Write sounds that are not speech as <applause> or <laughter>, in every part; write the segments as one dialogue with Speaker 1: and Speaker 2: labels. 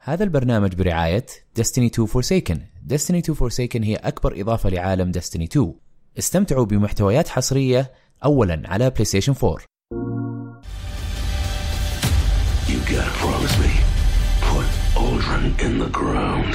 Speaker 1: هذا البرنامج برعاية Destiny 2 Forsaken Destiny 2 Forsaken هي أكبر إضافة لعالم Destiny 2 استمتعوا بمحتويات حصرية أولا على PlayStation 4
Speaker 2: You gotta promise me. Put Aldrin in the ground.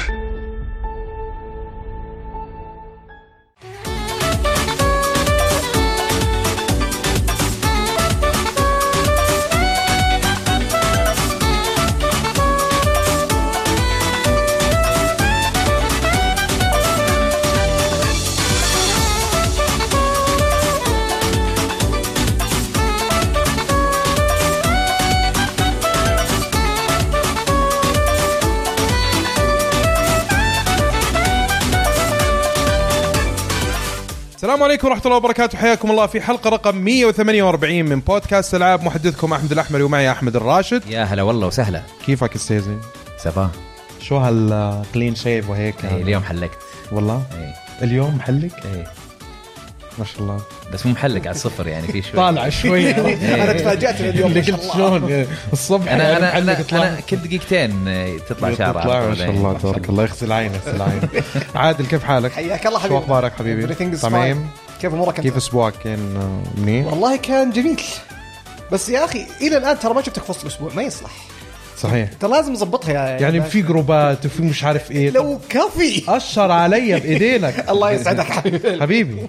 Speaker 3: السلام عليكم ورحمة الله وبركاته حياكم الله في حلقة رقم 148 من بودكاست ألعاب محدثكم أحمد الأحمري ومعي أحمد الراشد
Speaker 1: يا هلا والله وسهلا
Speaker 3: كيفك استاذي؟
Speaker 1: سافا
Speaker 4: شو هالكلين شيف وهيك
Speaker 1: إيه اليوم حلقت
Speaker 4: والله
Speaker 1: إيه
Speaker 4: اليوم محلك
Speaker 1: إيه
Speaker 4: ما شاء الله
Speaker 1: بس مو محلق على الصفر يعني في شوي
Speaker 4: طالع شوي
Speaker 5: انا تفاجات اليوم ما
Speaker 4: إيه. اللي
Speaker 5: شاء
Speaker 4: قلت
Speaker 5: الله
Speaker 4: شلون الصبح يعني
Speaker 1: أنا أنا أنا,
Speaker 4: محلك طلع.
Speaker 1: أنا كل دقيقتين آه، تطلع شعر على
Speaker 4: تطلع ما
Speaker 1: طول،
Speaker 4: شاء
Speaker 1: إيه.
Speaker 4: الله تبارك الله يغسل عينك يغسل عينك عادل كيف حالك؟
Speaker 5: حياك الله حبيبي
Speaker 4: شو أخبارك حبيبي؟
Speaker 5: Everything is
Speaker 4: تمام؟
Speaker 5: fine. كيف امورك
Speaker 4: كيف
Speaker 5: انت؟
Speaker 4: اسبوعك كان آه، منيح؟
Speaker 5: والله كان جميل بس يا اخي الى الان ترى ما شفتك في وسط الاسبوع ما يصلح
Speaker 4: صحيح
Speaker 5: انت لازم نظبطها يا
Speaker 4: يعني في جروبات وفي مش عارف ايه
Speaker 5: لو كفي
Speaker 4: اشر علي
Speaker 6: <laughs>
Speaker 4: بايدينك
Speaker 5: الله يسعدك
Speaker 4: <laughs>
Speaker 5: حبيبي
Speaker 4: حبيبي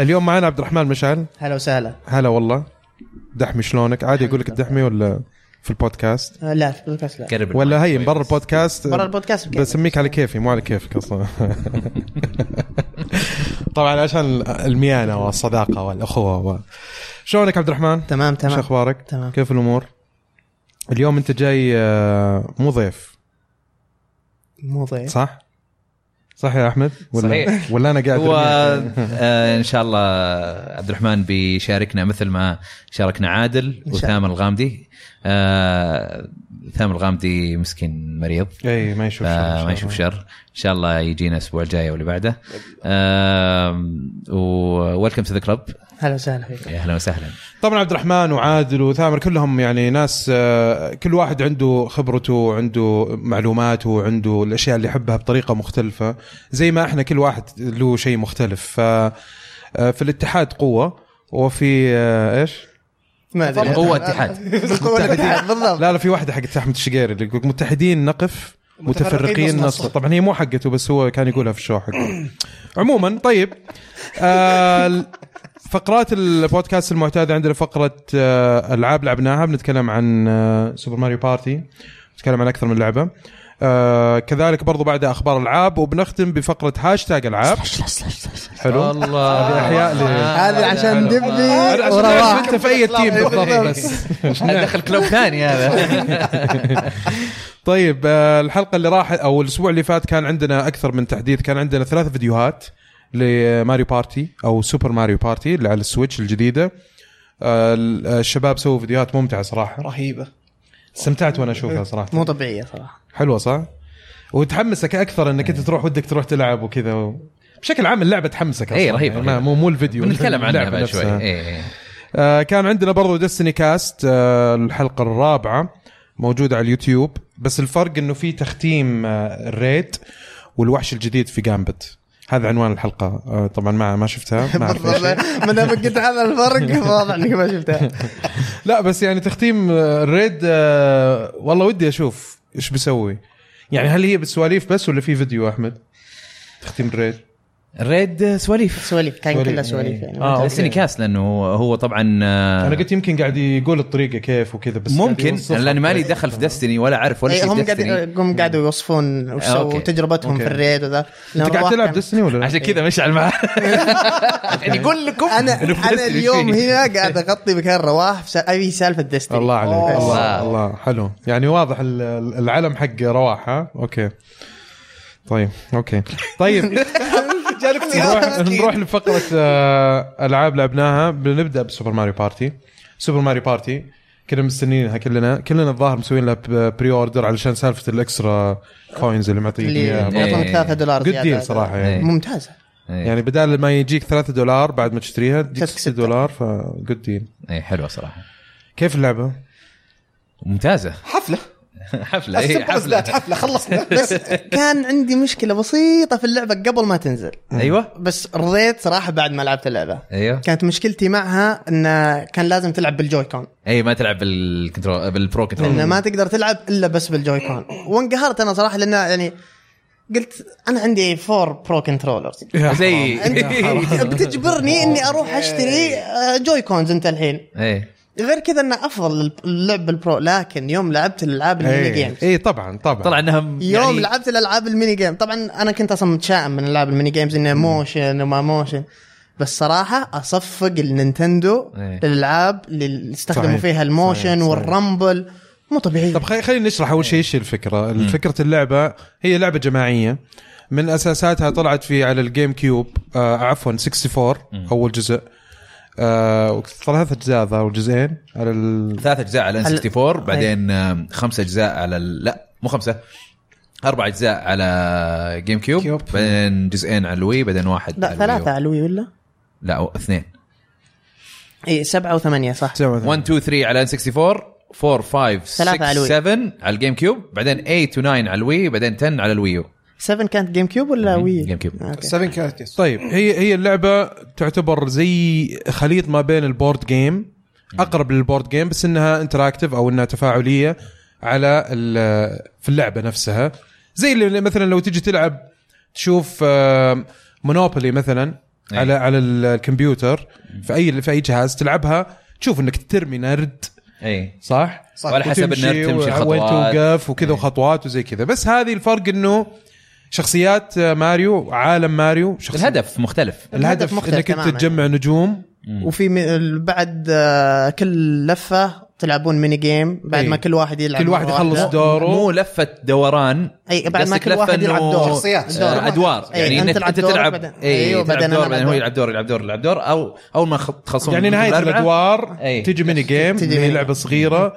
Speaker 4: اليوم معنا عبد الرحمن مشعل
Speaker 7: هلا وسهلا
Speaker 4: هلا والله دحمي شلونك عادي اقول لك الدحمي ولا في البودكاست
Speaker 7: آه، لا في البودكاست لا
Speaker 1: قرب
Speaker 4: ولا
Speaker 1: المايك
Speaker 4: هي
Speaker 1: شوي
Speaker 4: برا
Speaker 1: بس.
Speaker 4: البودكاست
Speaker 7: برا البودكاست بكيفك.
Speaker 4: بسميك على كيفي مو على كيفك اصلا طبعا عشان الميانه والصداقه والاخوه و... شلونك عبد الرحمن؟
Speaker 7: تمام تمام
Speaker 4: شو اخبارك؟
Speaker 7: تمام.
Speaker 4: كيف الامور؟ اليوم انت جاي آه، مو ضيف
Speaker 7: مو ضيف
Speaker 4: صح؟ صح يا احمد؟ ولا
Speaker 1: صحيح.
Speaker 4: ولا انا قاعد
Speaker 1: هو
Speaker 4: أرميك؟
Speaker 1: آه، ان شاء الله عبد الرحمن بيشاركنا مثل ما شاركنا عادل
Speaker 7: إن شاء
Speaker 1: وثام الغامدي آه، ثام الغامدي مسكين مريض
Speaker 4: اي إيه، ما يشوف شر.
Speaker 1: فما يشوف شر ان شاء الله يجينا الاسبوع الجاي او اللي بعده آه، وويلكم تو ذا كلب
Speaker 7: هلا وسهلا فيك
Speaker 1: يا اهلا وسهلا
Speaker 4: طبعا عبد الرحمن وعادل وثامر كلهم يعني ناس آه، كل واحد عنده خبرته وعنده معلوماته وعنده الاشياء اللي يحبها بطريقه مختلفه زي ما احنا كل واحد له شيء مختلف ف آه، في الاتحاد قوه وفي آه، ايش؟
Speaker 7: ما ادري
Speaker 1: قوة
Speaker 7: <laughs>
Speaker 1: اتحاد
Speaker 5: بالقوة والاتحاد، بالضبط
Speaker 4: لا لا في واحده حقت احمد الشقيري اللي يقول متحدين نقف متفرقين
Speaker 5: متفرقين نص
Speaker 4: نص
Speaker 5: نص.
Speaker 4: طبعا هي مو حقته بس هو كان يقولها في الشو حقه عموما طيب آه <laughs> ال- فقرات البودكاست المعتاده عندنا فقره آه العاب لعبناها بنتكلم عن آه سوبر ماريو بارتي نتكلم عن اكثر من لعبه آه كذلك برضو بعد اخبار العاب وبنختم بفقره هاشتاج العاب حلو
Speaker 1: الله
Speaker 4: أحياء لي.
Speaker 7: آه،
Speaker 5: هذا عشان دبي
Speaker 4: أنا عشان أعرف انت في اي تيم بالضبط بس
Speaker 1: آه، دخل كلوب ثاني هذا
Speaker 4: طيب آه، الحلقة اللي راحت أو الأسبوع اللي فات كان عندنا أكثر من تحديث كان عندنا ثلاث فيديوهات لماريو بارتي أو سوبر ماريو بارتي اللي على السويتش الجديدة آه، ال- آه، الشباب سووا فيديوهات ممتعة صراحة
Speaker 5: رهيبه
Speaker 4: استمتعت وأنا أشوفها صراحة
Speaker 7: مو طبيعيه <laughs> صراحه
Speaker 4: حلوة صح؟ وتحمسك أكثر أنك أنت تروح ودك تروح تلعب وكذا و... بشكل عام اللعبة تحمسك
Speaker 1: إيه، رهيب،
Speaker 4: يعني ما-
Speaker 1: رهيب.
Speaker 4: مو مو
Speaker 1: <laughs>
Speaker 4: الفيديو
Speaker 1: بنتكلم عنها
Speaker 4: اللعبة
Speaker 1: بعد شوي
Speaker 4: نفسها.
Speaker 1: إيه، إيه.
Speaker 4: آه، كان عندنا برضو ديستني كاست آه، الحلقة الرابعة موجودة على اليوتيوب بس الفرق انه في تختيم آه، الريد والوحش الجديد في جامبت هذا عنوان الحلقة آه، طبعا ما ما شفتها ما أعرف إيش هي.
Speaker 7: ما دام قلت هذا الفرق واضح انك ما شفتها
Speaker 4: لا بس يعني تختيم آه، الريد آه، والله ودي اشوف ايش بيسوي يعني هل هي بالسواليف بس ولا في فيديو احمد تختيم الريد
Speaker 1: الريد سواليف
Speaker 7: سواليف كان
Speaker 4: سواليف.
Speaker 7: كلها سواليف يعني
Speaker 4: آه، أوكي.
Speaker 1: ديستني كاست لانه هو طبعا آه،
Speaker 4: انا قلت يمكن قاعد يقول الطريقة كيف وكذا بس قاعد
Speaker 1: ممكن
Speaker 4: يوصفها
Speaker 1: لاني مالي
Speaker 4: بطريقة.
Speaker 1: دخل في ديستني ولا اعرف ولا
Speaker 7: إيه،
Speaker 1: شيء
Speaker 7: هم
Speaker 1: ديستني
Speaker 7: قاعد هم قعدوا يوصفون وش
Speaker 1: آه،
Speaker 7: سووا
Speaker 1: أوكي.
Speaker 7: تجربتهم في
Speaker 4: أوكي.
Speaker 7: الريد وذا
Speaker 4: انت قاعد تلعب ديستني ولا لا؟
Speaker 1: عشان كذا مشعل معاه <laughs>
Speaker 7: يقول يعني لكم انا انا
Speaker 1: ديستني <laughs>
Speaker 7: اليوم
Speaker 1: فيه.
Speaker 7: هنا قاعد اغطي مكان رواح في سا- ابي سالفه ديستني
Speaker 4: الله عليك
Speaker 7: أوه.
Speaker 4: الله الله حلو يعني واضح ال- ال- العلم حق رواح ها اوكي طيب اوكي
Speaker 7: <laughs>
Speaker 4: طيب
Speaker 5: جالك
Speaker 4: نروح نروح لفقره آه، العاب لعبناها بنبدا بسوبر ماريو بارتي سوبر ماريو بارتي كنا مستنيينها كلنا كلنا الظاهر مسوين لها بري اوردر علشان سالفه الاكسترا كوينز اللي معطيك
Speaker 7: اللي
Speaker 4: اياها
Speaker 7: يعطونك
Speaker 1: إيه.
Speaker 7: 3 دولار
Speaker 4: جود
Speaker 7: زيادة.
Speaker 4: ديل صراحه يعني
Speaker 7: ممتازه
Speaker 4: يعني بدال ما يجيك 3 دولار بعد ما تشتريها تجيك
Speaker 7: تسك
Speaker 4: 6
Speaker 7: ستة.
Speaker 4: دولار فجود ديل
Speaker 1: إيه، اي حلوه صراحه
Speaker 4: كيف اللعبه؟
Speaker 1: <laughs> ممتازه
Speaker 5: حفله
Speaker 1: حفله
Speaker 4: إيه،
Speaker 5: بس
Speaker 1: هي
Speaker 5: بس
Speaker 1: حفله
Speaker 5: ذات
Speaker 1: <laughs>
Speaker 5: حفله
Speaker 4: <laughs>
Speaker 5: خلصنا
Speaker 7: بس كان عندي مشكله بسيطه في اللعبه قبل ما تنزل
Speaker 1: ايوه
Speaker 7: بس رضيت صراحه بعد ما لعبت اللعبه
Speaker 1: ايوه
Speaker 7: كانت مشكلتي معها انه كان لازم تلعب بالجوي كون
Speaker 1: اي إيه، ما تلعب بالكنترول بالبرو
Speaker 7: انه
Speaker 1: كنترول
Speaker 7: ما تقدر تلعب الا بس بالجوي كون وانقهرت انا صراحه لانه يعني قلت انا عندي فور برو كنترولرز
Speaker 1: إيه. زي <laughs>
Speaker 7: <laughs> انت بتجبرني اني اروح اشتري آه، جوي كونز انت الحين
Speaker 1: ايه
Speaker 7: غير كذا انه افضل اللعب بالبرو لكن يوم لعبت الالعاب الميني جيمز
Speaker 4: اي طبعا طبعا
Speaker 1: طلع انها م-
Speaker 7: يوم
Speaker 1: يعني-
Speaker 7: لعبت الالعاب الميني جيم طبعا انا كنت اصلا متشائم من العاب الميني جيمز انه موشن وما موشن بس صراحة اصفق النينتندو
Speaker 1: إيه.
Speaker 7: الالعاب اللي استخدموا
Speaker 4: صحيح.
Speaker 7: فيها الموشن والرامبل مو طبيعي
Speaker 4: طب خلي- خلينا نشرح اول شيء ايش الفكره فكره اللعبه هي لعبه جماعيه من اساساتها طلعت في على الجيم كيوب آه عفوا 64 اول جزء آه ثلاث اجزاء ذا وجزئين على ال...
Speaker 1: ثلاث اجزاء على
Speaker 7: هل- إيه.
Speaker 1: ان 64 بعدين آم، خمس اجزاء على ال- لا مو خمسه اربع اجزاء على جيم كيوب,
Speaker 4: كيوب.
Speaker 1: بعدين جزئين على الوي بعدين واحد
Speaker 7: لا
Speaker 1: على الويو.
Speaker 7: ثلاثة علوي ولا؟
Speaker 1: لا و- اثنين
Speaker 7: اي سبعة وثمانية صح
Speaker 1: 1 2 3 على ان 64 4 5
Speaker 7: ثلاثة
Speaker 1: 6
Speaker 7: على الوي.
Speaker 1: 7 على الجيم كيوب بعدين 8 و 9 على الوي بعدين 10 على الويو
Speaker 7: 7 كانت جيم كيوب ولا وي؟
Speaker 1: جيم كيوب.
Speaker 7: أوكي.
Speaker 5: 7 كانت يس
Speaker 4: طيب هي هي اللعبه تعتبر زي خليط ما بين البورد جيم اقرب للبورد جيم بس انها انتراكتيف او انها تفاعليه على ال- في اللعبه نفسها زي اللي مثلا لو تجي تلعب تشوف مونوبولي مثلا
Speaker 1: أي.
Speaker 4: على على الكمبيوتر في اي في اي جهاز تلعبها تشوف انك ترمي نرد
Speaker 1: اي
Speaker 4: صح؟
Speaker 1: صح. وعلى حسب
Speaker 4: وتمشي
Speaker 1: النرد تمشي
Speaker 4: وين
Speaker 1: الخطوات.
Speaker 4: توقف
Speaker 1: إيه.
Speaker 4: وكذا وخطوات وزي كذا بس هذه الفرق انه شخصيات آه، ماريو عالم ماريو شخصيات
Speaker 1: الهدف مختلف
Speaker 4: الهدف
Speaker 7: الهدف مختلف
Speaker 4: انك انت
Speaker 7: تماماً.
Speaker 4: تجمع نجوم
Speaker 7: وفي م- بعد آه، كل لفة تلعبون ميني جيم بعد
Speaker 4: إيه.
Speaker 7: ما كل واحد يلعب
Speaker 4: كل واحد
Speaker 7: مرة واحدة.
Speaker 4: يخلص دوره
Speaker 1: مو لفه دوران
Speaker 7: اي بعد ما
Speaker 1: قصدك
Speaker 7: كل
Speaker 1: لفة
Speaker 7: واحد يلعب
Speaker 1: إنه-
Speaker 7: دور
Speaker 5: شخصيات.
Speaker 7: دور.
Speaker 1: آه، ادوار
Speaker 7: إيه،
Speaker 1: يعني
Speaker 7: أنت
Speaker 1: انك
Speaker 7: تلعب
Speaker 1: انت
Speaker 7: دورك
Speaker 1: تلعب
Speaker 7: بعدين-
Speaker 1: اي
Speaker 7: أيوه،
Speaker 1: تلعب
Speaker 7: بعدين
Speaker 1: دور
Speaker 7: أنا
Speaker 1: بعدين هو
Speaker 7: أدور.
Speaker 1: يلعب دور يلعب دور يلعب دور او اول ما خ- تخلصون
Speaker 4: يعني نهايه
Speaker 1: الأربعة، إيه.
Speaker 4: الادوار
Speaker 1: أي.
Speaker 4: تجي ميني جيم
Speaker 7: تجي
Speaker 4: تجي
Speaker 7: ميني
Speaker 4: لعبه صغيره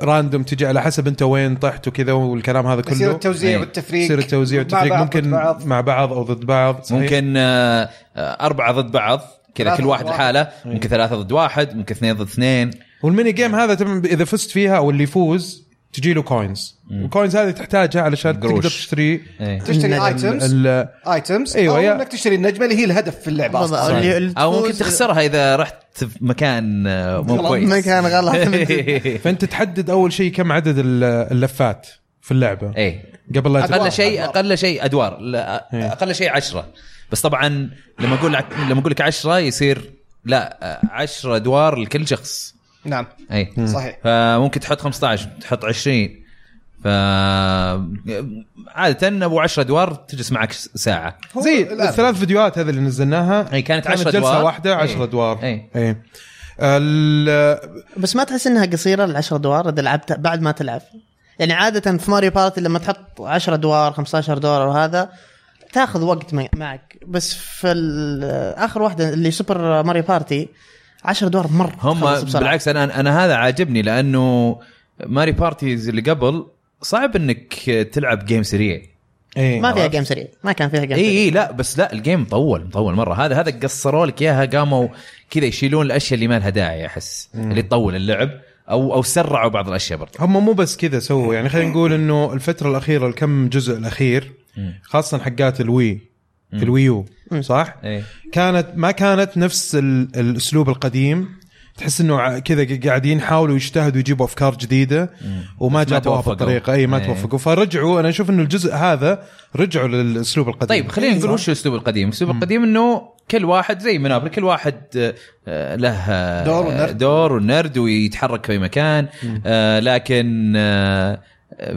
Speaker 4: راندوم تجي على حسب انت وين طحت وكذا والكلام هذا كله
Speaker 5: يصير التوزيع
Speaker 1: إيه.
Speaker 5: والتفريق
Speaker 4: يصير التوزيع
Speaker 5: مع
Speaker 4: والتفريق
Speaker 5: بعض
Speaker 4: ممكن
Speaker 5: ضد بعض.
Speaker 4: مع بعض او ضد بعض صحيح؟
Speaker 1: ممكن آه، آه، اربعه ضد بعض كذا
Speaker 5: ثلاثة
Speaker 1: كل
Speaker 5: ضد
Speaker 1: واحد
Speaker 5: واحد.
Speaker 1: لحاله ممكن ثلاثه ضد واحد ممكن اثنين ضد اثنين
Speaker 4: والميني جيم هذا تم اذا فزت فيها او اللي يفوز تجي له كوينز الكوينز هذه تحتاجها علشان
Speaker 1: قروش.
Speaker 4: تقدر تشتري
Speaker 1: إيه.
Speaker 5: تشتري ايتمز
Speaker 4: ال-
Speaker 5: ايتمز
Speaker 4: أيوة،
Speaker 5: او
Speaker 4: يا-
Speaker 5: انك تشتري النجمه اللي هي الهدف في اللعبه
Speaker 7: بالضبط.
Speaker 5: أصلاً.
Speaker 7: اللي- اللي
Speaker 1: او ممكن
Speaker 7: تفوز-
Speaker 1: تخسرها اذا رحت في مكان آه، مو
Speaker 5: غلط.
Speaker 1: كويس
Speaker 7: مكان غلط
Speaker 4: <laughs>
Speaker 7: <laughs>
Speaker 4: فانت تحدد اول شيء كم عدد ال- اللفات في
Speaker 1: <laughs>
Speaker 4: اللعبه
Speaker 1: اي
Speaker 4: قبل لا
Speaker 1: اقل
Speaker 4: تبدأ.
Speaker 1: إيه. شيء اقل شيء ادوار لا اقل شيء عشرة بس طبعا لما اقول لك لما اقول لك 10 يصير لا آه، 10 ادوار لكل شخص
Speaker 5: نعم
Speaker 1: اي
Speaker 5: صحيح
Speaker 1: فممكن تحط 15 تحط 20 ف عاده ابو 10 ادوار تجلس معك س- ساعه
Speaker 4: زي
Speaker 5: الآن.
Speaker 4: الثلاث فيديوهات هذه اللي نزلناها
Speaker 1: أي، إيه، كانت 10
Speaker 4: جلسه
Speaker 1: أدوار. إيه.
Speaker 4: واحده
Speaker 1: أي.
Speaker 4: 10 ادوار
Speaker 1: أي.
Speaker 4: اي إيه. ال-
Speaker 7: بس ما تحس انها قصيره العشر ادوار اذا لعبتها بعد ما تلعب يعني عاده في ماريو بارتي لما تحط 10 ادوار 15 دولار وهذا تاخذ وقت م- معك بس في ال- اخر واحده اللي سوبر ماريو بارتي 10 دولار مره
Speaker 1: هم
Speaker 7: تخلص بسرعة.
Speaker 1: بالعكس انا انا هذا عاجبني لانه ماري بارتيز اللي قبل صعب انك تلعب جيم سريع
Speaker 4: اي
Speaker 7: ما فيها جيم سريع ما كان فيها جيم
Speaker 5: يعني
Speaker 1: اي
Speaker 7: سريع
Speaker 1: اي إيه، لا بس لا الجيم مطول مطول مره هذا هذا قصروا لك اياها قاموا كذا يشيلون الاشياء اللي ما لها داعي احس اللي تطول اللعب او او سرعوا بعض الاشياء برضه
Speaker 4: هم مو بس كذا سووا يعني خلينا نقول انه الفتره الاخيره الكم جزء الاخير خاصه حقات الوي الويو صح؟
Speaker 5: إيه.
Speaker 1: إي.
Speaker 4: كانت ما كانت نفس ال- الاسلوب القديم تحس انه ع- كذا قاعدين يحاولوا يجتهدوا يجيبوا افكار جديده وما
Speaker 1: بس ما إيه.
Speaker 4: جابوها
Speaker 1: توفقوا.
Speaker 4: بالطريقه اي ما
Speaker 1: إي.
Speaker 4: توفقوا فرجعوا انا اشوف انه الجزء هذا رجعوا للاسلوب القديم إيه،
Speaker 1: طيب خلينا نقول وش الاسلوب القديم؟ الاسلوب القديم انه كل واحد زي منابر كل واحد آه، آه، له آه،
Speaker 5: دور ونرد.
Speaker 1: دور ونرد ويتحرك في مكان آه، لكن آه،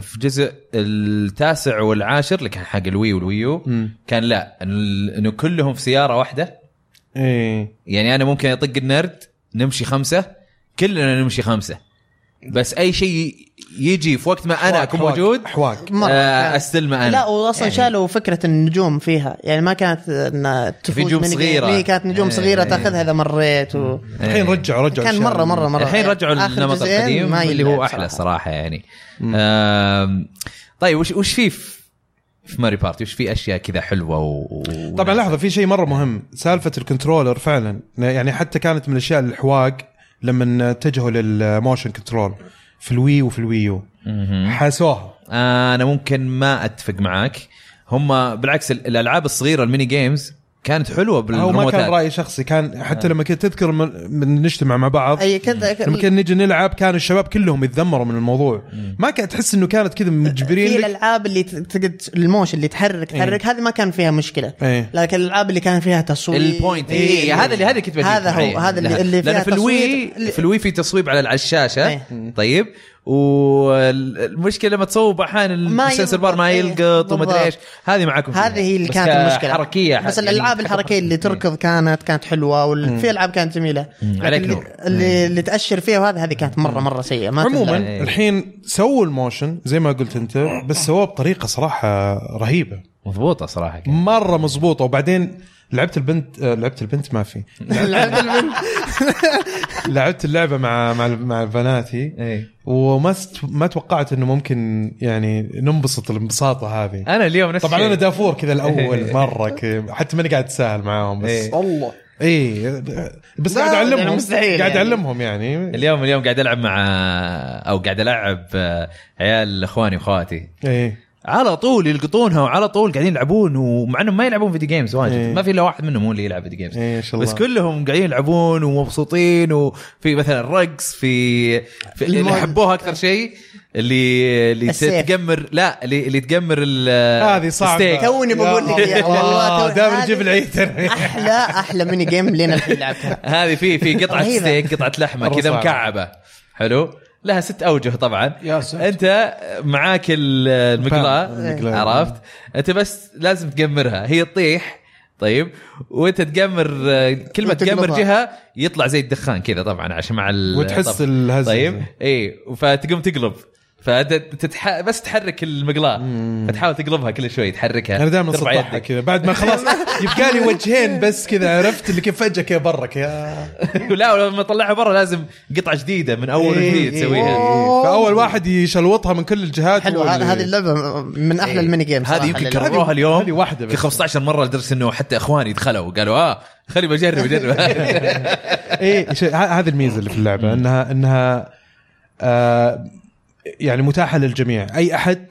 Speaker 1: في جزء التاسع والعاشر اللي كان حق الوي والويو كان لا ال- انه كلهم في سياره واحده
Speaker 4: اي
Speaker 1: يعني انا ممكن اطق النرد نمشي خمسه كلنا نمشي خمسه بس اي شيء يجي في وقت ما انا اكون
Speaker 4: حواك-
Speaker 1: موجود
Speaker 4: حواك
Speaker 7: مرة
Speaker 1: آه،
Speaker 7: كان.
Speaker 1: استلمه انا
Speaker 7: لا واصلا يعني شالوا فكره النجوم فيها يعني ما كانت انها تفوز
Speaker 1: نجوم
Speaker 7: من-
Speaker 1: صغيرة.
Speaker 7: إيه، كانت نجوم
Speaker 1: إيه،
Speaker 7: صغيره
Speaker 1: إيه.
Speaker 7: تاخذها اذا مريت و...
Speaker 4: الحين رجعوا رجعوا
Speaker 7: كان
Speaker 4: الشيء
Speaker 7: مره مره مره
Speaker 1: الحين رجعوا
Speaker 7: يعني آخر
Speaker 1: للنمط
Speaker 7: جزئين
Speaker 1: القديم
Speaker 7: ما
Speaker 1: اللي
Speaker 7: يلعب
Speaker 1: هو احلى صراحه يعني آم، طيب وش وش في في في ماري بارتي وش في اشياء كذا حلوه و... و-
Speaker 4: طبعا لحظه في شيء مره مهم سالفه الكنترولر فعلا يعني حتى كانت من الاشياء الحواق لما اتجهوا للموشن كنترول في الوي وفي الويو حاسوها
Speaker 1: انا ممكن ما اتفق معاك هم بالعكس ال- الالعاب الصغيره الميني جيمز كانت حلوه
Speaker 4: او ما كان
Speaker 1: بالريموتات
Speaker 4: رايي شخصي كان حتى
Speaker 1: نعم.
Speaker 4: لما كنت تذكر من- من نجتمع مع بعض
Speaker 7: اي كذا
Speaker 4: لما كنا نجي نلعب كان الشباب كلهم يتذمروا من الموضوع ما كان تحس انه كانت كذا
Speaker 7: في
Speaker 4: مجبرين لك
Speaker 7: الالعاب اللي ت- تقعد الموش اللي تحرك
Speaker 1: إيه.
Speaker 7: تحرك هذه ما كان فيها مشكله
Speaker 4: إيه.
Speaker 7: لكن الالعاب اللي كان فيها تصويب
Speaker 1: البوينت هي
Speaker 7: إيه.
Speaker 1: إيه. هذا اللي هذا كنت بجيك
Speaker 7: هذا
Speaker 1: معي.
Speaker 7: هو هذا اللي, اللي فيها
Speaker 1: لان في الوي
Speaker 7: تصويب-
Speaker 1: في الوي في تصويب على على الشاشه
Speaker 7: إيه.
Speaker 1: طيب والمشكله لما تصوب احيانا
Speaker 7: ما
Speaker 1: السنسر بار ما
Speaker 7: يلقط. إيه،
Speaker 1: يلقط وما ادري
Speaker 7: بالضبط.
Speaker 1: ايش هذه معاكم فيها.
Speaker 7: هذه هي اللي
Speaker 1: بس
Speaker 7: كانت المشكله
Speaker 1: حركيه
Speaker 7: بس الالعاب الحركيه اللي تركض كانت كانت حلوه وفي العاب كانت جميله لكن
Speaker 1: عليك
Speaker 7: اللي,
Speaker 1: نور.
Speaker 7: اللي, اللي تاشر فيها وهذا هذه كانت مره مره سيئه
Speaker 1: <laughs>
Speaker 7: ما
Speaker 4: عموما
Speaker 7: تنلعب.
Speaker 1: إيه.
Speaker 4: الحين سووا الموشن زي ما قلت انت بس سووه بطريقه صراحه رهيبه
Speaker 1: مضبوطه صراحه كانت.
Speaker 4: مره مزبوطه وبعدين لعبت البنت آه، لعبت البنت ما
Speaker 1: <laughs>
Speaker 4: في
Speaker 7: لعبت البنت.
Speaker 4: لعبت اللعبه مع مع مع بناتي
Speaker 1: إيه.
Speaker 4: وما است... ما توقعت انه ممكن يعني ننبسط الانبساطه هذه
Speaker 1: انا اليوم نفس
Speaker 4: طبعا
Speaker 1: الشيء.
Speaker 4: انا دافور كذا الاول مره كذا حتى ماني قاعد اتساهل معاهم بس
Speaker 1: إيه.
Speaker 5: والله
Speaker 4: اي بس
Speaker 7: لا،
Speaker 4: قاعد اعلمهم
Speaker 7: يعني مستحيل
Speaker 4: قاعد
Speaker 7: يعني.
Speaker 4: اعلمهم يعني
Speaker 1: اليوم اليوم قاعد العب مع او قاعد العب آه، عيال اخواني واخواتي
Speaker 4: اي
Speaker 1: على طول يلقطونها وعلى طول قاعدين يلعبون ومع انهم ما يلعبون فيديو جيمز واجد
Speaker 4: إيه.
Speaker 1: ما في الا واحد منهم هو اللي يلعب فيديو جيمز
Speaker 4: إيه، ما شاء الله.
Speaker 1: بس كلهم قاعدين يلعبون ومبسوطين وفي مثلا رقص في, في اللي
Speaker 7: المود.
Speaker 1: حبوها اكثر شيء اللي اللي
Speaker 7: السيف.
Speaker 1: تقمر لا اللي, اللي تقمر ال-
Speaker 4: هذه آه، صعبه
Speaker 1: الستيك.
Speaker 7: توني بقول لك إياها،
Speaker 1: <laughs>
Speaker 7: والله توني.
Speaker 4: دائما
Speaker 7: هذه-
Speaker 4: نجيب
Speaker 7: <laughs>
Speaker 4: العيد
Speaker 7: احلى احلى ميني جيم
Speaker 1: <laughs>
Speaker 7: لين الحين لعبتها
Speaker 1: هذه في في قطعه
Speaker 7: رهيبة.
Speaker 1: ستيك قطعه لحمه
Speaker 4: مرة
Speaker 1: كذا
Speaker 4: صعبة.
Speaker 1: مكعبه حلو لها ست اوجه طبعا
Speaker 5: يا ساتر.
Speaker 1: انت معاك ال- المقلاة
Speaker 4: المقلاة.
Speaker 1: عرفت انت بس لازم تقمرها هي تطيح طيب وانت تقمر آه، كل ما
Speaker 7: وتقلبها.
Speaker 1: تقمر جهه يطلع زي الدخان كذا طبعا عشان مع ال-
Speaker 4: وتحس
Speaker 1: طب.
Speaker 4: الهزة.
Speaker 1: طيب اي فتقوم تقلب فتتح... بس تحرك المقلاة فتحاول تقلبها كل شوي تحركها
Speaker 4: انا دائما
Speaker 1: ترفع
Speaker 4: صدقها
Speaker 1: يدك.
Speaker 4: كذا بعد ما
Speaker 7: <laughs>
Speaker 4: خلاص يبقى لي وجهين بس كذا عرفت اللي كيف فجاه كذا برا كذا
Speaker 1: <laughs> لا لما تطلعها برا لازم قطعه جديده من اول
Speaker 7: إيه،
Speaker 1: وجديد تسويها
Speaker 4: فاول إيه. واحد يشلوطها من كل الجهات
Speaker 7: حلو
Speaker 4: هو اللي-
Speaker 7: هذه اللعبه من احلى الميني جيمز
Speaker 1: إيه. هذه
Speaker 7: صراحة
Speaker 1: يمكن
Speaker 7: اللي
Speaker 1: كرروها اليوم
Speaker 4: هذه واحدة بس.
Speaker 1: في 15 مره لدرجه انه حتى اخواني دخلوا قالوا اه خلي بجرب
Speaker 4: <laughs>
Speaker 1: اجرب
Speaker 4: اي شيء- إيه، ه- هذه الميزه اللي في اللعبه انها انها آه يعني متاحه للجميع اي احد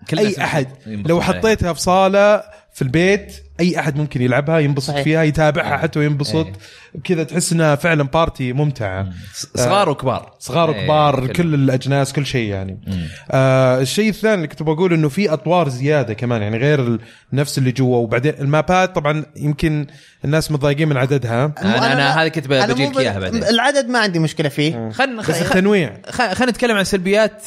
Speaker 1: <laughs> كل الناس
Speaker 4: اي احد
Speaker 1: ينبسط
Speaker 4: لو
Speaker 1: عليها.
Speaker 4: حطيتها في صاله في البيت اي احد ممكن يلعبها ينبسط
Speaker 7: صحيح.
Speaker 4: فيها
Speaker 1: إيه.
Speaker 4: يتابعها حتى وينبسط كذا تحس انها فعلا بارتي ممتعه
Speaker 1: صغار وكبار
Speaker 4: صغار
Speaker 1: إيه،
Speaker 4: وكبار
Speaker 1: كل-
Speaker 4: كل الاجناس كل شيء يعني آه الشيء الثاني اللي كنت بقول انه في اطوار زياده كمان يعني غير ال- نفس اللي جوا وبعدين المابات طبعا يمكن الناس متضايقين من عددها
Speaker 1: أنا- أنا
Speaker 7: ما-
Speaker 1: هذه كنت ب-
Speaker 7: أنا مو
Speaker 1: بجيلك
Speaker 7: ب-
Speaker 1: إياها بعدين.
Speaker 7: العدد ما عندي مشكله فيه
Speaker 1: خلينا
Speaker 4: بس التنويع
Speaker 1: خلينا نتكلم عن سلبيات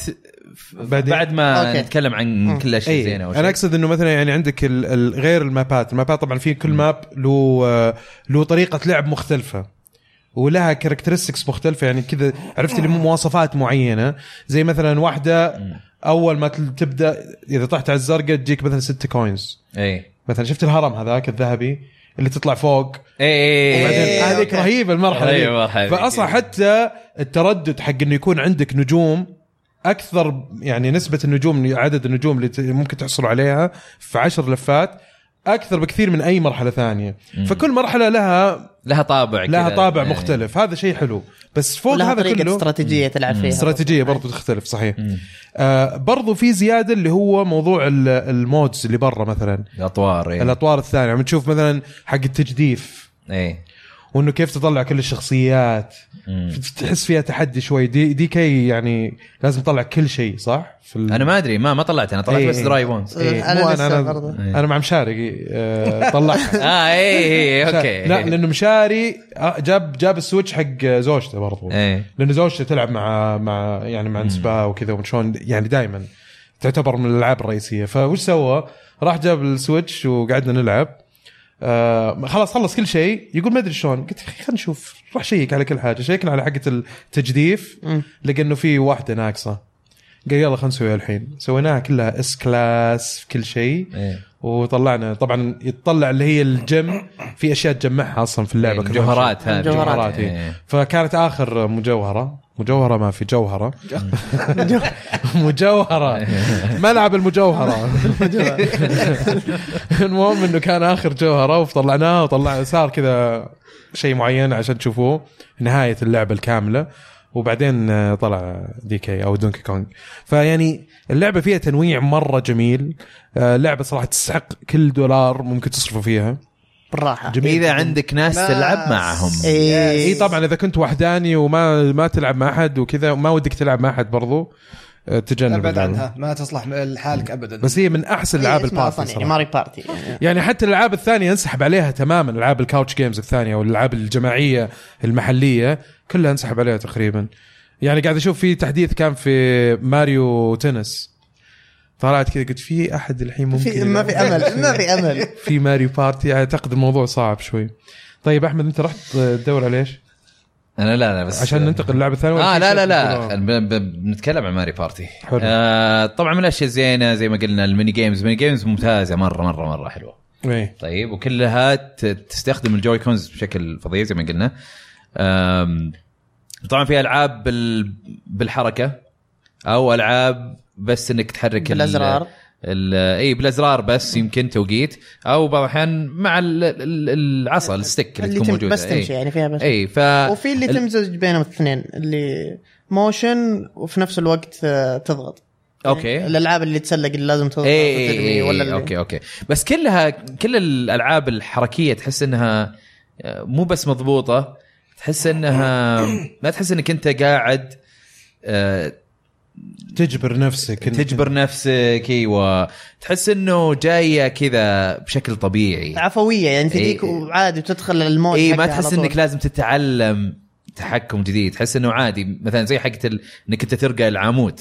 Speaker 1: ف-
Speaker 4: بعدين. إيه.
Speaker 1: بعد ما
Speaker 7: أوكي.
Speaker 1: نتكلم عن كل الاشياء
Speaker 4: اي
Speaker 1: زينه
Speaker 4: انا اقصد انه مثلا يعني عندك ال- ال- غير المابات المابات طبعا في كل ماب له آه، له طريقه لعب مختلفه ولها كاركترستكس مختلفه يعني كذا عرفت اللي مواصفات معينه زي مثلا واحده اول ما تل- تبدا اذا طحت على الزرقاء تجيك مثلا ست كوينز
Speaker 1: اي
Speaker 4: مثلا شفت الهرم هذاك الذهبي اللي تطلع فوق
Speaker 1: اي إيه.
Speaker 4: بعدين هذيك رهيبه المرحله
Speaker 1: رهيبة
Speaker 4: دي.
Speaker 1: المرحلة دي.
Speaker 4: فاصلا حتى التردد حق انه يكون عندك نجوم اكثر يعني نسبه النجوم عدد النجوم اللي ت- ممكن تحصل عليها في عشر لفات اكثر بكثير من اي مرحله ثانيه فكل مرحله لها
Speaker 1: لها طابع
Speaker 4: لها
Speaker 1: كذا.
Speaker 4: طابع
Speaker 1: إيه.
Speaker 4: مختلف هذا شيء حلو بس فوق
Speaker 7: ولها
Speaker 4: هذا
Speaker 7: طريقه
Speaker 4: كله
Speaker 7: استراتيجيه تلعب فيها
Speaker 4: استراتيجيه برضو تختلف صحيح آه برضو في زياده اللي هو موضوع ال- المودز اللي برا مثلا
Speaker 1: إيه. الاطوار اي
Speaker 4: الاطوار الثانيه عم تشوف مثلا حق التجديف
Speaker 1: اي
Speaker 4: وانه كيف تطلع كل الشخصيات تحس فيها تحدي شوي دي دي كي يعني لازم تطلع كل شيء صح؟ في ال...
Speaker 1: انا ما ادري ما ما طلعت انا طلعت
Speaker 4: إيه.
Speaker 1: بس دراي وانز
Speaker 4: إيه.
Speaker 7: أنا
Speaker 4: مو
Speaker 7: لسه
Speaker 4: انا انا,
Speaker 7: برضه.
Speaker 4: أنا مع مشاري
Speaker 1: <laughs>
Speaker 4: آه طلعت
Speaker 1: اه اي
Speaker 4: <laughs>
Speaker 1: اي اوكي
Speaker 4: لا لانه مشاري آه، جاب جاب السويتش حق زوجته برضو
Speaker 1: إيه.
Speaker 4: لانه زوجته تلعب مع مع يعني مع نسبة وكذا وشلون يعني دائما تعتبر من الالعاب الرئيسيه فوش سوى؟ راح جاب السويتش وقعدنا نلعب آه خلاص خلص كل شيء يقول ما ادري شلون قلت خلينا نشوف راح شيك على كل حاجه شيكنا على حقه التجديف لقى انه في واحده ناقصه قال يلا خلينا نسويها الحين سويناها كلها اس كلاس في كل شيء
Speaker 1: إيه.
Speaker 4: وطلعنا طبعا يطلع اللي هي الجم في اشياء تجمعها اصلا في اللعبه كمان.
Speaker 1: جوهرات هذه
Speaker 4: جوهرات إيه. فكانت اخر مجوهره مجوهره ما في جوهره مجوهره ملعب المجوهره المهم انه كان اخر جوهره وطلعناها وطلع صار كذا شيء معين عشان تشوفوه نهايه اللعبه الكامله وبعدين آه، طلع دي كي او دونكي كونج فيعني اللعبه فيها تنويع مره جميل آه، لعبه صراحه تستحق كل دولار ممكن تصرفه فيها
Speaker 7: بالراحه
Speaker 4: جميل
Speaker 1: اذا عندك ناس
Speaker 5: ناس.
Speaker 1: تلعب معهم
Speaker 7: إيه.
Speaker 4: اي طبعا اذا كنت وحداني وما ما تلعب مع احد وكذا وما ودك تلعب مع احد برضو آه، تجنب
Speaker 5: ابعد
Speaker 4: اللعبة.
Speaker 5: عنها ما تصلح لحالك ابدا
Speaker 4: بس هي من احسن العاب
Speaker 7: اسمها
Speaker 4: البارتي
Speaker 7: أصلاً يعني
Speaker 4: صراحة.
Speaker 7: ماري بارتي يعني.
Speaker 4: يعني حتى الالعاب الثانيه انسحب عليها تماما العاب الكاوتش جيمز الثانيه والالعاب الجماعيه المحليه كلها انسحب عليها تقريبا يعني قاعد اشوف في تحديث كان في ماريو تنس طلعت كذا قلت في احد الحين ممكن
Speaker 7: في ما
Speaker 4: يلعب؟ <laughs>
Speaker 7: في امل ما في امل
Speaker 4: في ماريو بارتي اعتقد الموضوع صعب شوي طيب احمد انت رحت تدور على ايش؟
Speaker 1: انا لا لا بس
Speaker 4: عشان ننتقل للعبه الثانيه ولا
Speaker 1: اه
Speaker 4: في
Speaker 1: لا
Speaker 4: شيء
Speaker 1: لا
Speaker 4: تقوله؟
Speaker 1: لا ب- ب- بنتكلم عن ماري بارتي
Speaker 4: حلو.
Speaker 1: آه طبعا من الاشياء الزينه زي ما قلنا الميني جيمز الميني جيمز ممتازه مره مره مره حلوه
Speaker 4: ايه
Speaker 1: طيب وكلها ت- تستخدم الجوي كونز بشكل فظيع زي ما قلنا آم، طبعا في العاب بال- بالحركه او العاب بس انك تحرك ال-
Speaker 7: بالازرار
Speaker 1: ال- اي بالازرار بس يمكن توقيت او بعض الاحيان مع ال- ال- العصا الستيك اللي
Speaker 7: اللي
Speaker 1: تكون
Speaker 7: تم
Speaker 1: موجوده
Speaker 7: بس تمشي يعني فيها بس
Speaker 1: اي ف
Speaker 7: وفي اللي
Speaker 1: إيه. ال-
Speaker 7: تمزج بينهم الاثنين اللي موشن وفي نفس الوقت آه، تضغط
Speaker 1: اوكي
Speaker 7: يعني الالعاب اللي تسلق اللي لازم تضغط
Speaker 1: اي اي
Speaker 7: وترمي ولا
Speaker 1: ولا
Speaker 7: اللي
Speaker 1: اوكي اوكي إيه، بس كلها كل الالعاب الحركيه تحس انها مو بس مضبوطه تحس
Speaker 7: <coughs>
Speaker 1: انها ما تحس انك انت قاعد آه،
Speaker 4: تجبر نفسك إنك-
Speaker 1: تجبر نفسك ايوه تحس انه جايه كذا بشكل طبيعي
Speaker 7: عفويه يعني تجيك
Speaker 1: إيه.
Speaker 7: وعادي وتدخل المود
Speaker 1: اي
Speaker 7: حقها
Speaker 1: إيه، ما
Speaker 7: على
Speaker 1: تحس
Speaker 7: طول.
Speaker 1: انك لازم تتعلم تحكم جديد تحس انه عادي مثلا زي حقت ال... انك انت ترقى العمود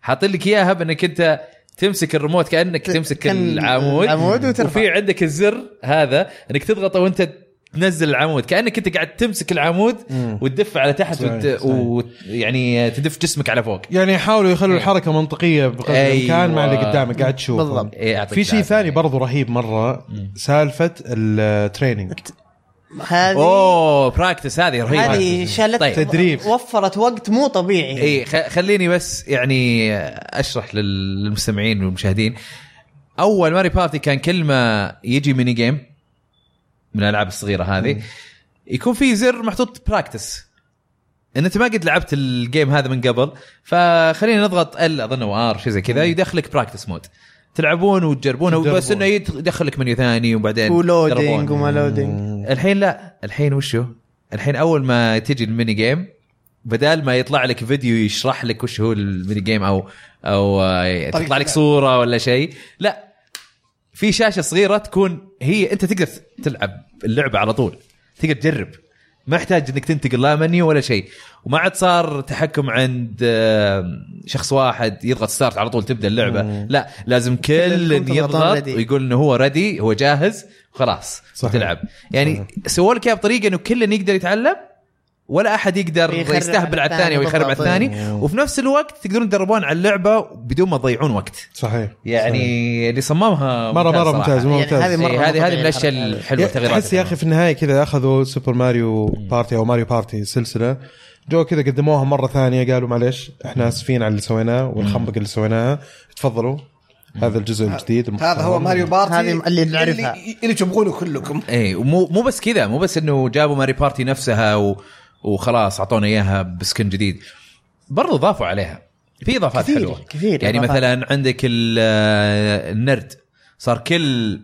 Speaker 1: حاطين لك اياها بانك انت تمسك الريموت كانك
Speaker 7: ت-
Speaker 1: تمسك
Speaker 7: كان
Speaker 1: العمود,
Speaker 7: العمود وترفع.
Speaker 1: وفي عندك الزر هذا انك تضغطه وانت تنزل العمود كانك انت قاعد تمسك العمود وتدف على تحت
Speaker 4: صحيح،
Speaker 1: وت...
Speaker 4: صحيح.
Speaker 1: ويعني تدف جسمك على فوق
Speaker 4: يعني يحاولوا يخلوا الحركه منطقيه بقدر الامكان مع اللي
Speaker 1: إيه. أيوة.
Speaker 4: قدامك قاعد تشوفه
Speaker 7: بالضبط.
Speaker 1: إيه، يعطيك
Speaker 4: في شيء
Speaker 1: العافية.
Speaker 4: ثاني برضو رهيب مره سالفه التريننج
Speaker 7: هذه
Speaker 1: اوه براكتس هذه رهيبه
Speaker 7: هذه شالت
Speaker 1: طيب. إيه.
Speaker 4: تدريب.
Speaker 7: وفرت وقت مو طبيعي
Speaker 1: اي خ- خليني بس يعني اشرح لل- للمستمعين والمشاهدين اول ماري بارتي كان كل ما يجي ميني جيم من الالعاب الصغيره هذه يكون في زر محطوط براكتس ان انت ما قد لعبت الجيم هذا من قبل فخلينا نضغط ال اظن او ار شيء زي كذا يدخلك براكتس مود تلعبون وتجربونه بس
Speaker 4: تجربون.
Speaker 1: انه يدخ- يدخلك منيو ثاني وبعدين
Speaker 7: ولودنج
Speaker 1: تجربون.
Speaker 7: وما لودنج
Speaker 1: الحين لا الحين وشو الحين اول ما تجي الميني جيم بدال ما يطلع لك فيديو يشرح لك وش هو الميني جيم او او آه، تطلع لك
Speaker 5: اللعب.
Speaker 1: صوره ولا شيء لا في شاشه صغيره تكون هي انت تقدر تلعب اللعبه على طول تقدر تجرب ما يحتاج انك تنتقل لا منيو ولا شيء وما عاد صار تحكم عند آه، شخص واحد يضغط ستارت على طول تبدا اللعبه لا لازم كل
Speaker 7: الكل
Speaker 1: يضغط
Speaker 7: ready.
Speaker 1: ويقول انه هو ردي هو جاهز خلاص
Speaker 4: صحيح.
Speaker 1: تلعب يعني سووا لك اياها بطريقه انه كل يقدر يتعلم ولا احد يقدر
Speaker 7: يخرب على
Speaker 1: يستهبل على الثاني
Speaker 7: الثاني
Speaker 1: ويخرب على
Speaker 7: بالضبط.
Speaker 1: الثاني
Speaker 4: أيوه.
Speaker 1: وفي نفس الوقت تقدرون تدربون على اللعبه بدون ما تضيعون وقت
Speaker 4: صحيح
Speaker 1: يعني اللي صممها
Speaker 4: مره
Speaker 1: ممتاز
Speaker 4: مره
Speaker 1: صراحة.
Speaker 4: ممتاز
Speaker 7: يعني
Speaker 4: ممتاز
Speaker 7: هذه مرة
Speaker 1: إيه، هذه
Speaker 7: مطبيعية
Speaker 1: هذه من الاشياء
Speaker 7: الحركة هذه.
Speaker 1: الحلوه التغييرات
Speaker 4: تحس يا اخي في النهايه كذا اخذوا سوبر ماريو بارتي او ماريو بارتي سلسله جو كذا قدموها مره ثانيه قالوا معليش احنا اسفين على اللي سويناه والخنبقه اللي سويناها تفضلوا هذا الجزء
Speaker 1: آه،
Speaker 4: الجديد
Speaker 5: هذا هو ماريو بارتي
Speaker 7: هذه اللي نعرفها.
Speaker 5: اللي, اللي تبغونه كلكم
Speaker 1: اي إيه، ومو مو بس كذا مو بس انه جابوا ماري بارتي نفسها و... وخلاص اعطونا اياها بسكن جديد برضو ضافوا عليها في اضافات
Speaker 7: كثير-
Speaker 1: حلوه
Speaker 7: كثير
Speaker 1: يعني
Speaker 7: إضافات.
Speaker 1: مثلا عندك ال- آه، النرد صار كل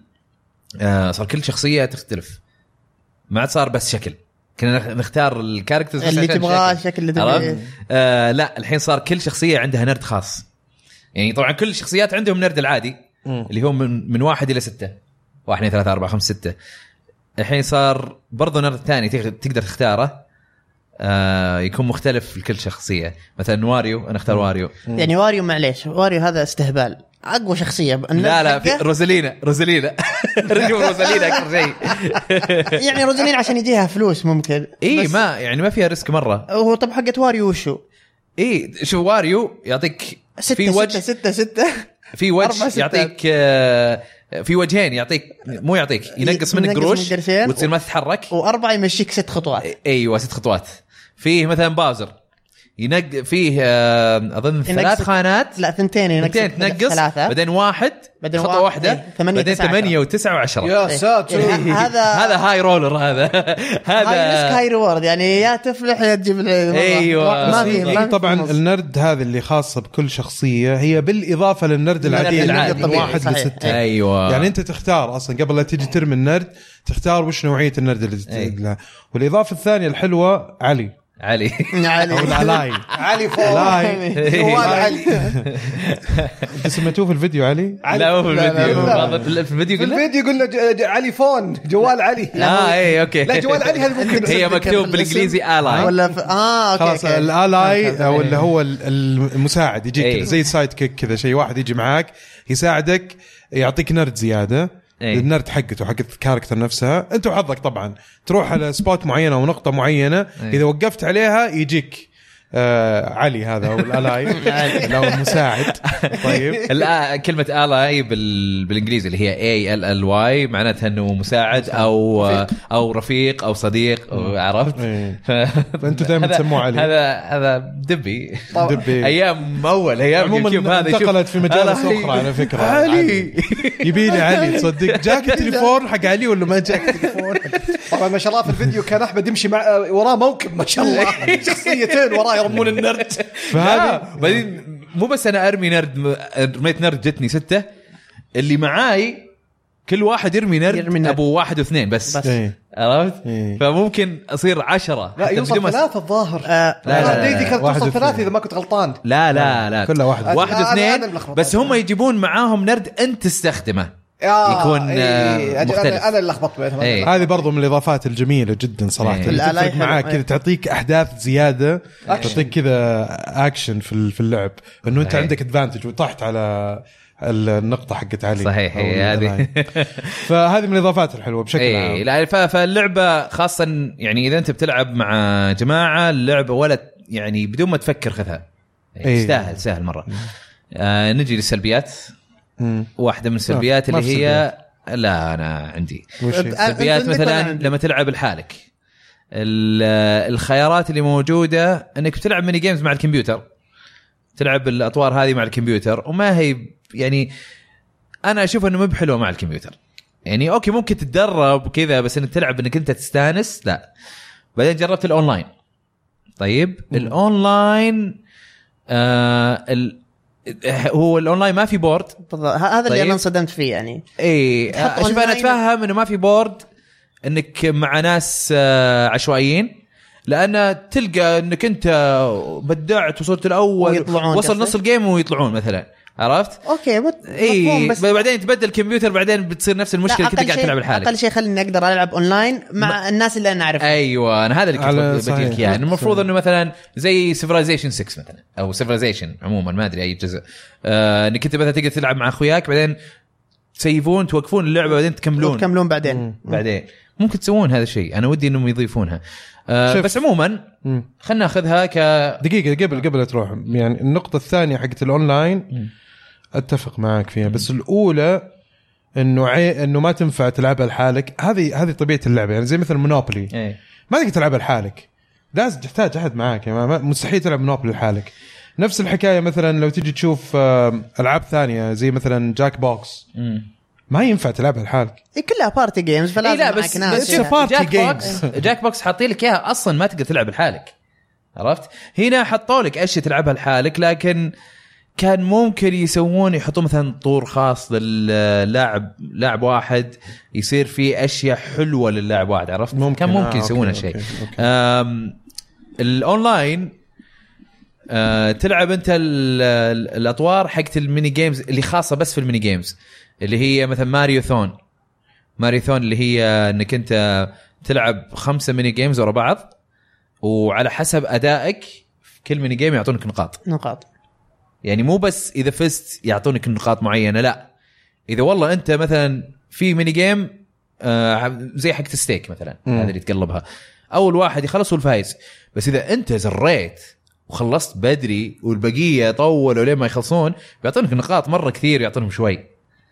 Speaker 1: آه، صار كل شخصيه تختلف ما عاد صار بس شكل كنا نخ- نختار الكاركترز بس
Speaker 7: اللي
Speaker 1: عشان
Speaker 7: تبغاه
Speaker 1: شكل.
Speaker 7: الشكل اللي
Speaker 1: عرفت؟
Speaker 7: تبغاه
Speaker 1: آه لا الحين صار كل شخصيه عندها نرد خاص يعني طبعا كل الشخصيات عندهم نرد العادي إيه، اللي هو من من واحد الى سته واحد اثنين ثلاثه اربعه خمسه سته الحين صار برضو نرد ثاني تقدر- تقدر تختاره آه يكون مختلف لكل شخصيه مثلا واريو انا اختار واريو
Speaker 7: يعني واريو معليش واريو هذا استهبال اقوى شخصيه
Speaker 1: لا لا في
Speaker 7: حقه-
Speaker 1: روزالينا روزالينا <laughs> رجل روزالينا اكثر شيء
Speaker 7: يعني روزلين عشان يجيها فلوس ممكن
Speaker 1: اي
Speaker 7: بس
Speaker 1: ما يعني ما فيها ريسك مره
Speaker 7: هو طب حقت واريو وشو؟
Speaker 1: اي شو واريو يعطيك
Speaker 7: ستة
Speaker 1: في وجه
Speaker 7: ستة ستة ستة
Speaker 1: في
Speaker 7: أربع
Speaker 1: وجه
Speaker 7: ستات.
Speaker 1: يعطيك آه، في وجهين يعطيك مو يعطيك ينقص منك
Speaker 7: ينقص
Speaker 1: قروش
Speaker 7: منك قرشين.
Speaker 1: وتصير ما تتحرك إيه. أيوة،
Speaker 7: وأربعة يمشيك ست خطوات
Speaker 1: ايوه ست خطوات فيه مثلا باوزر ينق فيه آه، اظن ثلاث خانات
Speaker 7: لا ثنتين ينقص
Speaker 1: اثنين تنقص
Speaker 7: ثلاثة
Speaker 1: بعدين واحد
Speaker 7: بعدين
Speaker 1: خطوه
Speaker 7: واحد،
Speaker 1: واحده
Speaker 7: إيه، ثمانية،
Speaker 1: بعدين
Speaker 7: تسعة،
Speaker 1: ثمانية وتسعة وعشرة
Speaker 6: يا ساتر
Speaker 7: يعني هذا
Speaker 1: هذا هاي رولر هذا <laughs>
Speaker 7: هاي ريسك
Speaker 1: هذا
Speaker 7: هاي ريورد يعني يا تفلح يا تجيب العيد
Speaker 1: أيوة.
Speaker 7: ما
Speaker 1: بس
Speaker 7: في
Speaker 1: هي
Speaker 7: ما في
Speaker 4: طبعا
Speaker 7: نص.
Speaker 4: النرد هذه اللي خاصه بكل شخصيه هي بالاضافه للنرد
Speaker 7: النرد
Speaker 4: العادي
Speaker 1: العادي،
Speaker 4: النرد من واحد
Speaker 7: صحيح.
Speaker 4: لسته
Speaker 1: ايوه
Speaker 4: يعني انت تختار اصلا قبل لا تيجي ترمي النرد تختار وش نوعيه النرد اللي تتنقل لها والاضافه الثانية الحلوة علي
Speaker 1: علي
Speaker 4: او
Speaker 7: يعني <laughs>
Speaker 4: العلاي
Speaker 6: علي فوق
Speaker 4: علاي
Speaker 1: أيوة.
Speaker 6: جوال علي
Speaker 4: انت سميتوه في الفيديو علي
Speaker 1: لا مو في
Speaker 6: لا، لا،
Speaker 1: الفيديو
Speaker 6: لا.
Speaker 1: ما ظن- في الفيديو
Speaker 6: في
Speaker 1: قلنا
Speaker 6: الفيديو قلنا ج- ج- علي فون جوال علي
Speaker 1: اه اي اوكي
Speaker 6: لا، جوال علي هذا ممكن
Speaker 1: هي مكتوب
Speaker 7: <laughs>
Speaker 1: بالانجليزي الاي
Speaker 7: ولا في... اه اوكي
Speaker 4: خلاص
Speaker 7: أوكي. إيه.
Speaker 4: الالاي او اللي هو ال- المساعد يجيك
Speaker 1: ايه.
Speaker 4: كذا زي السايد كيك كذا شيء واحد يجي معاك يساعدك يعطيك نرد زياده
Speaker 7: إيه.
Speaker 1: ايه.
Speaker 4: النرد حقته حق الكاركتر نفسها انت وحظك طبعا تروح على سبوت معينه ونقطه معينه
Speaker 7: إيه.
Speaker 4: اذا وقفت عليها يجيك آه علي هذا او
Speaker 7: <laughs>
Speaker 4: الالاي لو المساعد طيب
Speaker 1: الآ- كلمة الاي بال... بالانجليزي اللي هي اي ال ال واي معناتها انه مساعد او او رفيق إيه. او صديق أو عرفت؟
Speaker 4: ايه.
Speaker 1: فانتوا
Speaker 4: فأنتوا دايماً تسموه علي.
Speaker 1: هذا هذا دبي طيب.
Speaker 4: دبي.
Speaker 1: ايام اول ايام يوتيوب
Speaker 4: عموما
Speaker 1: هذا شوف.
Speaker 4: انتقلت في مجالس
Speaker 1: ألاي.
Speaker 4: اخرى على فكره
Speaker 1: علي
Speaker 4: يبي لي علي تصدق
Speaker 7: <laughs>
Speaker 4: جاك التليفون حق علي ولا ما جاك التليفون
Speaker 6: طبعا ما شاء الله في الفيديو كان احمد يمشي مع آه، وراه موكب ما
Speaker 1: <laughs>
Speaker 6: شاء الله شخصيتين وراه يرمون النرد
Speaker 4: فهذه
Speaker 1: لا، بعدين مو بس انا ارمي نرد م- رميت نرد جتني سته اللي معاي كل واحد يرمي نرد,
Speaker 7: يرمي نرد.
Speaker 1: ابو واحد واثنين بس,
Speaker 7: بس.
Speaker 4: إيه.
Speaker 1: عرفت؟
Speaker 4: إيه.
Speaker 1: فممكن اصير عشرة
Speaker 6: لا
Speaker 1: حتى بدون
Speaker 6: يوصل
Speaker 1: ما-
Speaker 6: ثلاثة الظاهر
Speaker 7: آه،
Speaker 1: لا، لا،
Speaker 6: آه،
Speaker 1: لا،
Speaker 6: ديدي كانت
Speaker 4: واحد
Speaker 6: توصل
Speaker 4: وثنين.
Speaker 6: ثلاثة إذا ما كنت غلطان
Speaker 1: لا لا لا
Speaker 4: كلها واحد.
Speaker 1: واحد
Speaker 6: أنا- أنا- أنا
Speaker 1: واثنين
Speaker 6: اللي
Speaker 1: بس هم يجيبون معاهم نرد انت تستخدمه
Speaker 6: آه،
Speaker 1: يكون، آه،
Speaker 6: إيه، أجل،
Speaker 1: مختلف.
Speaker 6: أنا أنا اللي لخبطت بينهم أنا
Speaker 1: إيه.
Speaker 6: اللي
Speaker 4: هذه برضو من الاضافات الجميله جدا صراحه
Speaker 1: إيه.
Speaker 4: اللي
Speaker 7: الآلاء
Speaker 4: تفرق
Speaker 7: حلوة،
Speaker 4: معاك كذا
Speaker 7: إيه.
Speaker 4: تعطيك احداث زياده تعطيك كذا اكشن في ال- في اللعب انه انت
Speaker 1: صحيح.
Speaker 4: عندك ادفانتج وطحت على النقطه حقت علي
Speaker 1: صحيح
Speaker 4: أو
Speaker 1: إيه، هذه
Speaker 4: الآلاء. فهذه من الاضافات الحلوه بشكل
Speaker 1: اي
Speaker 4: عام
Speaker 1: لا ف- فاللعبه خاصه يعني اذا انت بتلعب مع جماعه اللعبه ولا ت- يعني بدون ما تفكر خذها
Speaker 4: إي.
Speaker 1: تستاهل سهل مره آه نجي للسلبيات
Speaker 4: مم.
Speaker 1: واحده من السلبيات
Speaker 4: ما
Speaker 1: اللي
Speaker 4: في
Speaker 1: هي لا انا عندي
Speaker 4: وش هي؟
Speaker 7: أنت-
Speaker 1: سلبيات
Speaker 7: أنت عندك ولا
Speaker 1: مثلا
Speaker 7: عندي؟
Speaker 1: لما تلعب لحالك ال- الخيارات اللي موجوده انك بتلعب ميني جيمز مع الكمبيوتر تلعب الاطوار هذه مع الكمبيوتر وما هي يعني انا اشوف انه مو بحلوه مع الكمبيوتر يعني اوكي ممكن تتدرب وكذا بس انك تلعب انك انت تستانس لا بعدين جربت الاونلاين طيب الاونلاين آه ال هو الاونلاين ما في بورد
Speaker 7: بالضبط. ه- هذا اللي
Speaker 1: طيب.
Speaker 7: انا انصدمت فيه يعني
Speaker 1: اي
Speaker 7: تحط
Speaker 1: شوف انا
Speaker 7: أونلاين.
Speaker 1: اتفهم انه ما في بورد انك مع ناس آه، عشوائيين لان تلقى انك انت بدعت وصرت الاول
Speaker 7: ويطلعون
Speaker 1: وصل
Speaker 7: قصدك؟
Speaker 1: نص الجيم ويطلعون مثلا عرفت؟
Speaker 7: اوكي مت...
Speaker 1: اي
Speaker 7: مفهوم بس
Speaker 1: بعدين يتبدل الكمبيوتر بعدين بتصير نفس المشكله
Speaker 7: لا،
Speaker 1: إيه، كنت
Speaker 7: أقل
Speaker 1: قاعد
Speaker 7: شيء-
Speaker 1: تلعب لحالك
Speaker 7: اقل شيء خليني اقدر العب اونلاين مع الناس اللي انا اعرفهم
Speaker 1: ايوه انا هذا اللي كنت
Speaker 4: على-
Speaker 1: بدي لك
Speaker 4: صحيح.
Speaker 1: اياه إنه المفروض
Speaker 4: صحيح.
Speaker 1: انه مثلا زي سيفرايزيشن 6 مثلا او سيفرايزيشن عموما ما ادري اي جزء آه، انك انت مثلا تقدر تلعب مع اخوياك بعدين تسيفون توقفون اللعبه بعدين تكملون
Speaker 7: وتكملون بعدين
Speaker 1: بعدين ممكن تسوون هذا الشيء انا ودي انهم يضيفونها آه
Speaker 4: شوف.
Speaker 1: بس عموما
Speaker 4: مم.
Speaker 1: خلينا ناخذها ك
Speaker 4: دقيقة قبل قبل لا تروح يعني النقطة الثانية حقت الاونلاين اتفق معاك فيها بس الاولى انه عي... انه ما تنفع تلعبها لحالك هذه هذه طبيعة اللعبة يعني زي مثل مونوبولي
Speaker 1: إيه.
Speaker 4: ما تقدر تلعبها لحالك لازم تحتاج احد معاك يعني ما- ما- مستحيل تلعب مونوبولي لحالك نفس الحكاية مثلا لو تجي تشوف آم، العاب ثانية زي مثلا جاك بوكس ما ينفع تلعبها لحالك
Speaker 7: إيه، كلها بارتي جيمز
Speaker 1: إيه
Speaker 7: فلازم
Speaker 1: لا
Speaker 7: معك
Speaker 1: بس,
Speaker 7: ناس
Speaker 1: بس
Speaker 4: It's a
Speaker 7: يعني.
Speaker 1: شوف
Speaker 4: party
Speaker 1: جاك بوكس
Speaker 4: games.
Speaker 1: <laughs> جاك بوكس حاطين لك اياها اصلا ما تقدر تلعب لحالك عرفت؟ هنا حطوا لك اشياء تلعبها لحالك لكن كان ممكن يسوون يحطون مثلا طور خاص للاعب لاعب واحد يصير في اشياء حلوه للاعب واحد عرفت؟
Speaker 4: ممكن،
Speaker 1: كان
Speaker 4: آه،
Speaker 1: ممكن
Speaker 4: أوكي،
Speaker 1: يسوون آه،
Speaker 4: أوكي،
Speaker 1: هالشيء
Speaker 4: أوكي.
Speaker 1: آم، الاونلاين آه، تلعب انت ال- ال- الاطوار حقت الميني جيمز اللي خاصه بس في الميني جيمز اللي هي مثلا ماريوثون ماريثون اللي هي انك انت تلعب خمسه ميني جيمز ورا بعض وعلى حسب ادائك في كل ميني جيم يعطونك نقاط
Speaker 7: نقاط
Speaker 1: يعني مو بس اذا فزت يعطونك نقاط معينه لا اذا والله انت مثلا في ميني جيم آه زي حقت الستيك مثلا هذا اللي تقلبها اول واحد يخلص هو الفايز بس اذا انت زريت وخلصت بدري والبقيه طولوا لين ما يخلصون بيعطونك نقاط مره كثير يعطونهم شوي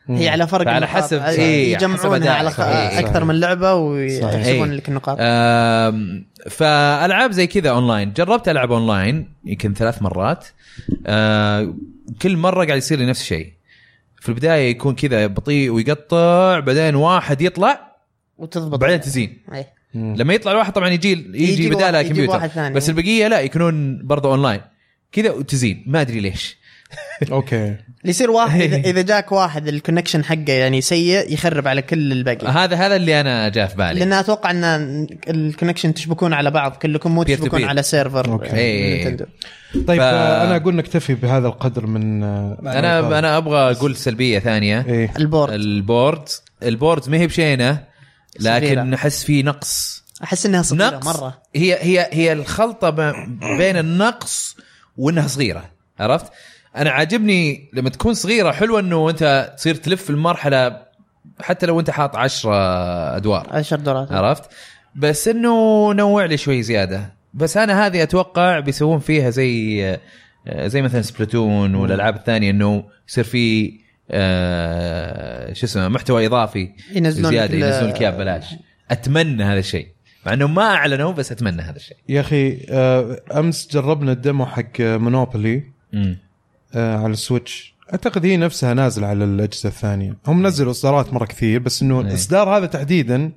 Speaker 7: هي على فرق
Speaker 1: فعلى
Speaker 7: النقاط.
Speaker 1: حسب-
Speaker 7: أي-
Speaker 1: إيه، حسب
Speaker 7: يجمعونها
Speaker 1: أداء.
Speaker 7: على خ-
Speaker 1: صحيح.
Speaker 7: اكثر من لعبه
Speaker 1: إيه.
Speaker 7: ويحسبون يعني لك النقاط
Speaker 1: آم، فالعاب زي كذا اونلاين جربت العب اونلاين يمكن ثلاث مرات آه، كل مره قاعد يصير لي نفس الشيء في البدايه يكون كذا بطيء ويقطع بعدين واحد يطلع
Speaker 7: وتضبط
Speaker 1: بعدين تزين
Speaker 7: إيه.
Speaker 1: لما يطلع الواحد طبعا يجي يجي
Speaker 7: يجيب واحد-
Speaker 1: بداله
Speaker 7: يجيب واحد
Speaker 1: كمبيوتر
Speaker 7: ثاني.
Speaker 1: بس البقيه لا يكونون برضه اونلاين كذا وتزين ما ادري ليش
Speaker 4: اوكي
Speaker 7: اللي يصير واحد اذا
Speaker 1: إيه.
Speaker 7: إذا جاك واحد الكونكشن حقه يعني سيء يخرب على كل الباقي
Speaker 1: هذا هذا اللي انا جاء في بالي
Speaker 7: لان اتوقع ان الكونكشن تشبكون على بعض كلكم مو
Speaker 1: Peer to
Speaker 7: تشبكون
Speaker 1: peer.
Speaker 7: على يعني سيرفر
Speaker 4: أوكي.
Speaker 1: إيه.
Speaker 7: نينتندو.
Speaker 4: طيب
Speaker 1: ف-
Speaker 4: آه، انا اقول نكتفي بهذا القدر من آه،
Speaker 1: انا انا ابغى اقول سلبيه ثانيه
Speaker 4: ايه
Speaker 7: البورد
Speaker 1: البورد البورد ما هي بشينه لكن
Speaker 7: صغيرة.
Speaker 1: احس في نقص
Speaker 7: احس انها صغيره
Speaker 1: نقص
Speaker 7: مره
Speaker 1: هي هي هي الخلطه ب- بين النقص وانها صغيره عرفت؟ انا عاجبني لما تكون صغيره حلوه انه انت تصير تلف المرحله حتى لو انت حاط 10 ادوار
Speaker 7: 10 دولار
Speaker 1: <laughs> عرفت؟ بس انه نوع لي شوي زياده بس انا هذه اتوقع بيسوون فيها زي آه، زي مثلا سبلاتون والالعاب الثانيه انه يصير في آه، شو اسمه محتوى اضافي
Speaker 7: ينزلون آه. لك
Speaker 1: زياده
Speaker 7: ال-
Speaker 1: ينزلون لك اياه ببلاش اتمنى هذا الشيء مع انه ما اعلنوا بس اتمنى هذا الشيء
Speaker 4: يا اخي آه، امس جربنا الدمو حق مونوبولي
Speaker 1: مم.
Speaker 4: آه، على السويتش اعتقد هي نفسها نازله على الاجهزه الثانيه هم نزلوا اصدارات مره كثير بس انه الاصدار هذا تحديدا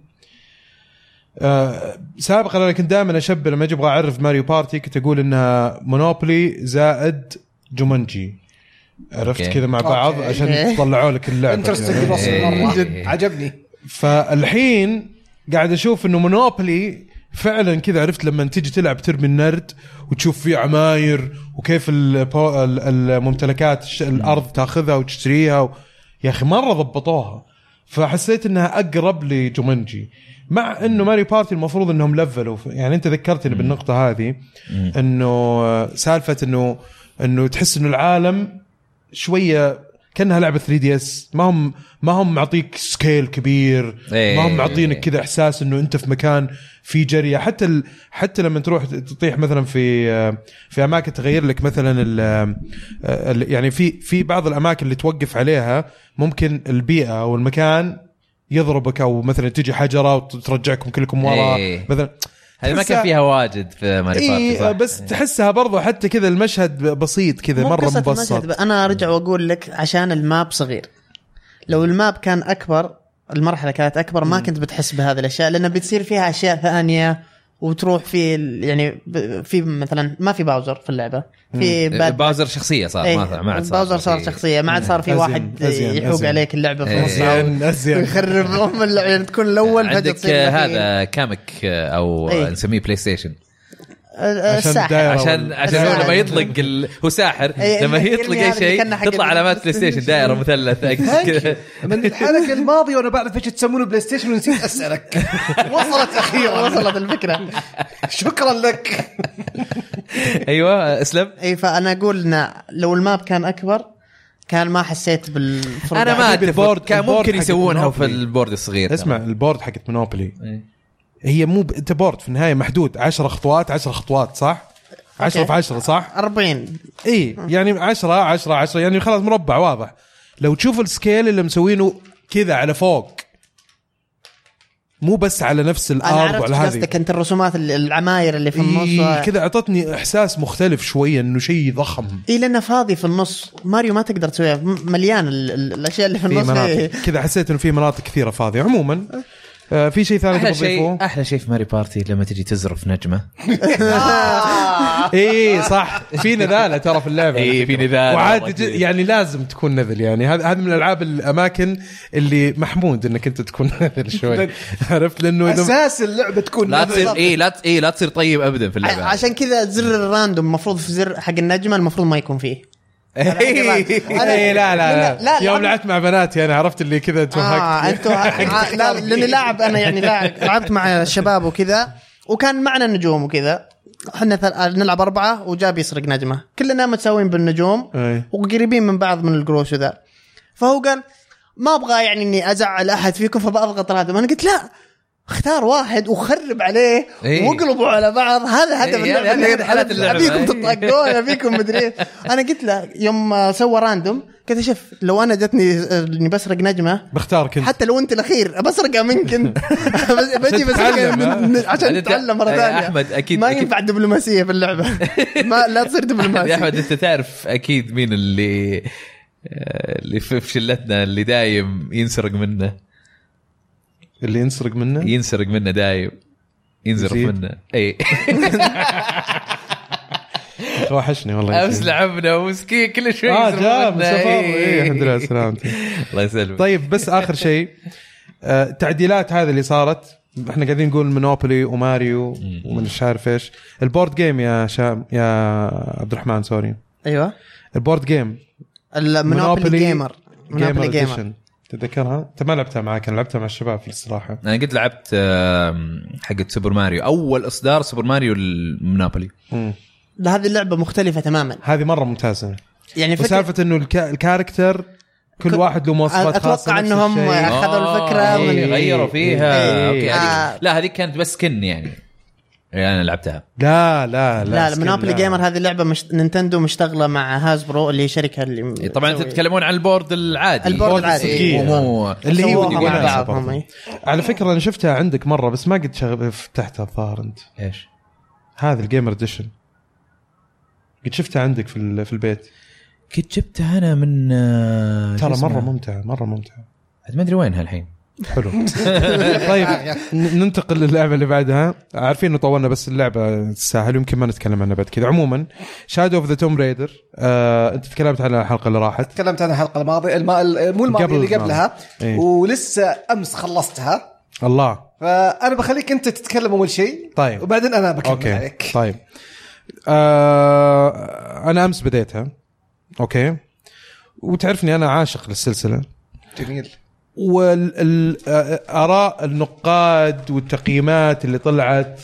Speaker 4: آه، سابقا انا كنت دائما اشبه لما اجي ابغى اعرف ماريو بارتي كنت اقول انها مونوبولي زائد جومنجي عرفت
Speaker 1: أوكي.
Speaker 4: كذا مع بعض
Speaker 5: أوكي.
Speaker 4: عشان طلعوا لك اللعبه
Speaker 5: انترستنج
Speaker 4: يعني.
Speaker 5: رسم
Speaker 1: إيه.
Speaker 5: مره عجبني
Speaker 4: فالحين قاعد اشوف انه مونوبولي فعلا كذا عرفت لما تيجي تلعب ترمي النرد وتشوف فيه عماير وكيف البو- ال- الممتلكات الش- الارض تاخذها وتشتريها و... يا اخي مره ضبطوها فحسيت انها اقرب لجومنجي مع انه ماري بارتي المفروض انهم لفلوا يعني انت ذكرتني بالنقطه هذه انه آه، سالفه انه انه تحس انه العالم شويه كانها لعبه 3 دي اس ما هم ما هم معطيك سكيل كبير
Speaker 1: إيه.
Speaker 4: ما هم معطينك كذا احساس انه انت في مكان في جريه حتى ال... حتى لما تروح تطيح مثلا في آه، في اماكن تغير لك مثلا ال... آه، ال... يعني في في بعض الاماكن اللي توقف عليها ممكن البيئه او المكان يضربك او مثلا تجي حجره وترجعكم كلكم ورا
Speaker 1: إيه.
Speaker 4: مثلا
Speaker 1: هذه ما
Speaker 4: تحسها-
Speaker 1: كان فيها واجد في ماري بارتي صح؟
Speaker 4: إيه بس تحسها برضو حتى كذا المشهد بسيط كذا
Speaker 7: مو
Speaker 4: مره
Speaker 7: قصة المشهد،
Speaker 4: مبسط
Speaker 7: انا ارجع واقول لك عشان الماب صغير لو الماب كان اكبر المرحله كانت اكبر ما كنت بتحس بهذه الاشياء لان بتصير فيها اشياء ثانيه وتروح في ال- يعني ب- في مثلا ما في باوزر في اللعبه في باد
Speaker 1: إيه، باوزر شخصيه صار ما ما عاد صار
Speaker 7: باوزر إيه، صار
Speaker 1: في-
Speaker 7: شخصيه ما عاد صار في
Speaker 4: أزين-
Speaker 7: واحد
Speaker 4: أزين-
Speaker 7: يحوق
Speaker 4: أزين.
Speaker 7: عليك اللعبه في
Speaker 1: إيه.
Speaker 7: نصها
Speaker 4: أزين- <laughs> أزين.
Speaker 7: ويخرب ام اللعبه يعني تكون الاول فجاه
Speaker 1: عندك
Speaker 7: تصير ما في-
Speaker 1: هذا كامك او
Speaker 7: إيه.
Speaker 1: نسميه بلاي ستيشن
Speaker 7: آه،
Speaker 4: عشان
Speaker 7: الساحر.
Speaker 4: الدايرة
Speaker 1: عشان عشان هو
Speaker 4: <laughs>
Speaker 1: لما يطلق ال... هو ساحر
Speaker 7: إيه،
Speaker 1: لما
Speaker 7: الكلمة
Speaker 1: يطلق اي
Speaker 7: هذه كأنها
Speaker 1: شيء
Speaker 7: حق
Speaker 1: تطلع
Speaker 7: ال-
Speaker 1: علامات بلاي ستيشن
Speaker 4: <laughs>
Speaker 1: دائره مثلث كذا. <laughs>
Speaker 5: من الحلقه الماضيه وانا بعرف ايش تسمونه بلاي ستيشن ونسيت اسالك
Speaker 4: <laughs>
Speaker 5: وصلت اخيرا
Speaker 7: وصلت الفكره
Speaker 5: شكرا لك
Speaker 1: ايوه اسلم
Speaker 7: اي فانا اقول ان لو الماب كان اكبر كان ما حسيت بالفرق
Speaker 1: انا ما
Speaker 4: حبيبي
Speaker 1: اتفق
Speaker 4: البورد-
Speaker 1: كان
Speaker 4: البورد
Speaker 1: ممكن
Speaker 4: حق
Speaker 1: يسوونها في
Speaker 4: البنوبلي.
Speaker 1: البورد الصغير
Speaker 4: اسمع البورد حقت مونوبولي
Speaker 1: إيه.
Speaker 4: هي مو ب... انت بورد في النهايه محدود 10 خطوات 10 خطوات صح؟ 10
Speaker 7: أوكي.
Speaker 4: في 10 صح؟
Speaker 7: 40
Speaker 4: اي يعني 10 10 10 يعني خلاص مربع واضح لو تشوف السكيل اللي مسوينه كذا على فوق مو بس على نفس
Speaker 7: انا
Speaker 4: الارض
Speaker 7: عرفت
Speaker 4: وعلى هذه
Speaker 7: قصدك انت الرسومات ال- العماير اللي في
Speaker 4: إيه،
Speaker 7: النص
Speaker 4: كذا اعطتني احساس مختلف شويه انه شيء ضخم
Speaker 7: اي لانه إيه، فاضي في النص ماريو ما تقدر تسويها م- مليان ال- ال- الاشياء اللي
Speaker 1: <laughs>
Speaker 7: في
Speaker 4: في
Speaker 7: النص
Speaker 4: مناطق
Speaker 7: <laughs> إيه.
Speaker 4: كذا حسيت انه في مناطق كثيره فاضيه عموما آه في شيء ثاني
Speaker 1: احلى
Speaker 4: تبغى تضيفه؟
Speaker 1: شيء احلى شيء في ماري بارتي لما تجي تزرف نجمه آه.
Speaker 4: اي إيه، صح في نذاله ترى في اللعبه
Speaker 1: إيه، في نذالة مرة
Speaker 4: وعاد ج-
Speaker 1: كبيرة.
Speaker 4: يعني لازم تكون نذل يعني هذا هذا من الالعاب الاماكن اللي محمود انك انت تكون <laughs> نذل شوي عرفت لانه اذا
Speaker 5: اساس اللعبه تكون
Speaker 1: لا تصير
Speaker 4: إيه.
Speaker 1: اي لا اي لا تصير طيب ابدا في اللعبه
Speaker 7: عشان كذا زر الراندوم المفروض في زر حق النجمه المفروض ما يكون فيه
Speaker 4: إيه، لا لا لا
Speaker 7: لا،
Speaker 4: يوم
Speaker 7: لعب-
Speaker 4: لعبت مع بناتي انا عرفت اللي كذا
Speaker 7: اه
Speaker 4: توهقت
Speaker 7: انتوا آه، لا لاني لاعب انا يعني لاعب لعبت مع الشباب وكذا وكان معنا نجوم وكذا احنا ثل... آه، نلعب اربعه وجاب يسرق نجمه كلنا متساويين بالنجوم
Speaker 4: أي.
Speaker 7: وقريبين من بعض من القروش وذا فهو قال ما ابغى يعني اني ازعل احد فيكم فبضغط رادم انا قلت لا اختار واحد وخرب عليه
Speaker 1: إيه.
Speaker 7: واقلبوا على بعض هذا هدف
Speaker 1: إيه،
Speaker 7: اللعبه
Speaker 1: هذه- هذه حالات اللعبة.
Speaker 7: ابيكم
Speaker 1: إيه.
Speaker 7: تطلقون ابيكم مدري إيه. انا قلت له يوم سوى راندوم قلت له شوف لو انا جتني آه، اني بسرق نجمه
Speaker 4: بختار كنت
Speaker 7: حتى لو انت الاخير بسرقها
Speaker 1: <laughs>
Speaker 7: منك انت بس- بجي بسرقها
Speaker 4: تتعلم،
Speaker 7: من- من- عشان
Speaker 1: آه. يعني أنت-
Speaker 7: تتعلم مره
Speaker 1: يا
Speaker 7: ثانيه
Speaker 1: أحمد، أكيد-
Speaker 7: ما
Speaker 1: أكيد.
Speaker 7: ينفع دبلوماسيه في اللعبه ما
Speaker 1: <laughs>
Speaker 7: لا تصير دبلوماسي
Speaker 1: يا احمد انت يعني تعرف اكيد مين اللي آه، اللي في في شلتنا اللي دايم ينسرق منه
Speaker 4: اللي ينسرق منه
Speaker 1: ينسرق منه دايم ينزرف
Speaker 4: يزيد.
Speaker 1: منه إيه. اي
Speaker 4: وحشني والله
Speaker 1: امس لعبنا ومسكين كل شوي
Speaker 4: اه
Speaker 1: ينزرف
Speaker 4: جاب
Speaker 1: منه.
Speaker 4: مصطفى
Speaker 1: إي.
Speaker 4: إيه، الحمد لله على سلامتي
Speaker 1: <laughs> الله يسلمك
Speaker 4: طيب بس اخر شيء آه، التعديلات هذه اللي صارت احنا قاعدين نقول مونوبولي وماريو ومن مش عارف ايش البورد جيم يا شام يا عبد الرحمن سوري
Speaker 7: ايوه
Speaker 4: البورد جيم
Speaker 7: المونوبولي جيمر مونوبولي جيمر
Speaker 4: Edition. تتذكرها؟ انت ما لعبتها معك انا لعبتها مع الشباب في الاستراحه
Speaker 1: انا قد لعبت آم، حقت سوبر ماريو اول اصدار سوبر ماريو المونوبولي
Speaker 4: مم.
Speaker 7: لا، هذه اللعبه مختلفه تماما
Speaker 4: هذه مره ممتازه
Speaker 7: يعني فكرة-
Speaker 4: وسالفه انه الك... الكاركتر كل
Speaker 7: كل-
Speaker 4: واحد له مواصفات خاصه
Speaker 7: اتوقع
Speaker 4: نفس
Speaker 7: انهم
Speaker 4: الشيء.
Speaker 7: اخذوا الفكره
Speaker 1: آه،
Speaker 7: من
Speaker 1: إي، غيروا فيها
Speaker 4: إي.
Speaker 1: اوكي
Speaker 7: آه.
Speaker 1: هذيك- لا هذيك كانت بس سكن يعني يعني انا لعبتها
Speaker 4: لا لا لا
Speaker 7: لا لا مونوبولي جيمر هذه لعبه مش نينتندو مشتغله مع هازبرو اللي هي شركه اللي
Speaker 1: طبعا انتم
Speaker 7: مسوي-
Speaker 1: إيه، تتكلمون عن البورد العادي
Speaker 7: البورد العادي.
Speaker 1: مو-
Speaker 4: إيه.
Speaker 1: مو
Speaker 4: اللي هي
Speaker 7: سووها
Speaker 4: ودي
Speaker 7: مع إيه.
Speaker 4: أقولها
Speaker 7: بعض
Speaker 4: برضو.
Speaker 7: هم إي.
Speaker 4: على فكره انا شفتها عندك مره بس ما قد شغ... فتحتها الظاهر انت
Speaker 1: ايش؟
Speaker 4: هذه الجيمر اديشن قد شفتها عندك في ال- في البيت
Speaker 1: كنت جبتها انا من آه، شو
Speaker 4: ترى
Speaker 1: اسمه؟
Speaker 4: مره ممتعه مره ممتعه
Speaker 1: عاد ما ادري وينها الحين
Speaker 4: حلو <laughs> طيب ن- ننتقل للعبه اللي بعدها عارفين انه طولنا بس اللعبه تستاهل يمكن ما نتكلم عنها بعد كذا عموما شادو اوف ذا توم رايدر انت آه، تكلمت على الحلقه اللي راحت
Speaker 6: تكلمت عنها الحلقه الماضيه الم... الم- مو الماضيه
Speaker 4: قبل
Speaker 6: اللي قبلها
Speaker 4: إيه.
Speaker 6: ولسه امس خلصتها
Speaker 4: الله
Speaker 6: فانا بخليك انت تتكلم اول شيء
Speaker 4: طيب.
Speaker 6: وبعدين انا بكمل
Speaker 4: اوكي
Speaker 6: عليك
Speaker 4: طيب آه انا امس بديتها اوكي وتعرفني انا عاشق للسلسله
Speaker 6: جميل
Speaker 4: والاراء النقاد والتقييمات اللي طلعت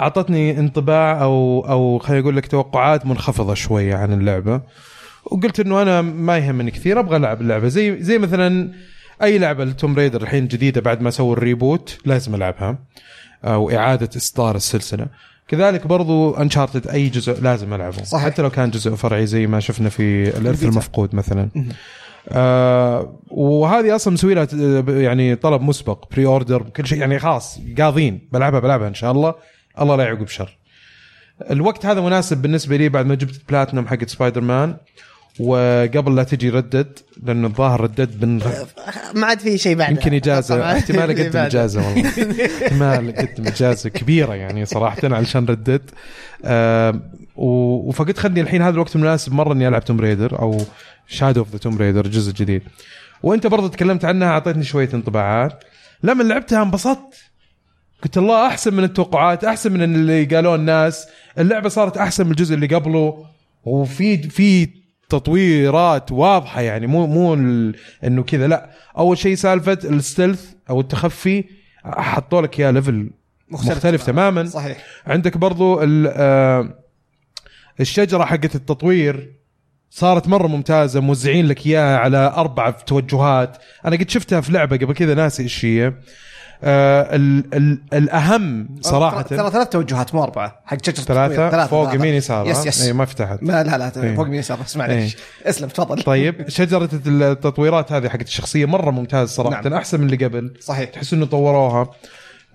Speaker 4: اعطتني انطباع او او خليني اقول لك توقعات منخفضه شويه عن اللعبه وقلت انه انا ما يهمني كثير ابغى العب اللعبه زي زي مثلا اي لعبه لتوم ريدر الحين جديده بعد ما سووا الريبوت لازم آه، العبها او اعاده اصدار السلسله كذلك برضو انشارتد اي جزء لازم العبه
Speaker 6: صحيح.
Speaker 4: حتى لو كان جزء فرعي زي ما شفنا في الارث المفقود مثلا آه وهذه اصلا مسوي لها آه، يعني طلب مسبق بري اوردر كل شيء يعني خلاص قاضين بلعبها بلعبها ان شاء الله الله لا يعقب شر الوقت هذا مناسب بالنسبه لي بعد ما جبت البلاتنم حقت سبايدر مان وقبل لا تجي ردد لانه الظاهر ردد من
Speaker 7: ما عاد في شيء بعد
Speaker 4: يمكن
Speaker 7: <laughs>
Speaker 4: اجازه احتمال اقدم
Speaker 7: اجازه
Speaker 4: اجازه والله احتمال اقدم اجازه كبيره يعني صراحه علشان رددت آم، و- وفقلت خلني الحين هذا الوقت المناسب مره اني العب توم ريدر او شادو اوف ذا توم ريدر الجزء الجديد وانت برضه تكلمت عنها اعطيتني شويه انطباعات لما لعبتها انبسطت قلت الله احسن من التوقعات احسن من اللي قالوه الناس اللعبه صارت احسن من الجزء اللي قبله وفي في تطويرات واضحه يعني مو مو ال- انه كذا لا اول شيء سالفه الستلث او التخفي حطوا لك اياه ليفل مختلف, مختلف تماما
Speaker 6: صحيح
Speaker 4: عندك برضو ال- آه، الشجره حقت التطوير صارت مره ممتازه موزعين لك اياها على اربع توجهات انا قد شفتها في لعبه قبل كذا ناسي ايش هي آه ال ال الاهم صراحه
Speaker 6: ترى ثلاث توجهات مو اربعه حق شجره التطوير.
Speaker 4: ثلاثه فوق يمين يسار إيه،
Speaker 6: يس
Speaker 4: ها؟
Speaker 6: يس
Speaker 4: اي ما فتحت
Speaker 6: ما لا لا
Speaker 4: إيه.
Speaker 6: فوق يمين يسار بس معليش اسلم تفضل
Speaker 4: طيب شجره التطويرات هذه حقت الشخصيه مره ممتاز صراحه
Speaker 6: نعم.
Speaker 4: نعم. احسن من اللي قبل
Speaker 6: صحيح
Speaker 4: تحس انه طوروها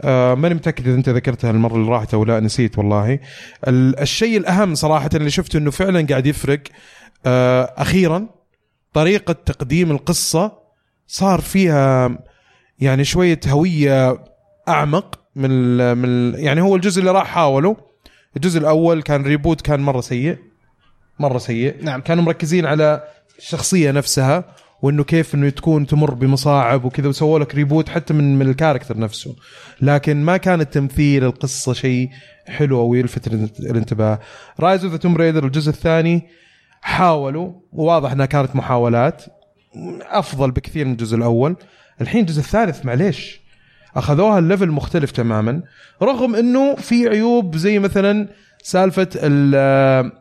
Speaker 4: آه ماني متاكد اذا انت ذكرتها المره اللي راحت او لا نسيت والله ال- الشيء الاهم صراحه اللي شفته انه فعلا قاعد يفرق آه اخيرا طريقه تقديم القصه صار فيها يعني شويه هويه اعمق من ال من ال يعني هو الجزء اللي راح حاولوا الجزء الاول كان ريبوت كان مره سيء مره سيء
Speaker 6: نعم.
Speaker 4: كانوا مركزين على الشخصيه نفسها وانه كيف انه تكون تمر بمصاعب وكذا وسووا لك ريبوت حتى من من الكاركتر نفسه لكن ما كان التمثيل القصه شيء حلو او يلفت الانت- الانتباه رايز اوف ذا توم ريدر الجزء الثاني حاولوا وواضح انها كانت محاولات افضل بكثير من الجزء الاول الحين الجزء الثالث معليش اخذوها الليفل مختلف تماما رغم انه في عيوب زي مثلا سالفه ال-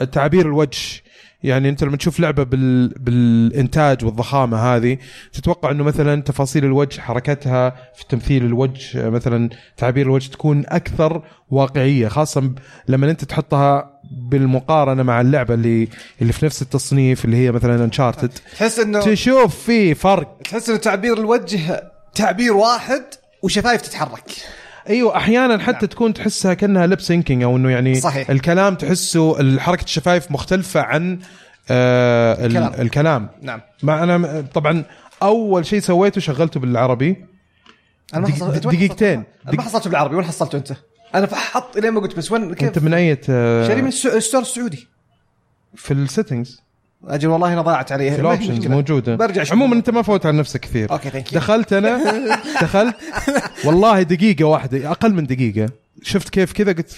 Speaker 4: التعابير آه، الوجه يعني انت لما تشوف لعبه بال... بالانتاج والضخامه هذه تتوقع انه مثلا تفاصيل الوجه حركتها في تمثيل الوجه مثلا تعابير الوجه تكون اكثر واقعيه خاصه ب- لما انت تحطها بالمقارنه مع اللعبه اللي اللي في نفس التصنيف اللي هي مثلا انشارتد
Speaker 6: تحس انه
Speaker 4: تشوف في فرق
Speaker 6: تحس انه تعبير الوجه تعبير واحد وشفايف تتحرك
Speaker 4: ايوه احيانا حتى نعم. تكون تحسها كانها لب سينكينج او انه يعني
Speaker 6: صحيح.
Speaker 4: الكلام تحسه حركه الشفايف مختلفه عن آه الكلام.
Speaker 6: الكلام.
Speaker 4: الكلام
Speaker 6: نعم
Speaker 4: مع انا طبعا اول شيء سويته شغلته بالعربي
Speaker 6: انا ما
Speaker 4: دق-
Speaker 6: حصلت أنت وين
Speaker 4: دقيقتين.
Speaker 6: حصلت- انا ما
Speaker 4: دق-
Speaker 6: حصلته بالعربي وين حصلته انت؟ انا فحط الين ما قلت بس وين كيف؟
Speaker 4: انت من اي آه،
Speaker 6: شاري من السو- الستور السعودي
Speaker 4: في السيتنجز
Speaker 6: اجل والله انا ضاعت
Speaker 4: في
Speaker 6: علي ما هي
Speaker 4: الاوبشنز
Speaker 6: مشكلة.
Speaker 4: موجوده
Speaker 6: برجع أشوف.
Speaker 4: عموما انت ما فوت على نفسك كثير
Speaker 6: اوكي ثانك يو
Speaker 4: دخلت انا
Speaker 6: <laughs>
Speaker 4: دخلت والله دقيقه واحده اقل من دقيقه شفت كيف كذا قلت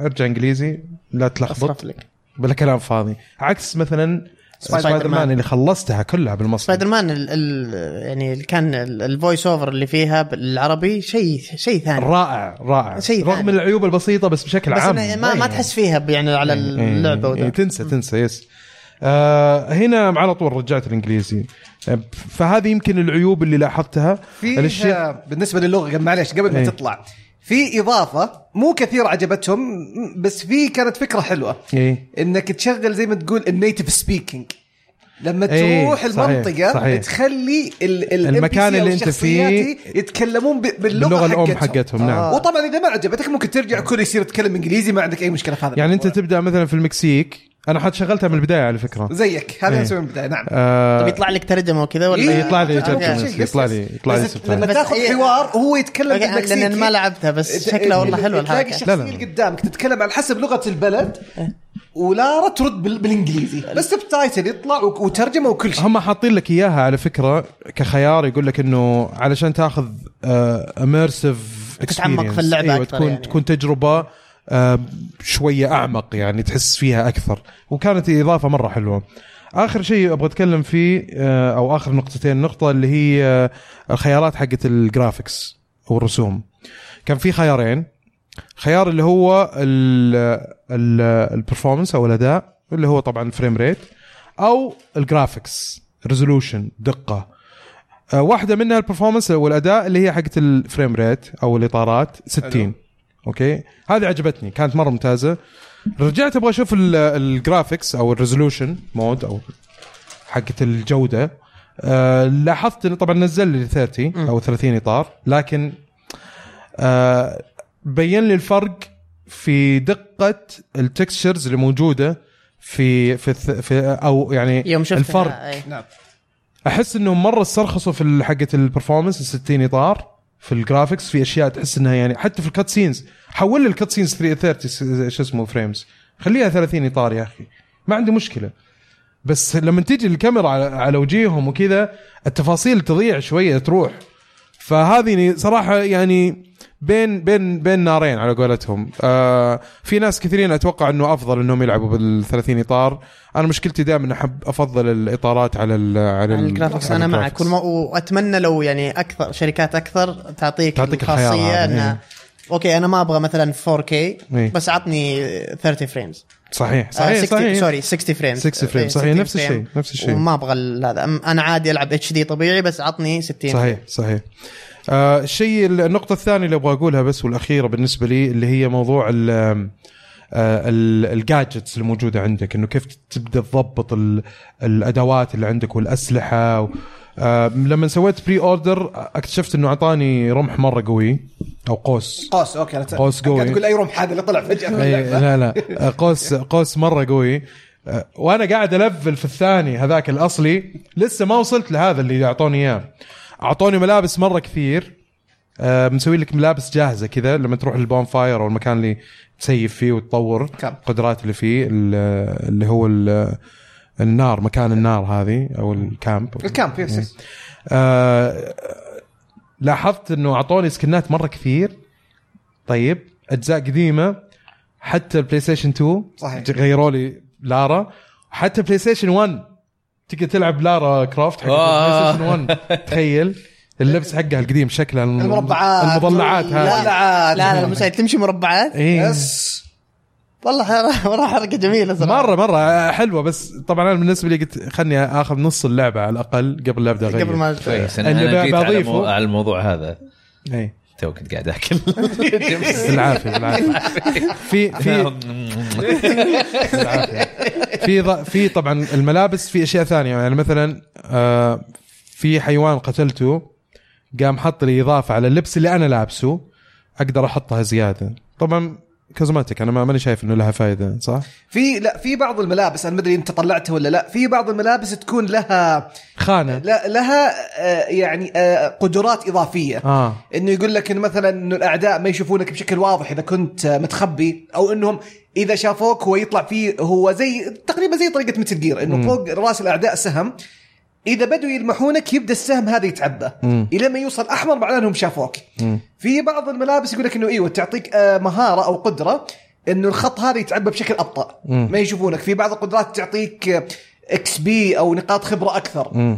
Speaker 4: ارجع انجليزي لا تلخبط
Speaker 7: اصرف لك
Speaker 4: بلا كلام فاضي عكس مثلا
Speaker 7: سبايدر
Speaker 4: سبايدر مان
Speaker 7: مان.
Speaker 4: اللي خلصتها كلها بالمصنع
Speaker 7: سبايدر مان ال ال يعني اللي كان ال- الفويس اوفر اللي فيها بالعربي شيء شيء ثاني
Speaker 4: رائع رائع
Speaker 7: شيء
Speaker 4: رغم
Speaker 7: ثاني.
Speaker 4: العيوب البسيطه بس بشكل
Speaker 7: بس
Speaker 4: عام
Speaker 7: إنه ما, ما
Speaker 4: رائع.
Speaker 7: تحس فيها ب- يعني على اللعبه
Speaker 4: إيه، إيه،
Speaker 7: وذا
Speaker 4: تنسى تنسى يس آه هنا على طول رجعت الانجليزي آه، فهذه يمكن العيوب اللي لاحظتها
Speaker 6: فيها بالنسبه للغه قبل- معليش قبل ما
Speaker 4: إيه.
Speaker 6: تطلع في اضافه مو كثير عجبتهم م- بس في كانت فكره حلوه
Speaker 4: ايه
Speaker 6: انك تشغل زي ما تقول النيتف سبيكينج لما
Speaker 4: إيه،
Speaker 6: تروح
Speaker 4: صحيح،
Speaker 6: المنطقه
Speaker 4: صحيح.
Speaker 6: تخلي ال ال
Speaker 4: المكان
Speaker 6: NPC أو
Speaker 4: اللي أنت
Speaker 6: الشخصيات
Speaker 4: فيه
Speaker 6: يتكلمون ب- باللغه
Speaker 4: باللغه الام
Speaker 6: حقتهم,
Speaker 4: حقتهم نعم
Speaker 6: وطبعا اذا ما عجبتك ممكن ترجع كل يصير يتكلم انجليزي ما عندك اي مشكله في هذا
Speaker 4: يعني انت
Speaker 6: الموضوع.
Speaker 4: تبدا مثلا في المكسيك انا حتى شغلتها من البدايه على فكره
Speaker 6: زيك هذا
Speaker 4: إيه.
Speaker 6: اللي نسويه من البدايه نعم
Speaker 4: آه
Speaker 7: طب يطلع لك ترجمه وكذا ولا
Speaker 6: إيه،
Speaker 4: يطلع لي
Speaker 6: آه،
Speaker 4: ترجمة،
Speaker 6: آه،
Speaker 4: يطلع
Speaker 6: yes, yes.
Speaker 4: لي- يطلع لي
Speaker 6: بس
Speaker 4: سبتايتل.
Speaker 6: لما
Speaker 7: بس
Speaker 6: تاخذ
Speaker 7: إيه.
Speaker 6: حوار وهو يتكلم
Speaker 7: أوكي،
Speaker 6: بالمكسيكي
Speaker 7: لأن أنا ما لعبتها،
Speaker 4: إيه،
Speaker 7: بس شكلها والله حلوة
Speaker 6: إيه، تلاقي
Speaker 7: الحركة.
Speaker 6: الشخصيه
Speaker 4: لا، لا.
Speaker 6: اللي قدامك تتكلم على حسب لغه البلد ولا ترد بال- بالانجليزي بس سبتايتل يطلع وك- وترجمه وكل شيء
Speaker 4: هم حاطين لك اياها على فكره كخيار يقول لك انه علشان تاخذ آه، اميرسيف
Speaker 7: تتعمق في اللعبة
Speaker 4: ايوه
Speaker 7: أكثر
Speaker 4: تكون
Speaker 7: يعني.
Speaker 4: تكون تجربه آه، شويه اعمق يعني تحس فيها اكثر وكانت اضافه مره حلوه اخر شيء ابغى اتكلم فيه آه، او اخر نقطتين النقطه اللي هي آه، الخيارات حقت الجرافيكس والرسوم كان في خيارين خيار اللي هو البرفورمانس او الاداء اللي هو طبعا الفريم ريت او الجرافيكس ريزولوشن دقه آه، واحده منها البرفورمانس او الاداء اللي هي حقت الفريم ريت او الاطارات 60 اوكي هذه عجبتني كانت مره ممتازه رجعت ابغى اشوف ال- الجرافيكس او الريزولوشن مود او حقت الجوده آه، لاحظت إنه طبعا نزل لي 30 او 30 اطار لكن آه، بين لي الفرق في دقه التكستشرز اللي موجوده في في, الث- في او يعني
Speaker 7: يوم إيه. شفت
Speaker 4: الفرق احس انهم مره استرخصوا في حقه البرفورمانس ال 60 اطار في الجرافيكس في اشياء تحس انها يعني حتى في الكات سينز حول لي الكات سينز 30 شو اسمه فريمز خليها 30 اطار يا اخي ما عندي مشكله بس لما تيجي الكاميرا على, على وجيههم وكذا التفاصيل تضيع شويه تروح فهذه صراحه يعني بين بين بين نارين على قولتهم آه في ناس كثيرين اتوقع انه افضل انهم يلعبوا بال 30 اطار انا مشكلتي دائما احب افضل الاطارات على ال على ال-
Speaker 7: الجرافكس
Speaker 4: على
Speaker 7: انا معك
Speaker 4: الجرافيكس.
Speaker 7: والم- واتمنى لو يعني اكثر شركات اكثر تعطيك
Speaker 4: تعطيك الخيار هذا،
Speaker 7: الخاصيه انها اوكي انا ما ابغى مثلا 4K
Speaker 4: إيه.
Speaker 7: بس عطني 30 فريمز
Speaker 4: صحيح
Speaker 7: آه،
Speaker 4: صحيح
Speaker 7: 60
Speaker 4: صحيح
Speaker 7: سوري 60 فريم
Speaker 4: 60 فريم، صحيح، نفس الشيء، نفس الشيء.
Speaker 7: وما ابغى ال- هذا أم- انا عادي العب اتش دي طبيعي بس عطني 60
Speaker 4: صحيح صحيح آه الشيء النقطة الثانية اللي ابغى اقولها بس والاخيرة بالنسبة لي اللي هي موضوع ال آه، ال- الجادجتس الموجودة عندك انه كيف تبدا تضبط ال- الادوات اللي عندك والاسلحة و آه، لما سويت بري اوردر اكتشفت انه اعطاني رمح مره قوي او قوس
Speaker 6: قوس اوكي انا ت-
Speaker 4: قوس قوي. إيه،
Speaker 6: قاعد تقول اي رمح هذا اللي طلع فجاه من
Speaker 4: أي
Speaker 6: اللعبة.
Speaker 4: لا لا آه، قوس قوس مره قوي آه، وانا قاعد الفل في الثاني هذاك الاصلي لسه ما وصلت لهذا اللي اعطوني اياه اعطوني ملابس مره كثير آه، مسوي لك ملابس جاهزه كذا لما تروح للبون فاير او المكان اللي تسيف فيه وتطور
Speaker 6: كم؟
Speaker 4: القدرات اللي فيه ال- اللي هو ال- النار مكان النار هذه او الكامب
Speaker 6: الكامب يس
Speaker 4: إيه.
Speaker 6: يس
Speaker 4: آه، لاحظت انه اعطوني سكنات مره كثير طيب اجزاء قديمه حتى البلاي ستيشن 2
Speaker 6: صحيح.
Speaker 4: غيروا لي لارا حتى بلاي ستيشن 1 تقدر تلعب لارا كرافت حق البلاي
Speaker 1: آه.
Speaker 4: ستيشن 1 تخيل اللبس حقها القديم شكلها الم-
Speaker 6: المربعات
Speaker 4: المضلعات هذه
Speaker 6: لا لا
Speaker 7: لا لا لا مو تمشي مربعات
Speaker 4: إيه.
Speaker 6: يس
Speaker 7: والله ح- والله حركه جميله صراحه
Speaker 4: مره مره حلوه آه، بس طبعا انا بالنسبه لي قلت خلني اخذ نص اللعبه على الاقل قبل لا ابدا اغير
Speaker 7: قبل ما
Speaker 1: كويس انا,
Speaker 4: اللي
Speaker 1: أنا
Speaker 4: ب-
Speaker 1: جيت على,
Speaker 4: بضيفه-
Speaker 1: مو... على الموضوع هذا
Speaker 4: اي
Speaker 1: تو كنت قاعد اكل
Speaker 4: <laughs> بالعافيه
Speaker 6: <laughs>
Speaker 4: بالعافيه في في بالعافيه في ض- في طبعا الملابس في اشياء ثانيه يعني مثلا آه، في حيوان قتلته قام حط لي اضافه على اللبس اللي انا لابسه اقدر احطها زياده طبعا كوزماتيك انا ما- ماني شايف انه لها فائده صح؟
Speaker 6: في لا في بعض الملابس انا ما ادري انت طلعتها ولا لا في بعض الملابس تكون لها
Speaker 4: خانه
Speaker 6: لا لها آه، يعني آه، قدرات اضافيه
Speaker 4: اه
Speaker 6: انه يقول لك انه مثلا انه الاعداء ما يشوفونك بشكل واضح اذا كنت آه، متخبي او انهم اذا شافوك هو يطلع فيه هو زي تقريبا زي طريقه متل جير انه فوق راس الاعداء سهم اذا بدوا يلمحونك يبدا السهم هذا يتعبى الى ما يوصل احمر معناه انهم شافوك في بعض الملابس يقول لك انه ايوه تعطيك آه، مهاره او قدره انه الخط هذا يتعبى بشكل ابطا ما يشوفونك في بعض القدرات تعطيك آه، اكس بي او نقاط خبره اكثر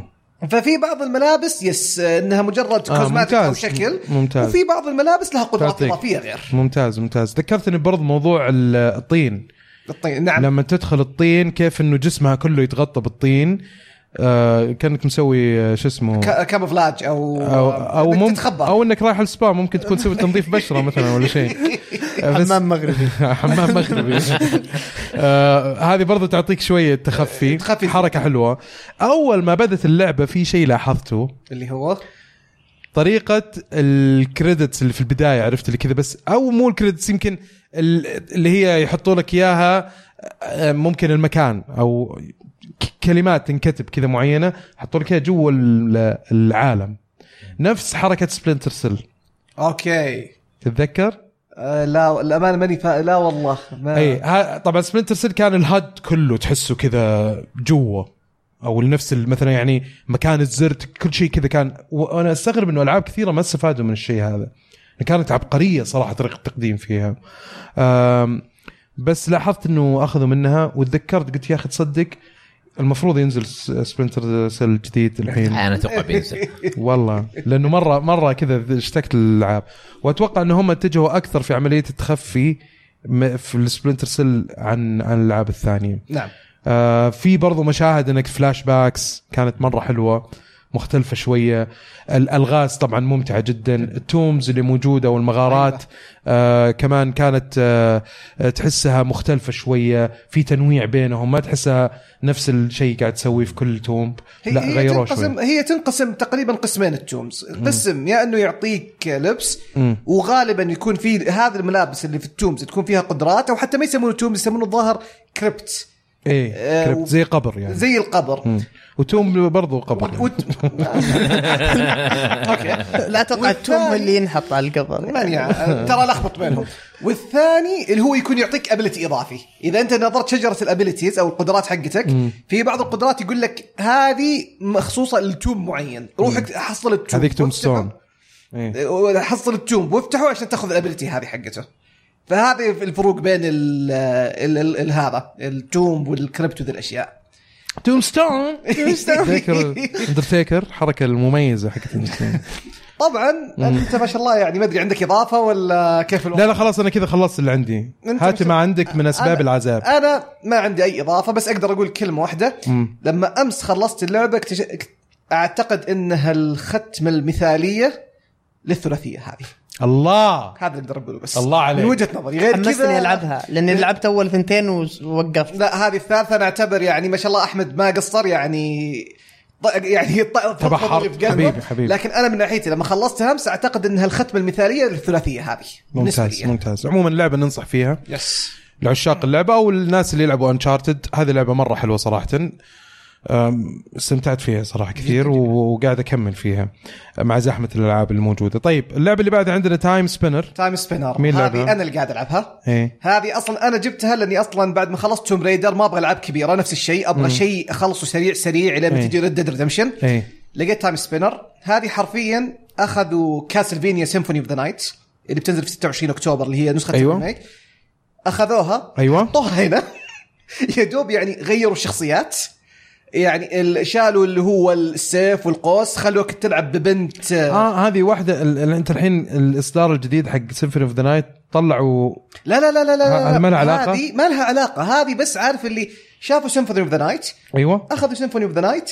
Speaker 6: ففي بعض الملابس يس آه، انها مجرد
Speaker 4: آه،
Speaker 6: كوزماتيك او
Speaker 4: ممتاز.
Speaker 6: شكل
Speaker 4: ممتاز.
Speaker 6: وفي بعض الملابس لها قدرات
Speaker 4: تعطيك.
Speaker 6: اضافيه غير
Speaker 4: ممتاز ممتاز ذكرتني برضه موضوع ال- الطين
Speaker 6: الطين نعم
Speaker 4: لما تدخل الطين كيف انه جسمها كله يتغطى بالطين آه كانك مسوي آه، شو اسمه
Speaker 6: ك- كاموفلاج او
Speaker 4: او او
Speaker 6: إنك
Speaker 4: ممكن
Speaker 6: تتخبى
Speaker 4: او انك رايح السبا ممكن تكون تسوي تنظيف بشره مثلا ولا
Speaker 6: <laughs>
Speaker 4: شيء آه، بس-
Speaker 7: حمام مغربي <laughs>
Speaker 4: <laughs> حمام مغربي آه هذه برضو تعطيك شويه تخفي
Speaker 6: تخفي.
Speaker 4: حركه حلوه اول ما بدت اللعبه في شيء لاحظته
Speaker 6: <laughs> اللي هو
Speaker 4: طريقه الكريدتس اللي في البدايه عرفت اللي كذا بس او مو الكريدتس يمكن ال- اللي هي يحطوا لك اياها آه، ممكن المكان او ك- كلمات تنكتب كذا معينه حطوا لك اياها جوا ال- العالم نفس حركه سبلنتر سيل
Speaker 6: اوكي
Speaker 4: تتذكر؟
Speaker 6: آه لا الامانه ماني فا... لا والله ما...
Speaker 4: اي إيه، ها- طبعا سبلنتر سيل كان الهد كله تحسه كذا جوا او نفس مثلا يعني مكان الزر كل شيء كذا كان وانا استغرب انه العاب كثيره ما استفادوا من الشيء هذا كانت عبقريه صراحه طريقه التقديم فيها أم، بس لاحظت انه اخذوا منها وتذكرت قلت يا اخي تصدق المفروض ينزل سبلنتر سيل جديد الحين
Speaker 1: انا اتوقع بينزل
Speaker 4: والله لانه مره مره كذا اشتقت للالعاب واتوقع ان هم اتجهوا اكثر في عمليه التخفي م- في السبلنتر سيل عن عن الالعاب الثانيه
Speaker 6: نعم
Speaker 4: آه في برضو مشاهد انك فلاش باكس كانت مره حلوه مختلفه شويه الالغاز طبعا ممتعه جدا التومز اللي موجوده والمغارات آه كمان كانت آه آه، تحسها مختلفه شويه في تنويع بينهم ما تحسها نفس الشيء قاعد تسويه في كل تومب
Speaker 6: هي
Speaker 4: لا
Speaker 6: هي
Speaker 4: غيروه شوي
Speaker 6: تنقسم هي تنقسم تقريبا قسمين التومز قسم يا انه يعطيك لبس وغالبا يكون في هذه الملابس اللي في التومز تكون فيها قدرات او حتى ما يسمونه تومز يسمونه الظاهر كريبت
Speaker 4: ايه
Speaker 6: آه،
Speaker 4: كريبت
Speaker 6: و-
Speaker 4: زي قبر يعني
Speaker 6: زي القبر
Speaker 4: وتوم برضو قبر
Speaker 6: <laughs>
Speaker 4: يعني.
Speaker 6: وت... اوكي
Speaker 7: لا اتوقع التوم اللي ينحط على القبر
Speaker 6: ماني ع- يعني، آه، ترى لخبط بينهم والثاني اللي هو يكون يعطيك ابيلتي اضافي اذا انت نظرت شجره الابيلتيز او القدرات حقتك في بعض القدرات يقول لك هذه مخصوصه لتوم معين روح حصل التوم
Speaker 4: هذيك توم
Speaker 6: وافتحه.
Speaker 4: ستون
Speaker 6: إيه، حصل التوم وافتحه عشان تاخذ الابيلتي هذه حقته فهذه الفروق بين ال ال ال ال هذا التوم والكريبت وذي الاشياء
Speaker 4: توم ستون
Speaker 6: <laughs>
Speaker 4: تذكر اندرتيكر الحركه المميزه حقت Tombstone.
Speaker 6: <laughs> طبعا انت ما شاء الله يعني ما ادري عندك اضافه ولا كيف الوضع
Speaker 4: لا لا خلاص انا كذا خلصت اللي عندي
Speaker 6: أنت
Speaker 4: هات
Speaker 6: مش-
Speaker 4: ما عندك من اسباب
Speaker 6: أنا-
Speaker 4: العذاب
Speaker 6: انا ما عندي اي اضافه بس اقدر اقول كلمه واحده لما امس خلصت اللعبه اكتش... اكت- اعتقد انها الختمه المثاليه للثلاثيه هذه
Speaker 4: الله
Speaker 6: هذا اللي اقدر اقوله بس
Speaker 4: الله عليك.
Speaker 6: من وجهه نظري غير
Speaker 7: حمسني
Speaker 6: كذا
Speaker 7: العبها لاني لعبت اول ثنتين ووقفت
Speaker 6: لا هذه الثالثه انا اعتبر يعني ما شاء الله احمد ما قصر يعني ط- يعني ط-
Speaker 4: تبحر.
Speaker 6: اللي في قلبه.
Speaker 4: حبيبي- حبيبي.
Speaker 6: لكن انا من ناحيتي لما خلصتها امس اعتقد انها الختمه المثاليه للثلاثيه هذه بالنسبة
Speaker 4: ممتاز
Speaker 6: لي. يعني.
Speaker 4: ممتاز عموما اللعبه ننصح فيها
Speaker 6: يس
Speaker 4: لعشاق اللعبه او الناس اللي يلعبوا انشارتد هذه لعبه مره حلوه صراحه أم، استمتعت فيها صراحه كثير و- وقاعد اكمل فيها مع زحمه الالعاب الموجوده طيب اللعبه اللي بعد عندنا تايم سبينر
Speaker 6: تايم سبينر
Speaker 4: مين لعبها؟
Speaker 6: هذه انا اللي قاعد العبها
Speaker 4: إيه.
Speaker 6: هذه اصلا انا جبتها لاني اصلا بعد ما خلصت توم ريدر ما ابغى العاب كبيره نفس الشيء ابغى شيء اخلصه سريع سريع لما
Speaker 4: إيه.
Speaker 6: تجي ريد ديد ريدمشن
Speaker 4: إيه.
Speaker 6: لقيت تايم سبينر هذه حرفيا اخذوا كاسلفينيا سيمفوني اوف ذا نايت اللي بتنزل في 26 اكتوبر اللي هي نسخه
Speaker 4: أيوة.
Speaker 6: الريميك اخذوها
Speaker 4: أيوة.
Speaker 6: <laughs> حطوها هنا يا دوب يعني غيروا الشخصيات يعني ال- شالوا اللي هو السيف والقوس خلوك تلعب ببنت آه.
Speaker 4: اه هذه واحده ال- ال- انت الحين الاصدار الجديد حق سيمفوني اوف ذا نايت طلعوا
Speaker 6: لا لا لا لا لا
Speaker 4: ه- ما لها علاقة؟
Speaker 6: هذه ما لها علاقه هذه بس عارف اللي شافوا سيمفوني اوف ذا نايت
Speaker 4: ايوه
Speaker 6: اخذوا سيمفوني اوف ذا نايت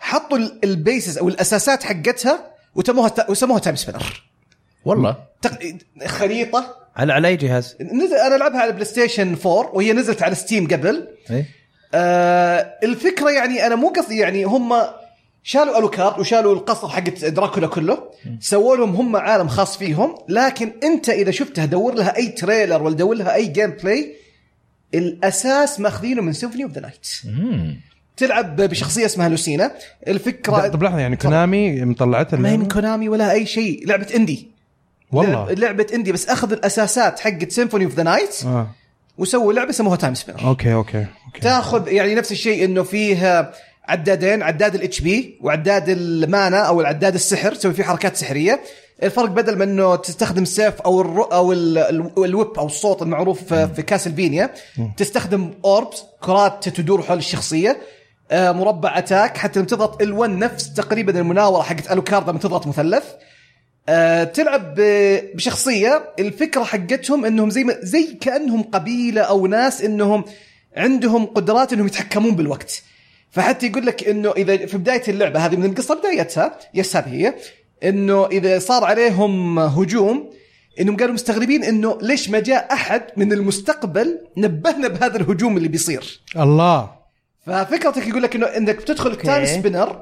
Speaker 6: حطوا ال- البيسز او الاساسات حقتها وتموها وسموها تايم سبينر
Speaker 1: والله
Speaker 6: تق... خريطه
Speaker 1: على على اي جهاز؟
Speaker 6: نزل انا العبها على بلاي ستيشن 4 وهي نزلت على ستيم قبل
Speaker 1: إيه؟
Speaker 6: آه الفكره يعني انا مو قصدي يعني هم شالوا الوكارد وشالوا القصه حقت دراكولا كله سووا لهم هم عالم خاص فيهم لكن انت اذا شفتها دور لها اي تريلر ولا دور لها اي جيم بلاي الاساس ماخذينه من سيمفوني اوف ذا نايت
Speaker 1: إيه.
Speaker 6: تلعب بشخصيه اسمها لوسينا الفكره
Speaker 4: طب لحظه يعني كونامي مطلعتها
Speaker 6: ما هي
Speaker 4: اللعبة؟
Speaker 6: من كونامي ولا اي شيء لعبه اندي لعب-
Speaker 4: نعم. والله
Speaker 6: لعبه اندي بس اخذ الاساسات حقت سيمفوني اوف ذا نايت
Speaker 4: آه.
Speaker 6: وسووا لعبه سموها تايم سبينر
Speaker 4: اوكي اوكي اوكي
Speaker 6: تاخذ يعني نفس الشيء انه فيه عدادين عداد الاتش بي وعداد المانا او العداد السحر تسوي فيه حركات سحريه الفرق بدل ما انه تستخدم السيف او الرو او ال- ال- الويب او الصوت المعروف في في كاسلفينيا تستخدم اوربس كرات تدور حول الشخصيه آه، مربع اتاك حتى لما تضغط ال1 نفس تقريبا المناوره حقت الوكارد لما تضغط مثلث آه، تلعب ب- بشخصيه الفكره حقتهم انهم زي ما زي كانهم قبيله او ناس انهم عندهم قدرات انهم يتحكمون بالوقت فحتى يقول لك انه اذا في بدايه اللعبه هذه من القصه بدايتها يس هذه هي انه اذا صار عليهم هجوم انهم قالوا مستغربين انه ليش ما جاء احد من المستقبل نبهنا بهذا الهجوم اللي بيصير
Speaker 4: الله
Speaker 6: ففكرتك يقول لك انه انك بتدخل تايم سبينر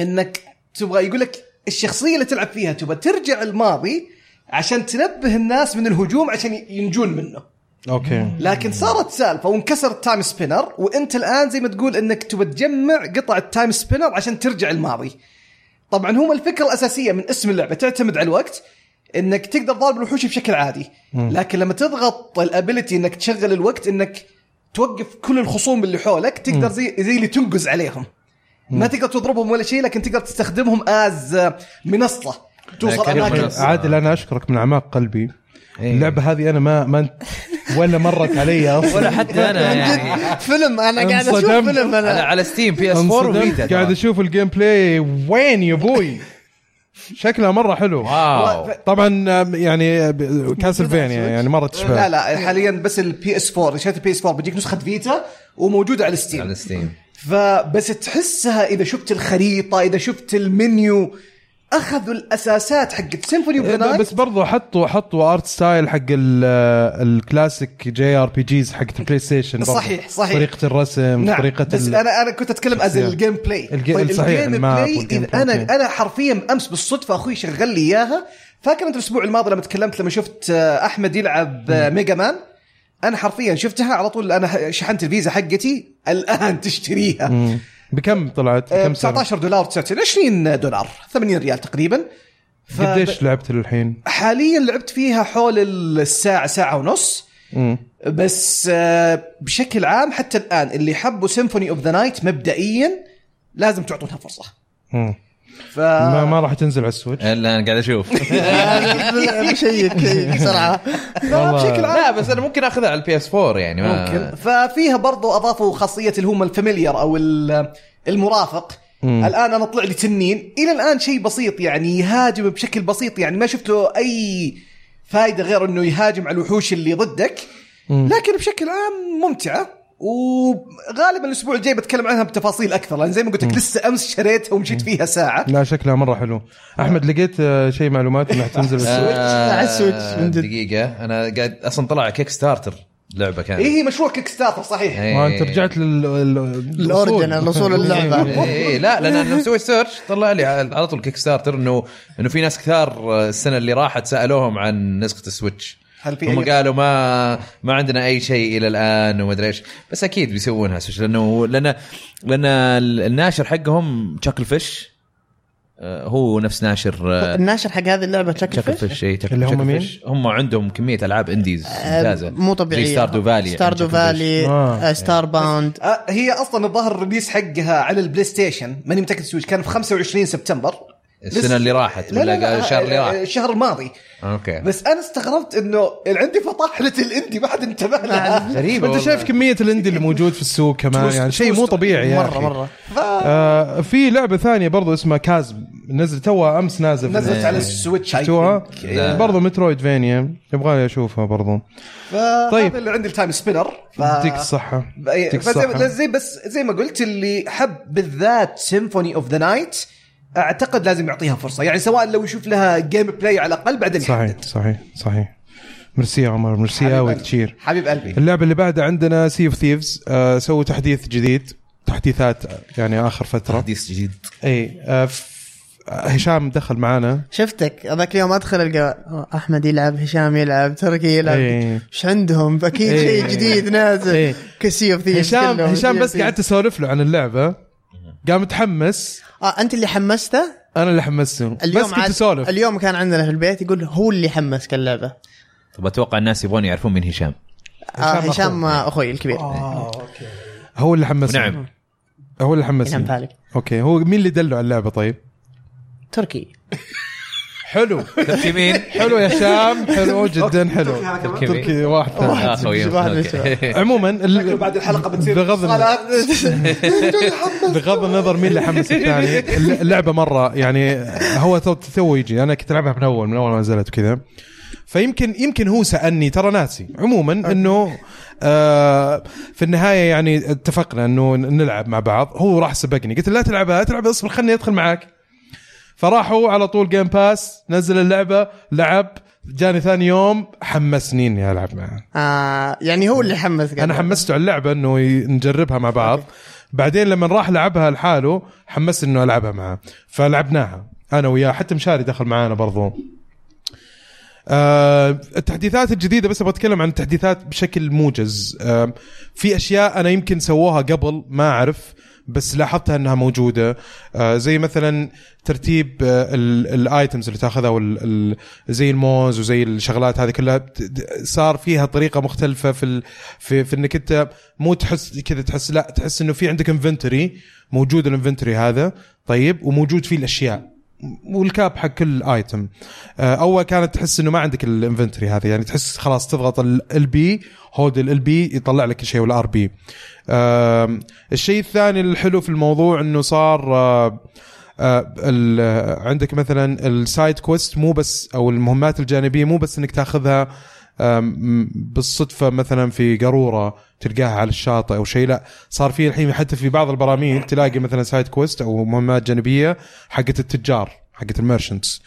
Speaker 6: انك تبغى يقول لك الشخصيه اللي تلعب فيها تبغى ترجع الماضي عشان تنبه الناس من الهجوم عشان ينجون منه
Speaker 4: اوكي
Speaker 6: لكن صارت سالفه وانكسر التايم سبينر وانت الان زي ما تقول انك تبى تجمع قطع التايم سبينر عشان ترجع الماضي. طبعا هم الفكره الاساسيه من اسم اللعبه تعتمد على الوقت انك تقدر تضارب الوحوش بشكل عادي، لكن لما تضغط الابيلتي انك تشغل الوقت انك توقف كل الخصوم اللي حولك تقدر زي زي اللي تنقز عليهم. ما تقدر تضربهم ولا شيء لكن تقدر تستخدمهم از منصه توصل
Speaker 1: كأنه
Speaker 6: اماكن
Speaker 1: منصة.
Speaker 6: <laughs>
Speaker 4: عادل انا اشكرك من اعماق قلبي
Speaker 1: إيه.
Speaker 4: اللعبه هذه انا ما ما ولا مرت
Speaker 1: <laughs>
Speaker 4: علي اصلا
Speaker 1: ولا حتى انا يعني
Speaker 7: فيلم انا قاعد اشوف
Speaker 4: انصدمت.
Speaker 7: فيلم
Speaker 1: على,
Speaker 7: انا
Speaker 1: على ستيم بي اس 4
Speaker 4: انصدمت
Speaker 1: وفيتا
Speaker 4: قاعد
Speaker 1: ترى.
Speaker 4: اشوف الجيم بلاي وين يا بوي شكلها مره حلو
Speaker 1: واو
Speaker 4: طبعا آم، يعني آه، ب- كاسلفينيا يعني مره تشبه
Speaker 6: لا لا حاليا بس البي اس 4 شريت البي اس 4 بيجيك نسخه فيتا وموجوده على الستيم
Speaker 1: على ستيم
Speaker 6: فبس تحسها اذا شفت الخريطه اذا شفت المنيو اخذوا الاساسات حقت سيمفوني اوف ذا
Speaker 4: إيه، بس برضو حطوا حطوا ارت ستايل حق ال- الكلاسيك جي ار بي جيز حق البلاي ستيشن برضو.
Speaker 6: صحيح، صحيح.
Speaker 4: طريقه الرسم
Speaker 6: نعم
Speaker 4: طريقه
Speaker 6: بس
Speaker 4: ال-
Speaker 6: انا انا كنت اتكلم از
Speaker 4: الشخصيات.
Speaker 6: الجيم بلاي
Speaker 4: الج- صحيح، الماب
Speaker 6: بلاي
Speaker 4: والجيم
Speaker 6: اذا انا
Speaker 4: بلاي.
Speaker 6: انا حرفيا امس بالصدفه اخوي شغل لي اياها فاكر انت الاسبوع الماضي لما تكلمت لما شفت آه، احمد يلعب آه، ميجا مان انا حرفيا شفتها على طول انا شحنت الفيزا حقتي الان تشتريها
Speaker 4: مم. بكم طلعت؟
Speaker 6: آه،
Speaker 4: بكم سعر؟
Speaker 6: 19 دولار 29 20 دولار 80 ريال تقريبا ف-
Speaker 4: قديش لعبت للحين؟
Speaker 6: حاليا لعبت فيها حول الساعة ساعة ونص
Speaker 4: مم.
Speaker 6: بس آه، بشكل عام حتى الآن اللي حبوا سيمفوني اوف ذا نايت مبدئيا لازم تعطونها فرصة
Speaker 4: مم.
Speaker 6: ف
Speaker 4: ما, ما راح تنزل على السويتش
Speaker 1: الا انا قاعد اشوف
Speaker 7: بشيك بسرعه
Speaker 6: لا، بشكل عام
Speaker 1: لا بس انا ممكن اخذها على البي اس 4 يعني ما
Speaker 6: ممكن آه. ففيها برضو اضافوا خاصية اللي هم الفاميليار او ال- المرافق الان انا طلع لي تنين الى الان شيء بسيط يعني يهاجم بشكل بسيط يعني ما شفت له اي فائده غير انه يهاجم على الوحوش اللي ضدك لكن بشكل عام ممتعه وغالبا الاسبوع الجاي بتكلم عنها بتفاصيل اكثر لان زي ما قلت لك لسه امس شريتها ومشيت فيها ساعه
Speaker 4: لا شكلها مره حلو احمد لقيت آه، شيء معلومات انها تنزل على السويتش
Speaker 1: آه،
Speaker 7: على السويتش، من جد.
Speaker 1: دقيقه انا قاعد اصلا طلع كيك ستارتر لعبه كانت
Speaker 6: إيه هي مشروع كيك ستارتر صحيح
Speaker 1: إيه.
Speaker 4: ما انت رجعت للاوريجن <laughs>
Speaker 7: الاوريجن الاصول اللعبه
Speaker 1: إيه لا لان انا لما مسوي سيرش طلع لي على على طول كيك ستارتر انه انه في ناس كثار السنه اللي راحت سالوهم عن نسخه السويتش
Speaker 6: هل في
Speaker 1: هم
Speaker 6: أي-
Speaker 1: قالوا ما ما عندنا اي شيء الى الان وما ادري ايش بس اكيد بيسوونها سويتش لانه لان لان الناشر حقهم تشاكل فيش آه، هو نفس ناشر آه، إيه،
Speaker 7: الناشر حق هذه اللعبه تشكل
Speaker 1: شكل
Speaker 7: فيش
Speaker 1: فيش اي
Speaker 4: اللي هم
Speaker 1: شكل
Speaker 4: مين؟
Speaker 1: فيش. هم عندهم كميه العاب انديز ممتازه
Speaker 7: آه، مو طبيعيه
Speaker 1: زي ستاردو فالي
Speaker 7: ستاردو
Speaker 1: يعني شكل فيش.
Speaker 7: فالي
Speaker 4: آه.
Speaker 7: آه، ستار باوند
Speaker 6: آه، هي اصلا الظاهر الريليس حقها على البلاي ستيشن ماني متاكد سويتش كان في 25 سبتمبر
Speaker 1: السنه اللي راحت
Speaker 6: لا لا
Speaker 1: ولا
Speaker 6: لا
Speaker 1: الشهر اللي راح
Speaker 6: الشهر الماضي
Speaker 1: اوكي
Speaker 6: بس انا استغربت انه عندي فطاحله الاندي ما حد انتبه لها
Speaker 1: غريبه
Speaker 4: انت شايف كميه الاندي اللي موجود في السوق كمان
Speaker 6: توست-
Speaker 4: يعني شيء مو
Speaker 6: توست.
Speaker 4: طبيعي يا
Speaker 7: مره
Speaker 4: أخي.
Speaker 7: مره
Speaker 4: آه في لعبه ثانيه برضو اسمها كازم نزل توها امس نازل في
Speaker 6: نزلت على السويتش I
Speaker 4: شفتوها
Speaker 6: think.
Speaker 4: يعني برضو مترويد فينيا يبغالي اشوفها برضو طيب.
Speaker 6: طيب هذا اللي عندي التايم سبينر ف...
Speaker 4: يديك الصحه يديك الصحه
Speaker 6: زي بس زي ما قلت اللي حب بالذات سيمفوني اوف ذا نايت اعتقد لازم يعطيها فرصه يعني سواء لو يشوف لها جيم بلاي على الاقل بعدين
Speaker 4: صحيح
Speaker 6: يحدد.
Speaker 4: صحيح صحيح ميرسي يا عمر ميرسي
Speaker 6: حبيب
Speaker 4: قوي
Speaker 6: قلبي.
Speaker 4: تشير
Speaker 6: حبيب قلبي
Speaker 4: اللعبه اللي بعدها عندنا سي اوف ثيفز آه، سووا تحديث جديد تحديثات يعني اخر فتره
Speaker 1: حديث جديد
Speaker 4: اي آه، ف- هشام دخل معانا
Speaker 7: شفتك هذاك اليوم ادخل القى أوه، احمد يلعب هشام يلعب تركي يلعب
Speaker 4: إيه.
Speaker 7: ايش عندهم اكيد
Speaker 4: إيه.
Speaker 7: شيء جديد نازل
Speaker 4: إيه.
Speaker 7: كسيف ذي
Speaker 4: هشام هشام بس قعدت اسولف له عن اللعبه قام متحمس
Speaker 7: آه انت اللي حمسته
Speaker 4: انا اللي حمسته
Speaker 7: اليوم
Speaker 4: بس كنت
Speaker 7: عاد-
Speaker 4: اسولف
Speaker 7: اليوم كان عندنا في البيت يقول هو اللي آه، حمسك اللعبه
Speaker 1: طب اتوقع الناس يبغون يعرفون مين هشام
Speaker 7: آه
Speaker 4: هشام
Speaker 7: هشام آه، اخوي الكبير
Speaker 4: هو اللي حمسني
Speaker 1: نعم.
Speaker 4: هو اللي
Speaker 7: ينام
Speaker 4: حمسني
Speaker 7: بالك
Speaker 4: اوكي هو مين اللي دله على اللعبه طيب؟
Speaker 7: تركي
Speaker 4: حلو
Speaker 1: تركي مين؟
Speaker 4: حلو يا هشام حلو جدا حلو
Speaker 1: تركي مين؟
Speaker 4: تركي واحد ثاني
Speaker 1: آه، خوي.
Speaker 7: واحد من
Speaker 1: أوكي. <laughs>
Speaker 7: الشباب.
Speaker 4: عموما ال-
Speaker 6: بعد الحلقه بتصير
Speaker 4: بغض النظر بغض النظر مين اللي حمس الثاني الل- اللعبه مره يعني هو تو- تو يجي انا كنت العبها من اول من اول ما نزلت وكذا فيمكن يمكن هو سالني ترى ناسي عموما انه آه في النهايه يعني اتفقنا انه نلعب مع بعض هو راح سبقني قلت له لا تلعبها لا تلعبها اصبر خلني ادخل معاك فراحوا على طول جيم باس نزل اللعبه لعب جاني ثاني يوم حمسني اني العب معاه
Speaker 7: آه يعني هو اللي حمسك
Speaker 4: انا حمسته على اللعبه انه ي- نجربها مع بعض بعدين لما راح لعبها لحاله حمست انه العبها معاه فلعبناها انا وياه حتى مشاري دخل معانا برضو آه التحديثات الجديده بس ابغى اتكلم عن التحديثات بشكل موجز آه في اشياء انا يمكن سووها قبل ما اعرف بس لاحظتها انها موجوده آه زي مثلا ترتيب آه الايتمز اللي تاخذها وال ال- زي الموز وزي الشغلات هذه كلها ت- ت- صار فيها طريقه مختلفه في ال في, في انك انت مو تحس كذا تحس لا تحس انه في عندك انفنتوري موجود الانفنتوري هذا طيب وموجود فيه الاشياء والكاب حق كل ايتم آه، اول كانت تحس انه ما عندك الانفنتوري هذا يعني تحس خلاص تضغط ال بي هولد ال بي يطلع لك شيء والار بي الشيء الثاني الحلو في الموضوع انه صار آه، آه، ال- آه، عندك مثلا السايد كويست مو بس او المهمات الجانبيه مو بس انك تاخذها آه، آم، بالصدفه مثلا في قاروره تلقاها على الشاطئ او شيء لا صار في الحين حتى في بعض البراميل تلاقي مثلا سايد كويست او مهمات جانبيه حقت التجار حقت الميرشنتس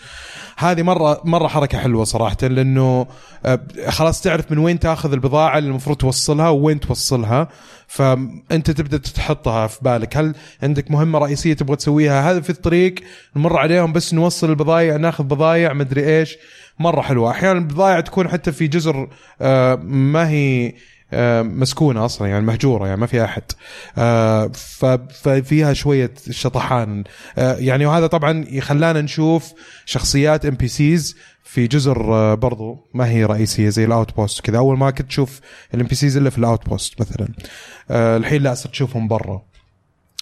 Speaker 4: هذه مره مره حركه حلوه صراحه لانه آه، خلاص تعرف من وين تاخذ البضاعه اللي المفروض توصلها ووين توصلها فانت تبدا تحطها في بالك هل عندك مهمه رئيسيه تبغى تسويها هذا في الطريق نمر عليهم بس نوصل البضايع ناخذ بضايع مدري ايش مره حلوه احيانا البضايع تكون حتى في جزر آه، ما هي آه، مسكونه اصلا يعني مهجوره يعني ما في احد آه، ف- ففيها شويه شطحان آه، يعني وهذا طبعا خلانا نشوف شخصيات ام بي سيز في جزر آه، برضو ما هي رئيسيه زي الاوت بوست كذا اول ما كنت تشوف الام بي سيز الا في الاوت بوست مثلا آه، الحين لا صرت تشوفهم برا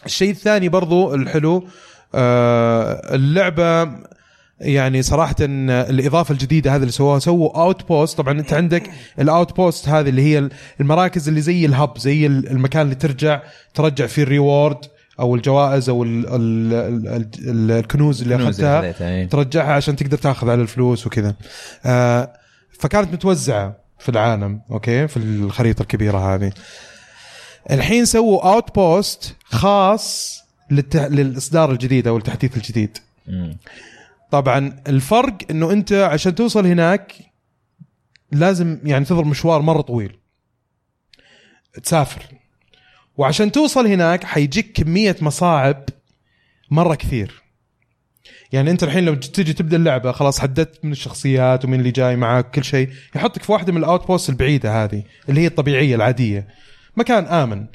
Speaker 4: الشيء الثاني برضو الحلو آه، اللعبه يعني صراحة الإضافة الجديدة هذه اللي سووها سووا أوت بوست طبعا أنت عندك الأوت بوست هذه اللي هي المراكز اللي زي الهب زي المكان اللي ترجع ترجع فيه الريورد أو الجوائز أو ال ال ال ال الكنوز اللي
Speaker 1: الكنوز اللي
Speaker 4: أخذتها
Speaker 1: خذيتها، إيه.
Speaker 4: ترجعها عشان تقدر تاخذ على الفلوس وكذا آه، فكانت متوزعة في العالم أوكي في الخريطة الكبيرة هذه الحين سووا أوت بوست خاص للت... للإصدار الجديد أو التحديث الجديد
Speaker 1: مم.
Speaker 4: طبعا الفرق انه انت عشان توصل هناك لازم يعني تضرب مشوار مره طويل تسافر وعشان توصل هناك حيجيك كميه مصاعب مره كثير يعني انت الحين لو تجي تبدا اللعبه خلاص حددت من الشخصيات ومين اللي جاي معاك كل شيء يحطك في واحده من الاوت بوست البعيده هذه اللي هي الطبيعيه العاديه مكان امن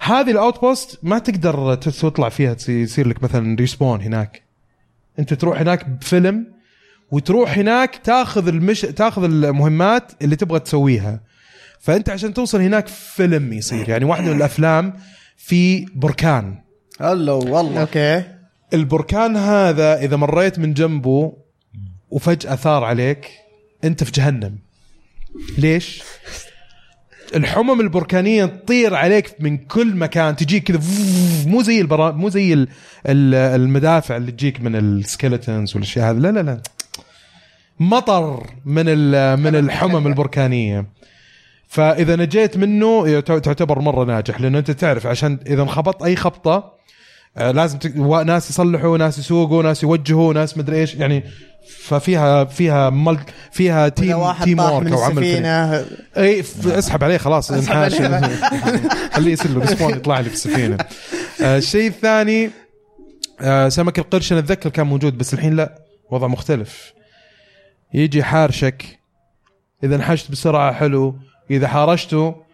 Speaker 4: هذه الاوت بوست ما تقدر تطلع فيها يصير لك مثلا ريسبون هناك انت تروح هناك بفيلم وتروح هناك تاخذ المش تاخذ المهمات اللي تبغى تسويها فانت عشان توصل هناك فيلم يصير يعني واحده من الافلام في بركان
Speaker 6: هلا والله
Speaker 7: اوكي
Speaker 4: البركان هذا اذا مريت من جنبه وفجاه ثار عليك انت في جهنم ليش الحمم البركانيه تطير عليك من كل مكان تجيك كذا فوف، مو زي البرا... مو زي ال... ال- المدافع اللي تجيك من السكيلتونز والاشياء هذه لا لا لا مطر من ال... من الحمم البركانيه فاذا نجيت منه يعت- تعتبر مره ناجح لانه انت تعرف عشان اذا انخبطت اي خبطه آه، لازم تك... و- ناس يصلحوا ناس يسوقوا ناس يوجهوا ناس مدري ايش يعني ففيها فيها مل... فيها
Speaker 7: اذا
Speaker 4: تيم
Speaker 7: واحد
Speaker 4: تيم
Speaker 7: طاح
Speaker 4: وورك
Speaker 7: من
Speaker 4: او عمل فريق.
Speaker 7: السفينه
Speaker 4: اي إيه، ف- اسحب عليه خلاص انحاش
Speaker 7: عليه.
Speaker 4: <laughs> خليه يصير له ريسبون يطلع لي في السفينه آه، الشيء الثاني آه، سمك القرش انا اتذكر كان موجود بس الحين لا وضع مختلف يجي حارشك اذا انحشت بسرعه حلو اذا حارشته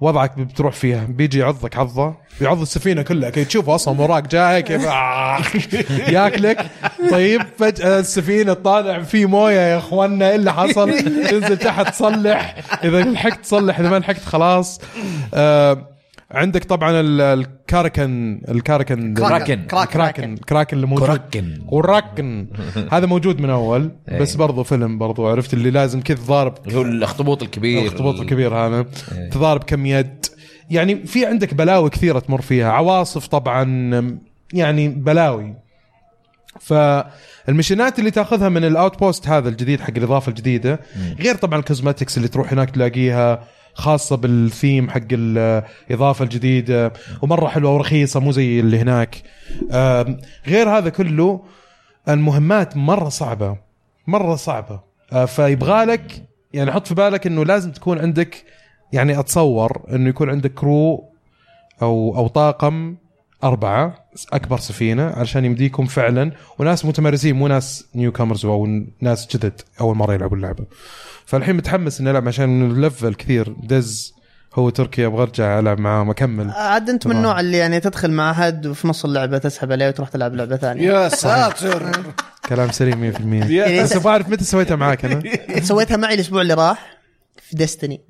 Speaker 4: وضعك بتروح فيها بيجي يعضك عضه بيعض السفينه كلها كي تشوفه اصلا وراك جاي كيف آه، <laughs> ياكلك طيب فجاه السفينه طالع في مويه يا اخوانا ايه اللي حصل تنزل تحت تصلح اذا لحقت تصلح اذا ما لحقت خلاص آه عندك طبعا ال- الكاركن الكاركن
Speaker 1: كراكن.
Speaker 4: كراكن كراكن اللي موجود
Speaker 1: كراكن.
Speaker 4: وراكن هذا موجود من اول بس برضو فيلم برضو عرفت اللي لازم كذا ضارب
Speaker 1: اللي هو الاخطبوط الكبير
Speaker 4: الاخطبوط الكبير هذا تضارب كم يد يعني في عندك بلاوي كثيره تمر فيها عواصف طبعا يعني بلاوي فالمشينات اللي تاخذها من الاوت بوست هذا الجديد حق الاضافه الجديده غير طبعا الكوزماتكس اللي تروح هناك تلاقيها خاصه بالثيم حق الاضافه الجديده ومره حلوه ورخيصه مو زي اللي هناك آم، غير هذا كله المهمات مره صعبه مره صعبه آه، فيبغالك يعني حط في بالك انه لازم تكون عندك يعني اتصور انه يكون عندك كرو او او طاقم اربعه اكبر سفينه علشان يمديكم فعلا وناس متمرسين مو ناس نيو كامرز او ناس جدد اول مره يلعبوا اللعبه. فالحين متحمس اني العب عشان اللفل كثير دز هو تركيا ابغى ارجع العب معاهم اكمل
Speaker 7: عاد انت من
Speaker 4: تمام.
Speaker 7: النوع اللي يعني تدخل مع احد وفي نص اللعبه تسحب عليه وتروح تلعب لعبه ثانيه
Speaker 6: يا ساتر
Speaker 4: كلام سليم
Speaker 7: <laughs>
Speaker 4: 100%
Speaker 7: يعني
Speaker 4: بس ابغى اعرف متى سويتها معاك انا؟
Speaker 7: سويتها معي الاسبوع اللي راح في ديستني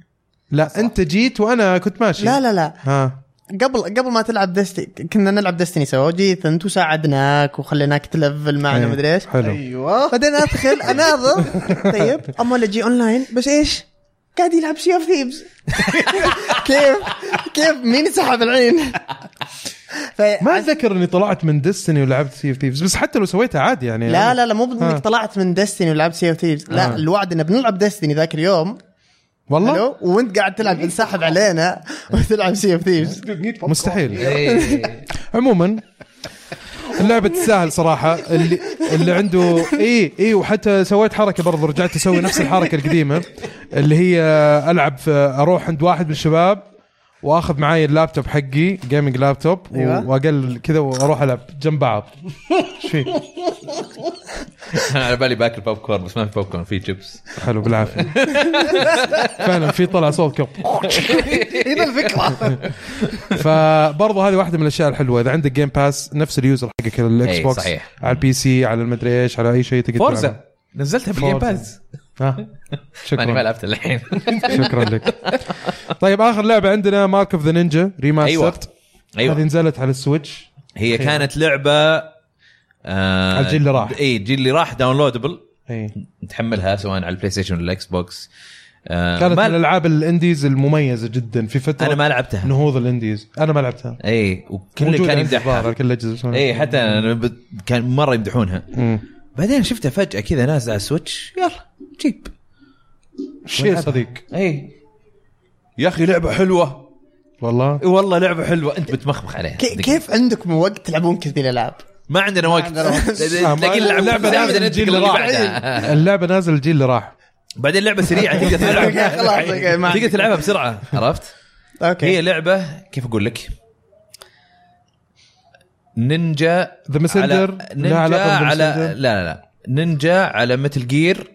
Speaker 4: لا انت جيت وانا كنت ماشي
Speaker 7: لا لا لا
Speaker 4: ها
Speaker 7: قبل قبل ما تلعب ديستني كنا نلعب ديستني سوا جيت انت وساعدناك وخليناك تلفل معنا
Speaker 4: إيه،
Speaker 7: مدري ايش
Speaker 4: حلو
Speaker 6: ايوه
Speaker 7: بعدين ادخل
Speaker 4: <laughs>
Speaker 7: اناظر طيب اما اللي اجي اونلاين بس ايش؟ قاعد يلعب سي اوف ثيبز <laughs> كيف كيف مين
Speaker 4: <laughs>
Speaker 7: سحب العين؟ في-
Speaker 4: ما اتذكر اني طلعت من ديستني ولعبت سي اوف ثيفز بس حتى لو سويتها عادي يعني
Speaker 7: لا لا لا مو
Speaker 4: ها.
Speaker 7: انك طلعت من ديستني ولعبت سي اوف ثيبز لا الوعد ان بنلعب ديستني ذاك اليوم
Speaker 4: والله
Speaker 7: حلو وانت قاعد تلعب انسحب علينا وتلعب سي اوف ثيبز
Speaker 4: مستحيل
Speaker 1: إيه.
Speaker 4: عموما اللعبة تستاهل صراحة اللي اللي عنده اي اي وحتى سويت حركة برضه رجعت اسوي نفس الحركة القديمة اللي هي العب في اروح عند واحد من الشباب واخذ معاي اللابتوب حقي جيمنج لابتوب
Speaker 7: أيوة.
Speaker 4: أيوة. واقل كذا واروح العب جنب بعض ايش فيك؟
Speaker 1: <laughs> على بالي باكل بوب كورن بس ما في بوب كورن في جبس
Speaker 4: حلو
Speaker 7: <laughs>
Speaker 4: بالعافية فعلا في طلع صوت كب
Speaker 6: هنا الفكره
Speaker 4: فبرضه هذه واحده من الاشياء الحلوه اذا عندك جيم باس نفس اليوزر حقك على الاكس
Speaker 1: إيه،
Speaker 4: بوكس
Speaker 1: صحيح.
Speaker 4: على البي سي على المدري ايش على اي شيء تقدر تلعبه.
Speaker 1: فورزا نزلتها بالجيم
Speaker 4: فورزا.
Speaker 1: باز
Speaker 4: ها.
Speaker 1: <laughs> ماني ما
Speaker 4: شكرا <laughs>
Speaker 1: لعبت الحين
Speaker 4: شكرا لك طيب اخر لعبه عندنا مارك اوف ذا
Speaker 1: <laughs>
Speaker 4: نينجا
Speaker 1: أيوة.
Speaker 4: ريماسترد هذه
Speaker 1: ايوه
Speaker 4: نزلت على السويتش
Speaker 1: هي كانت لعبه آه
Speaker 4: الجيل اللي راح.
Speaker 1: اي الجيل اللي راح داونلودبل
Speaker 4: اي
Speaker 1: تحملها سواء على البلاي ستيشن ولا الاكس بوكس آه
Speaker 4: كانت من
Speaker 1: ما
Speaker 4: الالعاب الانديز المميزه جدا في فتره
Speaker 1: انا ما لعبتها
Speaker 4: نهوض الانديز انا ما لعبتها
Speaker 1: اي وكل
Speaker 4: موجودة
Speaker 1: كان
Speaker 4: عندي الظاهر
Speaker 1: يمدحها
Speaker 4: على كل الاجهزه
Speaker 1: اي حتى أنا بت- كان مره يمدحونها
Speaker 4: مم.
Speaker 1: بعدين شفتها فجاه كذا نازله على السويتش يلا جيب
Speaker 4: شيء يا صديق
Speaker 1: اي إيه. يا اخي لعبه حلوه
Speaker 4: والله
Speaker 1: إيه، والله لعبه حلوه انت بتمخمخ عليها
Speaker 7: <laughs> كي- كيف عندكم وقت تلعبون كذي الالعاب؟
Speaker 1: ما عندنا وقت <laughs> <laughs> تلاقي
Speaker 4: اللعبة
Speaker 1: اللعبه
Speaker 4: نازلة
Speaker 1: دائما
Speaker 4: الجيل
Speaker 1: الجيل
Speaker 4: اللي
Speaker 1: اللي
Speaker 4: راح.
Speaker 1: بعدها
Speaker 4: اللعبه نازل الجيل اللي راح
Speaker 1: بعدين لعبه سريعه <laughs> تقدر تلعب
Speaker 7: خلاص أوكي، ما
Speaker 1: تقدر تلعبها بسرعه عرفت <laughs> هي
Speaker 7: اوكي
Speaker 1: لعبه كيف اقول لك نينجا
Speaker 4: ذا ماسنجر
Speaker 1: على نينجا على لا لا لا نينجا على متل جير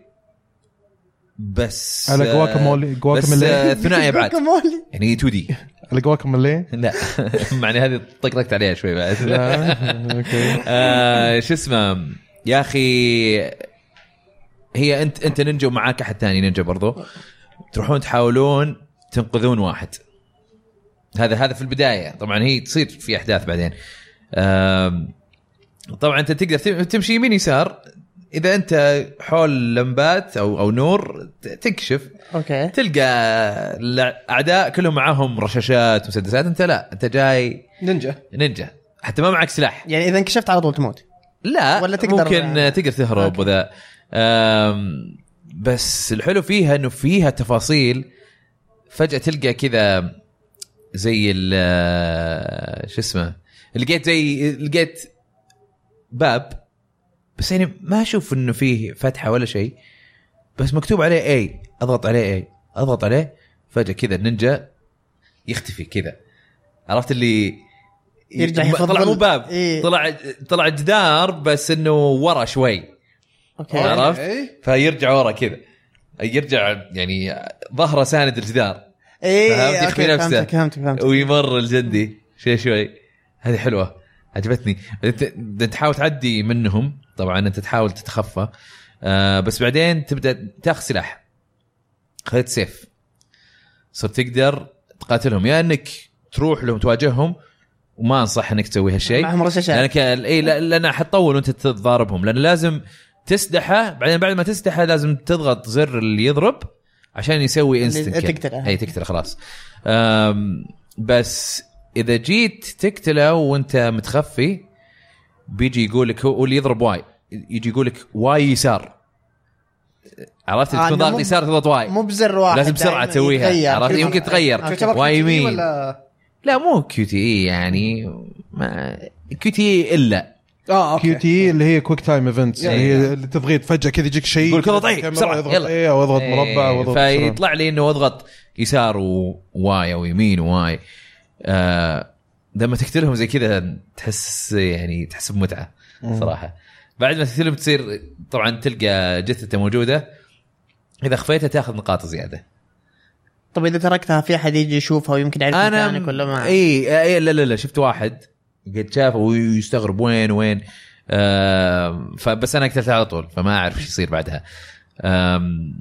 Speaker 1: بس آه،
Speaker 4: على جواكامولي-
Speaker 1: بس آه،
Speaker 4: جواكامولي.
Speaker 1: ثنائي <laughs>
Speaker 7: <laughs>
Speaker 1: ابعاد
Speaker 7: جواكامولي.
Speaker 1: يعني 2 دي
Speaker 4: القواكم اللي
Speaker 1: لا <laughs> معني هذه طقطقت عليها شوي <laughs> بعد
Speaker 4: آه، اوكي
Speaker 1: آه، شو اسمه يا اخي هي انت انت نينجا ومعاك احد ثاني نينجا برضو تروحون تحاولون تنقذون واحد هذا هذا في البدايه طبعا هي تصير في احداث بعدين آم، طبعا انت تقدر تم- تمشي يمين يسار اذا انت حول لمبات او او نور ت- تكشف
Speaker 7: اوكي
Speaker 1: تلقى الاعداء كلهم معاهم رشاشات مسدسات انت لا انت جاي
Speaker 6: نينجا
Speaker 1: نينجا حتى ما معك سلاح
Speaker 7: يعني اذا انكشفت على طول تموت
Speaker 1: لا
Speaker 7: ولا تقدر-
Speaker 1: ممكن تقدر تهرب
Speaker 7: أوكي.
Speaker 1: وذا أم، بس الحلو فيها انه فيها تفاصيل فجاه تلقى كذا زي ال شو اسمه لقيت زي لقيت باب بس يعني ما اشوف انه فيه فتحه ولا شيء بس مكتوب عليه اي اضغط عليه اي اضغط عليه فجاه كذا النينجا يختفي كذا عرفت اللي
Speaker 7: يرجع
Speaker 1: ما- طلع
Speaker 7: يفضل-
Speaker 1: مو باب
Speaker 7: إيه.
Speaker 1: طلع طلع جدار بس انه ورا شوي
Speaker 7: اوكي
Speaker 1: عرفت
Speaker 6: إيه.
Speaker 1: فيرجع ورا كذا يرجع يعني ظهره ساند الجدار
Speaker 7: ايه
Speaker 1: فهمت
Speaker 7: أوكي،
Speaker 1: يخفي نفسه.
Speaker 7: فهمتك فهمتك فهمتك
Speaker 1: ويمر الجندي شوي شوي هذه حلوه عجبتني انت أنت تحاول تعدي منهم طبعا انت تحاول تتخفى آه بس بعدين تبدا تاخذ سلاح خذت سيف صرت تقدر تقاتلهم يا انك تروح لهم تواجههم وما انصح انك تسوي هالشيء
Speaker 7: معهم رشاشات
Speaker 1: لانك اي إيه، لا- لان حتطول وانت تضاربهم لان لازم تسدحه بعدين بعد ما تسدحه لازم تضغط زر اللي يضرب عشان يسوي انستنت
Speaker 7: اللي تقتله.
Speaker 1: اي تقتله خلاص أم، بس اذا جيت تقتله وانت متخفي بيجي يقول لك هو اللي يضرب واي يجي يقول لك واي يسار عرفت
Speaker 7: آه،
Speaker 1: تكون
Speaker 7: إنه
Speaker 1: ضاغط
Speaker 7: مو-
Speaker 1: يسار تضغط واي
Speaker 7: مو بزر واحد
Speaker 1: لازم بسرعه
Speaker 7: دائماً
Speaker 1: تسويها
Speaker 7: يتغير.
Speaker 1: عرفت يمكن تتغير
Speaker 7: أوكي.
Speaker 6: تعتبر
Speaker 1: واي
Speaker 6: كيوتي
Speaker 1: يمين.
Speaker 6: ولا
Speaker 1: لا مو كيو تي اي يعني ما كيو تي اي الا
Speaker 6: اه
Speaker 4: كيو
Speaker 6: اوكي
Speaker 4: تي اللي هي كويك تايم ايفنتس
Speaker 1: يعني
Speaker 4: اللي هي التضغيط فجاه كذا يجيك شيء
Speaker 1: يقول لك اضغط اي
Speaker 4: الكاميرا
Speaker 1: بسرعه
Speaker 4: يضغط
Speaker 1: يلا
Speaker 4: اي او اضغط
Speaker 1: إيه،
Speaker 4: مربع واضغط بسرعة.
Speaker 1: فيطلع لي انه اضغط يسار وواي او يمين وواي آه لما تقتلهم زي كذا تحس يعني تحس بمتعه صراحه بعد ما تقتلهم تصير طبعا تلقى جثته موجوده اذا خفيتها تاخذ نقاط زياده
Speaker 7: طب اذا تركتها في احد يجي يشوفها ويمكن يعرف مكانك ولا ما
Speaker 1: اي اي لا لا لا شفت واحد قد شافه ويستغرب وين وين آم، فبس انا قتلته على طول فما اعرف ايش يصير بعدها آم،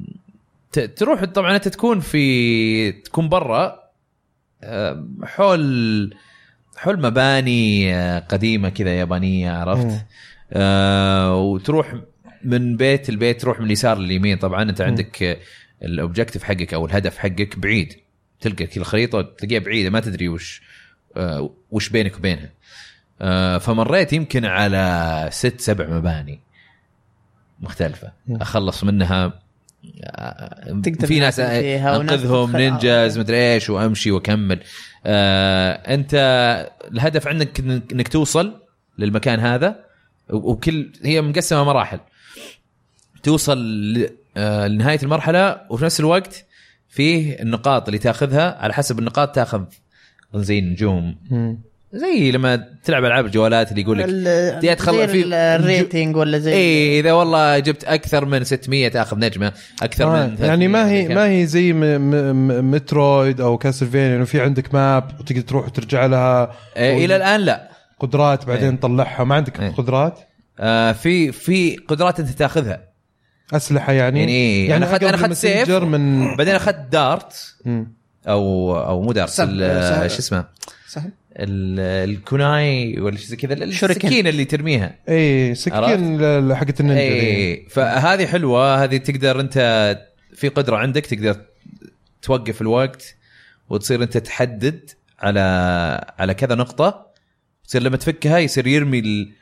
Speaker 1: ت- تروح طبعا انت تكون في تكون برا آم، حول حول مباني آه، قديمه كذا يابانيه عرفت آه، وتروح من بيت لبيت تروح من اليسار لليمين طبعا انت عندك الاوبجكتيف حقك او الهدف حقك بعيد تلقى كل الخريطه تلقيها بعيده ما تدري وش آه، وش بينك وبينها آه، فمريت يمكن على ست سبع مباني مختلفه اخلص منها آه،
Speaker 7: تقدر
Speaker 1: في ناس
Speaker 7: تنزل فيها وناس
Speaker 1: انقذهم
Speaker 7: تدخل-
Speaker 1: نينجاز مدري ايش وامشي واكمل آه، انت الهدف عندك إنك- انك توصل للمكان هذا و- وكل هي مقسمه مراحل توصل ل- آه، لنهايه المرحله وفي نفس الوقت فيه النقاط اللي تاخذها على حسب النقاط تاخذ زي النجوم زي لما تلعب العاب الجوالات اللي يقول لك
Speaker 7: ال-
Speaker 1: دي أتخلى
Speaker 7: زي
Speaker 1: في- إيه.
Speaker 7: ال- الريتنج ولا زي
Speaker 1: اي اذا والله جبت اكثر من 600 تاخذ نجمه اكثر
Speaker 4: آه،
Speaker 1: من
Speaker 4: يعني ما هي
Speaker 1: 300
Speaker 4: ما هي زي م م م مترويد او كاسلفينيا انه في عندك ماب وتقدر تروح وترجع لها
Speaker 1: آه، الى الان لا
Speaker 4: قدرات بعدين تطلعها ما عندك
Speaker 1: إيه.
Speaker 4: قدرات
Speaker 1: آه، في في قدرات انت تاخذها
Speaker 4: اسلحه يعني
Speaker 1: يعني إيه، أنا أخذت-
Speaker 4: أقرب
Speaker 1: أنا أخذت سيف.
Speaker 4: المسنجر من
Speaker 1: بعدين اخذت دارت
Speaker 4: مم.
Speaker 1: او او مو دارت
Speaker 6: سهل-
Speaker 1: ال-
Speaker 6: سهل.
Speaker 1: شو اسمه
Speaker 6: سهل
Speaker 1: ال- الكوناي ولا شيء زي كذا السكينه اللي ترميها
Speaker 4: اي إيه، سكين ل- حقت النينجا إيه.
Speaker 1: اي فهذه حلوه هذه تقدر انت في قدره عندك تقدر توقف الوقت وتصير انت تحدد على على كذا نقطه تصير لما تفكها يصير يرمي ال-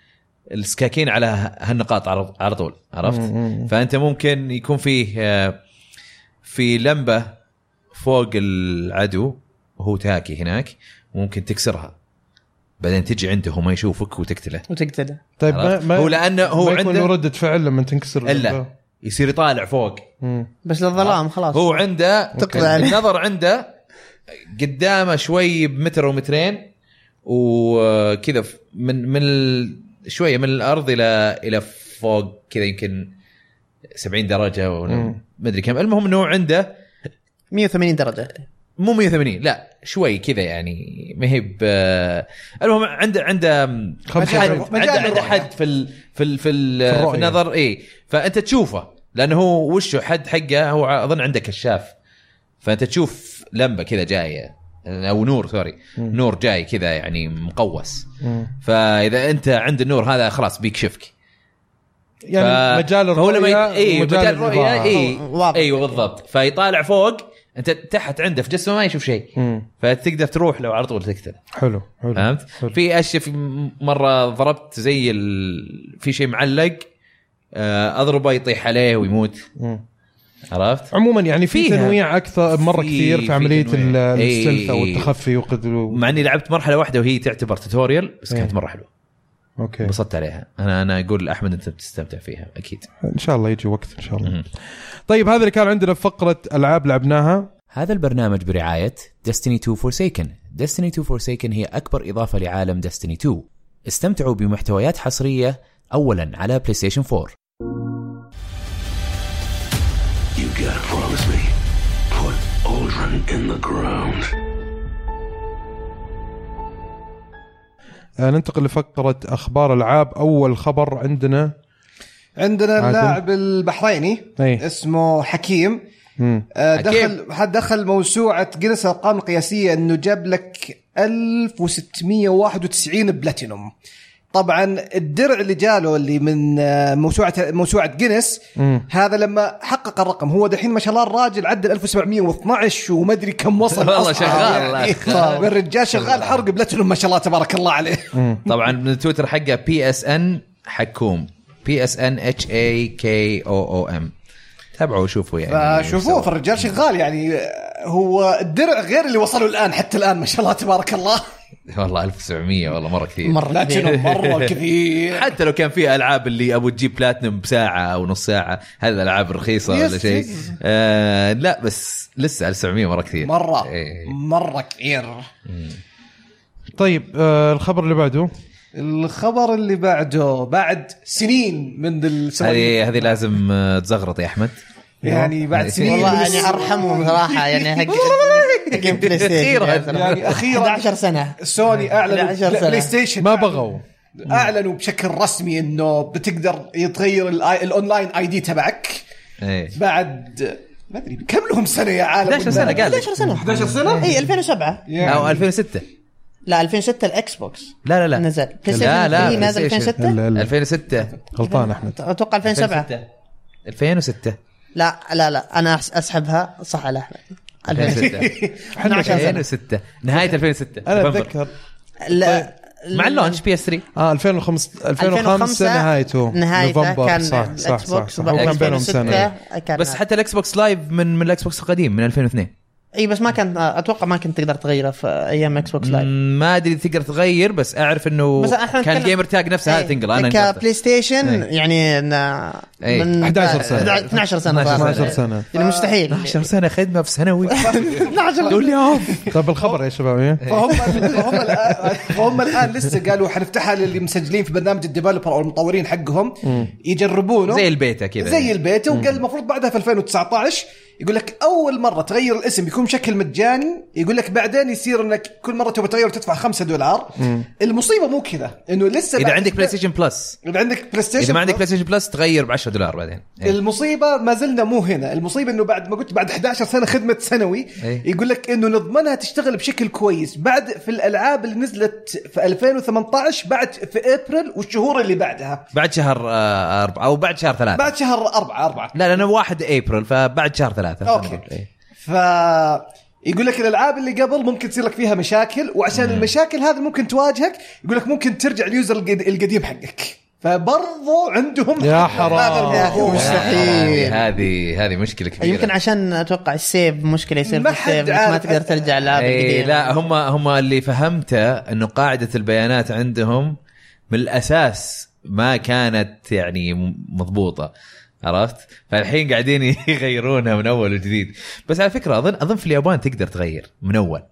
Speaker 1: السكاكين على ه- هالنقاط على على طول عرفت؟ فانت ممكن يكون فيه آه، في لمبه فوق العدو وهو تاكي هناك ممكن تكسرها بعدين تجي عنده وما يشوفك وتقتله
Speaker 7: وتقتله
Speaker 4: طيب ما,
Speaker 1: عرفت؟
Speaker 4: ما
Speaker 1: هو لأنه هو
Speaker 4: ما يكون
Speaker 1: عنده-
Speaker 4: له رده فعل لما تنكسر
Speaker 1: الا يصير يطالع فوق
Speaker 4: مم.
Speaker 7: بس للظلام خلاص
Speaker 1: آه. هو عنده
Speaker 7: تقضي عليه.
Speaker 1: النظر عنده قدامه شوي بمتر ومترين وكذا ف- من من ال- شويه من الارض الى الى فوق كذا يمكن 70 درجه ولا
Speaker 4: مم.
Speaker 1: مدري كم المهم انه عنده
Speaker 7: 180 درجه
Speaker 1: مو 180 لا شوي كذا يعني ما هي ب المهم عنده عنده
Speaker 4: خمسة
Speaker 1: حد
Speaker 4: وعشرين.
Speaker 1: عنده,
Speaker 6: مجال
Speaker 1: عنده
Speaker 6: الرؤية.
Speaker 1: حد في ال في ال في, ال في
Speaker 4: الرؤية.
Speaker 1: النظر اي فانت تشوفه لانه هو وشه حد حقه هو اظن عنده كشاف فانت تشوف لمبه كذا جايه او نور سوري نور جاي كذا يعني مقوس فاذا انت عند النور هذا خلاص بيكشفك
Speaker 4: يعني مجال
Speaker 1: فهو
Speaker 4: الرؤيه
Speaker 1: لما ي... اي مجال الرؤيه
Speaker 4: إيه.
Speaker 1: اي
Speaker 7: واضح.
Speaker 1: ايوه بالضبط فيطالع فوق انت تحت عنده في جسمه ما يشوف شيء
Speaker 4: مم.
Speaker 1: فتقدر تروح لو على طول تقتله
Speaker 4: حلو حلو
Speaker 1: إيه. فهمت؟
Speaker 4: حلو.
Speaker 1: في اشياء في مره ضربت زي ال... في شيء معلق آه، اضربه يطيح عليه ويموت
Speaker 4: مم.
Speaker 1: عرفت؟
Speaker 4: عموما يعني في
Speaker 1: فيها.
Speaker 4: تنويع اكثر مره
Speaker 1: في-
Speaker 4: كثير في
Speaker 1: في
Speaker 4: عمليه ال-
Speaker 1: تنويع. إيه. إي-
Speaker 4: الستلث او
Speaker 1: إي.
Speaker 4: التخفي وقدر
Speaker 1: مع اني لعبت مرحله واحده وهي تعتبر توتوريال بس كانت
Speaker 4: إيه.
Speaker 1: مره حلوه
Speaker 4: اوكي
Speaker 1: انبسطت عليها انا انا اقول لاحمد انت بتستمتع فيها اكيد
Speaker 4: ان شاء الله يجي وقت ان شاء الله طيب هذا اللي كان عندنا في فقره العاب لعبناها
Speaker 8: هذا البرنامج برعاية Destiny 2 Forsaken Destiny 2 Forsaken هي أكبر إضافة لعالم Destiny 2 استمتعوا بمحتويات حصرية أولا على PlayStation 4
Speaker 2: You gotta promise me. Put Aldrin in the ground.
Speaker 4: آه، ننتقل لفقره اخبار العاب اول خبر عندنا
Speaker 6: عندنا
Speaker 4: عادل.
Speaker 6: اللاعب البحريني
Speaker 4: أي.
Speaker 6: اسمه حكيم
Speaker 4: مم.
Speaker 6: آه،
Speaker 1: حكيم.
Speaker 6: دخل حد دخل موسوعه جنس الارقام القياسيه انه جاب لك 1691 بلاتينوم طبعا الدرع اللي جاله اللي من آه، موسوعه موسوعه جينيس
Speaker 4: مم.
Speaker 6: هذا لما حقق الرقم هو دحين ما شاء الله الراجل عدى 1712 وما ادري كم وصل
Speaker 1: <laughs> والله
Speaker 6: أصلاً.
Speaker 1: شغال،
Speaker 6: يعني الرجال شغال حرق بلاتينوم ما شاء الله تبارك الله عليه
Speaker 1: طبعا من التويتر حقه بي اس ان حكوم بي اس ان اتش اي كي او او ام تابعوا وشوفوا يعني
Speaker 6: فشوفوه فالرجال شغال يعني آه، هو الدرع غير اللي وصلوا الان حتى الان ما شاء الله تبارك
Speaker 1: <laughs>
Speaker 6: الله
Speaker 1: والله 1700 والله مره كثير
Speaker 7: مره كبير.
Speaker 6: بلاتينوم مره كثير
Speaker 1: حتى لو كان في العاب اللي ابو تجيب بلاتنم بساعه او نص ساعه هذه الالعاب رخيصه ولا
Speaker 6: يس،
Speaker 1: شيء
Speaker 6: يس.
Speaker 1: آه لا بس لسه 1700 مره كثير
Speaker 6: مره
Speaker 1: إيه.
Speaker 6: مره كثير
Speaker 4: طيب آه الخبر اللي بعده
Speaker 6: الخبر اللي بعده بعد سنين من السواليف
Speaker 1: هذه هذه لازم آه، تزغرط يا احمد
Speaker 6: يعني بعد سنين
Speaker 7: والله
Speaker 6: من
Speaker 7: يعني
Speaker 6: الس-
Speaker 7: ارحمهم صراحه يعني حق حق بلاي ستيشن
Speaker 1: أخيراً.
Speaker 6: يعني أخيراً.
Speaker 7: 11 سنه
Speaker 6: سوني
Speaker 7: من
Speaker 6: اعلنوا
Speaker 7: 10 سنة.
Speaker 6: بلاي ستيشن
Speaker 4: ما بغوا
Speaker 6: اعلنوا بشكل رسمي انه بتقدر يتغير الآي- الاونلاين اي دي تبعك
Speaker 1: ايه
Speaker 6: بعد ما ادري كم لهم سنه يا عالم يعني
Speaker 1: 11 سنه قال لك
Speaker 7: 11 سنه
Speaker 6: 11 سنه
Speaker 7: اي 2007
Speaker 1: او 2006
Speaker 7: إيه، لا 2006 الاكس بوكس
Speaker 1: لا لا لا
Speaker 7: نزل إيه، بلاي
Speaker 1: لا لا
Speaker 7: ستيشن نازل
Speaker 1: بلاي ستيشن.
Speaker 7: 2006
Speaker 4: لا، لا.
Speaker 1: 2006
Speaker 4: غلطان احمد
Speaker 7: اتوقع 2007
Speaker 1: 2006
Speaker 7: لا لا لا انا أس- اسحبها صح على احمد
Speaker 1: 2006
Speaker 7: 12 سنه
Speaker 1: 2006 نهايه 2006
Speaker 4: انا
Speaker 1: نوفمبر.
Speaker 4: اتذكر
Speaker 7: لا
Speaker 1: مع اللونش بي اس 3
Speaker 4: اه 2005 2005 نهايته
Speaker 7: نهايته
Speaker 4: نوفمبر
Speaker 7: كان
Speaker 4: صح صح صح, صح. هو كان
Speaker 7: كان
Speaker 4: بينهم سنه
Speaker 1: بس حتى الاكس بوكس لايف من من الاكس بوكس القديم من 2002
Speaker 7: اي إيه، بس ما كان اتوقع ما كنت تقدر تغيره في ايام اكس بوكس لايف
Speaker 1: مم، ما ادري تقدر تغير بس اعرف انه
Speaker 7: بس إحنا
Speaker 1: كان
Speaker 7: نتكلم-
Speaker 1: جيمر تاج نفسه هذا
Speaker 7: إيه.
Speaker 1: تنقل انا
Speaker 7: كبلاي ستيشن
Speaker 1: إيه.
Speaker 7: يعني إن-
Speaker 1: إيه.
Speaker 7: من
Speaker 4: 11 سنة.
Speaker 7: 12 سنه
Speaker 4: 12 سنه
Speaker 7: يعني مستحيل
Speaker 1: 10 سنه خدمه في
Speaker 7: <laughs>
Speaker 1: ثانوي
Speaker 7: 12
Speaker 1: قول لي اوف
Speaker 4: طيب الخبر يا شباب إيه؟
Speaker 1: <laughs>
Speaker 6: فهم فهم الان فهم الان لسه قالوا حنفتحها للي مسجلين في برنامج الديفلوبر او المطورين حقهم يجربونه
Speaker 1: زي البيتا كذا يعني.
Speaker 6: زي البيت وقال المفروض بعدها في 2019 يقول لك اول مره تغير الاسم بيكون بشكل مجاني يقول لك بعدين يصير انك كل مره تبغى تغير تدفع 5 دولار المصيبه مو كذا انه لسه
Speaker 1: اذا
Speaker 6: بعد-
Speaker 1: عندك بلاي ستيشن بلس
Speaker 6: اذا عندك بلاي ستيشن
Speaker 1: اذا ما عندك بلاي ستيشن بلس تغير ب 10 دولار بعدين إيه.
Speaker 6: المصيبه ما زلنا مو هنا المصيبه انه بعد ما قلت بعد 11 سنه خدمه ثانوي
Speaker 1: إيه.
Speaker 6: يقول لك انه نضمنها تشتغل بشكل كويس بعد في الالعاب اللي نزلت في 2018 بعد في ابريل والشهور اللي بعدها
Speaker 1: بعد شهر آه، أربعة او بعد شهر ثلاثة
Speaker 6: بعد شهر 4 4
Speaker 1: لا لانه 1 ابريل فبعد شهر ثلاثة
Speaker 6: أوكي.
Speaker 1: خلينا نقول. إيه.
Speaker 6: ف يقول لك الالعاب اللي قبل ممكن تصير لك فيها مشاكل وعشان المشاكل هذه ممكن تواجهك يقول لك ممكن ترجع اليوزر القد- القديم حقك فبرضو عندهم
Speaker 4: يا
Speaker 6: حرام
Speaker 7: يا أخي مستحيل.
Speaker 1: آه، هذه هذه مشكله كبيره
Speaker 7: يمكن عشان اتوقع السيف مشكله يصير في
Speaker 6: ما حد
Speaker 7: السيف إنك ما
Speaker 6: عارف.
Speaker 7: تقدر ترجع للالعاب
Speaker 1: اي
Speaker 7: القديمه
Speaker 1: إيه، لا هم هم اللي فهمته انه قاعده البيانات عندهم من الاساس ما كانت يعني م- مضبوطه عرفت؟ فالحين قاعدين <laughs> يغيرونها من اول وجديد، بس على فكره اظن اظن في اليابان تقدر تغير من اول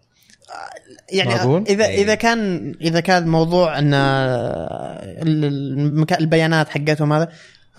Speaker 7: يعني
Speaker 4: معقول؟
Speaker 7: اذا
Speaker 1: إيه.
Speaker 7: اذا كان اذا كان موضوع ان ال- المكا- البيانات آه، حقتهم هذا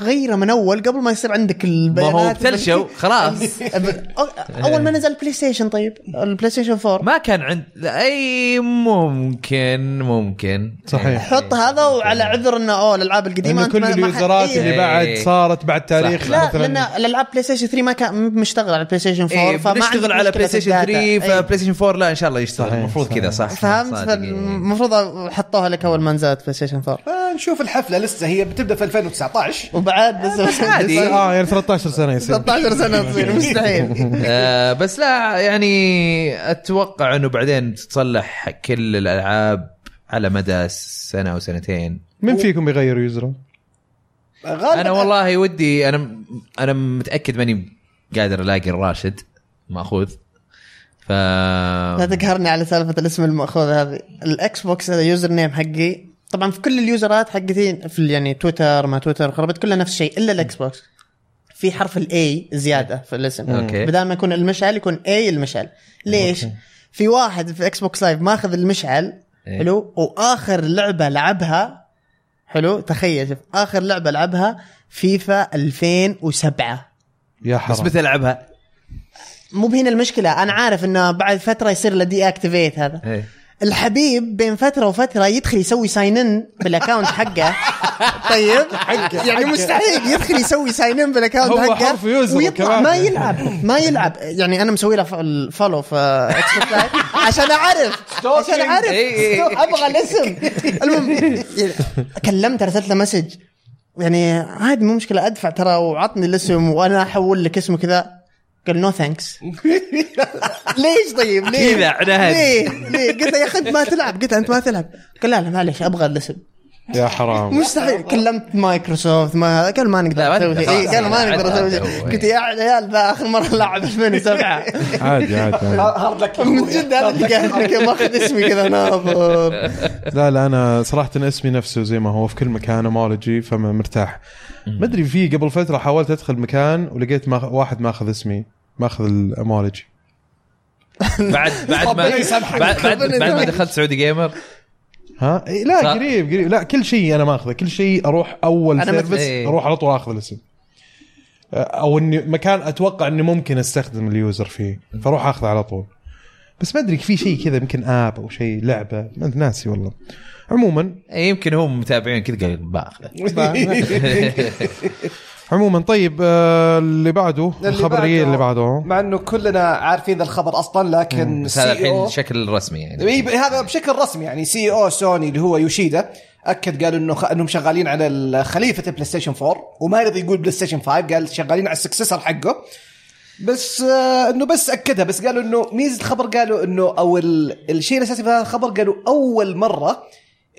Speaker 7: غيره من اول قبل ما يصير عندك
Speaker 1: ما
Speaker 7: البيانات
Speaker 1: هو تلشوا خلاص
Speaker 7: <laughs> أب- اول ما نزل بلاي ستيشن طيب البلاي ستيشن 4
Speaker 1: ما كان عند لا، اي ممكن ممكن
Speaker 4: صحيح
Speaker 7: حط
Speaker 1: إيه،
Speaker 7: هذا وعلى عذر انه اوه الالعاب القديمه
Speaker 4: لان
Speaker 7: أنت
Speaker 4: كل
Speaker 7: ما- ما حد-
Speaker 4: اليوزرات
Speaker 7: إيه.
Speaker 4: اللي
Speaker 1: إيه.
Speaker 4: بعد صارت بعد تاريخ
Speaker 1: صح.
Speaker 7: لا
Speaker 4: مثلاً.
Speaker 7: لان الالعاب بلاي ستيشن 3 ما كان مشتغل على البلاي ستيشن 4
Speaker 1: إيه
Speaker 7: فما عندك
Speaker 1: بنشتغل على
Speaker 7: مشكلة
Speaker 1: بلاي ستيشن
Speaker 7: الداتا.
Speaker 1: 3
Speaker 7: إيه.
Speaker 1: فبلاي ستيشن 4 لا ان شاء الله يشتغل
Speaker 4: صحيح،
Speaker 1: المفروض
Speaker 4: صحيح.
Speaker 1: كذا صح
Speaker 7: <laughs> فهمت
Speaker 1: صادق، إيه.
Speaker 7: فالمفروض حطوها لك اول ما نزلت بلاي ستيشن 4
Speaker 6: نشوف الحفله لسه هي بتبدا في 2019
Speaker 7: وبعد بس
Speaker 1: آه، عادي.
Speaker 4: اه يعني 13 سنه يصير
Speaker 7: 13 سنه تصير مستحيل
Speaker 1: آه، بس لا يعني اتوقع انه بعدين تتصلح كل الالعاب على مدى سنه او سنتين
Speaker 4: من فيكم بيغير يوزره؟
Speaker 6: غالبا
Speaker 1: انا والله ودي انا انا متاكد ماني قادر الاقي الراشد ماخوذ ف
Speaker 7: لا تقهرني على سالفه الاسم المأخوذ هذه الاكس بوكس هذا يوزر نيم حقي طبعا في كل اليوزرات حقتي في ال- يعني تويتر ما تويتر خربت كلها نفس الشيء الا الاكس بوكس في حرف الاي زياده في الاسم
Speaker 1: أوكي.
Speaker 7: بدل ما يكون المشعل يكون اي المشعل ليش؟ في واحد في اكس بوكس لايف ماخذ المشعل
Speaker 1: إيه.
Speaker 7: حلو واخر لعبه لعبها حلو تخيل شوف اخر لعبه لعبها فيفا 2007
Speaker 4: يا
Speaker 1: بس
Speaker 4: حرام
Speaker 1: متى العبها؟
Speaker 7: مو بهنا المشكله انا عارف انه بعد فتره يصير له دي اكتيفيت هذا
Speaker 1: إيه.
Speaker 7: الحبيب بين فتره وفتره يدخل يسوي ساين ان بالاكونت
Speaker 4: <laughs>
Speaker 7: حقه طيب يعني مستحيل يدخل يسوي ساين ان بالاكونت
Speaker 4: هو
Speaker 7: حقه
Speaker 4: حرف يوزر
Speaker 7: ويطلع
Speaker 4: كمان.
Speaker 7: ما يلعب ما يلعب يعني انا مسوي له فولو في اكس بوكس لايف
Speaker 4: <laughs>
Speaker 7: عشان اعرف عشان اعرف
Speaker 4: إيه،
Speaker 1: إي إي.
Speaker 7: ابغى الاسم المهم يعني كلمته ارسلت له مسج يعني عادي مو مشكله ادفع ترى وعطني الاسم وانا احول لك اسمه كذا قال
Speaker 1: <laughs>
Speaker 7: نو ثانكس ليش طيب ليه؟
Speaker 1: كذا عناد.
Speaker 7: ليه؟ ليه؟ قلت له يا اخي انت ما تلعب قلت له انت ما تلعب قال لا لا معليش ابغى الاسم
Speaker 4: يا
Speaker 7: <laughs>
Speaker 4: حرام
Speaker 7: مستحيل كلمت مايكروسوفت ما هذا قال
Speaker 1: لا، ما
Speaker 7: ما نقدر
Speaker 1: تقدر،
Speaker 7: نسوي شيء إيه،
Speaker 1: خلاص،
Speaker 7: قال ما
Speaker 1: يعني
Speaker 7: نقدر
Speaker 1: عدى،
Speaker 7: نسوي
Speaker 1: عدى
Speaker 7: شيء
Speaker 1: هو،
Speaker 7: قلت
Speaker 1: إيه.
Speaker 7: يا عيال ذا اخر مره العب 2007 <laughs>
Speaker 4: عادي عادي عادي.
Speaker 6: هارد لك
Speaker 7: من جد هذا اللي قاعد لك ماخذ اسمي كذا ناظر
Speaker 4: لا لا انا صراحه اسمي نفسه زي ما هو في كل مكان امالجي فما مرتاح ما ادري في قبل فتره حاولت ادخل مكان ولقيت ما واحد ماخذ اسمي ماخذ الامالجي
Speaker 1: بعد بعد ما
Speaker 6: ربنا يسامحك.
Speaker 1: بعد بعد,
Speaker 7: ربنا
Speaker 1: بعد ما
Speaker 7: يسامحك.
Speaker 1: دخلت سعودي جيمر
Speaker 4: ها إيه لا
Speaker 1: صح.
Speaker 4: قريب قريب لا كل شيء انا ماخذه كل شيء اروح اول
Speaker 7: أنا مثل-
Speaker 4: سيرفس
Speaker 1: إيه.
Speaker 4: اروح على طول اخذ الاسم آه، او اني مكان اتوقع اني ممكن استخدم اليوزر فيه فاروح اخذه على طول بس ما ادري في شيء كذا يمكن اب او شيء لعبه ما أدري، ناسي والله
Speaker 6: <laughs>
Speaker 4: عموما
Speaker 1: إيه، يمكن هم متابعين كذا قال باخذه
Speaker 4: عموما طيب آه، اللي بعده
Speaker 6: اللي
Speaker 4: الخبر
Speaker 6: بعده-
Speaker 4: إيه اللي بعده
Speaker 6: مع انه كلنا عارفين ذا الخبر اصلا لكن
Speaker 1: بس هذا
Speaker 6: CEO
Speaker 1: الحين شكل رسمي يعني
Speaker 6: إي ب- هذا بشكل رسمي يعني سي او سوني اللي هو يوشيدا اكد قال انه خ... انهم شغالين على ال- خليفه البلاي ستيشن 4 وما رضي يقول بلاي ستيشن 5 قال شغالين على السكسسر حقه بس آه انه بس اكدها بس قالوا انه ميزه الخبر قالوا انه او ال... الشيء الاساسي في هذا الخبر قالوا اول مره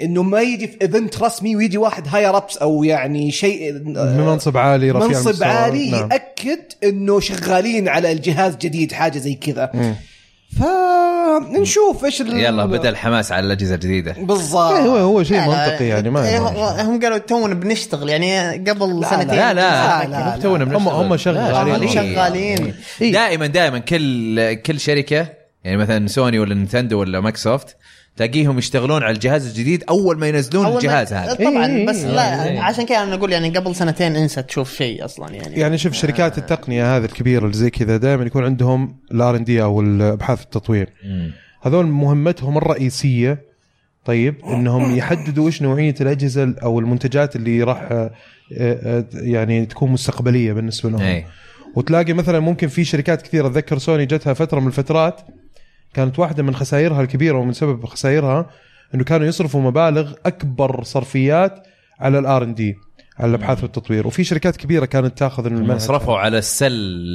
Speaker 6: انه ما يجي في ايفنت رسمي ويجي واحد هاير ابس او يعني شيء
Speaker 4: من منصب عالي رفيع
Speaker 6: منصب
Speaker 4: المستوى.
Speaker 6: عالي
Speaker 4: نعم.
Speaker 6: ياكد انه شغالين على الجهاز جديد حاجه زي كذا فنشوف ايش ال-
Speaker 1: يلا بدا الحماس على الاجهزه الجديده
Speaker 4: إيه، هو
Speaker 6: بالضبط
Speaker 4: هو شيء منطقي يعني ما
Speaker 7: إيه، هم قالوا تونا بنشتغل يعني قبل سنتين
Speaker 1: لا لا
Speaker 7: آه،
Speaker 1: مو تونا بنشتغل.
Speaker 4: هم- هم شغالين.
Speaker 7: هم شغالين.
Speaker 1: إيه. دائما دائما كل كل شركه يعني مثلا سوني ولا نينتندو ولا مايكروسوفت تلاقيهم يشتغلون على الجهاز الجديد اول ما ينزلون
Speaker 7: أول ما-
Speaker 1: الجهاز هذا
Speaker 7: طبعا
Speaker 4: إيه،
Speaker 7: بس
Speaker 4: إيه،
Speaker 7: لا عشان كذا انا اقول يعني قبل سنتين انسى تشوف شيء اصلا يعني
Speaker 4: يعني شوف شركات التقنيه هذه الكبيره اللي زي كذا دائما يكون عندهم الار ان دي او الابحاث التطوير هذول مهمتهم الرئيسيه طيب انهم يحددوا ايش نوعيه الاجهزه او المنتجات اللي راح آه، آه، يعني تكون مستقبليه بالنسبه لهم
Speaker 1: إيه.
Speaker 4: وتلاقي مثلا ممكن في شركات كثيره اتذكر سوني جتها فتره من الفترات كانت واحده من خسائرها الكبيره ومن سبب خسائرها انه كانوا يصرفوا مبالغ اكبر صرفيات على الار ان دي على الابحاث والتطوير وفي شركات كبيره كانت تاخذ من المنهج
Speaker 1: صرفوا على السل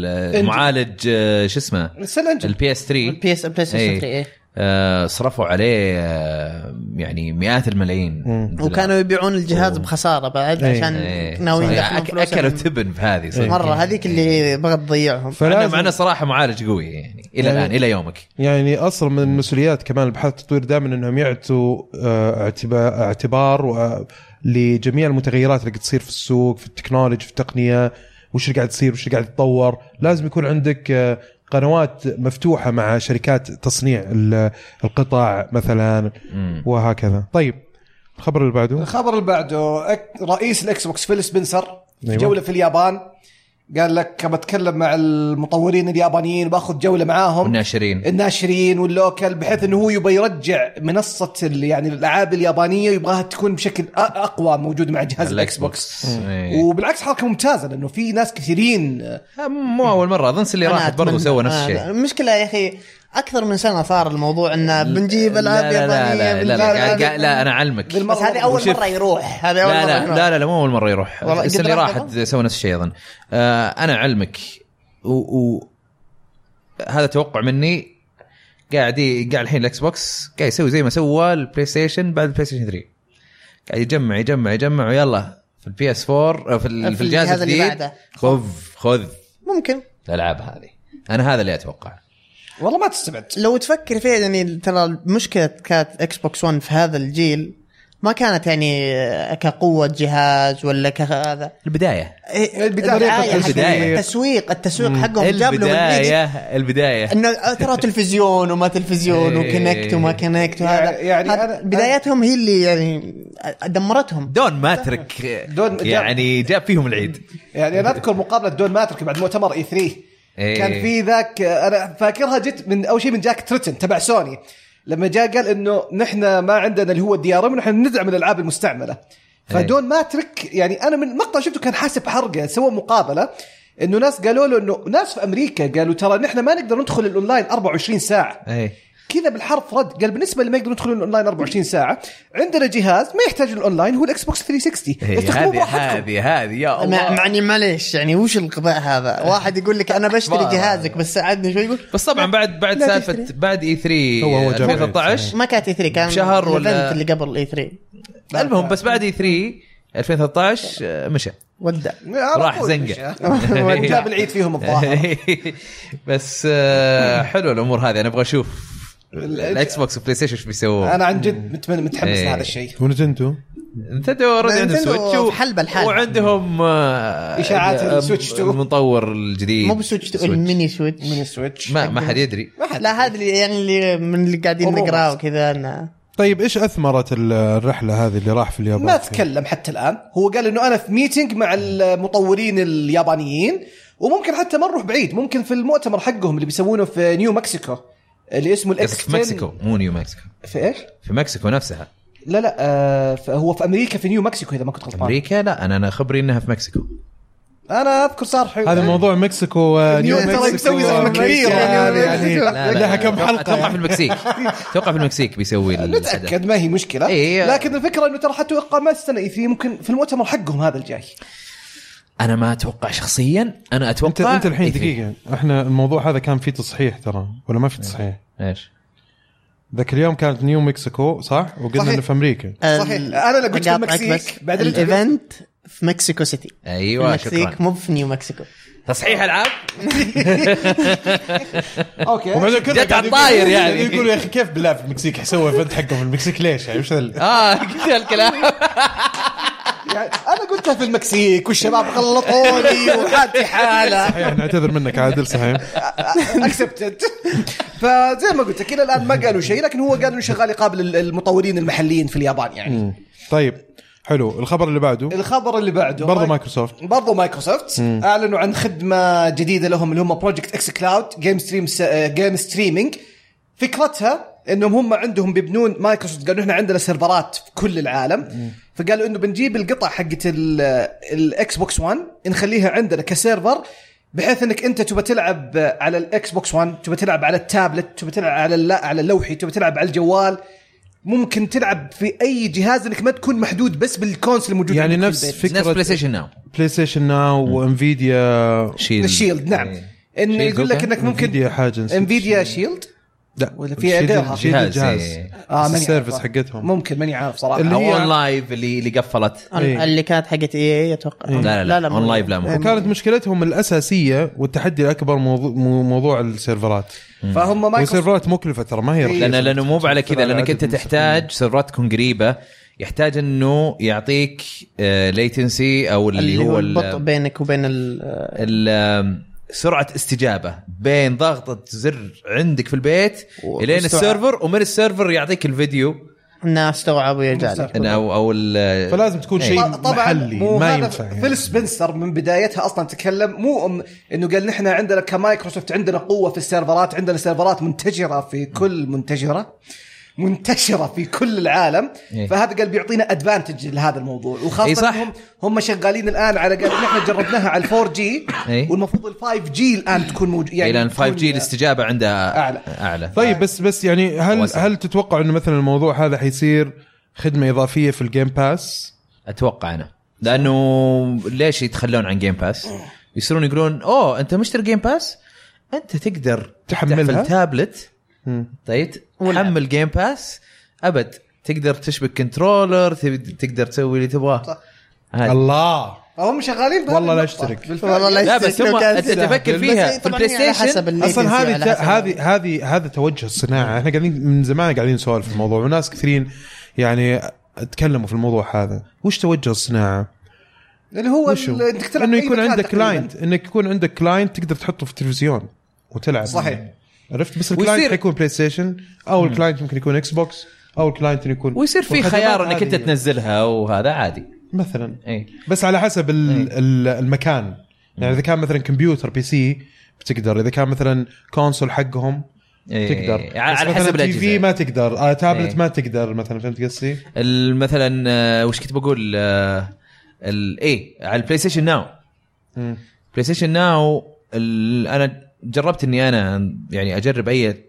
Speaker 1: المعالج آه، شو اسمه
Speaker 6: السلنجل
Speaker 1: البي اس 3
Speaker 7: البي اس بلاي ستيشن
Speaker 1: إيه.
Speaker 7: 3 إيه.
Speaker 1: آه، صرفوا عليه آه، يعني مئات الملايين
Speaker 7: وكانوا يبيعون الجهاز بخساره بعد عشان
Speaker 1: إيه.
Speaker 7: ناويين
Speaker 1: صحيح.
Speaker 7: يدخلون
Speaker 1: أك- إيه.
Speaker 7: فلوس
Speaker 1: اكلوا تبن في هذه
Speaker 4: إيه.
Speaker 1: صدق.
Speaker 7: مره هذيك اللي بغت تضيعهم
Speaker 1: معنا
Speaker 4: فلازم
Speaker 1: معنا صراحه معالج قوي يعني الى
Speaker 4: يعني-
Speaker 1: الان الى يومك
Speaker 4: يعني اصلا من المسؤوليات كمان الابحاث والتطوير دائما انهم يعطوا آه، اعتبا- اعتبار و- لجميع المتغيرات اللي قاعد تصير في السوق في التكنولوجي في التقنيه وش اللي قاعد تصير وش اللي قاعد يتطور لازم يكون عندك آه، قنوات مفتوحه مع شركات تصنيع ال- القطع مثلا وهكذا طيب الخبر اللي بعده
Speaker 6: الخبر اللي بعده أك- رئيس الاكس بوكس فيل سبنسر
Speaker 4: أيوة.
Speaker 6: أيوة. جوله في اليابان قال لك بتكلم مع المطورين اليابانيين باخذ جوله معاهم
Speaker 7: إيه،
Speaker 1: والناشرين
Speaker 6: الناشرين واللوكل بحيث انه هو يبغى يرجع منصه ال- يعني الالعاب اليابانيه يبغاها تكون بشكل أ- اقوى موجود مع جهاز
Speaker 1: الاكس
Speaker 6: الاكس بوكس
Speaker 1: بوكس إيه.
Speaker 6: وبالعكس حركه ممتازه لانه في ناس كثيرين
Speaker 1: آه، مو اول مره اظن اللي
Speaker 7: أنا
Speaker 1: راحت برضو
Speaker 7: أتمنى-
Speaker 1: سوى نفس
Speaker 7: آه،
Speaker 1: الشيء
Speaker 7: المشكلة يا اخي اكثر من سنة صار الموضوع انه بنجيب العاب
Speaker 1: لا لا لا لا, لا,
Speaker 7: يابانية
Speaker 1: لا,
Speaker 7: بنجيب
Speaker 1: قاعد-
Speaker 7: ألعاب-
Speaker 1: قاعد- لا انا اعلمك
Speaker 6: بالمرة
Speaker 7: بس هذه اول
Speaker 1: وشف-
Speaker 7: مرة يروح هذه اول
Speaker 1: لا
Speaker 7: مرة
Speaker 1: لا
Speaker 7: يروح.
Speaker 1: لا لا, لا مو اول مره يروح
Speaker 7: والله
Speaker 1: بس
Speaker 7: قد
Speaker 1: اللي
Speaker 7: راح
Speaker 1: راحت
Speaker 7: مرة؟
Speaker 1: سوى نفس الشيء اظن آه انا اعلمك و, و... هذا توقع مني قاعد ي- قاعد الحين الاكس بوكس قاعد يسوي زي ما سوى البلاي ستيشن بعد البلاي ستيشن 3 قاعد يجمع يجمع يجمع ويلا في البي اس 4 في, ال- في الجهاز
Speaker 7: الجهاز اللي
Speaker 1: الجديد
Speaker 7: بعده.
Speaker 1: خذ خذ
Speaker 7: ممكن
Speaker 1: الالعاب هذه انا هذا اللي اتوقع
Speaker 6: والله ما تستبعد
Speaker 7: لو تفكر فيها يعني ترى مشكلة كانت اكس بوكس 1 في هذا الجيل ما كانت يعني كقوة جهاز ولا كهذا
Speaker 1: البدايه
Speaker 7: إيه،
Speaker 6: البداية.
Speaker 7: الدعاية حقت-
Speaker 1: البداية.
Speaker 7: التسويق التسويق حقهم جاب له
Speaker 1: البدايه البدايه
Speaker 7: انه آه، ترى تلفزيون وما تلفزيون
Speaker 1: إيه.
Speaker 7: وكنكت وما كنكت وهذا
Speaker 6: يعني
Speaker 7: هذا
Speaker 6: أنا-
Speaker 7: بداياتهم هي اللي يعني دمرتهم
Speaker 1: دون ما ترك
Speaker 6: دون جاب-
Speaker 1: يعني جاب فيهم العيد
Speaker 6: يعني انا اذكر مقابله دون ماترك بعد مؤتمر اي 3
Speaker 1: إيه.
Speaker 6: كان في ذاك انا فاكرها جت من اول شيء من جاك تريتن تبع سوني لما جاء قال انه نحن ما عندنا اللي هو الدي ار ام نحن ندعم الالعاب المستعمله
Speaker 1: إيه.
Speaker 6: فدون ماترك يعني انا من مقطع شفته كان حاسب حرقه سوى مقابله انه ناس قالوا له انه ناس في امريكا قالوا ترى نحن ما نقدر ندخل الاونلاين 24 ساعه
Speaker 1: ايه
Speaker 6: كذا بالحرف رد قال بالنسبه اللي ما يقدرون يدخلون الاونلاين 24 ساعه عندنا جهاز ما يحتاج الاونلاين هو الاكس بوكس 360
Speaker 1: إيه،
Speaker 6: استخدموه
Speaker 1: هذه
Speaker 6: براحتكم
Speaker 1: هذه هذه يا
Speaker 7: مع
Speaker 1: الله
Speaker 7: مع اني معليش يعني وش الغباء هذا؟ واحد يقول لك انا بشتري
Speaker 1: أخبار.
Speaker 7: جهازك بس ساعدني شوي يقول
Speaker 1: بس طبعا بعد بعد
Speaker 7: لا
Speaker 1: سالفه
Speaker 7: تشتري.
Speaker 1: بعد E اي 3
Speaker 4: هو- هو جاب
Speaker 1: 2013
Speaker 7: ما كانت اي 3 كان
Speaker 1: شهر ولا-
Speaker 7: الإيفنت اللي قبل إيه الاي 3
Speaker 1: المهم بس بعد E اي 3 2013 آه، مشى
Speaker 7: ودع
Speaker 1: راح زنقه
Speaker 6: <laughs>
Speaker 1: <laughs>
Speaker 6: جاب العيد فيهم الظاهر
Speaker 1: بس آه، حلوه الامور هذه انا ابغى اشوف الاكس بوكس والبلاي ستيشن ايش بيسوون
Speaker 6: انا عن جد متمن- متحمس
Speaker 1: إيه.
Speaker 6: لهذا الشيء
Speaker 4: ونتنتو
Speaker 1: نتندو اوريدي عندهم
Speaker 7: نينتندو
Speaker 1: سويتش و-
Speaker 7: في حلبة لحالها.
Speaker 1: وعندهم آه،
Speaker 6: إشاعات
Speaker 1: آه،
Speaker 6: السويتش تو.
Speaker 1: المطور الجديد
Speaker 7: مو بسويتش تقول الميني سويتش
Speaker 6: من السويتش
Speaker 1: ما ما حد يدري
Speaker 7: لا هذا اللي يعني اللي من اللي قاعدين
Speaker 6: والله
Speaker 7: نقراه
Speaker 6: بس.
Speaker 7: وكذا أنا-
Speaker 4: طيب ايش اثمرت ال- الرحله هذه اللي راح في اليابان
Speaker 6: ما
Speaker 4: فيها؟
Speaker 6: تكلم حتى الان هو قال انه انا في ميتنج مع المطورين اليابانيين وممكن حتى ما نروح بعيد ممكن في المؤتمر حقهم اللي بيسوونه في نيو مكسيكو اللي اسمه الاكس
Speaker 1: قصدك في مكسيكو مو نيو مكسيكو
Speaker 6: في ايش؟
Speaker 1: في مكسيكو نفسها
Speaker 6: لا لا آه ف- هو في امريكا في نيو مكسيكو اذا ما كنت غلطان
Speaker 1: امريكا لا انا انا خبري انها في مكسيكو
Speaker 6: انا اذكر صار حي...
Speaker 4: هذا
Speaker 6: <laughs>
Speaker 4: موضوع مكسيكو ونيو
Speaker 6: ترى
Speaker 4: مكسيكو
Speaker 6: مسوي زحمة
Speaker 4: وأمريكا
Speaker 6: كبيرة.
Speaker 4: يعني-
Speaker 6: نيو
Speaker 4: يعني لها كم
Speaker 1: أتوقع- اتوقع في
Speaker 4: حلقه
Speaker 1: المكسيك اتوقع في المكسيك بيسوي الحدث
Speaker 6: نتاكد ما هي مشكله
Speaker 1: إيه.
Speaker 6: لكن الفكره انه ترى حتى اقامات السنه إيه، في ممكن في المؤتمر حقهم هذا الجاي
Speaker 1: انا ما اتوقع شخصيا انا اتوقع
Speaker 4: انت انت الحين
Speaker 1: إيه في-
Speaker 4: دقيقه احنا الموضوع هذا كان فيه تصحيح ترى ولا ما في تصحيح
Speaker 1: ايش
Speaker 4: ذاك اليوم كانت نيو مكسيكو صح وقلنا
Speaker 6: صحيح.
Speaker 4: انه في امريكا
Speaker 6: صحيح. أنا اللي قلت في
Speaker 7: أقاطعك
Speaker 6: المكسيك،
Speaker 7: بس.
Speaker 6: بعدين أنت قلت-
Speaker 7: الايفنت في مكسيكو سيتي في
Speaker 1: ايوه شكرا
Speaker 7: المكسيك مو في نيو مكسيكو
Speaker 1: تصحيح العاب
Speaker 6: اوكي
Speaker 4: وبعدين كنا
Speaker 1: جت على
Speaker 4: قاعدين-
Speaker 1: الطاير يعني.
Speaker 4: يقولوا يا اخي كيف بالله في المكسيك حيسوي فند حقه في المكسيك ليش يعني وش <laughs>
Speaker 1: <laughs>
Speaker 4: ذا
Speaker 1: اه كذا الكلام
Speaker 6: يعني انا قلتها في المكسيك والشباب غلطوني وحالتي حاله
Speaker 4: <laughs> صحيح يعني نعتذر منك <laughs> عادل صحيح
Speaker 6: اكسبتد فزي ما قلت لك الى الان ما قالوا شيء لكن هو قال انه شغال يقابل ال- المطورين المحليين في اليابان يعني
Speaker 4: طيب حلو الخبر اللي بعده
Speaker 6: الخبر اللي بعده طيب.
Speaker 4: برضو مايكروسوفت
Speaker 6: برضو مايكروسوفت اعلنوا عن خدمه جديده لهم اللي هم بروجكت اكس كلاود جيم ستريم جيم ستريمينج آه، فكرتها انهم هم عندهم بيبنون مايكروسوفت قالوا احنا عندنا سيرفرات في كل العالم فقالوا انه بنجيب القطع حقت الاكس بوكس 1 نخليها عندنا كسيرفر بحيث انك انت تبى تلعب على الاكس بوكس 1 تبى تلعب على التابلت تبى تلعب على اللا- على اللوحي تبى تلعب على الجوال ممكن تلعب في اي جهاز انك ما تكون محدود بس بالكونسل الموجود
Speaker 4: يعني
Speaker 6: عندك
Speaker 4: نفس
Speaker 6: في البيت.
Speaker 1: نفس بلاي
Speaker 4: فكره
Speaker 1: ستيشن ناو
Speaker 4: بلاي ستيشن ناو وانفيديا
Speaker 1: شيلد
Speaker 6: الشيلد نعم
Speaker 4: إيه.
Speaker 6: انه
Speaker 1: شيلد
Speaker 6: يقول لك
Speaker 1: أوكي.
Speaker 6: انك ممكن
Speaker 4: انفيديا حاجه نسيت.
Speaker 6: انفيديا شيلد
Speaker 4: لا
Speaker 6: ولا في غيرها؟
Speaker 4: جهاز
Speaker 1: جهاز،
Speaker 4: جهاز
Speaker 1: إيه.
Speaker 6: آه، ماني
Speaker 4: السيرفس
Speaker 6: عارفة.
Speaker 4: حقتهم
Speaker 6: ممكن ماني عارف صراحه
Speaker 4: اللي
Speaker 1: او
Speaker 4: هي-
Speaker 1: اون لايف اللي اللي قفلت
Speaker 4: إيه.
Speaker 7: اللي كانت حقت اي اي اتوقع
Speaker 1: إيه. لا لا لا,
Speaker 7: مو-
Speaker 1: اون لايف لا مو
Speaker 4: وكانت مشكلتهم الاساسيه والتحدي الاكبر موضوع مو- موضوع السيرفرات
Speaker 6: فهم مايكروسوفت
Speaker 4: والسيرفرات مكلفه ترى ما هي رخيصه
Speaker 1: لانه لانه مو على كذا لانك
Speaker 4: العدد
Speaker 1: انت
Speaker 4: المستخدمين.
Speaker 1: تحتاج سيرفرات تكون قريبه يحتاج انه يعطيك ليتنسي او اللي, هو ال-
Speaker 7: البطء بينك وبين ال
Speaker 1: ال- آم، سرعه استجابه بين ضغطه زر عندك في البيت
Speaker 7: و-
Speaker 1: الين
Speaker 7: واستوعاب.
Speaker 1: السيرفر ومن السيرفر يعطيك الفيديو
Speaker 7: انه استوعب ويرجع له
Speaker 1: إن او او ال-
Speaker 4: فلازم تكون
Speaker 1: إيه.
Speaker 4: شيء
Speaker 6: طبعا
Speaker 4: محلي
Speaker 6: مو
Speaker 4: ما
Speaker 6: هذا
Speaker 4: ينفع يعني.
Speaker 6: فيل سبنسر من بدايتها اصلا تكلم مو أم انه قال نحن عندنا كمايكروسوفت عندنا قوه في السيرفرات عندنا سيرفرات منتشره في كل منتشره منتشره في كل العالم
Speaker 1: إيه.
Speaker 6: فهذا قال بيعطينا ادفانتج لهذا الموضوع وخاصه
Speaker 1: إيه صح.
Speaker 6: هم هم شغالين الان على قال نحن جربناها على ال 4 جي
Speaker 1: إيه.
Speaker 6: والمفروض ال 5 جي الان تكون موجوده
Speaker 4: إيه،
Speaker 1: يعني لان 5 جي
Speaker 6: تكون-
Speaker 1: الاستجابه عندها
Speaker 6: طيب، أعلى.
Speaker 1: اعلى اعلى
Speaker 4: طيب بس بس يعني هل
Speaker 1: واسع.
Speaker 4: هل تتوقع انه مثلا الموضوع هذا حيصير خدمه اضافيه في الجيم باس؟
Speaker 1: اتوقع انا لانه ليش يتخلون عن جيم باس؟ يصيرون يقولون اوه انت مشتري جيم باس انت تقدر
Speaker 4: تحملها؟
Speaker 1: تحمل تابلت طيب
Speaker 7: والعب.
Speaker 1: تحمل جيم باس ابد تقدر تشبك كنترولر تبي- تقدر تسوي اللي تبغاه هذه.
Speaker 4: الله
Speaker 6: فهم شغالين بهذه
Speaker 4: والله لا
Speaker 6: النقطة.
Speaker 4: أشترك.
Speaker 6: بالفعل.
Speaker 7: والله لا
Speaker 1: لا بس هم انت تفكر فيها في البلاي ستيشن
Speaker 4: اصلا هذه هذه هذه هذا توجه الصناعه احنا قاعدين من زمان قاعدين نسولف في الموضوع وناس كثيرين يعني تكلموا في الموضوع هذا وش توجه الصناعه
Speaker 6: اللي هو
Speaker 4: وش هو؟
Speaker 6: ال- انك تلعب
Speaker 4: انه
Speaker 6: في أي
Speaker 4: يكون
Speaker 6: مكان
Speaker 4: عندك
Speaker 6: تقريباً.
Speaker 4: كلاينت انك يكون عندك كلاينت تقدر تحطه في التلفزيون وتلعب
Speaker 6: صحيح.
Speaker 4: عرفت بس الكلاينت
Speaker 1: ويصير-
Speaker 4: حيكون بلاي ستيشن او الكلاينت ممكن يكون اكس بوكس او الكلاينت يكون
Speaker 1: ويصير في
Speaker 4: والخدمات
Speaker 1: خيار انك انت
Speaker 4: هذه
Speaker 1: تنزلها وهذا عادي إيه.
Speaker 4: مثلا
Speaker 1: اي
Speaker 4: بس على حسب
Speaker 1: إيه.
Speaker 4: ال- ال- المكان يعني اذا كان مثلا كمبيوتر بي سي بتقدر اذا كان مثلا كونسول حقهم تقدر
Speaker 1: إيه. على- على حسب
Speaker 4: تي في
Speaker 1: الاجهزه
Speaker 4: ما تقدر آه تابلت
Speaker 1: إيه.
Speaker 4: ما تقدر مثلا فهمت قصدي؟
Speaker 1: ال- مثلا آه، وش كنت بقول اي على البلاي ستيشن ناو
Speaker 4: مم.
Speaker 1: بلاي ستيشن ناو ال- انا جربت اني انا يعني اجرب اي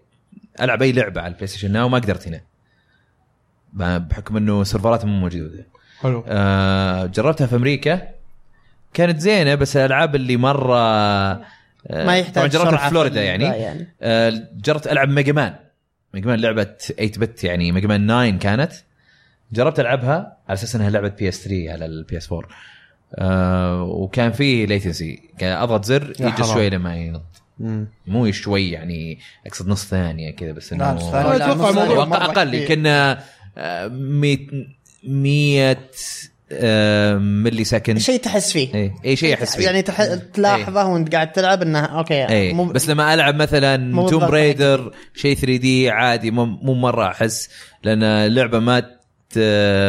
Speaker 1: العب اي لعبه على البلاي ستيشن ناو ما قدرت هنا ما- بحكم انه سيرفراتهم مو موجوده
Speaker 4: حلو
Speaker 1: آه، جربتها في امريكا كانت زينه بس الالعاب اللي مره آه،
Speaker 7: ما يحتاج
Speaker 1: طبعا جربتها
Speaker 7: سرعة
Speaker 1: في فلوريدا
Speaker 7: في
Speaker 1: يعني,
Speaker 7: البداية يعني.
Speaker 1: آه، جربت العب ميجا مان ميجا مان لعبه 8 بت يعني ميجا مان 9 كانت جربت العبها على اساس انها لعبه بي اس 3 على البي اس 4 آه وكان فيه ليتنسي كان اضغط زر يجلس
Speaker 4: حرام.
Speaker 1: شوي لما ينط
Speaker 4: مم.
Speaker 1: مو شوي يعني اقصد نص ثانيه كذا بس انه
Speaker 6: نعم، ثانية.
Speaker 4: أنا اتوقع الموضوع
Speaker 1: اتوقع اقل يمكن آه، 100 آه، ملي سكند
Speaker 7: شيء تحس فيه
Speaker 1: اي اي إيه، شيء احس فيه
Speaker 7: يعني تح... تلاحظه وانت قاعد تلعب انه اوكي
Speaker 1: اي
Speaker 7: إيه، مو-
Speaker 1: إيه، بس لما العب مثلا
Speaker 7: مو
Speaker 1: توم
Speaker 7: بالضبط
Speaker 1: بريدر شيء 3 دي عادي مو مو مره احس لان لعبه ما ت...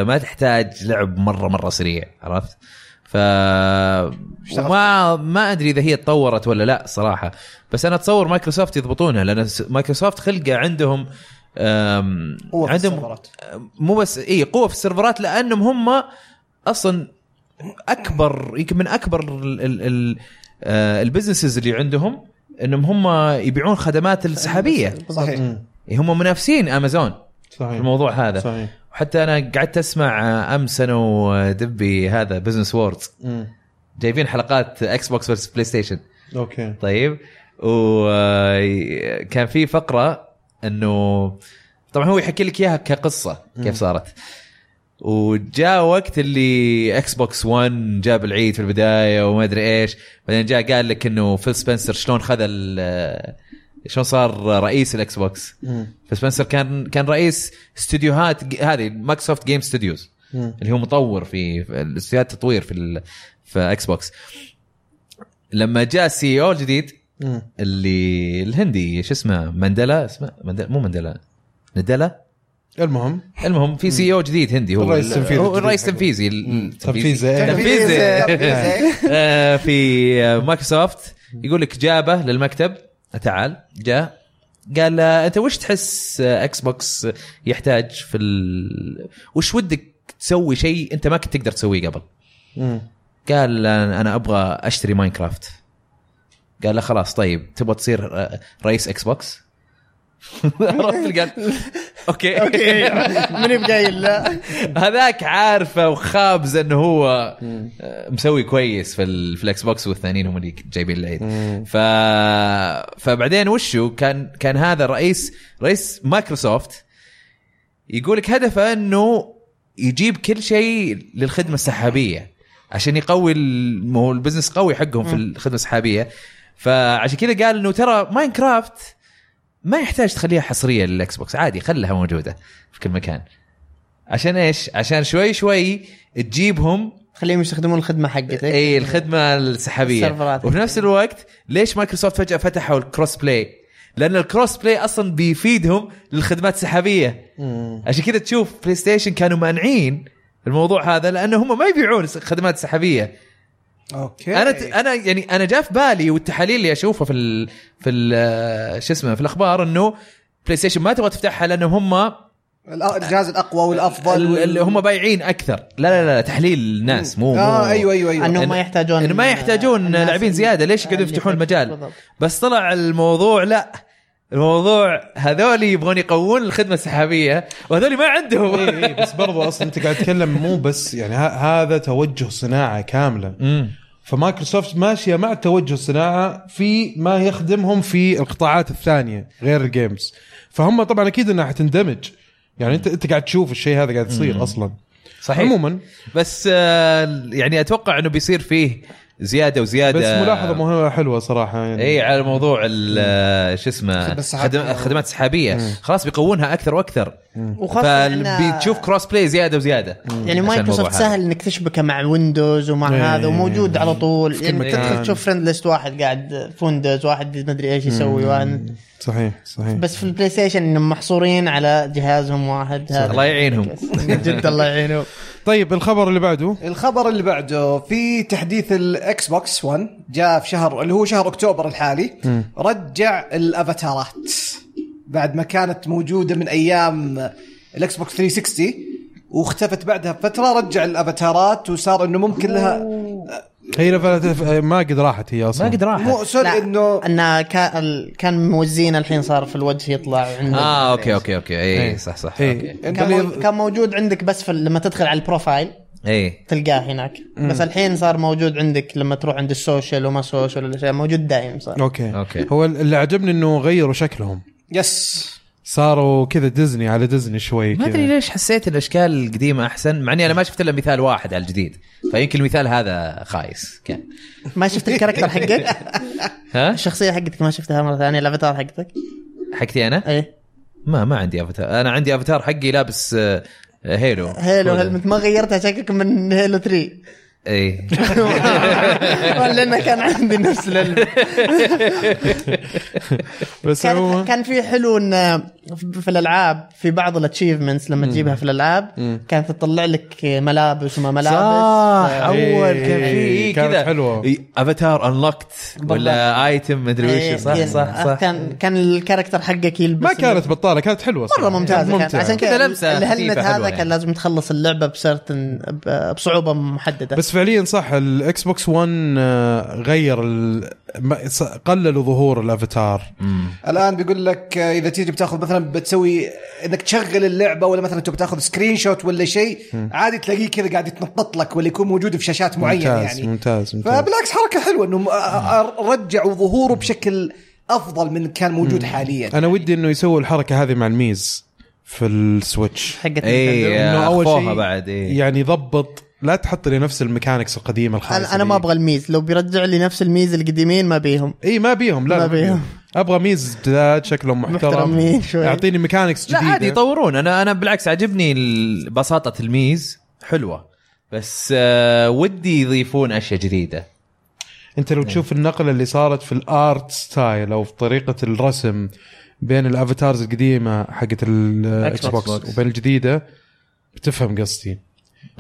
Speaker 1: ما تحتاج لعب مره مره سريع عرفت؟ ف ما ما ادري اذا هي تطورت ولا لا صراحه بس انا اتصور مايكروسوفت يضبطونها لان س- مايكروسوفت خلقه عندهم أم...
Speaker 6: قوة في
Speaker 1: عندهم
Speaker 6: السيرفرات.
Speaker 1: مو بس اي قوه في السيرفرات لانهم هم اصلا اكبر يمكن من اكبر ال ال ال آه، البزنسز اللي عندهم انهم هم يبيعون خدمات السحابيه
Speaker 6: صحيح
Speaker 1: هم منافسين امازون في
Speaker 4: صحيح
Speaker 1: الموضوع هذا
Speaker 4: صحيح
Speaker 1: وحتى انا قعدت اسمع آه، امس انا ودبي هذا بزنس ووردز
Speaker 4: مم.
Speaker 1: جايبين حلقات اكس بوكس فيرس بلاي ستيشن
Speaker 4: اوكي
Speaker 1: طيب وكان في فقره انه طبعا هو يحكي لك اياها كقصه كيف صارت وجاء وقت اللي اكس بوكس 1 جاب العيد في البدايه وما ادري ايش بعدين جاء قال لك انه فيل سبنسر شلون خذ ال- شلون صار رئيس الاكس بوكس
Speaker 4: مم.
Speaker 1: فيل سبنسر كان كان رئيس استديوهات ج- هذه مايكروسوفت جيم ستوديوز
Speaker 4: مم.
Speaker 1: اللي هو مطور في في الاستديوهات التطوير في ال- في اكس بوكس لما جاء السي او الجديد
Speaker 4: مم.
Speaker 1: اللي الهندي شو اسمه مندلا اسمه مندلا مو مندلا ندلا
Speaker 4: المهم
Speaker 1: المهم في سي او جديد هندي هو
Speaker 4: الرئيس التنفيذي
Speaker 1: هو
Speaker 4: الجديد
Speaker 1: الرئيس
Speaker 4: حقه.
Speaker 1: التنفيذي
Speaker 4: مم.
Speaker 1: ال-
Speaker 4: تنفيذي.
Speaker 1: تنفيذي <laughs> آه، في آه، مايكروسوفت يقول لك جابه للمكتب آه، تعال جاء قال له، انت وش تحس آه، اكس بوكس يحتاج في ال... وش ودك تسوي شيء انت ما كنت تقدر تسويه قبل
Speaker 4: مم.
Speaker 1: قال آه، انا ابغى اشتري ماينكرافت قال له خلاص طيب تبغى تصير رئيس اكس بوكس <laughs> عرفت
Speaker 4: <laughs>
Speaker 1: قال اوكي اوكي
Speaker 7: من يبقى قايل لا
Speaker 1: هذاك عارفه وخابز انه هو آه، مسوي كويس في ال- في الاكس بوكس والثانيين هم اللي جايبين العيد ف فبعدين وشو كان كان هذا رئيس رئيس مايكروسوفت يقول لك هدفه انه يجيب كل شيء للخدمه السحابيه عشان يقوي ال- ما هو البزنس قوي حقهم في الخدمه السحابيه فعشان كذا قال انه ترى ماينكرافت ما يحتاج تخليها حصريه للاكس بوكس عادي خلها موجوده في كل مكان عشان ايش؟ عشان شوي شوي تجيبهم إيه،
Speaker 7: خليهم يستخدمون الخدمه حقتك
Speaker 1: اي الخدمه السحابيه
Speaker 7: السيرفرات.
Speaker 1: وفي نفس الوقت ليش مايكروسوفت فجاه فتحوا الكروس بلاي؟ لان الكروس بلاي اصلا بيفيدهم للخدمات السحابيه عشان كذا تشوف بلاي ستيشن كانوا مانعين الموضوع هذا لانه هم ما يبيعون خدمات سحابيه
Speaker 6: اوكي
Speaker 1: انا انا يعني انا جاء في بالي والتحاليل اللي اشوفها في ال في ال شو اسمه في الاخبار انه بلاي ستيشن ما تبغى تفتحها لانه هم
Speaker 6: الأ- الجهاز الاقوى والافضل
Speaker 1: ال-
Speaker 6: وال-
Speaker 1: اللي هم بايعين اكثر لا لا لا تحليل الناس مو
Speaker 6: اه
Speaker 1: مو-
Speaker 6: ايوه ايوه ايوه
Speaker 7: انهم ما يحتاجون
Speaker 1: إنه ما يحتاجون
Speaker 7: الناس
Speaker 1: لاعبين
Speaker 7: اللي-
Speaker 1: زيادة، ليش يقعدوا
Speaker 7: اللي
Speaker 1: يفتحون
Speaker 7: في-
Speaker 1: المجال؟
Speaker 7: بالضبط.
Speaker 1: بس طلع الموضوع لا الموضوع هذول يبغون يقوون الخدمه السحابيه وهذول ما عندهم
Speaker 6: إيه،
Speaker 4: اي إيه،
Speaker 1: <laughs>
Speaker 4: بس برضو اصلا انت قاعد تتكلم مو بس يعني ه- هذا توجه صناعه كامله فمايكروسوفت ماشيه مع توجه الصناعه في ما يخدمهم في القطاعات الثانيه غير الجيمز فهم طبعا اكيد انها حتندمج يعني انت انت قاعد تشوف الشيء هذا قاعد يصير اصلا
Speaker 1: صحيح
Speaker 4: عموما
Speaker 1: بس آه، يعني اتوقع انه بيصير فيه زياده وزياده
Speaker 4: بس ملاحظه مهمه حلوه صراحه يعني
Speaker 1: اي إيه، على موضوع ال- آه، شو اسمه
Speaker 6: خدمة سحابية.
Speaker 1: خدم- خدمات سحابيه خلاص بيقوونها اكثر واكثر
Speaker 7: وخاصه إن-
Speaker 1: فبتشوف كروس بلاي زياده وزياده
Speaker 7: يعني
Speaker 1: عشان الموضوع
Speaker 7: مايكروسوفت
Speaker 1: هذا.
Speaker 7: سهل انك تشبكه مع ويندوز ومع
Speaker 4: إيه.
Speaker 7: هذا وموجود على طول يعني
Speaker 1: كل
Speaker 7: تدخل
Speaker 1: مكان.
Speaker 7: تشوف فريند ليست واحد قاعد في ويندوز واحد ما ادري ايش يسوي واحد
Speaker 4: صحيح صحيح
Speaker 7: بس في البلاي ستيشن انهم محصورين على جهازهم واحد هذا
Speaker 1: الله يعينهم
Speaker 7: من جد الله يعينه
Speaker 4: طيب الخبر اللي بعده
Speaker 6: الخبر اللي بعده في تحديث الاكس بوكس 1 جاء في شهر اللي هو شهر اكتوبر الحالي رجع الافاتارات بعد ما كانت موجوده من ايام الاكس بوكس 360 واختفت بعدها بفتره رجع الافاتارات وصار انه ممكن لها
Speaker 4: هي لفلة- ما قد راحت هي اصلا
Speaker 1: ما قد راحت
Speaker 6: مو سوري انه
Speaker 7: انه كان كان موزين الحين صار في الوجه يطلع عندك
Speaker 1: اه اوكي اوكي اوكي اي
Speaker 4: إيه.
Speaker 1: صح صح
Speaker 4: إيه.
Speaker 1: اوكي
Speaker 6: انت
Speaker 7: كان, مو...
Speaker 6: اللي-
Speaker 7: كان موجود عندك بس في لما تدخل على البروفايل
Speaker 1: اي
Speaker 7: تلقاه هناك بس الحين صار موجود عندك لما تروح عند السوشيال وما سوشيال والاشياء موجود دائم صار
Speaker 4: اوكي
Speaker 1: أوكي.
Speaker 4: اوكي هو اللي عجبني انه غيروا شكلهم
Speaker 6: يس
Speaker 4: صاروا كذا ديزني على ديزني شوي
Speaker 1: ما
Speaker 4: كذا.
Speaker 1: ادري ليش حسيت الاشكال القديمه احسن مع اني انا ما شفت الا مثال واحد على الجديد فيمكن المثال هذا خايس كان
Speaker 7: ما شفت
Speaker 1: <laughs>
Speaker 7: الكاركتر
Speaker 1: أه؟
Speaker 7: حقك
Speaker 1: ها
Speaker 7: الشخصيه حقتك ما شفتها مره ثانيه الافاتار حقتك
Speaker 1: حقتي انا
Speaker 7: ايه
Speaker 1: ما ما عندي افاتار انا عندي افاتار حقي لابس آه، هيلو
Speaker 7: هيلو هيلمت ما غيرتها شكلك من هيلو 3 <laughs>
Speaker 1: اي
Speaker 7: لانه كان عندي
Speaker 1: <laughs>
Speaker 7: نفس الهلمت
Speaker 4: بس
Speaker 7: كان
Speaker 4: عموما
Speaker 7: كان في حلو ان في الالعاب في بعض الاتشيفمنتس لما تجيبها في الالعاب كانت تطلع لك ملابس وما ملابس
Speaker 1: صح اول آه، كان في
Speaker 4: إيه،
Speaker 1: كذا
Speaker 4: كانت حلوة.
Speaker 1: إيه، افاتار انلوكت ولا ايتم مدري
Speaker 7: إيه،
Speaker 1: وش صح
Speaker 7: يعني
Speaker 1: صح صح
Speaker 7: كان كان الكاركتر حقك يلبس
Speaker 4: ما كانت بطاله كانت حلوه
Speaker 7: مره ممتازه كانت عشان كذا
Speaker 1: كذا لمسة
Speaker 7: الهلمت
Speaker 1: خفيفة حلوة
Speaker 7: هذا
Speaker 1: يعني.
Speaker 7: كان لازم تخلص اللعبه بسرتن بصعوبه محدده
Speaker 4: بس فعليا صح الاكس بوكس 1 آه، غير ال... ما- ص- قللوا ظهور الافاتار
Speaker 6: الان بيقول لك آه، اذا تيجي بتاخذ مثلا بتسوي انك تشغل اللعبه ولا مثلا تبي تاخذ سكرين شوت ولا شيء عادي تلاقيه كذا قاعد يتنطط لك ولا يكون موجود في شاشات معينه
Speaker 4: ممتاز
Speaker 6: يعني
Speaker 4: ممتاز ممتاز
Speaker 6: فبالعكس حركه حلوه انهم آه، آه، رجعوا ظهوره بشكل افضل من كان موجود حاليا
Speaker 4: انا ودي انه يسووا الحركه هذه مع الميز في السويتش
Speaker 7: حقت
Speaker 4: إيه،
Speaker 1: اي
Speaker 7: نينتندو.
Speaker 4: إنه أول
Speaker 1: اخوها
Speaker 4: شيء
Speaker 1: بعد اي
Speaker 4: يعني ضبط لا تحط لي نفس الميكانكس القديمه
Speaker 7: انا
Speaker 4: الخايسه
Speaker 7: انا ما ابغى الميز لو بيرجع لي نفس الميز القديمين ما بيهم
Speaker 4: اي ما بيهم لا
Speaker 7: ما
Speaker 4: لا
Speaker 7: بيهم.
Speaker 4: ابغى ميز جداد شكلهم محترم
Speaker 7: محترمين شوي.
Speaker 4: اعطيني ميكانكس
Speaker 1: لا
Speaker 4: جديده
Speaker 1: عادي يطورون انا انا بالعكس عاجبني ال- بساطه الميز حلوه بس آه، ودي يضيفون اشياء جديده
Speaker 4: انت
Speaker 7: إيه.
Speaker 4: لو تشوف النقله اللي صارت في الارت ستايل او في طريقه الرسم بين الافاتارز القديمه حقت الاكس بوكس وبين الجديده بتفهم قصدي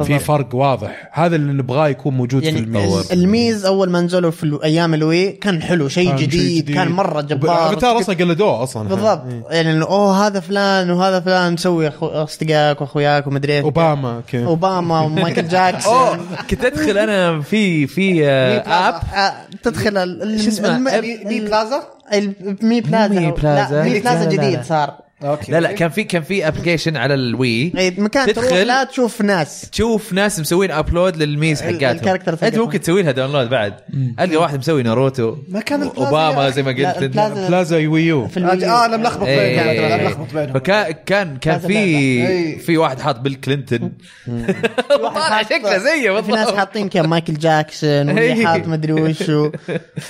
Speaker 4: في فرق واضح هذا اللي نبغاه يكون موجود
Speaker 7: يعني
Speaker 4: في الميز
Speaker 7: ال- الميز اول ما نزلوا في ال- ايام الوي كان حلو شيء
Speaker 4: كان شيء
Speaker 7: جديد كان مره جبار
Speaker 4: الافاتار اصلا قلدوه اصلا إيه.
Speaker 7: بالضبط يعني إنه، اوه هذا فلان وهذا فلان سوي أخو- اصدقائك واخوياك ومدري ايش
Speaker 4: اوباما كذا <laughs>
Speaker 7: اوباما ومايكل جاكسون
Speaker 1: اوه كنت ادخل انا في في آه، اب
Speaker 7: <laughs> آه، تدخل ال-
Speaker 1: شو اسمه؟
Speaker 7: الم-
Speaker 6: مي- مي بلازا
Speaker 7: ال- مي بلازا
Speaker 1: مي
Speaker 7: مي
Speaker 1: بلازا.
Speaker 7: بلازا مي
Speaker 1: لا،
Speaker 7: بلازا
Speaker 1: لا، لا.
Speaker 7: جديد صار
Speaker 6: اوكي
Speaker 1: لا لا كان في كان في ابلكيشن على الوي
Speaker 7: أي إيه، مكان تروح
Speaker 1: تدخل.
Speaker 7: لا تشوف ناس
Speaker 1: تشوف ناس مسوين ابلود للميز
Speaker 7: ال-
Speaker 1: حقاتهم
Speaker 7: الكاركترز
Speaker 1: انت
Speaker 7: حقتهم.
Speaker 1: ممكن تسوي لها داونلود بعد القى واحد مسوي ناروتو
Speaker 6: ما كان البلازا يا
Speaker 1: اوباما
Speaker 6: أخي.
Speaker 1: زي ما
Speaker 7: لا،
Speaker 1: قلت انت.
Speaker 7: البلازا
Speaker 4: بلازا يويو
Speaker 7: في الويو.
Speaker 6: اه انا ملخبط
Speaker 1: إيه.
Speaker 6: بينهم أنا ملخبط بينهم
Speaker 1: فكان كان كان
Speaker 7: هذا
Speaker 1: في
Speaker 6: إيه.
Speaker 1: في واحد حاط بيل
Speaker 7: <laughs>
Speaker 1: كلينتون وطالع
Speaker 7: حاط-
Speaker 1: شكله زيه
Speaker 7: طيب. في ناس
Speaker 1: والله
Speaker 7: حاطين كم مايكل جاكسون واللي
Speaker 1: إيه.
Speaker 7: حاط مدري وشو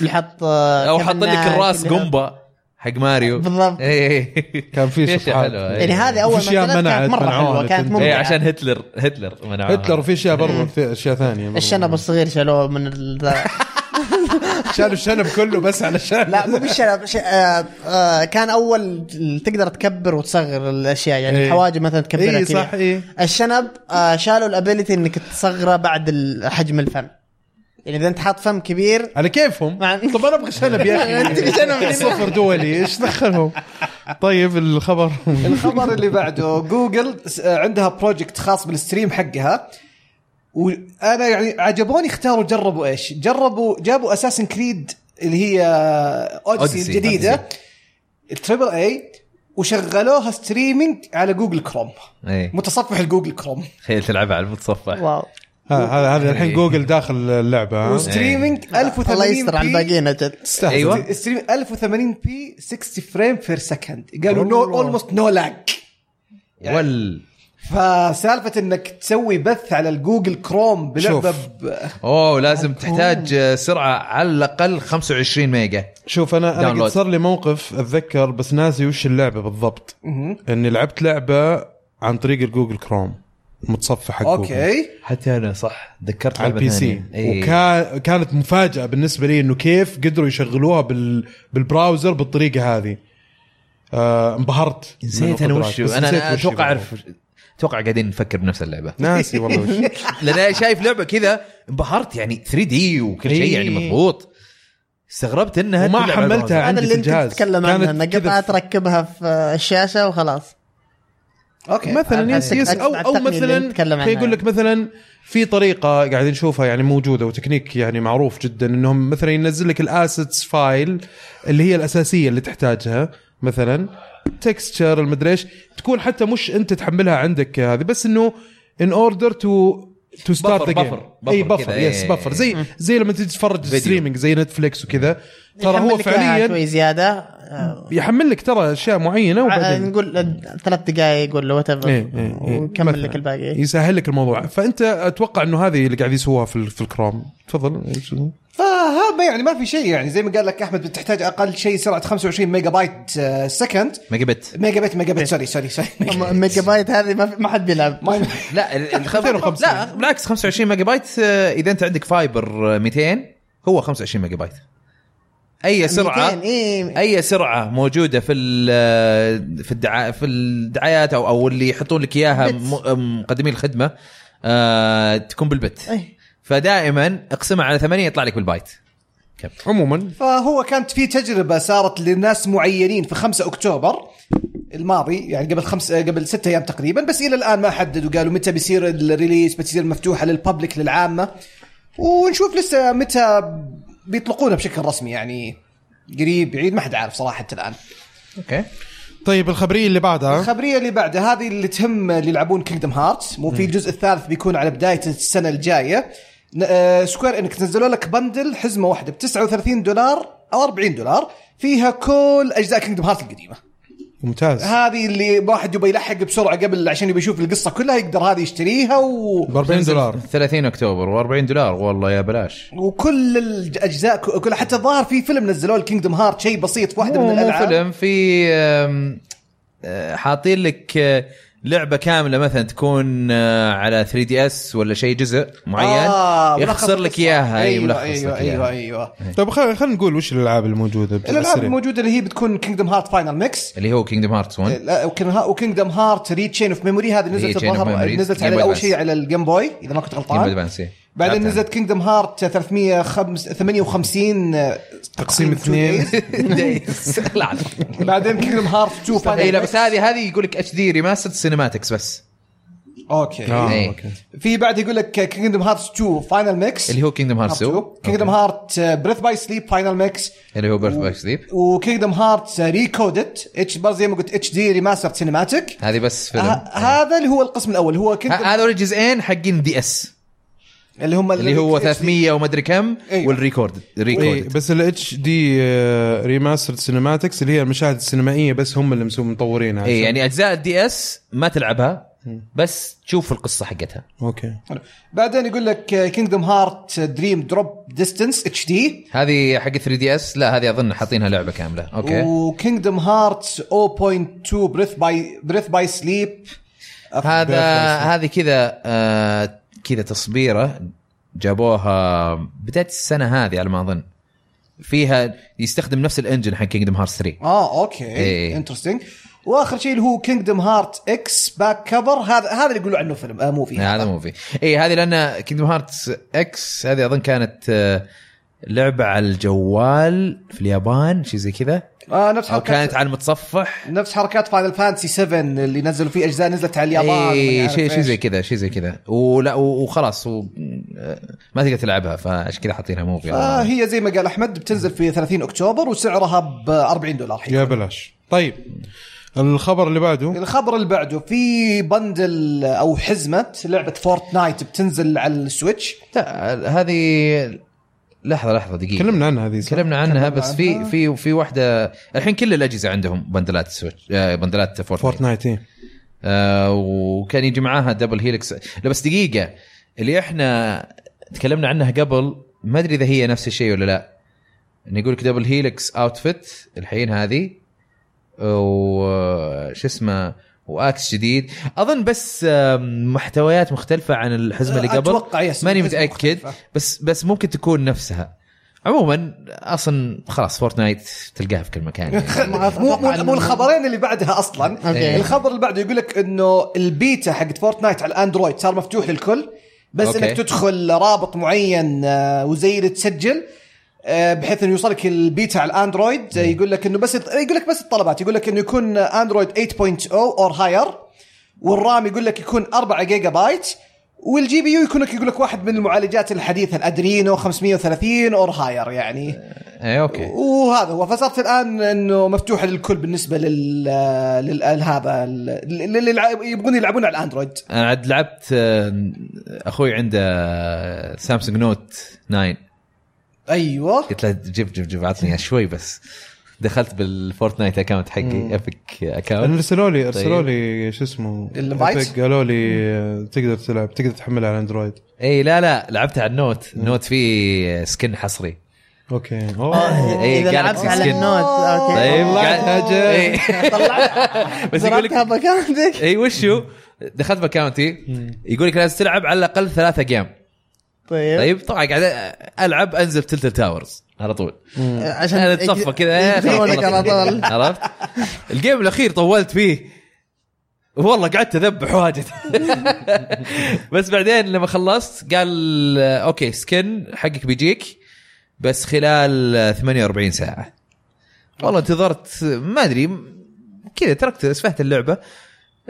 Speaker 7: اللي حط
Speaker 1: او حاط لك الراس قنبه حق ماريو
Speaker 7: بالضبط.
Speaker 1: إيه.
Speaker 4: كان
Speaker 1: <laughs>
Speaker 4: في
Speaker 1: في أشياء
Speaker 4: سبحان
Speaker 1: حلوة.
Speaker 7: يعني
Speaker 1: إيه.
Speaker 7: هذه اول ما
Speaker 4: في أشياء
Speaker 7: نزلت
Speaker 4: منعت إيه.
Speaker 7: كانت مره
Speaker 4: من
Speaker 7: حلوه
Speaker 4: عودة
Speaker 7: كانت إيه.
Speaker 4: الإنتاج.
Speaker 1: اي
Speaker 7: ممتعه
Speaker 1: عشان هتلر هتلر منعوها
Speaker 4: هتلر في اشياء برضه في اشياء ثانيه برضو.
Speaker 7: الشنب الصغير شالوه من ال-
Speaker 4: شالوا الشنب كله بس
Speaker 7: <laughs>
Speaker 4: علشان
Speaker 7: لا مو بالشنب شيء- آه، آه، كان اول تقدر تكبر وتصغر الاشياء يعني
Speaker 4: إيه.
Speaker 7: الحواجب مثلا تكبرها
Speaker 4: اي
Speaker 7: كذا
Speaker 4: صح إيه. اي
Speaker 7: الشنب آه، شالوا الابيلتي انك تصغره بعد ال- حجم الفم يعني اذا انت حاط فم كبير
Speaker 4: على كيفهم
Speaker 7: مع
Speaker 4: طب انا ابغى شنب يا
Speaker 7: <laughs> أنت
Speaker 4: اخي
Speaker 7: اللي شنب.
Speaker 4: صفر دولي ايش دخلهم طيب الخبر
Speaker 6: الخبر اللي بعده جوجل س- عندها بروجكت خاص بالستريم حقها وانا يعني عجبوني اختاروا جربوا ايش؟ جربوا جابوا اساسن كريد اللي هي اوديسي
Speaker 1: Odyssey.
Speaker 6: الجديده التريبل اي وشغلوها ستريمينج على جوجل كروم
Speaker 1: إيه.
Speaker 6: متصفح الجوجل كروم
Speaker 1: تخيل تلعبها على المتصفح
Speaker 7: واو
Speaker 4: ها- هذا هذا
Speaker 1: إيه.
Speaker 4: الحين جوجل داخل اللعبه ها؟
Speaker 6: وستريمينج
Speaker 7: الله يستر على أيوة.
Speaker 6: 1080 بي
Speaker 7: الباقيين اجل
Speaker 1: ايوه
Speaker 6: ستريم 1080 بي 60 فريم بير سكند قالوا نو اولموست نو لاج
Speaker 7: يعني
Speaker 1: وال
Speaker 6: فسالفه انك تسوي بث على الجوجل كروم بلعبه ب...
Speaker 1: اوه لازم تحتاج سرعه على الاقل 25 ميجا
Speaker 4: شوف انا انا قد
Speaker 1: داونلود.
Speaker 4: صار لي موقف اتذكر بس ناسي وش اللعبه بالضبط اني لعبت لعبه عن طريق الجوجل كروم متصفح حق جوجل.
Speaker 6: اوكي
Speaker 1: حتى انا صح ذكرت إيه.
Speaker 4: على البي سي
Speaker 1: وكان
Speaker 4: وكان كانت مفاجاه بالنسبه لي انه كيف قدروا يشغلوها بال... بالبراوزر بالطريقه هذه آه، انبهرت من
Speaker 1: نسيت انا
Speaker 4: القدرات،
Speaker 1: وش
Speaker 4: بس
Speaker 1: انا
Speaker 4: نسيت
Speaker 1: أنا
Speaker 4: وش
Speaker 1: اتوقع
Speaker 4: هي
Speaker 1: اعرف اتوقع قاعدين نفكر بنفس اللعبه
Speaker 4: بالضبط. ناسي والله
Speaker 1: <laughs>
Speaker 4: وش
Speaker 1: لان انا شايف لعبه كذا انبهرت يعني 3 دي وكل شيء يعني مضبوط استغربت انها
Speaker 4: إيه. وما
Speaker 1: تلعب على
Speaker 4: حملتها
Speaker 1: الجهاز.
Speaker 4: عندي
Speaker 7: هذا اللي
Speaker 4: في
Speaker 7: انت
Speaker 4: الجهاز.
Speaker 7: تتكلم عنه
Speaker 4: كانت
Speaker 7: انك
Speaker 4: كذا
Speaker 7: قطعه
Speaker 4: في-
Speaker 7: تركبها في الشاشه وخلاص
Speaker 6: اوكي
Speaker 4: مثلا يس
Speaker 7: أتذكر-
Speaker 4: يس او او
Speaker 7: أتذكر اللي
Speaker 4: مثلا
Speaker 7: نتكلم عنها.
Speaker 4: في يقول لك مثلا في طريقه قاعدين نشوفها يعني موجوده وتكنيك يعني معروف جدا انهم مثلا ينزل لك الاسيتس فايل اللي هي الاساسيه اللي تحتاجها مثلا تكستشر المدري ايش تكون حتى مش انت تحملها عندك هذه بس انه ان اوردر تو تو
Speaker 1: بفر-
Speaker 4: ستارت ذا جيم
Speaker 1: بفر-
Speaker 4: اي
Speaker 1: بفر
Speaker 4: بفر
Speaker 1: كذا،
Speaker 4: يس
Speaker 1: إيه.
Speaker 4: بفر زي زي لما تجي تتفرج ستريمينج زي نتفليكس وكذا ترى
Speaker 7: يحمل
Speaker 4: هو
Speaker 7: لك إياها
Speaker 4: فعليا
Speaker 7: شوي زياده آه،
Speaker 4: يحمل لك ترى اشياء معينه
Speaker 7: آه،
Speaker 4: وبعدين
Speaker 7: نقول آه، ثلاث دقائق ولا وات
Speaker 4: إيه، إيه، إيه.
Speaker 7: ويكمل
Speaker 4: مثلاً.
Speaker 7: لك الباقي
Speaker 4: يسهل لك الموضوع فانت اتوقع انه هذه اللي قاعد يسووها في, ال- في الكروم تفضل
Speaker 6: فهذا يعني ما في شيء يعني زي ما قال لك احمد بتحتاج اقل شيء سرعه 25 ميجا بايت آه، سكند
Speaker 1: ميجا بت
Speaker 6: ميجا بايت ميجا بايت سوري سوري سوري
Speaker 7: <laughs> أما ميجا بايت هذه ما, في- ما حد بيلعب
Speaker 6: ما-
Speaker 1: لا ال- الخبر لا بالعكس 25 ميجا بايت آه، اذا انت عندك فايبر آه، 200 هو 25 ميجا بايت
Speaker 4: يعني
Speaker 1: اي سرعه
Speaker 7: 200، إيه.
Speaker 1: اي سرعه موجوده في ال- آه، في الدعا في الدعايات او او اللي يحطون لك اياها
Speaker 7: بت.
Speaker 1: م- مقدمي الخدمه آه تكون بالبت
Speaker 7: إيه.
Speaker 1: فدائما اقسمها على 8 يطلع لك بالبايت
Speaker 4: عموما
Speaker 6: فهو كانت في تجربه صارت لناس معينين في 5 اكتوبر الماضي يعني قبل خمس آه، قبل ستة ايام تقريبا بس الى الان ما حددوا قالوا متى بيصير الريليس بتصير مفتوحه للببليك للعامه ونشوف لسه متى بيطلقونها بشكل رسمي يعني قريب بعيد ما حد عارف صراحه حتى الان
Speaker 1: اوكي
Speaker 4: طيب الخبريه اللي بعدها
Speaker 6: الخبريه اللي بعدها هذه اللي تهم اللي يلعبون كينجدم هارتس مو في الجزء الثالث بيكون على بدايه السنه الجايه ن- آه، سكوير انك نزلوا لك بندل حزمه واحده ب 39 دولار او 40 دولار فيها كل اجزاء كينجدم هارت القديمه
Speaker 4: ممتاز
Speaker 6: هذه اللي واحد يبي يلحق بسرعه قبل عشان يبي يشوف القصه كلها يقدر هذه يشتريها و...
Speaker 4: ب 40 دولار
Speaker 1: 30 اكتوبر و40 دولار والله يا بلاش
Speaker 6: وكل الاجزاء ك- كلها حتى الظاهر في فيلم نزلوه الكينجدم هارت شيء بسيط في واحده
Speaker 1: مو-
Speaker 6: من
Speaker 1: مو
Speaker 6: الالعاب
Speaker 1: فيلم في آم، آه، حاطين لك آه، لعبه كامله مثلا تكون آه، على 3 دي اس ولا شيء جزء معين
Speaker 6: آه، ملخص
Speaker 1: يخسر لك
Speaker 6: القصة.
Speaker 1: اياها اي
Speaker 6: ايوه
Speaker 1: ملخص
Speaker 6: ايوه
Speaker 1: لك إياها.
Speaker 6: ايوه ايوه
Speaker 1: إيه.
Speaker 4: طيب خل- خلينا نقول وش الالعاب الموجوده بشكل
Speaker 6: الالعاب
Speaker 4: سريع.
Speaker 6: الموجوده اللي هي بتكون كينجدم هارت فاينل ميكس
Speaker 1: اللي هو كينجدم هارت 1
Speaker 6: وكينجدم هارت ري تشين اوف ميموري هذه
Speaker 1: Chain
Speaker 6: نزلت
Speaker 1: of
Speaker 6: الظاهر
Speaker 1: Memory.
Speaker 6: نزلت
Speaker 1: Game
Speaker 6: على
Speaker 1: Boy
Speaker 6: اول
Speaker 1: Advance.
Speaker 6: شيء على الجيم بوي اذا ما كنت
Speaker 1: جيم
Speaker 6: غلطان
Speaker 1: ادفانس إيه.
Speaker 6: بعدين
Speaker 1: لعبتها. <laughs>
Speaker 6: نزلت <laughs> كينجدم هارت 358 آه،
Speaker 4: تقسيم
Speaker 6: two <laughs>
Speaker 4: اثنين.
Speaker 6: days.
Speaker 1: دايس. لا لا
Speaker 6: بعدين كينجدم هارت 2
Speaker 1: اي إيه، لا
Speaker 6: فاينل
Speaker 1: بس هذه هذه يقول لك اتش دي ريماستر سينماتكس بس
Speaker 6: اوكي
Speaker 1: إيه.
Speaker 4: اوكي
Speaker 6: في بعد يقول لك كينجدم هارت 2 فاينل ميكس
Speaker 1: اللي هو كينجدم هارت 2
Speaker 6: كينجدم هارت بريث باي سليب فاينل ميكس
Speaker 1: اللي هو بيرث باي سليب
Speaker 6: وكينجدم هارت ريكودت اتش برضه زي ما قلت اتش دي ريماستر سينماتيك
Speaker 1: هذه بس فيلم ه-
Speaker 6: هذا اللي هو القسم الاول هو كينجدم
Speaker 1: هذول الجزئين حقين دي اس
Speaker 6: اللي هم
Speaker 1: اللي هو 300 وما ادري كم
Speaker 6: أيوة.
Speaker 1: والريكورد
Speaker 4: إيه،
Speaker 1: الريكورد
Speaker 4: بس الاتش دي ريماستر سينماتكس آه، اللي هي المشاهد السينمائيه بس هم اللي مسوي مطورينها
Speaker 1: اي يعني اجزاء الدي اس ما تلعبها بس تشوف القصه حقتها
Speaker 4: اوكي
Speaker 6: حلو. بعدين يقول لك كينجدم هارت دريم دروب ديستنس اتش دي
Speaker 1: هذه حق 3 دي اس لا هذه اظن حاطينها لعبه كامله اوكي
Speaker 6: وكينجدم هارت 0.2 بريث باي بريث باي سليب
Speaker 1: هذا هذه كذا آه كذا تصبيره جابوها بدايه السنه هذه على ما اظن فيها يستخدم نفس الانجن حق كينجدم هارت 3
Speaker 6: اه اوكي
Speaker 1: إيه.
Speaker 6: انترستنج واخر شيء اللي هو كينجدم هارت اكس باك كفر هذا هذا اللي يقولوا عنه فيلم آه موفي
Speaker 1: هذا مو في اي هذه لان كينجدم هارتس اكس هذه اظن كانت آه، لعبه على الجوال في اليابان شيء زي كذا
Speaker 6: آه نفس
Speaker 1: او
Speaker 6: حركات
Speaker 1: كانت على المتصفح
Speaker 6: نفس حركات فاينل فانسي 7 اللي نزلوا فيه اجزاء نزلت على اليابان وما
Speaker 1: اي
Speaker 6: يعرف
Speaker 1: شيء شيء
Speaker 6: يعني إيش.
Speaker 1: إيه، زي كذا شيء زي كذا ولا و- وخلاص و... آه، ما تقدر تلعبها فعشان كذا حاطينها موفي
Speaker 6: آه هي زي ما قال احمد بتنزل في 30 اكتوبر وسعرها ب 40 دولار حين.
Speaker 4: يا بلاش طيب الخبر اللي بعده
Speaker 6: الخبر اللي بعده في بندل او حزمه لعبه فورتنايت بتنزل على السويتش
Speaker 1: لا، هذه لحظه لحظه دقيقه
Speaker 4: تكلمنا عنها هذه صح؟
Speaker 1: تكلمنا عنها
Speaker 6: تكلمنا
Speaker 1: بس في
Speaker 6: عنها.
Speaker 1: في في واحده الحين كل الاجهزه عندهم بندلات سويتش آه، بندلات فورتنايت
Speaker 4: فورتنايت إيه.
Speaker 1: آه، وكان يجي معاها دبل هيلكس لا بس دقيقه اللي احنا تكلمنا عنها قبل ما ادري اذا هي نفس الشيء ولا لا إن يقول لك دبل هيلكس اوتفيت الحين هذه وش اسمه واكس جديد اظن بس آم، محتويات مختلفه عن الحزمه اللي قبل
Speaker 6: اتوقع يس
Speaker 1: ماني
Speaker 6: حزمة
Speaker 1: متاكد
Speaker 6: مختلفة.
Speaker 1: بس بس ممكن تكون نفسها عموما اصلا خلاص فورتنايت تلقاها في كل مكان يعني.
Speaker 6: مو مو, مو الخبرين اللي بعدها اصلا
Speaker 7: أوكي.
Speaker 6: الخبر اللي بعده يقول لك انه البيتا حقت فورتنايت على الاندرويد صار مفتوح للكل بس
Speaker 1: أوكي.
Speaker 6: أوكي. انك تدخل رابط معين آه، وزي اللي تسجل آه، بحيث انه يوصلك البيتا على الاندرويد آه، يقول لك انه بس يقول لك بس الطلبات يقول لك انه يكون اندرويد 8.0 اور هاير oh والرام يقول لك يكون 4 جيجا بايت والجي بي يو يكون لك يقول لك واحد من المعالجات الحديثه الادرينو 530 اور هاير يعني
Speaker 1: اي اوكي
Speaker 6: وهذا هو فصارت الان انه مفتوحه للكل بالنسبه لل لل- هذا اللي يلعب- يبغون يلعبون على الاندرويد
Speaker 1: انا عاد لعبت آه، اخوي عنده آه، سامسونج نوت 9 <laughs>
Speaker 6: ايوه
Speaker 1: قلت له جيب جيب جيب عطني إياه شوي بس دخلت بالفورتنايت اكونت حقي افك
Speaker 4: انا
Speaker 1: اكونت
Speaker 4: ارسلوا لي ارسلوا
Speaker 1: أه؟ طيب.
Speaker 4: لي شو اسمه
Speaker 6: الانفايت؟
Speaker 4: Epic قالوا لي آه، تقدر تلعب تقدر تحملها على اندرويد
Speaker 1: اي لا لا لعبتها على النوت النوت فيه سكن حصري
Speaker 4: اوكي أوه.
Speaker 1: إيه،
Speaker 7: اذا
Speaker 1: Galaxy
Speaker 7: لعبت على
Speaker 1: Skin.
Speaker 7: النوت اوكي
Speaker 1: طيب قاعد- إيه. <laughs> بس يقول
Speaker 7: زرعتها
Speaker 1: لك
Speaker 7: بكامتك
Speaker 1: اي وشو دخلت باكونتي يقول لك لازم تلعب على الاقل ثلاثة جيم
Speaker 7: طيب
Speaker 1: طيب طبعا قاعد العب انزل تلتل تاورز على طول
Speaker 7: عشان إيه،
Speaker 1: انا تصفى كذا
Speaker 7: يجبرونك على طول
Speaker 1: عرفت الجيم الاخير طولت فيه والله قعدت اذبح واجد <laughs> بس بعدين لما خلصت قال آه، اوكي سكن حقك بيجيك بس خلال آه، 48 ساعه والله انتظرت آه، ما ادري م- كذا تركت اسفهت اللعبه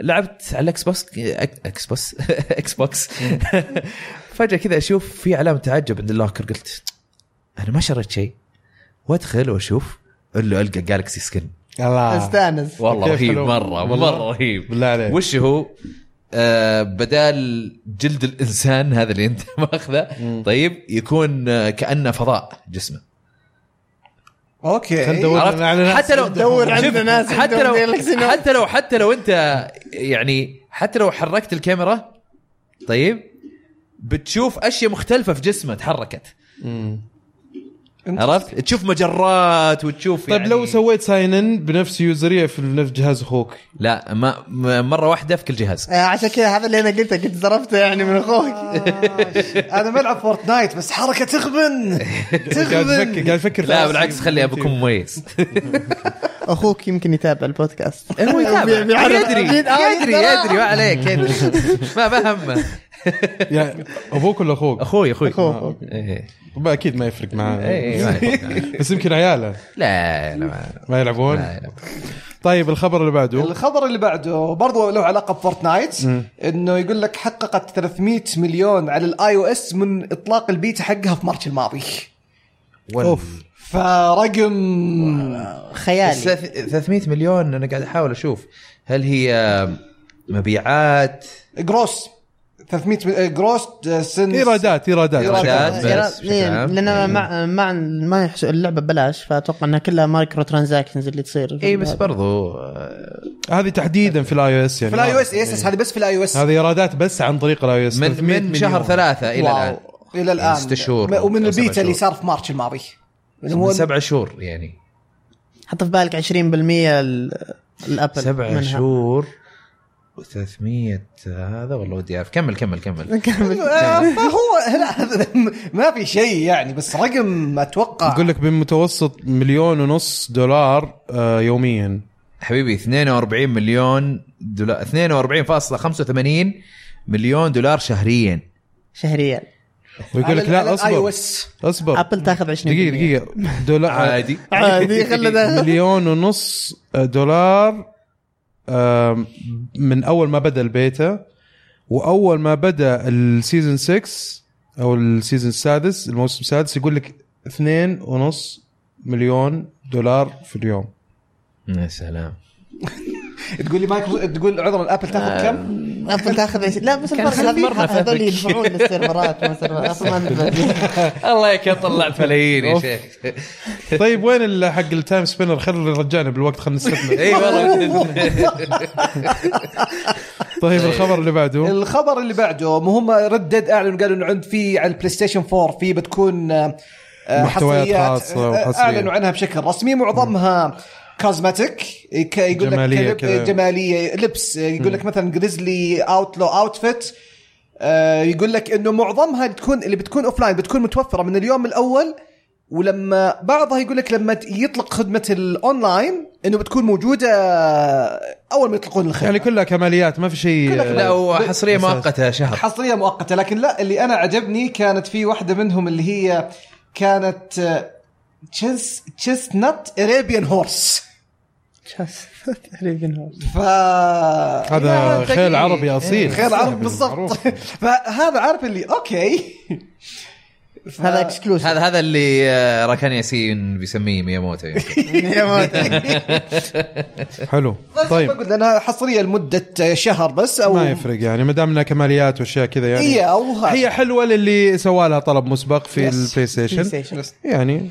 Speaker 1: لعبت على الاكس بوكس أك- اكس بوكس <laughs> اكس بوكس <laughs> فجاه كذا اشوف في علامه تعجب عند اللاكر قلت انا ما شريت شيء وادخل واشوف الا القى جالكسي سكن آه.
Speaker 4: الله
Speaker 7: استانس
Speaker 1: والله
Speaker 4: كيف
Speaker 1: رهيب
Speaker 4: حلو.
Speaker 1: مره
Speaker 4: والله؟
Speaker 1: مره رهيب
Speaker 4: بالله عليك.
Speaker 1: وش هو؟ آه بدال جلد الانسان هذا اللي انت <laughs> ماخذه طيب يكون آه كانه فضاء جسمه
Speaker 6: اوكي
Speaker 4: ندور
Speaker 1: عرفت؟
Speaker 4: على ناس
Speaker 1: حتى لو
Speaker 7: دور عند
Speaker 1: شوف،
Speaker 7: ناس
Speaker 1: حتى
Speaker 7: عندهم
Speaker 1: لو
Speaker 7: Galaxy Note.
Speaker 1: حتى لو حتى لو انت يعني حتى لو حركت الكاميرا طيب بتشوف اشياء مختلفه في جسمه تحركت عرفت؟ تشوف مجرات وتشوف
Speaker 4: طيب
Speaker 1: يعني
Speaker 4: لو سويت ساين ان بنفس يوزريه في نفس جهاز اخوك
Speaker 1: لا ما ما- مره واحده في كل جهاز
Speaker 7: آه، عشان كذا هذا اللي انا قلته كنت زرفته يعني من اخوك
Speaker 1: <laughs>
Speaker 6: انا بلعب فورتنايت بس حركه تغبن
Speaker 4: قاعد افكر
Speaker 6: تغبن
Speaker 4: قاعد افكر
Speaker 1: لا بالعكس خلي ابوكم مميز
Speaker 7: اخوك يمكن يتابع
Speaker 1: <laughs>
Speaker 7: البودكاست
Speaker 1: هو يتابع
Speaker 7: بي- بيعرف-
Speaker 1: يدري
Speaker 7: أكيد، آه،
Speaker 1: يدري يدري ما عليك يدري ما فهمه
Speaker 4: يعني ابوك ولا اخوك؟
Speaker 1: اخوي اخوي
Speaker 7: أخوه، أخوه.
Speaker 1: إيه.
Speaker 4: طب اكيد ما يفرق معاه
Speaker 1: إيه، ما <laughs> يفرق.
Speaker 4: بس يمكن عياله
Speaker 1: لا لا ما-
Speaker 4: ما يلعبون
Speaker 1: لا، لا.
Speaker 4: طيب الخبر اللي بعده
Speaker 6: الخبر اللي بعده برضو له علاقه بفورتنايت انه يقول لك حققت 300 مليون على الاي او اس من اطلاق البيتا حقها في مارس الماضي
Speaker 4: اوف
Speaker 6: فرقم
Speaker 1: بس
Speaker 7: خيالي
Speaker 1: ثلاث- 300 مليون انا قاعد احاول اشوف هل هي مبيعات
Speaker 6: جروس 300 جروس سن
Speaker 4: ايرادات ايرادات
Speaker 6: إيرادات.
Speaker 1: ايرادات بس بشكل
Speaker 7: إيه،
Speaker 1: عام؟
Speaker 7: لان ما ما ما يحس- اللعبه ببلاش فاتوقع انها كلها مايكرو ترانزاكشنز اللي تصير
Speaker 1: اي إيه، بس برضو آه،
Speaker 4: هذه تحديدا في الاي او اس يعني
Speaker 6: في الاي او اس يس هذه بس في الاي او اس
Speaker 4: هذه ايرادات بس عن طريق الاي او اس
Speaker 1: من من شهر ثلاثة الى الان
Speaker 6: الى الان
Speaker 1: يعني ست شهور
Speaker 6: م- ومن
Speaker 1: أو سبع
Speaker 6: البيتا اللي
Speaker 1: شهور.
Speaker 6: صار في مارش الماضي
Speaker 1: من
Speaker 6: هو
Speaker 1: سبع شهور يعني
Speaker 7: حط في بالك 20% ال- الابل
Speaker 1: سبع
Speaker 7: <laughs> منها.
Speaker 1: شهور 300 هذا والله ودي اعرف كمل كمل كمل
Speaker 7: نكمل
Speaker 6: فهو آه، لا <laughs> هذا ما في شيء يعني بس رقم اتوقع
Speaker 4: يقول لك بمتوسط مليون ونص دولار آه، يوميا
Speaker 1: حبيبي 42 مليون دولار 42.85 مليون دولار شهريا
Speaker 7: شهريا
Speaker 4: ويقول لك لا اصبر
Speaker 6: اس
Speaker 4: اصبر
Speaker 7: ابل تاخذ آه، 20
Speaker 4: دقيقه دقيقه دولار
Speaker 1: <laughs> عادي
Speaker 7: عادي خلنا داخل.
Speaker 4: مليون ونص آه، دولار آم، من اول ما بدا البيتا واول ما بدا السيزون 6 او السيزون السادس الموسم السادس يقول لك اثنين ونص مليون دولار في اليوم
Speaker 1: يا سلام
Speaker 6: تقول لي مايكرو تقول عذرا الابل
Speaker 1: آه.
Speaker 6: تاخذ كم؟
Speaker 7: ابل تاخذ 20 لا بس الفرق
Speaker 1: خلي مرة
Speaker 7: هذول- هذول
Speaker 1: فاتك.
Speaker 7: يدفعون للسيرفرات ما سيرفرات. أصلاً ما عندنا-
Speaker 1: الله يك طلعت ملايين يا شيخ
Speaker 4: طيب وين ال- حق التايم سبينر خلي رجعنا بالوقت خلينا
Speaker 1: <laughs>
Speaker 4: نستثمر
Speaker 1: اي والله
Speaker 4: طيب الخبر اللي بعده
Speaker 6: الخبر اللي بعده مهم ردد اعلن قالوا انه عند في على البلاي ستيشن 4 في بتكون آه، آه،
Speaker 4: محتويات
Speaker 6: حصريات.
Speaker 4: خاصة
Speaker 6: آه،
Speaker 4: وحصرية.
Speaker 6: اعلنوا عنها بشكل رسمي معظمها كازماتيك ك- يقول لك
Speaker 4: جمالية
Speaker 6: كلب-
Speaker 4: كذا.
Speaker 6: جماليه لبس آه، يقول لك مثلا جريزلي اوتلو اوتفيت آه، يقول لك انه معظمها تكون اللي بتكون اوف لاين بتكون متوفره من اليوم الاول ولما بعضها يقول لك لما يطلق خدمه الاونلاين انه بتكون موجوده اول ما يطلقون الخدمه
Speaker 4: يعني كلها كماليات ما في شيء آه،
Speaker 6: كلها
Speaker 1: لا هو حصريه مؤقته شهر
Speaker 6: حصريه مؤقته لكن لا اللي انا عجبني كانت في واحده منهم اللي هي كانت آه، تشيس تشيس نت اريبيان هورس
Speaker 7: جاس. تقريبا هو.
Speaker 6: ف
Speaker 4: هذا خيل عربي يعني اصيل
Speaker 6: خير عرب بالضبط <laughs> فهذا عارف اللي اوكي ف-
Speaker 7: هذا اكسكلوسيف
Speaker 1: هذا هذا اللي آه، راكان ياسين بيسميه <laughs> مياموتو يمكن.
Speaker 4: حلو
Speaker 6: <laughs> بس
Speaker 4: طيب
Speaker 6: بقول لانها حصريه لمده شهر بس او
Speaker 4: ما يفرق يعني ما دام انها كماليات واشياء كذا يعني
Speaker 6: هي او هذا.
Speaker 4: هي حلوه للي سوى لها طلب مسبق في البلاي ستيشن
Speaker 7: PlayStation.
Speaker 4: يعني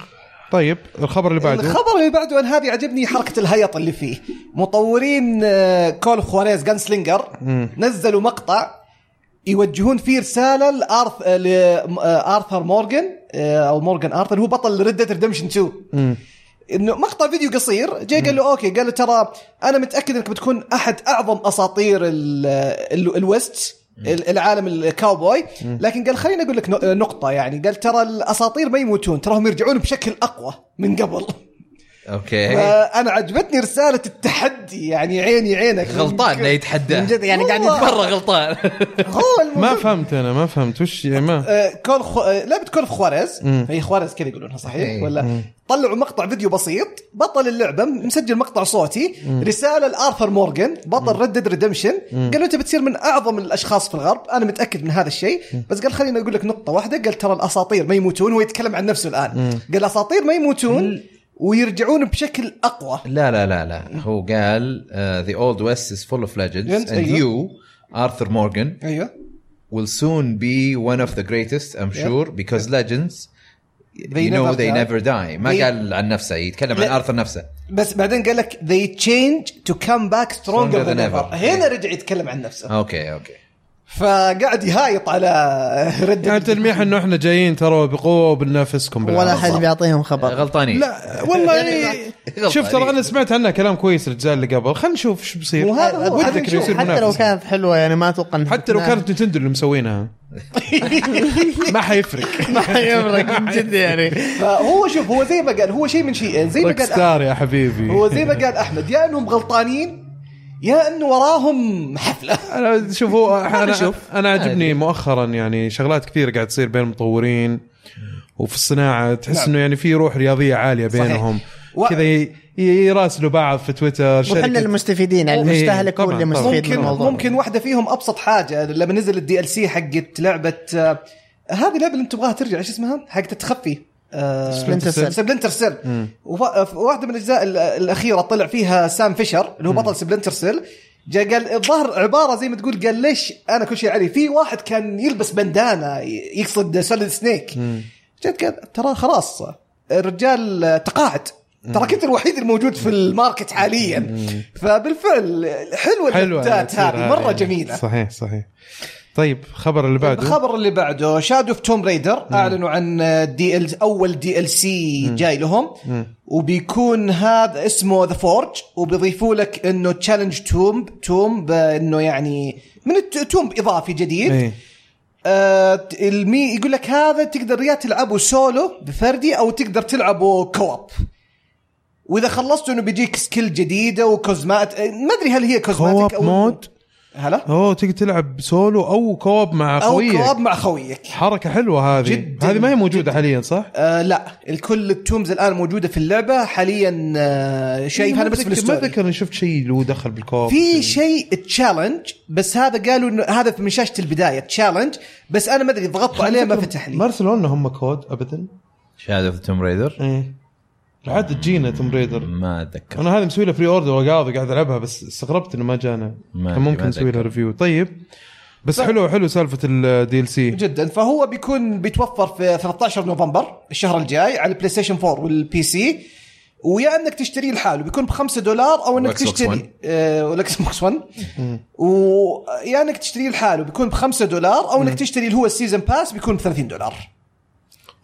Speaker 4: طيب الخبر اللي بعده
Speaker 6: الخبر اللي بعده انا هذه عجبني حركه الهيط اللي فيه مطورين آه، كول خواريز جان سلينجر نزلوا مقطع يوجهون فيه آه، رساله لارث لارثر مورغان آه، او مورغان ارثر هو بطل ريد ريدمشن 2 انه مقطع فيديو قصير جاي قال له اوكي قال له ترى انا متاكد انك بتكون احد اعظم اساطير ال ال الويست ال- العالم الكاوبوي لكن قال خليني اقول لك ن- نقطه يعني قال ترى الاساطير ما يموتون تراهم يرجعون بشكل اقوى من قبل
Speaker 1: اوكي
Speaker 6: فانا عجبتني رساله التحدي يعني عيني عينك
Speaker 1: غلطان لا
Speaker 6: من جد
Speaker 1: يتحداه
Speaker 6: يعني قاعد
Speaker 1: مره
Speaker 6: يتفرج
Speaker 1: غلطان <laughs>
Speaker 6: هو الم...
Speaker 4: ما فهمت انا ما فهمت وش يعني ما
Speaker 6: آه، كول خو... آه، لعبه كول خوارز هي خوارز كذا يقولونها
Speaker 1: إيه.
Speaker 6: صحيح ولا طلعوا مقطع فيديو بسيط بطل اللعبه مسجل مقطع صوتي رساله لارثر مورغان بطل ريد ديد ريدمشن قالوا انت بتصير من اعظم الاشخاص في الغرب انا متاكد من هذا الشيء بس قال خليني اقول لك نقطه واحده قال ترى الاساطير ما يموتون هو يتكلم عن نفسه الان قال الاساطير ما يموتون ويرجعون بشكل اقوى
Speaker 1: لا لا لا لا هو قال uh, ذا اولد ويست از فول اوف legends and
Speaker 6: أيوه.
Speaker 1: you Arthur Morgan
Speaker 6: ايوه
Speaker 1: will soon be one of the greatest I'm sure because legends
Speaker 6: They
Speaker 1: you know
Speaker 6: never
Speaker 1: they
Speaker 6: die.
Speaker 1: never die ما
Speaker 6: They-
Speaker 1: قال عن نفسه يتكلم عن
Speaker 6: لا.
Speaker 1: ارثر نفسه
Speaker 6: بس بعدين قال لك they change to come back stronger
Speaker 1: Stronger than
Speaker 6: than
Speaker 1: ever.
Speaker 6: ever آه. هنا رجع يتكلم عن نفسه
Speaker 1: اوكي اوكي
Speaker 6: فقعد يهايط على رد
Speaker 4: يعني تلميح انه احنا جايين ترى بقوه وبننافسكم بالعرض.
Speaker 7: ولا حد بيعطيهم خبر
Speaker 1: غلطانين <laughs>
Speaker 4: لا
Speaker 6: <laughs>
Speaker 4: والله
Speaker 6: يعني
Speaker 4: إيه.
Speaker 1: غلطانين.
Speaker 4: شوف ترى انا سمعت عنها كلام كويس الرجال اللي قبل خلينا نشوف شو بيصير
Speaker 6: وهذا هو.
Speaker 4: ودك إنه يصير
Speaker 7: حتى لو
Speaker 4: منافس
Speaker 7: كانت حلوه يعني <laughs> ما اتوقع إنها
Speaker 4: حتى لو
Speaker 7: تتنافس.
Speaker 4: كانت نتندو اللي مسوينها ما حيفرق
Speaker 7: ما حيمرق من جد يعني
Speaker 6: فهو شوف هو زي ما قال هو شيء من شيئين زي ما
Speaker 4: روك
Speaker 6: قال أحمد
Speaker 4: ستار يا حبيبي
Speaker 6: هو زي ما
Speaker 4: <laughs>
Speaker 6: قال احمد يا انهم غلطانين يا انه وراهم حفله
Speaker 4: انا شوف هو انا انا
Speaker 1: أدري.
Speaker 4: عجبني مؤخرا يعني شغلات كثير قاعد تصير بين المطورين وفي الصناعه تحس انه يعني في روح رياضيه عاليه بينهم
Speaker 6: نعم. و-
Speaker 4: كذا ي- ي- يراسلوا بعض في تويتر
Speaker 7: وحنا
Speaker 4: شركه
Speaker 7: المستفيدين يعني
Speaker 4: إيه،
Speaker 7: المستهلك هو
Speaker 4: طبعاً،
Speaker 7: اللي
Speaker 4: طبعاً.
Speaker 7: مستفيد من
Speaker 6: ممكن
Speaker 7: الموضوع
Speaker 6: ممكن واحده فيهم ابسط حاجه لما نزل الدي ال سي حقت لعبه آه، هذه اللعبه اللي انت تبغاها ترجع ايش اسمها؟ حقت آه، التخفي
Speaker 7: Splinter Cell.
Speaker 6: سبلنتر سيل واحده من الاجزاء ال- الاخيره طلع فيها سام فيشر اللي هو بطل سبلنتر سيل جاء قال الظاهر عباره زي ما تقول قال ليش انا كل شيء علي في واحد كان يلبس بندانه ي- يقصد سوليد سنيك جد قال ترى خلاص الرجال تقاعد ترى كنت الوحيد الموجود في الماركت حاليا فبالفعل حلوه
Speaker 4: حلوه
Speaker 6: الابدات
Speaker 4: تصير
Speaker 6: هذه مره
Speaker 4: يعني.
Speaker 6: جميله
Speaker 4: صحيح صحيح طيب خبر اللي بعده
Speaker 6: الخبر اللي بعده شادو اوف توم ريدر اعلنوا عن دي ال اول دي ال سي جاي لهم وبيكون هذا اسمه ذا فورج وبيضيفوا لك انه تشالنج تومب تومب انه يعني من التومب اضافي جديد
Speaker 4: إيه.
Speaker 6: آه المي يقول لك هذا تقدر يا تلعبه سولو بفردي او تقدر تلعبه كوب واذا خلصت انه بيجيك سكيل جديده وكوزمات آه، ما ادري هل هي كوزماتيك
Speaker 4: كواب مود
Speaker 6: هلا
Speaker 4: اوه تقدر تلعب سولو او كواب مع
Speaker 6: او
Speaker 4: خويك
Speaker 6: كواب مع خويك
Speaker 4: حركه حلوه هذه
Speaker 6: جداً.
Speaker 4: هذه ما هي موجوده حاليا صح؟
Speaker 6: آه لا الكل التومز الان موجوده في اللعبه حاليا آه شايف انا بس
Speaker 4: ما
Speaker 6: في
Speaker 4: أتذكر- ما
Speaker 6: الستوري
Speaker 4: اتذكر اني شفت شيء له دخل بالكواب
Speaker 6: في شيء تشالنج بس هذا قالوا انه هذا من شاشه البدايه تشالنج بس انا ما ادري ضغطت عليه ما فتح لي
Speaker 4: ما ارسلوا لنا هم كود ابدا
Speaker 1: شادو اوف توم ريدر
Speaker 4: ايه العاده تجينا توم ريدر
Speaker 1: ما اتذكر
Speaker 4: انا هذه مسوي لها بري اوردر وقاضي قاعد العبها بس استغربت انه ما جانا
Speaker 1: ما
Speaker 4: كان
Speaker 1: أدري،
Speaker 4: ممكن
Speaker 1: ما
Speaker 4: نسوي لها
Speaker 1: أتذكر.
Speaker 4: ريفيو طيب بس حلو حلو سالفه الدي ال سي
Speaker 6: جدا فهو بيكون بيتوفر في 13 نوفمبر الشهر الجاي على البلاي ستيشن 4 والبي سي ويا انك تشتريه لحاله بيكون ب 5 دولار او انك
Speaker 1: وإكس بوكس ون.
Speaker 6: تشتري آه، والاكس بوكس 1 ويا انك تشتريه لحاله بيكون ب 5 دولار او انك تشتري اللي هو السيزون باس بيكون ب 30 دولار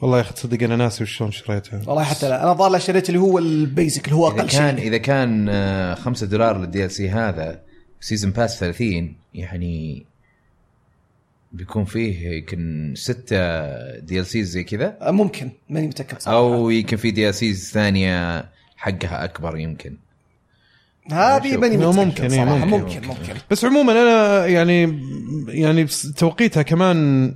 Speaker 4: والله يا اخي تصدق انا ناسي وشلون شريتها
Speaker 6: والله حتى لا انا الظاهر شريت اللي هو البيزك اللي هو
Speaker 1: اذا
Speaker 6: اقل
Speaker 1: كان
Speaker 6: شيء
Speaker 1: اذا كان 5 دولار للدي ال سي هذا سيزون باس 30 يعني بيكون فيه يمكن ستة دي ال سيز زي كذا
Speaker 6: آه، ممكن ماني متاكد صراحة.
Speaker 1: او يمكن في دي ال سيز ثانيه حقها اكبر يمكن
Speaker 6: هذه ماني
Speaker 4: إنه
Speaker 6: متاكد
Speaker 4: ممكن، إيه،
Speaker 6: صراحة.
Speaker 4: ممكن،
Speaker 6: ممكن ممكن
Speaker 4: بس عموما انا يعني يعني بس- توقيتها كمان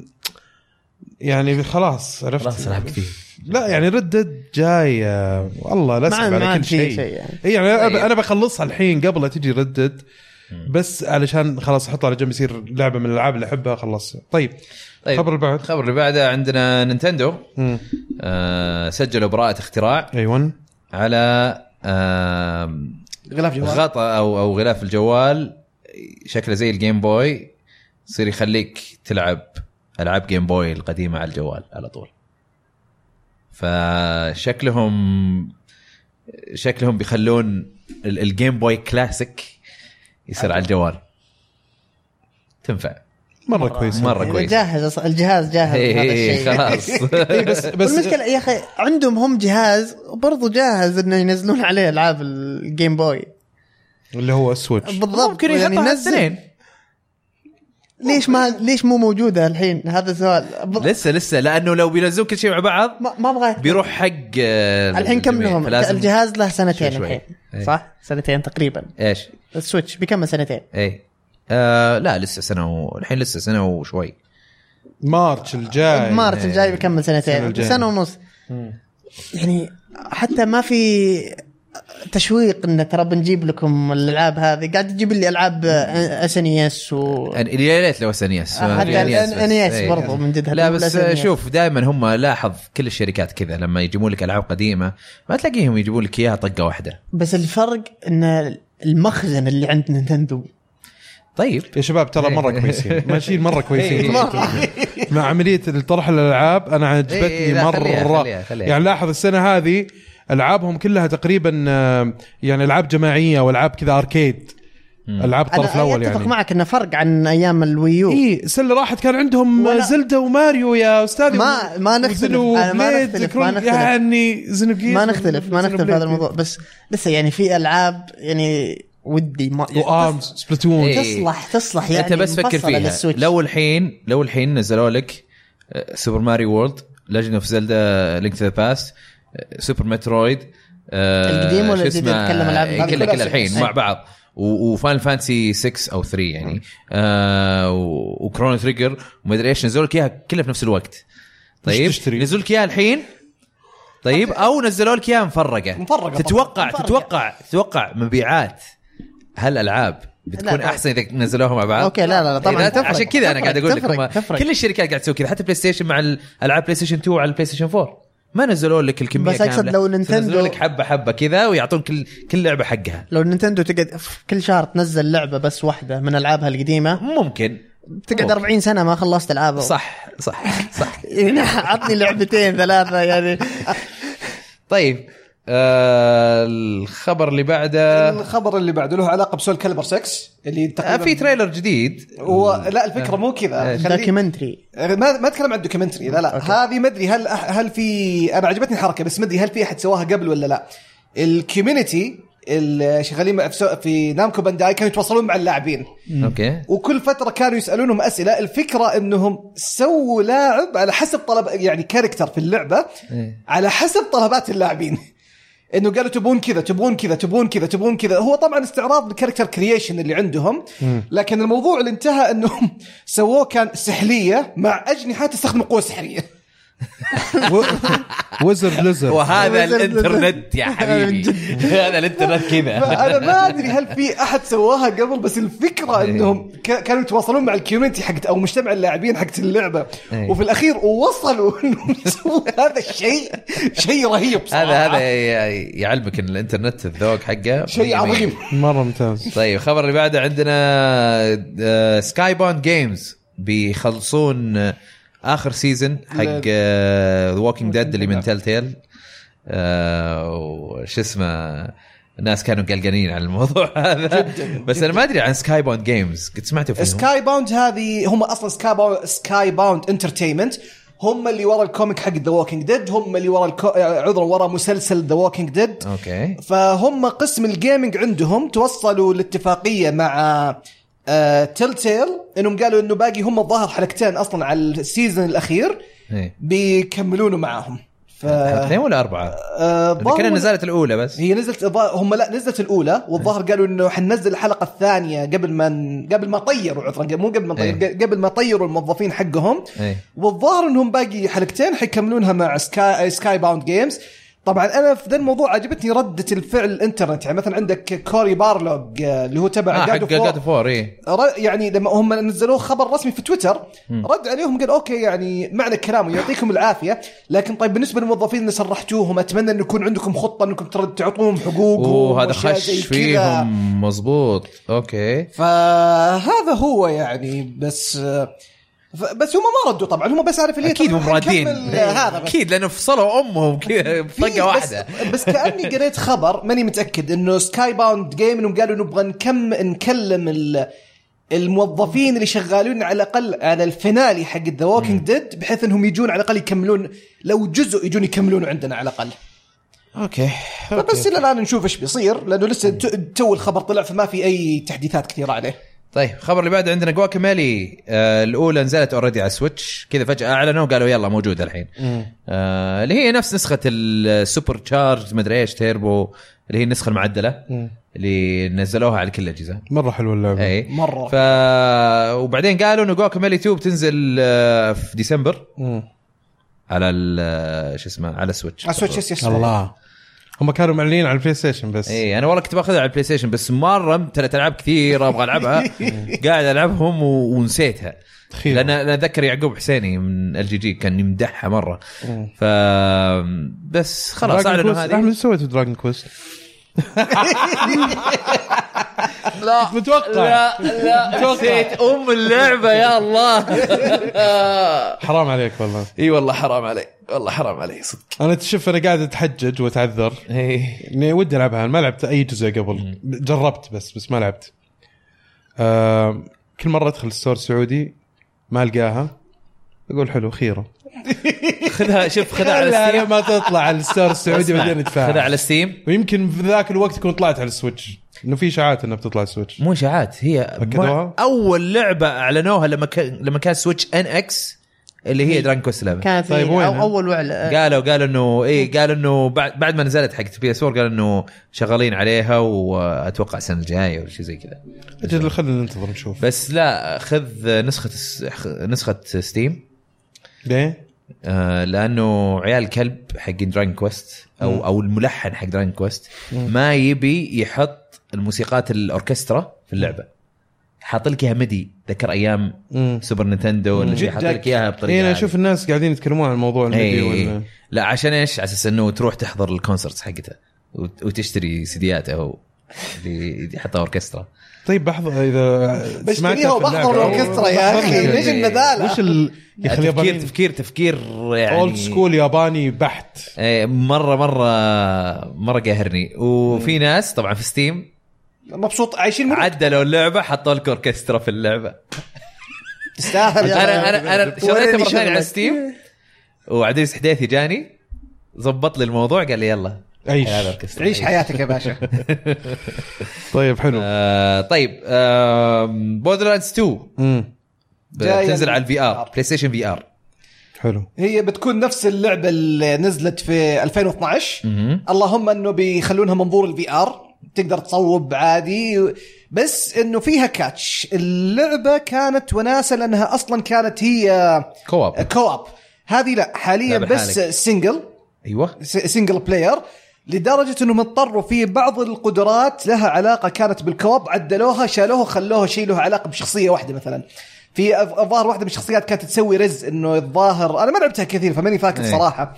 Speaker 4: يعني خلاص عرفت
Speaker 1: خلاص العاب كثير
Speaker 4: لا يعني ردد جاية والله لا
Speaker 7: ما
Speaker 4: اسحب
Speaker 7: عاد- ما
Speaker 4: على
Speaker 7: عاد
Speaker 4: كل
Speaker 7: في
Speaker 4: شيء
Speaker 7: شيء يعني.
Speaker 4: إي يعني
Speaker 1: طيب.
Speaker 4: أنا- انا بخلصها الحين قبل لا تجي ردد بس علشان خلاص احطها على جنب يصير لعبه من الالعاب اللي احبها خلصها طيب
Speaker 1: طيب
Speaker 4: خبر اللي بعد.
Speaker 1: الخبر اللي بعده عندنا نينتندو
Speaker 4: مم. أيوة،
Speaker 1: آه سجلوا براءة اختراع
Speaker 4: ايون
Speaker 1: على آه
Speaker 6: غلاف جوال
Speaker 1: غطاء او او غلاف الجوال شكله زي الجيم بوي يصير يخليك تلعب العاب جيم بوي القديمه على الجوال على طول فشكلهم شكلهم بيخلون ال- الجيم بوي كلاسيك يصير على الجوال تنفع
Speaker 4: مره كويس
Speaker 1: مره
Speaker 7: يعني
Speaker 1: كويس
Speaker 7: جاهز أصلاً، الجهاز جاهز
Speaker 1: إيه،
Speaker 7: هذا
Speaker 1: إيه،
Speaker 7: الشيء <laughs>
Speaker 1: خلاص
Speaker 4: بس
Speaker 7: بس
Speaker 4: بس
Speaker 7: المشكله يا اخي عندهم هم جهاز برضو جاهز انه ينزلون عليه العاب الجيم بوي
Speaker 4: اللي هو السويتش
Speaker 7: بالضبط
Speaker 1: ممكن
Speaker 7: يعني
Speaker 1: يحطها
Speaker 7: نزل-
Speaker 1: السنين
Speaker 7: ليش ما ليش مو موجوده الحين هذا سؤال ب-
Speaker 1: لسه لسه لانه لو بينزلوا كل شيء مع بعض
Speaker 7: ما ما ابغى
Speaker 1: بيروح حق آه،
Speaker 7: الحين كم
Speaker 1: الجميع.
Speaker 7: لهم
Speaker 1: فلازم-
Speaker 7: الجهاز له سنتين
Speaker 1: شوي شوي.
Speaker 7: الحين
Speaker 1: إيه.
Speaker 7: صح سنتين تقريبا
Speaker 1: ايش؟
Speaker 7: السويتش بيكمل سنتين
Speaker 1: ايه آه لا لسه سنه و... الحين لسه سنه وشوي
Speaker 4: مارتش الجاي
Speaker 7: مارس
Speaker 1: إيه.
Speaker 7: الجاي بيكمل
Speaker 4: السنة
Speaker 7: سنتين
Speaker 4: إيه. الجاية.
Speaker 7: سنه ونص يعني حتى ما في تشويق ان ترى بنجيب لكم الالعاب هذه قاعد تجيب لي العاب اس ان اس E و
Speaker 1: أن- يعني يا ليت لو اس ان اس
Speaker 7: حتى الان اس E برضو من جد
Speaker 1: إيه. لا بس
Speaker 7: ال NES.
Speaker 1: شوف دائما هم لاحظ كل الشركات كذا لما يجيبون لك العاب قديمه ما تلاقيهم يجيبون لك اياها طقه واحده
Speaker 7: بس الفرق ان المخزن اللي عند نينتندو
Speaker 1: طيب
Speaker 4: يا شباب ترى مره كويسين ماشيين
Speaker 1: إيه.
Speaker 4: مره كويسين
Speaker 7: مرة.
Speaker 4: <laughs> مع عمليه طرح الالعاب انا
Speaker 1: إيه،
Speaker 4: عجبتني
Speaker 1: لا،
Speaker 4: مره
Speaker 1: خليها- خليها- خليها.
Speaker 4: يعني لاحظ السنه هذه العابهم كلها تقريبا آه، يعني العاب جماعيه والعاب كذا اركيد العاب
Speaker 7: انا
Speaker 4: الطرف الاول
Speaker 7: اتفق
Speaker 4: يعني
Speaker 7: معك انه فرق عن ايام الويو
Speaker 1: إيه،
Speaker 4: اي السنه اللي إيه، راحت كان عندهم
Speaker 7: ولا-
Speaker 4: زلدة وماريو يا استاذي
Speaker 7: ما- ما نختلف.
Speaker 4: وزينو
Speaker 7: أنا ما
Speaker 4: بليد
Speaker 7: نختلف،
Speaker 4: كرون-
Speaker 7: ما نختلف.
Speaker 4: يعني زينوجيز
Speaker 1: إيه،
Speaker 7: ما نختلف ما
Speaker 4: وزينو
Speaker 7: نختلف
Speaker 4: بليد.
Speaker 7: هذا الموضوع بس لسه يعني في العاب يعني ودي ما
Speaker 4: وارمز سبلاتون
Speaker 1: إيه.
Speaker 7: تصلح تصلح يعني
Speaker 1: انت بس فكر
Speaker 7: مفصلة
Speaker 1: فيها
Speaker 7: للسويتش.
Speaker 1: لو الحين لو الحين نزلوا لك آه، سوبر ماري وورلد ليجند اوف زلدا لينك تو ذا باست سوبر مترويد آه،
Speaker 7: القديم ولا
Speaker 1: شو
Speaker 7: الجديد؟
Speaker 1: اسمه؟
Speaker 7: أتكلم ألعاب
Speaker 1: آه،
Speaker 7: بعد
Speaker 1: كلها
Speaker 6: كل
Speaker 1: كلها الحين
Speaker 6: أساس.
Speaker 1: مع بعض وفان فانسي 6 او 3 يعني آه وكرون تريجر ومدري ايش نزلوا لك اياها كلها في نفس الوقت طيب
Speaker 4: تشتري؟
Speaker 1: نزلوا لك اياها الحين طيب او نزلوا لك اياها مفرقه
Speaker 6: مفرقة طبعاً.
Speaker 1: تتوقع
Speaker 6: مفرقة.
Speaker 1: تتوقع تتوقع مبيعات هالالعاب بتكون
Speaker 7: طبعاً.
Speaker 1: احسن اذا نزلوها مع بعض
Speaker 7: اوكي لا لا لا طبعا
Speaker 1: إيه،
Speaker 7: تفرق.
Speaker 1: عشان كذا انا
Speaker 7: تفرق،
Speaker 1: قاعد اقول
Speaker 7: تفرق
Speaker 1: لكم
Speaker 7: تفرق
Speaker 1: كل الشركات قاعد تسوي كذا حتى بلاي ستيشن مع ال- العاب بلاي ستيشن 2 على البلاي ستيشن 4 ما نزلوا لك الكميه
Speaker 7: بس أقصد
Speaker 1: كاملة.
Speaker 7: لو
Speaker 1: ينزلوا
Speaker 7: نينتندو-
Speaker 1: لك حبه حبه كذا ويعطون كل كل لعبه حقها
Speaker 7: لو نينتندو تقعد في كل شهر تنزل لعبه بس واحده من العابها القديمه
Speaker 1: ممكن
Speaker 7: تقعد
Speaker 1: ممكن.
Speaker 7: 40 سنه ما خلصت العابها <laughs>
Speaker 1: صح صح صح
Speaker 7: يعني عطني لعبتين ثلاثه يعني
Speaker 1: طيب آه الخبر اللي بعده
Speaker 6: الخبر اللي بعده له علاقه بسول كالبر 6 اللي
Speaker 1: آه
Speaker 6: تقريبا
Speaker 1: في آه، تريلر جديد
Speaker 6: هو لا الفكره مو كذا خلي-
Speaker 7: دوكيومنتري
Speaker 6: يعني ما ما اتكلم عن الدوكيومنتري لا لا هذه ما ادري هل هل في انا عجبتني الحركه بس ما ادري هل في احد سواها قبل ولا لا الكوميونتي اللي شغالين مع- في- في نامكو بانداي كانوا يتواصلون مع اللاعبين
Speaker 7: <laughs>
Speaker 1: اوكي
Speaker 6: وكل فتره كانوا يسالونهم اسئله الفكره انهم سووا لاعب على حسب طلب يعني كاركتر في اللعبه
Speaker 1: إيه.
Speaker 6: على حسب طلبات اللاعبين انه قالوا تبون كذا تبون كذا تبون كذا تبون كذا هو طبعا استعراض الكاركتر كرييشن اللي عندهم لكن الموضوع اللي انتهى انهم سووه كان سحليه مع اجنحه تستخدم قوه سحريه
Speaker 4: <laughs> وزر ليزر
Speaker 1: وهذا الانترنت
Speaker 7: <laughs>
Speaker 1: يا حبيبي هذا الانترنت كذا
Speaker 6: فانا ما ادري هل في احد سواها قبل بس الفكره
Speaker 1: إيه.
Speaker 6: انهم ك- كانوا يتواصلون مع الكوميونتي حقت او مجتمع اللاعبين حقت اللعبه
Speaker 1: إيه.
Speaker 6: وفي الاخير وصلوا <laughs> انهم يسووا هذا الشيء شيء رهيب صراحه
Speaker 1: هذا هذا ي- يعلمك ان الانترنت الذوق حقه
Speaker 6: شيء
Speaker 1: مية مية.
Speaker 6: عظيم
Speaker 4: مره ممتاز
Speaker 1: طيب الخبر اللي بعده آه، عندنا سكاي بوند جيمز بيخلصون آه، اخر سيزون حق آه، ذا ووكينج ديد اللي من تيل تيل وش اسمه الناس كانوا قلقانين على الموضوع <laughs> هذا بس انا ما ادري عن سكاي بوند جيمز قد سمعتوا فيهم
Speaker 6: سكاي باوند هذه هم اصلا سكاي باوند سكاي باوند انترتينمنت هم اللي ورا الكوميك حق ذا ووكينج ديد هم اللي ورا الكو... آه، عذرا ورا مسلسل ذا ووكينج ديد
Speaker 1: اوكي
Speaker 6: فهم قسم الجيمنج عندهم توصلوا لاتفاقيه مع تيل تيل انهم قالوا انه باقي هم الظاهر حلقتين اصلا على السيزون الاخير
Speaker 1: إيه.
Speaker 6: بيكملونه معاهم ف
Speaker 1: اثنين ولا اربعه؟
Speaker 6: آه،
Speaker 1: كنا
Speaker 6: ظهروا-
Speaker 1: طيب، نزلت الاولى بس إيه.
Speaker 6: هي نزلت الظا- هم لا نزلت الاولى والظاهر قالوا انه حننزل الحلقه الثانيه قبل ما ن- قبل ما طيروا عذرا مو قبل ما طيروا
Speaker 1: إيه.
Speaker 6: قبل ما طيروا الموظفين حقهم
Speaker 1: إيه.
Speaker 6: والظاهر انهم باقي حلقتين حيكملونها مع سكاي سكاي باوند جيمز طبعا انا في ذا الموضوع عجبتني رده الفعل الانترنت يعني مثلا عندك كوري بارلوج آه، اللي هو تبع
Speaker 1: آه
Speaker 6: God
Speaker 1: حق
Speaker 6: of War.
Speaker 1: جاد فور اي
Speaker 6: ر- يعني لما هم نزلوه خبر رسمي في تويتر رد عليهم قال اوكي يعني معنى كلامه يعطيكم العافيه لكن طيب بالنسبه للموظفين اللي سرحتوهم اتمنى انه يكون عندكم خطه انكم ترد- تعطوهم حقوقهم
Speaker 1: وهذا
Speaker 6: وأشياء زي
Speaker 1: خش
Speaker 6: كذا.
Speaker 1: فيهم مزبوط اوكي
Speaker 6: فهذا هو يعني بس ف- بس هم ما ردوا طبعا هم بس عارف اللي
Speaker 1: اكيد
Speaker 6: <laughs>
Speaker 1: مو
Speaker 6: طب
Speaker 1: مرادين
Speaker 6: نكمل هذا بس
Speaker 1: اكيد لانه فصلوا
Speaker 6: <laughs>
Speaker 1: امهم كذا
Speaker 6: في-
Speaker 1: بطقه واحده
Speaker 6: إيه، بس, بس كاني قريت خبر ماني متاكد انه سكاي باوند جيم انهم قالوا نبغى نكم نكلم ال- الموظفين اللي شغالين على الاقل على الفينالي حق ذا ووكينج ديد بحيث انهم يجون على الاقل يكملون لو جزء يجون يكملون عندنا على الاقل
Speaker 1: اوكي
Speaker 6: فبس الى الان نشوف ايش بيصير لانه لسه تو- تو الخبر طلع فما في اي تحديثات كثيره عليه
Speaker 1: طيب الخبر اللي بعده عندنا جواكاميلي آه الاولى نزلت اوريدي على سويتش كذا فجاه اعلنوا وقالوا يلا موجوده الحين آه اللي هي نفس نسخه السوبر تشارج مدري ايش تيربو اللي هي النسخه المعدله اللي نزلوها على كل الاجهزه
Speaker 4: مره حلوه اللعبه
Speaker 1: اي
Speaker 6: مرة.
Speaker 1: ف وبعدين قالوا انه جواكاميلي 2 بتنزل آه، في ديسمبر على ال- آه، شو اسمه على سويتش
Speaker 6: على السويتش يس يس <laughs>
Speaker 4: الله هم كانوا معلنين على البلاي ستيشن بس
Speaker 1: اي انا إيه، والله كنت باخذها على البلاي ستيشن بس مره امتلت العاب كثيره ابغى
Speaker 4: <laughs>
Speaker 1: العبها قاعد العبهم و... ونسيتها
Speaker 4: تخيل.
Speaker 1: لان انا اتذكر يعقوب حسيني من الجي جي كان يمدحها مره ف بس خلاص
Speaker 4: دراجون
Speaker 1: اعلنوا
Speaker 4: كويست
Speaker 1: هذه
Speaker 4: احمد ايش سويت في دراجون كويست؟ لا متوقع
Speaker 1: لا نسيت ام اللعبه يا الله
Speaker 4: حرام عليك والله
Speaker 1: اي والله حرام علي والله حرام علي صدق
Speaker 4: انا تشوف انا قاعد اتحجج واتعذر
Speaker 1: إيه.
Speaker 4: اني ودي العبها أنا ما لعبت اي جزء قبل جربت بس بس ما لعبت آه كل مره ادخل الستور السعودي ما القاها اقول حلو خيره
Speaker 1: خذها شوف خذها على
Speaker 4: خلها
Speaker 1: ستيم
Speaker 4: ما تطلع على
Speaker 1: <laughs>
Speaker 4: الستور السعودي بعدين
Speaker 1: خذها
Speaker 4: ادفعها
Speaker 1: على ستيم
Speaker 4: ويمكن في ذاك الوقت تكون طلعت على السويتش انه في اشاعات انها بتطلع على السويتش
Speaker 1: مو اشاعات هي
Speaker 4: أكدوها؟
Speaker 1: اول لعبه اعلنوها لما كان لما كان سويتش ان اكس اللي هي دراجون كويست 11
Speaker 7: كانت
Speaker 4: طيب
Speaker 7: طيب
Speaker 4: وين؟
Speaker 7: اول وعلة
Speaker 1: قالوا
Speaker 4: آه.
Speaker 1: قالوا انه اي
Speaker 4: إيه.
Speaker 1: قالوا انه بعد بعد ما نزلت حق بي اس 4 قالوا انه شغالين عليها واتوقع السنه الجايه ولا شيء زي كذا
Speaker 4: اجل خلينا ننتظر نشوف
Speaker 1: بس لا خذ نسخه الس- خ- نسخه ستيم
Speaker 4: ليه؟
Speaker 1: آه لانه عيال الكلب حق دراجون كويست او او الملحن حق دراجون كويست ما يبي يحط الموسيقات الاوركسترا في اللعبه حاط لك اياها ميدي ذكر ايام
Speaker 4: مم.
Speaker 1: سوبر نينتندو ولا شيء حاط لك إيه. اياها بطريقه
Speaker 4: إيه انا
Speaker 1: هذه.
Speaker 4: اشوف الناس قاعدين يتكلمون عن الموضوع الميدي
Speaker 1: اي
Speaker 4: ولا
Speaker 1: لا عشان ايش؟ على اساس انه تروح تحضر الكونسرت حقته وت- وتشتري سيدياته اللي يحطها اوركسترا
Speaker 4: طيب بحظ اذا سمعتها
Speaker 6: بشتريها
Speaker 4: في اللعبة. يعني
Speaker 6: وبحضر الاوركسترا يا اخي ليش النذاله؟
Speaker 4: وش ال... يا اخي
Speaker 1: تفكير
Speaker 4: اليابانيين
Speaker 1: تفكير تفكير يعني
Speaker 4: اولد سكول ياباني بحت
Speaker 1: إيه، مره مره مره قاهرني وفي ناس طبعا في ستيم
Speaker 6: مبسوط عايشين من
Speaker 1: عدلوا اللعبه حطوا لك اوركسترا في اللعبه
Speaker 6: تستاهل
Speaker 1: انا انا انا شريتها
Speaker 6: وريني
Speaker 1: مره ثانيه على
Speaker 6: شغلك.
Speaker 1: ستيم وعزيز حديثي جاني زبط لي الموضوع قال لي يلا
Speaker 4: عيش
Speaker 1: هذا اوركسترا
Speaker 6: عيش حياتك يا
Speaker 1: <laughs>
Speaker 6: باشا
Speaker 4: طيب حلو
Speaker 1: آه، طيب بوردرلاندز 2
Speaker 4: امم
Speaker 6: جاية
Speaker 1: تنزل على الفي ار
Speaker 6: VR.
Speaker 1: بلاي ستيشن في ار
Speaker 4: حلو
Speaker 6: هي بتكون نفس اللعبه اللي نزلت في 2012 اللهم انه بيخلونها منظور الفي ار تقدر تصوب عادي بس انه فيها كاتش اللعبه كانت وناسه لانها اصلا كانت هي
Speaker 1: كواب
Speaker 6: كواب هذه لا حاليا
Speaker 1: لعبة
Speaker 6: بس
Speaker 1: حالك.
Speaker 6: سنجل
Speaker 1: ايوه
Speaker 6: س- سنجل بلاير لدرجه انهم اضطروا في بعض القدرات لها علاقه كانت بالكواب عدلوها شالوها خلوها شيء له علاقه بشخصيه واحده مثلا في أظ- الظاهر واحده من الشخصيات كانت تسوي رز انه الظاهر انا ما لعبتها كثير فماني فاكر
Speaker 1: إيه.
Speaker 6: صراحه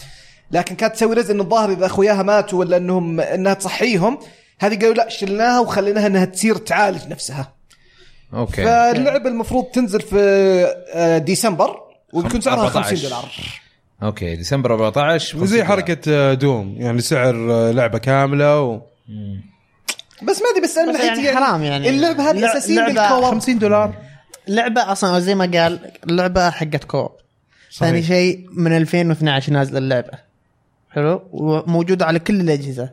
Speaker 6: لكن كانت تسوي رز انه الظاهر اذا اخوياها ماتوا ولا انهم انها تصحيهم هذه قالوا لا شلناها وخليناها انها تصير تعالج نفسها
Speaker 1: اوكي
Speaker 6: فاللعبه المفروض تنزل في آه، ديسمبر ويكون سعرها
Speaker 1: 14.
Speaker 6: 50 دولار
Speaker 1: اوكي ديسمبر 14
Speaker 4: زي حركه دوم يعني سعر لعبه كامله و...
Speaker 6: بس ما ادري بس انا
Speaker 7: بس
Speaker 6: من
Speaker 7: يعني
Speaker 6: ناحيتي
Speaker 7: حرام يعني.
Speaker 6: اللعبه هذه
Speaker 7: لع-
Speaker 6: اساسيه
Speaker 7: لعبة
Speaker 6: بالكواب
Speaker 4: 50 دولار
Speaker 7: لعبه اصلا زي ما قال لعبه حقت كوب ثاني شيء من 2012 نازله اللعبه حلو وموجوده على كل الاجهزه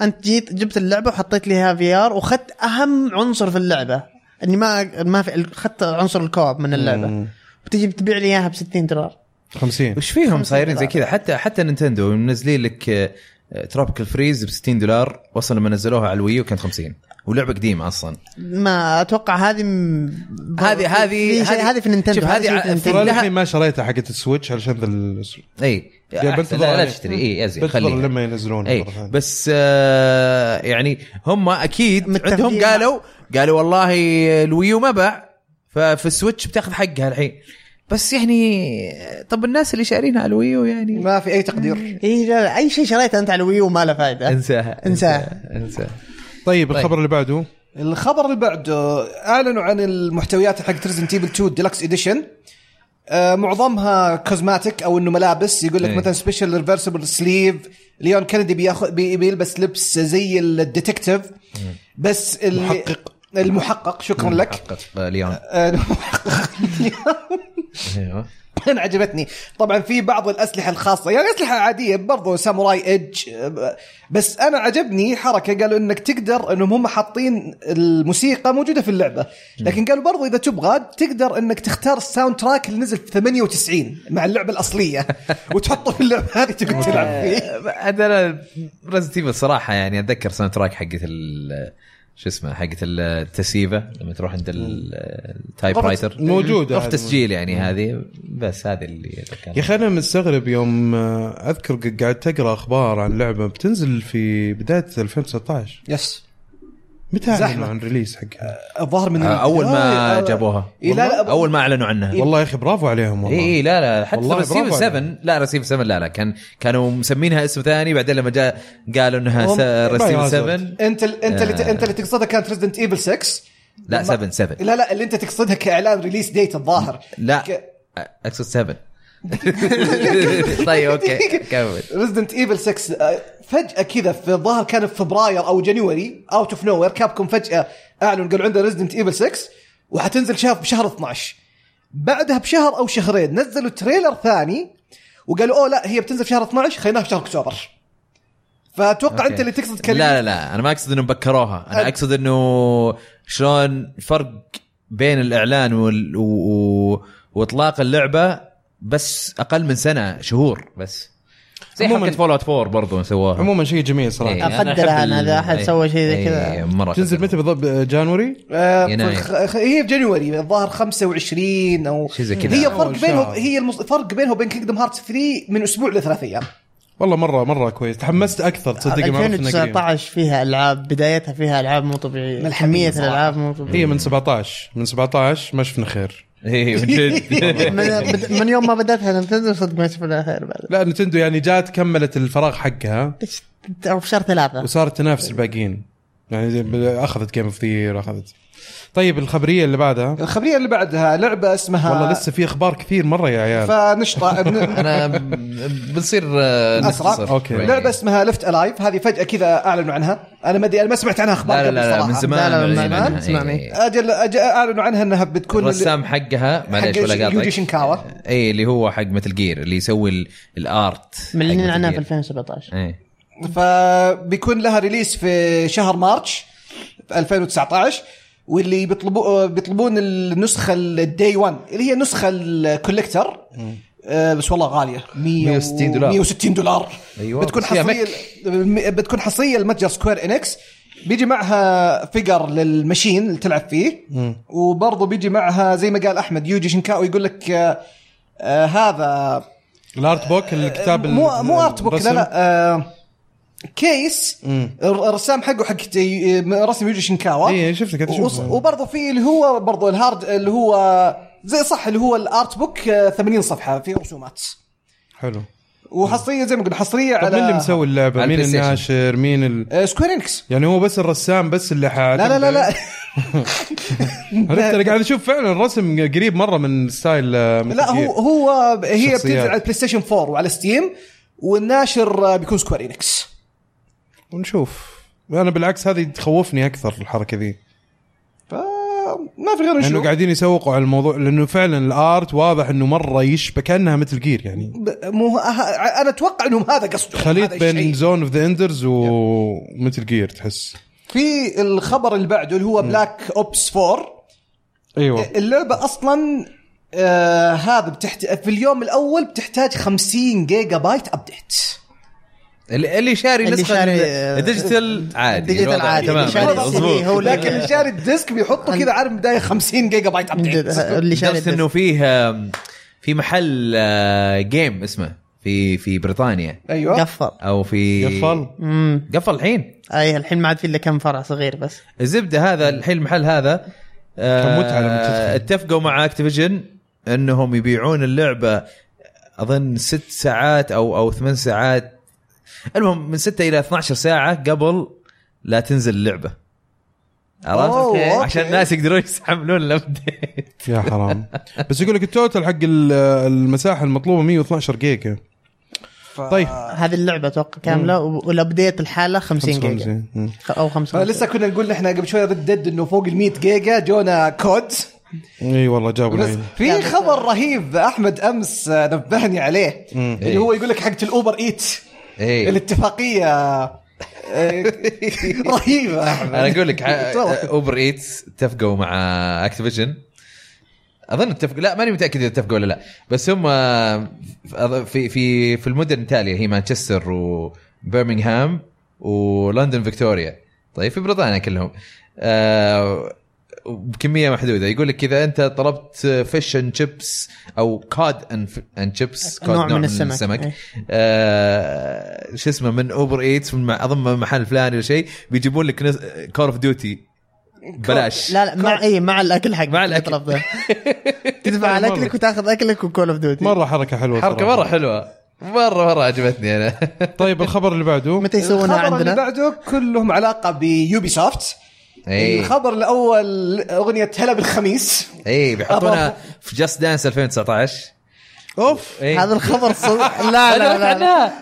Speaker 7: انت جيت جبت اللعبه وحطيت لها في ار وخدت اهم عنصر في اللعبه اني ما ما في اخذت عنصر الكوب من اللعبه بتجي بتبيع لي اياها ب 60 دولار
Speaker 4: 50
Speaker 1: وش فيهم
Speaker 7: خمسين
Speaker 1: صايرين زي
Speaker 7: دولار.
Speaker 1: كذا حتى حتى نينتندو منزلين لك آه، تروبيكال فريز ب 60 دولار وصل لما نزلوها على الويو كانت 50 ولعبه قديمه اصلا
Speaker 7: ما اتوقع هذه م-
Speaker 1: هذه- هذه-
Speaker 7: في شيء-
Speaker 1: هذه-
Speaker 7: هذه في نينتندو
Speaker 1: شوف، هذه
Speaker 7: شيء
Speaker 1: ع-
Speaker 7: في
Speaker 1: في
Speaker 7: نينتندو.
Speaker 1: لا،
Speaker 4: انا الحين ما شريتها حقت السويتش علشان ذا ال-
Speaker 1: اي
Speaker 4: يا
Speaker 1: أحسن-
Speaker 4: بنتظر
Speaker 1: لا, لا
Speaker 4: عليه.
Speaker 1: تشتري اي ازين
Speaker 4: بنتظر
Speaker 1: خليها
Speaker 4: لما ينزلون
Speaker 1: اي
Speaker 4: مرة ثانية.
Speaker 1: بس آه يعني هم اكيد
Speaker 7: متفقين
Speaker 1: عندهم
Speaker 7: مع-
Speaker 1: قالوا قالوا والله الويو ما باع ففي السويتش بتاخذ حقها الحين بس يعني طب الناس اللي شارينها على الويو يعني
Speaker 6: ما في اي تقدير
Speaker 7: اي إيه، لا لا اي شيء شريته انت على الويو ما له فائده
Speaker 1: انساها
Speaker 7: انساها.
Speaker 1: انساها
Speaker 4: طيب الخبر اللي بعده
Speaker 6: الخبر اللي بعده اعلنوا عن المحتويات حق ريزنت ايفل 2 ديلكس اديشن آه، معظمها كوزماتيك او انه ملابس يقول لك
Speaker 1: إيه.
Speaker 6: مثلا سبيشال ريفرسبل سليف ليون كندي بياخذ بي- بيلبس لبس زي الديتكتيف بس المحقق المحقق شكرا
Speaker 1: إيه.
Speaker 6: لك
Speaker 1: حقق ليون
Speaker 6: آه، المحقق
Speaker 1: ايوه
Speaker 6: انا <laughs> عجبتني طبعا في بعض الاسلحه الخاصه يعني اسلحه عاديه برضو ساموراي ايدج بس انا عجبني حركه قالوا انك تقدر انهم هم حاطين الموسيقى موجوده في اللعبه لكن قالوا برضو اذا تبغى تقدر انك تختار الساوند تراك اللي نزل في 98 مع
Speaker 1: <laughs>
Speaker 6: اللعبه الاصليه وتحطه في اللعبه هذه تقعد تلعب فيه
Speaker 1: هذا انا ريزنت ايفل صراحه يعني اتذكر ساوند تراك حقت ال- شو اسمه حقت التسيفه لما تروح عند ال- التايب
Speaker 6: رفع-
Speaker 1: رايتر
Speaker 4: موجودة
Speaker 1: رف
Speaker 4: هذه.
Speaker 1: تسجيل يعني هذه بس هذه اللي
Speaker 4: يا اخي انا مستغرب يوم آه، اذكر ق- قعدت اقرا اخبار عن لعبه بتنزل في بدايه 2019
Speaker 6: يس
Speaker 4: متى اعلنوا
Speaker 6: زحمة.
Speaker 4: عن ريليس حقها؟
Speaker 6: الظاهر من
Speaker 1: آه، اول
Speaker 6: آه،
Speaker 1: ما
Speaker 6: آه.
Speaker 1: جابوها
Speaker 6: إيه، لا إيه، لا
Speaker 1: اول ما اعلنوا عنها
Speaker 4: والله يا اخي برافو عليهم والله
Speaker 1: اي اي لا لا حتى
Speaker 4: والله
Speaker 1: رسيف
Speaker 4: برافو
Speaker 1: 7 لا رسيف 7 لا لا كان كانوا مسمينها اسم ثاني بعدين لما جاء قالوا انها
Speaker 6: هم-
Speaker 1: س- رسيف
Speaker 4: بايو
Speaker 1: 7
Speaker 6: انت ال- انت اللي
Speaker 1: آه.
Speaker 6: انت اللي تقصدها كانت ريزدنت ايفل 6
Speaker 1: لا 7 7
Speaker 6: لا لا اللي انت تقصدها كاعلان ريليس ديت الظاهر
Speaker 1: لا
Speaker 6: ك-
Speaker 1: اقصد
Speaker 6: <laughs>
Speaker 1: 7 طيب اوكي كمل
Speaker 6: ريزدنت ايفل 6 آه، فجأة كذا في الظاهر كان في فبراير او جانيوري اوت اوف نو وير كابكم فجأة اعلن قالوا عندنا ريزدنت ايفل 6 وحتنزل شهر بشهر 12 بعدها بشهر او شهرين نزلوا تريلر ثاني وقالوا اوه لا هي بتنزل في شهر 12 خليناها في شهر اكتوبر فاتوقع انت اللي تقصد
Speaker 1: لا
Speaker 6: تكلم
Speaker 1: لا لا انا ما اقصد انهم بكروها انا اقصد انه شلون فرق بين الاعلان وال... و... و... واطلاق اللعبه بس اقل من سنه شهور بس زي
Speaker 4: عموماً-
Speaker 1: حركه فول اوت 4 برضو سووها
Speaker 4: عموما أه. شيء جميل صراحه
Speaker 1: إيه، أنا
Speaker 7: أقدر
Speaker 1: أحب
Speaker 7: أنا
Speaker 1: ال-
Speaker 7: إذا أحد
Speaker 1: إيه،
Speaker 7: سوى شيء زي
Speaker 1: إيه،
Speaker 7: كذا.
Speaker 1: مره
Speaker 4: تنزل متى بالضبط آه، جانوري؟
Speaker 6: آه،
Speaker 1: يناير.
Speaker 6: <laughs> خ- خ- هي في جانيوري الظاهر 25 او
Speaker 1: شيء زي كذا.
Speaker 6: هي
Speaker 1: أول
Speaker 6: فرق بينهم
Speaker 4: شهر.
Speaker 6: هي المص... فرق بينها وبين كينجدم هارت 3 من اسبوع لثلاث ايام
Speaker 4: والله مره مره كويس تحمست اكثر تصدق ما عرفت إنها قريب.
Speaker 7: 2019 فيها العاب بدايتها فيها العاب مو طبيعيه
Speaker 6: ملحمية
Speaker 7: كميه
Speaker 6: صراحة.
Speaker 7: الالعاب مو طبيعيه
Speaker 4: هي إيه، من 17 من 17 ما شفنا خير
Speaker 1: <laughs> إيه، من جد.
Speaker 7: من, بد- من يوم ما بداتها نتندو صدق ما شفنا خير بعد
Speaker 4: لا نتندو يعني جات كملت الفراغ حقها
Speaker 7: أو في شهر ثلاثة
Speaker 4: وصارت تنافس الباقيين يعني اخذت جيم اوف ثير اخذت طيب الخبريه اللي بعدها
Speaker 6: الخبريه اللي بعدها لعبه اسمها
Speaker 4: والله لسه في اخبار كثير مره يا
Speaker 1: <laughs>
Speaker 4: عيال
Speaker 6: فنشطه
Speaker 1: انا ب- بنصير آه،
Speaker 6: أسرع.
Speaker 1: نختصر
Speaker 4: أوكي.
Speaker 1: شوي.
Speaker 6: لعبه اسمها لفت الايف هذه فجاه كذا اعلنوا عنها انا ما ادري انا ما سمعت عنها اخبار
Speaker 1: لا لا
Speaker 6: قبل
Speaker 1: لا, لا من
Speaker 6: صراحة.
Speaker 1: زمان
Speaker 7: لا، لا، من
Speaker 1: معلنين
Speaker 7: زمان،
Speaker 1: عنها.
Speaker 7: زمان،
Speaker 1: إي.
Speaker 7: إيه.
Speaker 6: اجل أجل اعلنوا عنها انها بتكون
Speaker 1: الرسام حقها معليش
Speaker 6: حق
Speaker 1: ولا
Speaker 6: يوجي
Speaker 1: قاطعك
Speaker 6: شنكاوا
Speaker 1: اي اللي هو حق مثل جير اللي يسوي ال- الارت
Speaker 7: معلنين
Speaker 1: حق
Speaker 7: عنها في
Speaker 1: Metal Gear.
Speaker 7: 2017
Speaker 1: إيه.
Speaker 6: فبيكون لها ريليس في شهر مارتش في 2019 واللي بيطلبوا بيطلبون النسخه الدي 1 اللي هي النسخه الكوليكتر آه، بس والله غاليه
Speaker 1: 160 دولار.
Speaker 6: 160 دولار
Speaker 1: أيوة،
Speaker 6: بتكون
Speaker 1: بس فيها
Speaker 6: حصريه م- بتكون حصريه لمتجر سكوير انكس بيجي معها فيجر للمشين اللي تلعب فيه وبرضه بيجي معها زي ما قال احمد يوجي شنكاو يقول لك آه، آه، هذا
Speaker 4: الارت بوك الكتاب ال-
Speaker 6: مو مو ارت بوك لا
Speaker 4: الرسم.
Speaker 6: لا آه كيس الر- الرسام حقه حق تي- رسم يوجي شنكاوا
Speaker 4: إيه، شفته كنت أشوفه.
Speaker 6: وص- وبرضه في اللي هو برضه الهارد اللي هو زي صح اللي هو الارت بوك آه، 80 صفحه فيه رسومات
Speaker 4: حلو
Speaker 6: وحصريه زي ما قلنا حصريه
Speaker 4: طب
Speaker 6: على
Speaker 4: مين اللي مسوي اللعبه
Speaker 1: على
Speaker 4: مين
Speaker 1: البلاي ستيشن.
Speaker 4: الناشر مين ال...
Speaker 6: آه، سكوير انكس
Speaker 4: يعني هو بس الرسام بس اللي حاعتمد
Speaker 6: لا لا لا
Speaker 4: <laughs>
Speaker 6: لا
Speaker 4: عرفت انا قاعد اشوف فعلا الرسم قريب مره من ستايل آه، مثل
Speaker 6: لا هو
Speaker 4: جير.
Speaker 6: هو ب- هي
Speaker 4: شخصيات.
Speaker 6: بتنزل على البلاي ستيشن 4 وعلى ستيم والناشر آه، بيكون سكوير انكس
Speaker 4: ونشوف انا بالعكس هذه تخوفني اكثر الحركه ذي
Speaker 6: ما في غير
Speaker 4: لانه
Speaker 6: نشوف
Speaker 4: قاعدين يسوقوا على الموضوع لانه فعلا الارت واضح انه مره يشبه كانها مثل جير يعني
Speaker 6: ب- مو أه، ه- انا اتوقع انهم هذا قصده
Speaker 4: خليط
Speaker 6: هذا
Speaker 4: بين
Speaker 6: الشيء.
Speaker 4: زون اوف ذا اندرز ومثل جير تحس
Speaker 6: في الخبر اللي بعده اللي هو بلاك اوبس 4
Speaker 4: ايوه
Speaker 6: أيوة. اللعبه اصلا آه هذا بتحت... في اليوم الاول بتحتاج 50 جيجا بايت ابديت
Speaker 1: اللي اللي شاري
Speaker 7: اللي
Speaker 1: نسخه
Speaker 7: شاري-
Speaker 1: الديجيتال عادي
Speaker 7: الديجيتال
Speaker 1: الوضع
Speaker 7: عادي.
Speaker 1: تمام
Speaker 7: اللي شاري
Speaker 1: مضبوط.
Speaker 7: CD هو اللي-
Speaker 6: لكن اللي شاري الديسك بيحطه كذا عارف بدايه 50 جيجا بايت ابديت
Speaker 7: اللي
Speaker 1: لدرجه
Speaker 7: شاري
Speaker 1: انه فيه آم، في محل آه، جيم اسمه في في بريطانيا
Speaker 6: ايوه
Speaker 7: قفل
Speaker 1: او في
Speaker 4: قفل
Speaker 7: امم
Speaker 1: قفل الحين
Speaker 7: اي الحين ما عاد في الا كم فرع صغير بس
Speaker 1: الزبده هذا الحين المحل هذا آه،
Speaker 4: كان متعة لما تدخل.
Speaker 1: اتفقوا مع اكتيفيجن انهم يبيعون اللعبه اظن ست ساعات او او ثمان ساعات المهم من 6 الى 12 ساعه قبل لا تنزل اللعبه عرفت؟
Speaker 6: أوكي.
Speaker 1: عشان الناس يقدرون يستحملون الابديت
Speaker 4: يا حرام بس يقول لك التوتال حق ال- المساحه المطلوبه 112 جيجا طيب
Speaker 7: هذه اللعبه اتوقع كامله و- والابديت الحالة 50 جيجا
Speaker 4: 55. مم.
Speaker 7: خ- او 50
Speaker 6: آه، لسه كنا نقول احنا قبل شوي ريد ديد انه فوق ال 100 جيجا جونا كود
Speaker 4: اي والله جابوا
Speaker 6: بس
Speaker 4: العين.
Speaker 6: في خبر رهيب احمد امس نبهني عليه اللي هو يقول لك حقت الاوبر ايت
Speaker 4: إيه.
Speaker 1: ايه
Speaker 6: الاتفاقيه
Speaker 1: <laughs>
Speaker 6: آه، رهيبه احمد
Speaker 1: انا اقول لك ع-
Speaker 6: تفضل.
Speaker 1: اوبر ايتس اتفقوا مع اكتيفيجن اظن اتفقوا لا ماني متاكد اذا اتفقوا ولا لا بس هم أظ- في في في المدن التاليه هي مانشستر وبرمنغهام ولندن فيكتوريا طيب في بريطانيا كلهم آه، بكميه محدوده يقول لك اذا انت طلبت فيش اند شيبس او كاد اند شيبس
Speaker 7: نوع من السمك. إيه.
Speaker 1: آه، شو اسمه من اوبر ايتس من مع- اظن من محل فلاني ولا شيء بيجيبون لك كور اوف ديوتي بلاش
Speaker 7: لا لا مع اي مع الاكل حق
Speaker 1: مع الأكل.
Speaker 7: ده تدفع على
Speaker 4: مرة.
Speaker 7: اكلك وتاخذ اكلك وكول اوف ديوتي
Speaker 4: مره حركه حلوه
Speaker 1: حركه
Speaker 4: صراحة.
Speaker 1: مره حلوه مره مره عجبتني
Speaker 7: <laughs>
Speaker 1: انا
Speaker 4: طيب الخبر اللي بعده
Speaker 7: متى يسوونها
Speaker 6: الخبر اللي
Speaker 7: عندنا؟
Speaker 6: بعده كلهم علاقه بيوبي سوفت
Speaker 1: اي
Speaker 6: الخبر الاول اغنيه هلا بالخميس
Speaker 1: اي إيه، بيحطونها في جاست دانس 2019 اوف
Speaker 4: إيه.
Speaker 7: هذا الخبر صدق لا لا لا, لا.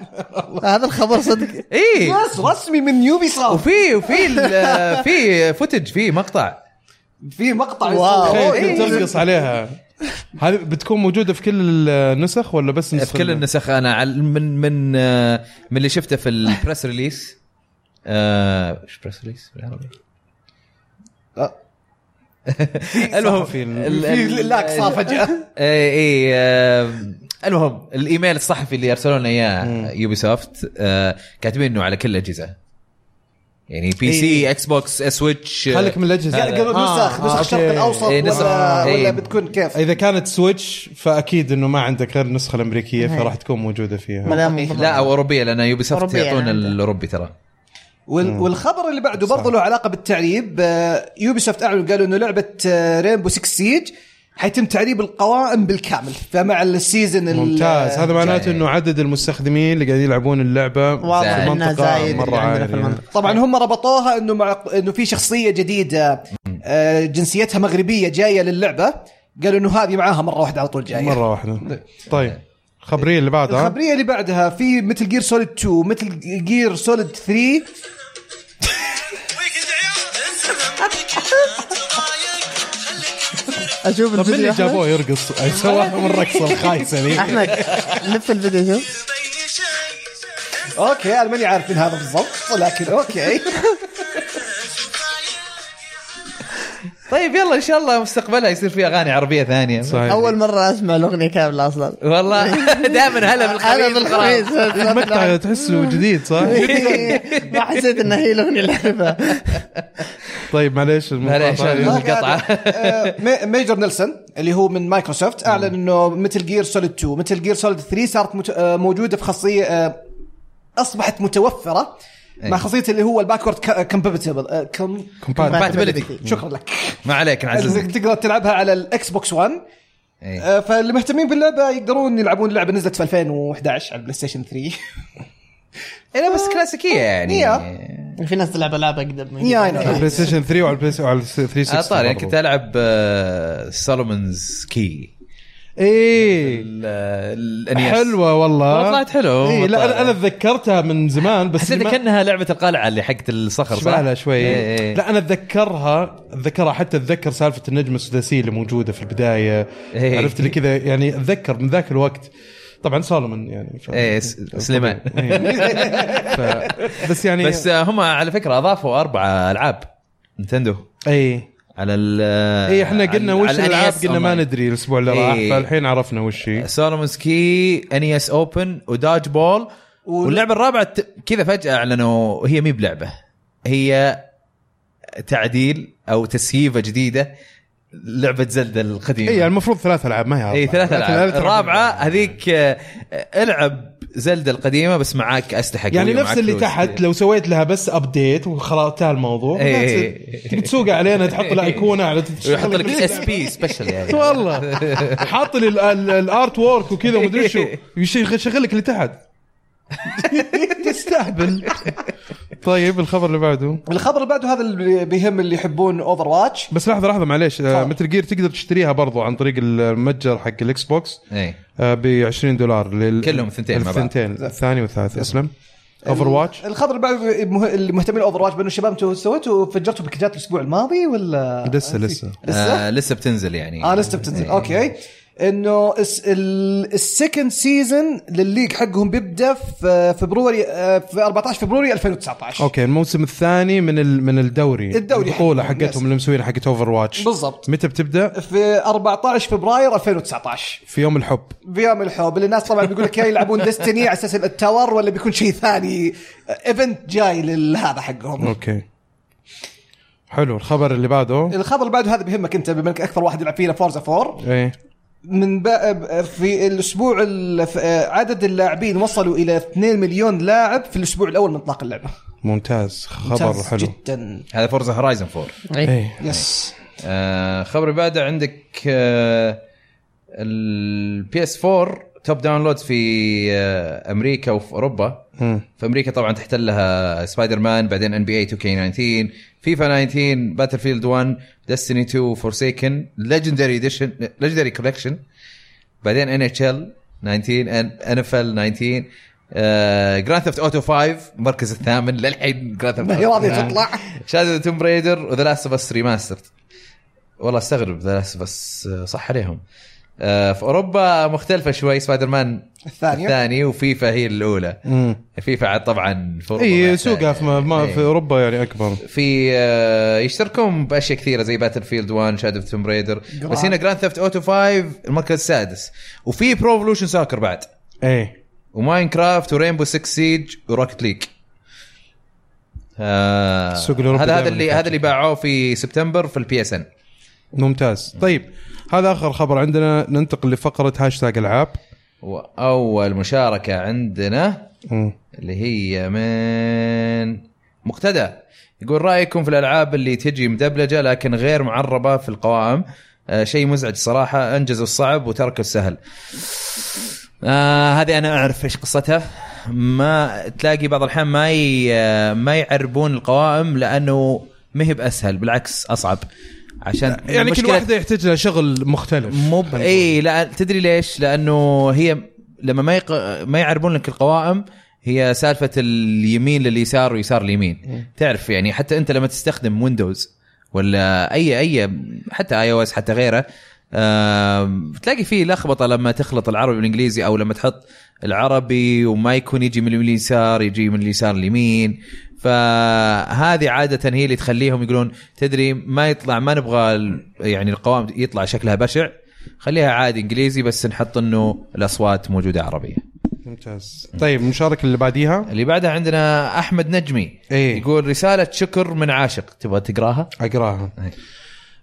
Speaker 7: هذا الخبر صدق
Speaker 1: اي
Speaker 6: بس رسمي من يوبي سوفت
Speaker 1: إيه. وفي وفي ال- <laughs> في فوتج في مقطع
Speaker 6: في مقطع
Speaker 7: واو.
Speaker 6: يصور.
Speaker 4: تخيل كنت
Speaker 6: إيه.
Speaker 4: ترقص عليها هذه بتكون موجوده في كل النسخ ولا بس نسخ
Speaker 1: في كل النسخ انا عل- من من آه، من اللي شفته في البريس ريليس آه، ايش بريس ريليس بالعربي؟
Speaker 6: آه.
Speaker 1: <laughs> المهم
Speaker 4: صحفي.
Speaker 1: ال-
Speaker 6: في
Speaker 1: ال-
Speaker 6: لاك صار
Speaker 1: <laughs>
Speaker 6: فجاه
Speaker 1: اي اي آم، المهم الايميل الصحفي اللي ارسلوا لنا اياه يوبي سوفت آه، كاتبين انه على كل الاجهزه يعني بي
Speaker 6: إيه،
Speaker 1: سي اكس بوكس سويتش آه،
Speaker 4: خليك من الاجهزه
Speaker 6: يعني قالوا
Speaker 4: آه،
Speaker 6: نسخ نسخ الشرق الاوسط
Speaker 1: إيه، نسخ-
Speaker 6: ولا
Speaker 1: إيه.
Speaker 6: ولا بتكون كيف
Speaker 4: اذا كانت سويتش فاكيد انه ما عندك غير النسخه الامريكيه فراح تكون موجوده
Speaker 7: ما
Speaker 4: فيها
Speaker 7: دام
Speaker 1: لا او اوروبيه لان يوبي سوفت
Speaker 7: أوروبية
Speaker 1: يعطونا
Speaker 7: عندها.
Speaker 1: الاوروبي ترى
Speaker 6: وال- والخبر اللي بعده آه، برضه له علاقه بالتعريب يوبي سوفت اعلنوا قالوا انه لعبه رينبو 6 سيج حيتم تعريب القوائم بالكامل فمع السيزن ال-
Speaker 4: ممتاز هذا معناته انه عدد المستخدمين اللي قاعدين يلعبون اللعبه
Speaker 7: واضح
Speaker 1: زايد.
Speaker 7: انها زايد
Speaker 4: مرة
Speaker 7: اللي عندنا في
Speaker 4: عالي.
Speaker 7: المنطقه
Speaker 6: طبعا هم ربطوها انه مع انه في شخصيه جديده آه، جنسيتها مغربيه جايه للعبه قالوا انه هذه معاها مره واحده على طول جايه
Speaker 4: مره واحده طيب خبرين اللي بعدها
Speaker 6: الخبريه اللي بعدها في مثل جير سوليد 2 مثل جير سوليد 3
Speaker 7: اشوف
Speaker 4: طب من
Speaker 7: الفيديو
Speaker 4: اللي
Speaker 7: أحمد.
Speaker 4: جابوه يرقص سواهم الرقصه الخايسه ذي
Speaker 7: احمد لف الفيديو شوف
Speaker 6: اوكي انا ماني عارف من هذا بالضبط لكن اوكي
Speaker 1: طيب يلا ان شاء الله مستقبلها يصير في اغاني عربيه ثانيه
Speaker 4: صحيح.
Speaker 7: اول مره اسمع الاغنيه كامله اصلا
Speaker 4: <laughs>
Speaker 1: والله دائما هلا بالخميس
Speaker 7: هلا
Speaker 1: أيوة،
Speaker 7: بالخميس
Speaker 4: مقطع تحسه جديد صح؟
Speaker 7: ما حسيت انها هي الاغنيه اللي اعرفها
Speaker 4: طيب معليش
Speaker 1: معليش،
Speaker 4: المقاطعة.
Speaker 1: هذا- القطعة.
Speaker 6: آه، مي- ميجر نيلسون اللي هو من مايكروسوفت اعلن انه مثل جير سوليد 2 مثل جير سوليد 3 صارت مت- آه، موجوده في خاصيه آه، اصبحت متوفره مع خاصيه اللي هو الباكورد كومباتبل
Speaker 1: Compatibility.
Speaker 6: شكرا لك
Speaker 1: ما عليك نعززك
Speaker 6: تقدر تلعبها على الاكس بوكس 1
Speaker 1: إيه.
Speaker 4: أه.
Speaker 6: آه، فاللي مهتمين باللعبه يقدرون يلعبون اللعبه نزلت في 2011 على البلاي ستيشن <laughs> 3
Speaker 1: لا بس <laughs> كلاسيكيه يعني
Speaker 4: إيوه.
Speaker 6: يا.
Speaker 7: في ناس تلعب العاب اقدب من
Speaker 6: يا انا
Speaker 4: على
Speaker 6: <laughs>
Speaker 4: البلاي ستيشن 3 وعلى البلاي وعلى 360
Speaker 1: على Ah, طاري انا
Speaker 4: برضو.
Speaker 1: كنت آه، العب سولومونز كي
Speaker 4: ايه
Speaker 1: الانياس
Speaker 4: حلوه والله
Speaker 1: E والله طلعت حلوة.
Speaker 4: اي لا أنا- انا اتذكرتها من زمان بس
Speaker 1: حسيت
Speaker 4: ما-
Speaker 1: كانها لعبه القلعه اللي حقت الصخر صح؟
Speaker 4: شبه لها شوي
Speaker 1: إيه، إيه.
Speaker 4: لا انا اتذكرها اتذكرها حتى اتذكر سالفه النجمه السداسيه اللي موجوده في البدايه
Speaker 1: إيه.
Speaker 4: عرفت اللي كذا يعني اتذكر من ذاك الوقت طبعا سولومون يعني ف...
Speaker 1: إيه، س- سليمان.
Speaker 4: <laughs> إيه. ف... بس يعني
Speaker 1: بس آه، هم على فكره اضافوا اربع العاب نتندو
Speaker 4: اي
Speaker 1: على ال
Speaker 4: اي احنا إيه،
Speaker 1: آه،
Speaker 4: قلنا وش الالعاب قلنا ما
Speaker 1: ندري
Speaker 4: ندري الاسبوع اللي راح
Speaker 1: E إيه.
Speaker 4: فالحين عرفنا وش هي
Speaker 1: سولومونز كي انيس اوبن E وداج بول واللعبه الرابعه ت- كذا فجاه اعلنوا هي مي بلعبه هي تعديل او تسييفه جديده لعبه زلدة إيه، القديمه
Speaker 4: اي يعني المفروض ثلاث العاب ما هي أربعة.
Speaker 1: اي ثلاث
Speaker 4: لكن
Speaker 1: العاب
Speaker 4: هذه ترى-
Speaker 1: الرابعه هذيك آه، العب زلدة القديمه بس معاك اسلحه
Speaker 4: يعني
Speaker 1: قوية،
Speaker 4: نفس
Speaker 1: معاك
Speaker 4: اللي
Speaker 1: فلوس.
Speaker 4: تحت لو سويت لها بس ابديت وخلطتها الموضوع
Speaker 1: إيه.
Speaker 4: that's it. تبي تسوق علينا تحط
Speaker 1: <laughs>
Speaker 4: الايقونه على
Speaker 1: ويحط إيه، لك اس بي سبيشل يعني
Speaker 4: <laughs> والله حاط لي ال- ال- الارت وورك وكذا
Speaker 1: <laughs>
Speaker 4: ومدري شو يشغل لك اللي تحت تستهبل طيب الخبر اللي بعده
Speaker 6: الخبر اللي بعده هذا اللي بيهم اللي يحبون اوفر واتش
Speaker 4: بس لحظه لحظه معليش متل جير تقدر تشتريها برضو عن طريق المتجر حق الاكس بوكس
Speaker 1: إيه.
Speaker 4: ب 20 دولار لل...
Speaker 1: كلهم ثنتين مع بعض.
Speaker 4: الثنتين الثاني والثالث اسلم اوفر واتش
Speaker 6: الخبر اللي بعده مه- اللي مهتمين اوفر واتش بانه الشباب انتم سويتوا فجرتوا باكجات الاسبوع الماضي ولا
Speaker 4: لسه لسه
Speaker 6: <laughs> لسه؟
Speaker 1: آه لسه بتنزل يعني
Speaker 4: آه،
Speaker 6: اه لسه بتنزل اوكي انه الس- ال- السكند سيزون للليج حقهم بيبدا في فبروري آه، في 14 فبروري 2019
Speaker 4: اوكي الموسم الثاني من ال... من الدوري
Speaker 6: الدوري
Speaker 4: البطوله
Speaker 6: حقهم، يس.
Speaker 4: حقتهم اللي مسوينها حقت اوفر واتش
Speaker 6: بالضبط
Speaker 4: متى بتبدا؟
Speaker 6: في 14 فبراير 2019
Speaker 4: في يوم الحب
Speaker 6: في يوم الحب اللي الناس طبعا بيقول لك يا يلعبون ديستني على اساس التاور ولا بيكون شيء ثاني ايفنت جاي لهذا حقهم
Speaker 4: اوكي حلو الخبر اللي بعده
Speaker 6: الخبر اللي بعده هذا بيهمك انت بما انك اكثر واحد يلعب فينا فورزا 4
Speaker 4: ايه
Speaker 6: من بقى في الاسبوع ال- في- عدد اللاعبين وصلوا الى 2 مليون لاعب في الاسبوع الاول من اطلاق اللعبه
Speaker 4: ممتاز خبر
Speaker 6: ممتاز
Speaker 4: حلو
Speaker 6: جدا
Speaker 1: هذا فورزا هورايزن 4 إيه.
Speaker 4: ايه
Speaker 6: يس
Speaker 1: آه خبر بعده عندك آه البي اس 4 توب داونلود في آه امريكا وفي اوروبا
Speaker 4: مم.
Speaker 1: في امريكا طبعا تحتلها سبايدر مان بعدين ان بي اي 2 كي 19 فيفا 19 باتل فيلد 1 ديستني 2 فورسيكن ليجندري اديشن ليجندري كولكشن بعدين ان اتش ال 19 ان اف ال 19 جراند ثيفت اوتو 5 المركز الثامن للحين جراند ثيفت
Speaker 6: ما هي راضيه
Speaker 1: يعني
Speaker 6: تطلع
Speaker 1: شادو توم بريدر وذا لاست اوف اس ريماسترد والله استغرب ذا لاست اوف اس صح عليهم آه، في اوروبا مختلفه شوي سبايدر مان
Speaker 6: الثانية.
Speaker 1: الثاني وفيفا هي الاولى
Speaker 4: مم.
Speaker 1: فيفا عاد طبعا في أوروبا ما
Speaker 4: اي
Speaker 1: يحتاج.
Speaker 4: إيه،
Speaker 6: يعني
Speaker 4: سوقها في, ما- ما في
Speaker 1: إيه.
Speaker 4: اوروبا يعني اكبر
Speaker 1: في آه، يشتركون باشياء كثيره زي باتل فيلد 1 شادو اوف توم بريدر بس هنا جراند ثيفت اوتو 5 المركز السادس وفي برو ايفولوشن ساكر بعد
Speaker 4: ايه
Speaker 1: وماين كرافت ورينبو 6 سيج وروكت ليج آه
Speaker 4: السوق الأوروبي
Speaker 1: هذا هذا
Speaker 4: دايماً
Speaker 1: اللي
Speaker 4: يحتاج
Speaker 1: هذا اللي باعوه في سبتمبر في البي اس ان
Speaker 4: ممتاز طيب هذا اخر خبر عندنا ننتقل لفقره هاشتاج العاب
Speaker 1: واول مشاركه عندنا
Speaker 4: مم.
Speaker 1: اللي هي من مقتدى يقول رايكم في الالعاب اللي تجي مدبلجه لكن غير معربه في القوائم آه، شيء مزعج صراحه انجزوا الصعب وتركوا السهل آه هذه انا اعرف ايش قصتها ما تلاقي بعض الاحيان ما ي... آه، ما يعربون القوائم لانه ما هي باسهل بالعكس اصعب عشان
Speaker 4: يعني كل
Speaker 1: المشكلة-
Speaker 4: واحده يحتاج لها شغل مختلف
Speaker 1: مو ب-
Speaker 6: إيه.
Speaker 1: اي لا تدري ليش؟ لانه هي لما ما يق... ما يعربون لك القوائم هي سالفه اليمين لليسار ويسار اليمين تعرف يعني حتى انت لما تستخدم ويندوز ولا اي اي حتى اي او اس حتى غيره آم، تلاقي فيه لخبطه لما تخلط العربي بالانجليزي او لما تحط العربي وما يكون يجي من اليسار يجي من اليسار اليمين فهذه عاده هي اللي تخليهم يقولون تدري ما يطلع ما نبغى ال- يعني القوام يطلع شكلها بشع خليها عادي انجليزي بس نحط انه الاصوات موجوده عربيه
Speaker 4: ممتاز طيب نشارك اللي بعديها
Speaker 1: اللي بعدها عندنا احمد نجمي
Speaker 4: إيه.
Speaker 1: يقول رساله شكر من عاشق تبغى تقراها
Speaker 4: اقراها
Speaker 1: أي.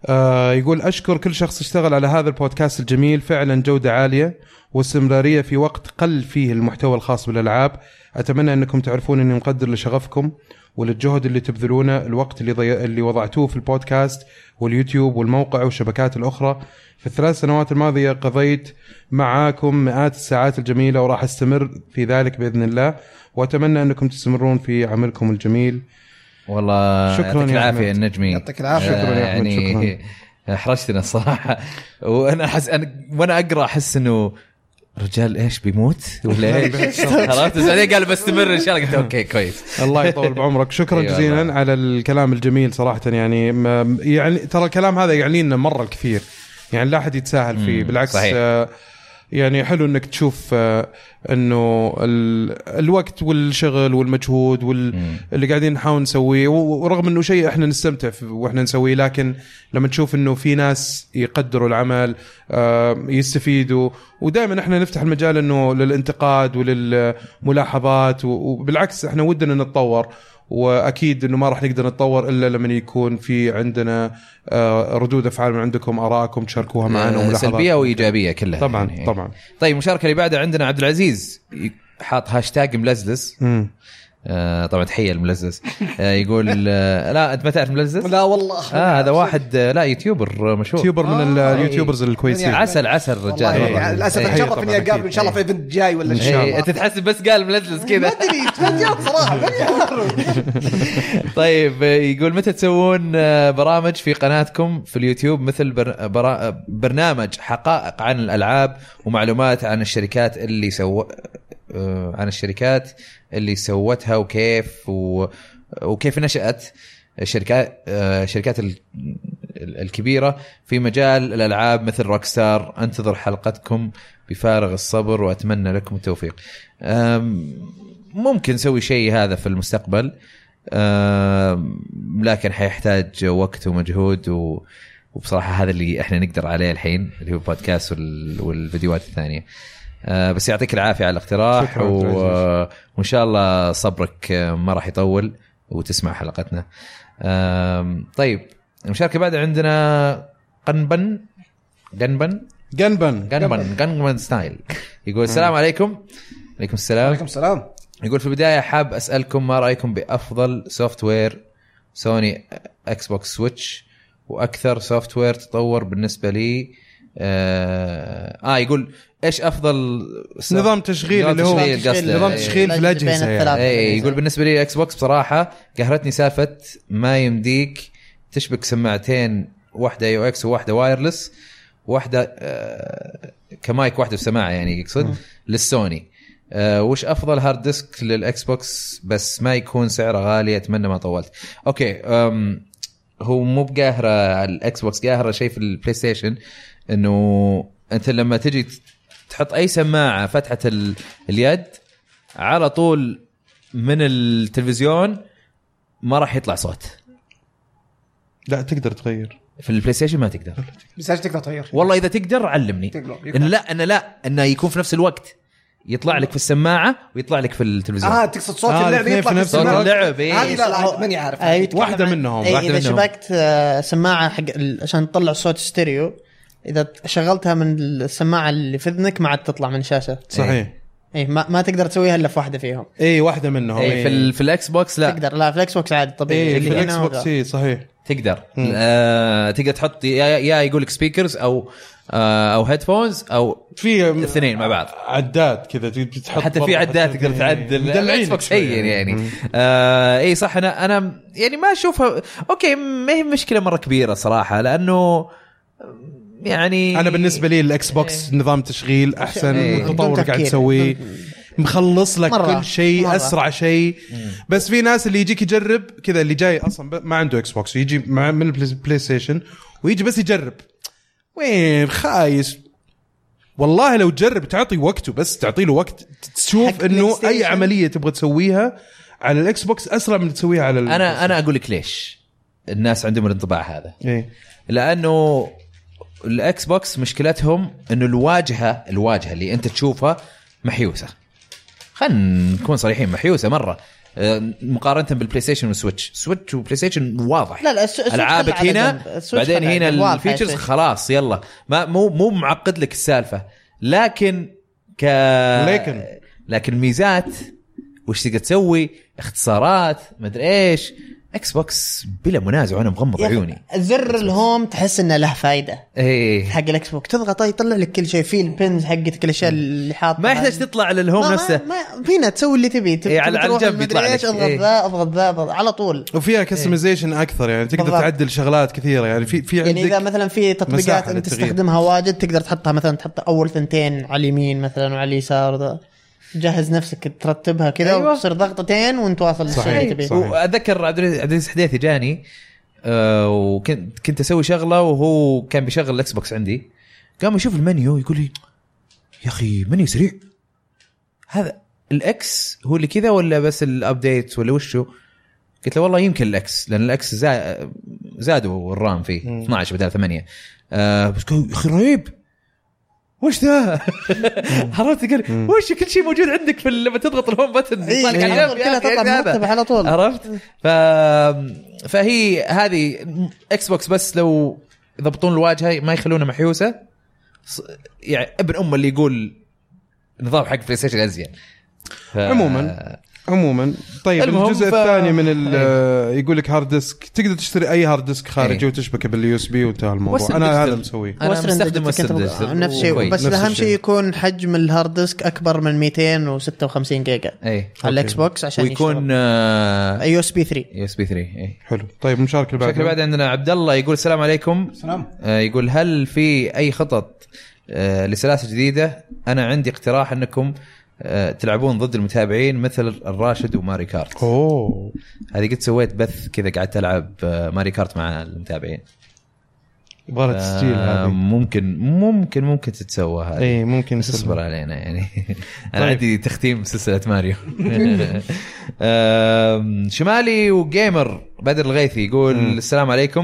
Speaker 4: آه يقول اشكر كل شخص اشتغل على هذا البودكاست الجميل فعلا جوده عاليه واستمراريه في وقت قل فيه المحتوى الخاص بالالعاب اتمنى انكم تعرفون اني مقدر لشغفكم وللجهد اللي تبذلونه الوقت اللي ضي... اللي وضعتوه في البودكاست واليوتيوب والموقع والشبكات الاخرى في الثلاث سنوات الماضيه قضيت معاكم مئات الساعات الجميله وراح استمر في ذلك باذن الله واتمنى انكم تستمرون في عملكم الجميل
Speaker 1: والله
Speaker 4: شكراً
Speaker 1: يعطيك
Speaker 4: يا
Speaker 1: العافيه
Speaker 4: أحمد.
Speaker 1: النجمي
Speaker 5: يعطيك العافية.
Speaker 4: شكراً يا أحمد،
Speaker 1: يعني احرجتنا الصراحه وانا احس أنا وانا اقرا احس انه رجال ايش بيموت
Speaker 4: <laughs>
Speaker 1: ولا ايش؟ <laughs> عرفت بس بعدين قال بستمر ان شاء الله قلت اوكي كويس <laughs>
Speaker 4: الله يطول بعمرك شكرا
Speaker 1: أي
Speaker 4: جزيلا
Speaker 1: والله.
Speaker 4: على الكلام الجميل صراحه يعني ما- يعني ترى الكلام هذا يعني لنا مره الكثير يعني لا احد يتساهل فيه
Speaker 1: مم،
Speaker 4: بالعكس
Speaker 1: صحيح.
Speaker 4: آه، يعني حلو انك تشوف آه، انه ال- الوقت والشغل والمجهود
Speaker 1: مم.
Speaker 4: واللي قاعدين نحاول نسويه و- ورغم انه شيء احنا نستمتع فيه واحنا نسويه لكن لما تشوف انه في ناس يقدروا العمل آه، يستفيدوا ودائما احنا نفتح المجال انه للانتقاد وللملاحظات و- وبالعكس احنا ودنا نتطور واكيد انه ما راح نقدر نتطور الا لما يكون في عندنا آه، ردود افعال من عندكم ارائكم تشاركوها معنا
Speaker 1: آه،
Speaker 4: وملاحظات
Speaker 1: سلبيه وايجابيه كلها
Speaker 4: طبعا
Speaker 1: يعني.
Speaker 4: طبعا
Speaker 1: طيب المشاركه اللي بعدها عندنا عبد العزيز حاط هاشتاج ملزلز
Speaker 4: مم.
Speaker 1: آه، طبعا تحيه الملزز يقول آه، لا انت ما تعرف ملزز؟
Speaker 5: لا والله
Speaker 1: اه هذا واحد آه، لا يوتيوبر آه، مشهور
Speaker 4: يوتيوبر من
Speaker 5: آه،
Speaker 4: اليوتيوبرز الكويسين
Speaker 1: عسل عسل الرجال
Speaker 5: والله
Speaker 1: والله.
Speaker 5: يعني للاسف
Speaker 4: إيه.
Speaker 5: اتشرف
Speaker 4: طبعاً
Speaker 5: اني
Speaker 4: أكيد.
Speaker 5: اقابله ان شاء الله في ايفنت جاي ولا
Speaker 4: إن
Speaker 5: شيء
Speaker 4: شاء
Speaker 1: إيه، انت تحسب بس قال ملزلز
Speaker 5: ما
Speaker 1: كذا
Speaker 4: <laughs>
Speaker 5: ادري تفاجأت صراحه ماني عارف.
Speaker 1: طيب يقول متى تسوون آه، برامج في قناتكم في اليوتيوب مثل بر... آه، برا... برنامج حقائق عن الالعاب ومعلومات عن الشركات اللي سو آه، عن الشركات اللي سوتها وكيف و... وكيف نشات الشركات آه، الشركات ال- ال- الكبيره في مجال الالعاب مثل روكستار انتظر حلقتكم بفارغ الصبر واتمنى لكم التوفيق أم، ممكن نسوي شيء هذا في المستقبل أم، لكن حيحتاج وقت ومجهود و... وبصراحه هذا اللي احنا نقدر عليه الحين اللي هو البودكاست وال... والفيديوهات الثانيه أه، بس يعطيك العافيه على الاقتراح
Speaker 4: شكراً
Speaker 1: و...
Speaker 4: عبد العزيز.
Speaker 1: وان شاء الله صبرك أه، ما راح يطول وتسمع حلقتنا أم، طيب المشاركه بعد عندنا قنبن قنبن
Speaker 4: جنبن
Speaker 1: قنبن قنبن ستايل يقول السلام عليكم عليكم السلام
Speaker 5: عليكم السلام
Speaker 1: يقول في البدايه حاب اسالكم ما رايكم بافضل سوفت وير سوني اكس بوكس سويتش واكثر سوفت وير تطور بالنسبه لي آه, اه يقول ايش افضل سوفت-
Speaker 4: نظام تشغيل اللي هو
Speaker 1: تشغيل قصده.
Speaker 4: نظام
Speaker 1: أي.
Speaker 4: تشغيل في
Speaker 7: بين
Speaker 4: الاجهزه يعني.
Speaker 7: الثلاثة.
Speaker 1: اي إيه، يقول بالنسبه لي الاكس بوكس بصراحه قهرتني سالفه ما يمديك تشبك سماعتين واحده يو اكس وواحده وايرلس واحده آه كمايك واحده بسماعه يعني يقصد للسوني آه وش افضل هارد ديسك للاكس بوكس بس ما يكون سعره غالي اتمنى ما طولت اوكي أم هو مو بقاهره على الاكس بوكس قاهره شيء في البلاي ستيشن انه انت لما تجي تحط اي سماعه فتحه ال- اليد على طول من التلفزيون ما راح يطلع صوت
Speaker 4: لا تقدر تغير
Speaker 1: في البلاي ستيشن ما تقدر
Speaker 5: بس ايش تقدر تغير
Speaker 1: والله اذا تقدر علمني
Speaker 5: تقلب، يقلب.
Speaker 1: انه لا انا لا انه يكون في نفس الوقت يطلع لك في السماعه ويطلع لك في التلفزيون
Speaker 5: اه تقصد صوت
Speaker 4: آه،
Speaker 5: اللعبه
Speaker 4: الاثنين
Speaker 5: يطلع
Speaker 4: في
Speaker 5: في
Speaker 4: نفس
Speaker 1: صوت
Speaker 5: السماعة.
Speaker 4: الوقت.
Speaker 1: اللعب
Speaker 5: هذه
Speaker 1: إيه.
Speaker 5: لا لا ماني عارف
Speaker 7: أي يتكلم
Speaker 4: واحدة
Speaker 7: عن-
Speaker 4: منهم،
Speaker 7: أي
Speaker 1: واحدة
Speaker 7: اذا
Speaker 1: منهم.
Speaker 7: شبكت آه، سماعه حق ال- عشان تطلع صوت ستيريو اذا شغلتها من السماعه اللي في اذنك ما عاد تطلع من الشاشه
Speaker 4: صحيح
Speaker 7: اي ما, ما تقدر تسويها الا في واحده فيهم
Speaker 4: اي واحده منهم
Speaker 1: إيه، في ال- في الاكس بوكس لا إيه،
Speaker 7: تقدر لا في الاكس بوكس عادي طبيعي
Speaker 4: اي في
Speaker 7: اللي هنا
Speaker 4: الاكس بوكس
Speaker 7: وذا.
Speaker 4: إي، إيه، صحيح
Speaker 1: تقدر آه تقدر تحط يا, يا يقول لك سبيكرز او آه او هيدفونز او
Speaker 4: في
Speaker 1: الاثنين مع بعض
Speaker 4: عداد كذا تحط إيه.
Speaker 1: حتى في
Speaker 4: برضه
Speaker 1: عدات
Speaker 4: حتى-
Speaker 1: تقدر تعدل
Speaker 4: مدلعينك
Speaker 1: Xbox
Speaker 4: شوي
Speaker 1: هين يعني آه اي صح انا انا يعني ما اشوفها اوكي ما هي مشكله مره كبيره صراحه لانه يعني
Speaker 4: انا بالنسبه لي الاكس بوكس نظام تشغيل احسن
Speaker 1: إيه.
Speaker 7: بدون
Speaker 4: التطور قاعد
Speaker 7: تفكير.
Speaker 4: تسويه مخلص لك
Speaker 7: مرة.
Speaker 4: كل شيء
Speaker 7: مرة.
Speaker 4: اسرع شيء بس في ناس اللي يجيك يجرب كذا اللي جاي اصلا ب- ما عنده اكس بوكس يجي مع من البلاي- البلاي ستيشن ويجي بس يجرب وين خايس والله لو تجرب تعطي وقته بس تعطي له وقت تشوف
Speaker 7: حق بلاي
Speaker 4: انه اي
Speaker 7: ستيشن.
Speaker 4: عمليه تبغى تسويها على الاكس بوكس اسرع من تسويها على ال-
Speaker 1: انا انا اقول لك ليش الناس عندهم الانطباع هذا
Speaker 4: إيه.
Speaker 1: لانه الاكس بوكس مشكلتهم انه الواجهه الواجهه اللي انت تشوفها محيوسه خلينا نكون صريحين محيوسه مره آه، مقارنه بالبلاي ستيشن والسويتش سويتش وبلاي ستيشن واضح
Speaker 7: لا لا الس- السويتش
Speaker 1: العابك
Speaker 7: خلى على
Speaker 1: هنا
Speaker 7: جنب. السويتش
Speaker 1: بعدين
Speaker 7: خلى على
Speaker 1: هنا
Speaker 7: جنب. واضح يا
Speaker 1: الفيتشرز
Speaker 7: شيخ.
Speaker 1: خلاص يلا ما مو مو معقد لك السالفه لكن ك
Speaker 4: لكن.
Speaker 1: لكن ميزات وش تقدر تسوي اختصارات مدري ايش اكس بوكس بلا منازع وانا مغمض
Speaker 7: يا أخي،
Speaker 1: عيوني
Speaker 7: زر الهوم تحس انه له فائده
Speaker 1: ايه
Speaker 7: حق الاكس بوك تضغط يطلع لك كل شيء في البنز حقتك الاشياء اللي حاطها
Speaker 1: ما يحتاج تطلع للهوم نفسه
Speaker 7: ما فينا تسوي اللي تبي تب-
Speaker 1: إيه، على-
Speaker 7: تبي
Speaker 1: على
Speaker 7: تروح
Speaker 1: الجنب
Speaker 7: المدري
Speaker 1: يطلع لك.
Speaker 7: إيش، اضغط
Speaker 1: إيه.
Speaker 7: ذا اضغط ذا أضغط- على طول
Speaker 4: وفيها كستمايزيشن اكثر يعني تقدر
Speaker 7: بالضبط.
Speaker 4: تعدل شغلات كثيره يعني في في
Speaker 7: يعني
Speaker 4: عندك
Speaker 7: اذا مثلا في تطبيقات
Speaker 4: مساحة
Speaker 7: انت
Speaker 4: للتغيير.
Speaker 7: تستخدمها واجد تقدر تحطها مثلا تحط اول ثنتين على اليمين مثلا وعلى اليسار ذا جهز نفسك ترتبها كذا
Speaker 1: أيوة.
Speaker 7: أيوة. وتصير ضغطتين وانت واصل للشيء اللي تبيه
Speaker 4: صحيح.
Speaker 1: واذكر عبد العزيز عبد العزيز حديثي جاني آه، وكنت كنت اسوي شغله وهو كان بيشغل الاكس بوكس عندي قام يشوف المنيو يقول لي يا اخي منيو سريع هذا الاكس هو اللي كذا ولا بس الابديت ولا وشو قلت له والله يمكن الاكس لان الاكس زا- زادوا الرام فيه 12 بدل 8 آه بس قال، يا اخي رهيب وش ذا؟ <laughs> عرفت تقول وش كل شيء موجود عندك في ال- لما تضغط الهوم بتن
Speaker 7: إيه،
Speaker 1: يطلع لك
Speaker 7: إيه.
Speaker 1: على
Speaker 7: على طول
Speaker 1: جنب، يا
Speaker 7: كلها
Speaker 1: أخي،
Speaker 7: تطلع
Speaker 1: إيه هذا؟
Speaker 7: مرتبة على طول.
Speaker 1: عرفت؟ ف فهي هذه اكس بوكس بس لو يضبطون الواجهه ما يخلونها محيوسه ص- يعني ابن امه اللي يقول نظام حق بلاي ستيشن ازين ف...
Speaker 4: عموما عموما طيب
Speaker 1: آه. المهم
Speaker 4: الجزء
Speaker 1: ف-
Speaker 4: ف... الثاني من ال- آه، يقول لك هارد ديسك تقدر تشتري اي هارد ديسك خارجي
Speaker 1: إيه.
Speaker 4: وتشبكه باليو اس بي وانتهى الموضوع
Speaker 1: وصل
Speaker 4: انا
Speaker 1: ديجيتال.
Speaker 4: هذا مسويه
Speaker 1: أنا
Speaker 7: وسترن
Speaker 1: مستخدم
Speaker 7: ديجيتال
Speaker 1: وسترن
Speaker 7: كنت-
Speaker 1: ديجيتال.
Speaker 7: نفس الشيء
Speaker 1: كويس.
Speaker 7: بس
Speaker 4: نفس
Speaker 7: اهم
Speaker 4: الشيء.
Speaker 7: شيء يكون حجم الهارد ديسك اكبر من 256 جيجا
Speaker 1: اي
Speaker 7: على الاكس بوكس عشان
Speaker 1: إيه. ويكون آه، يو
Speaker 7: يو اس بي 3
Speaker 1: اس بي 3 اي
Speaker 4: حلو طيب المشاركه اللي
Speaker 1: إيه. شكله
Speaker 4: بعدها
Speaker 1: بعد عندنا عبد الله يقول السلام عليكم
Speaker 6: نعم.
Speaker 5: سلام.
Speaker 1: آه يقول هل في اي خطط آه لسلاسل جديده؟ انا عندي اقتراح انكم آه تلعبون ضد المتابعين مثل الراشد وماري كارت
Speaker 4: اوه
Speaker 1: هذه قد سويت بث كذا قعدت العب آه ماري كارت مع المتابعين
Speaker 4: يبغى لها تسجيل
Speaker 1: آه
Speaker 4: هذه
Speaker 1: ممكن ممكن ممكن تتسوى هذه
Speaker 4: اي ممكن
Speaker 1: بس اصبر
Speaker 4: يصير.
Speaker 1: علينا
Speaker 4: <laughs>
Speaker 1: يعني انا
Speaker 4: طيب.
Speaker 1: عندي تختيم سلسله
Speaker 4: <laughs>
Speaker 1: ماريو أم، شمالي وجيمر بدر الغيثي يقول السلام عليكم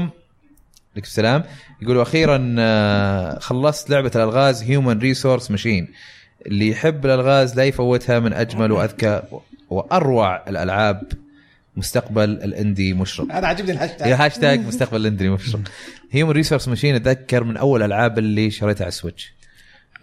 Speaker 1: عليكم السلام يقول واخيرا آه، خلصت لعبه الالغاز هيومن ريسورس ماشين اللي يحب الالغاز لا يفوتها من اجمل واذكى واروع الالعاب مستقبل الاندي مشرق
Speaker 5: انا عجبني الهاشتاج
Speaker 1: يا هاشتاج مستقبل الاندري مبشر
Speaker 4: <laughs>
Speaker 1: هيومن ريسورس ماشين اتذكر من اول العاب اللي شريتها على السويتش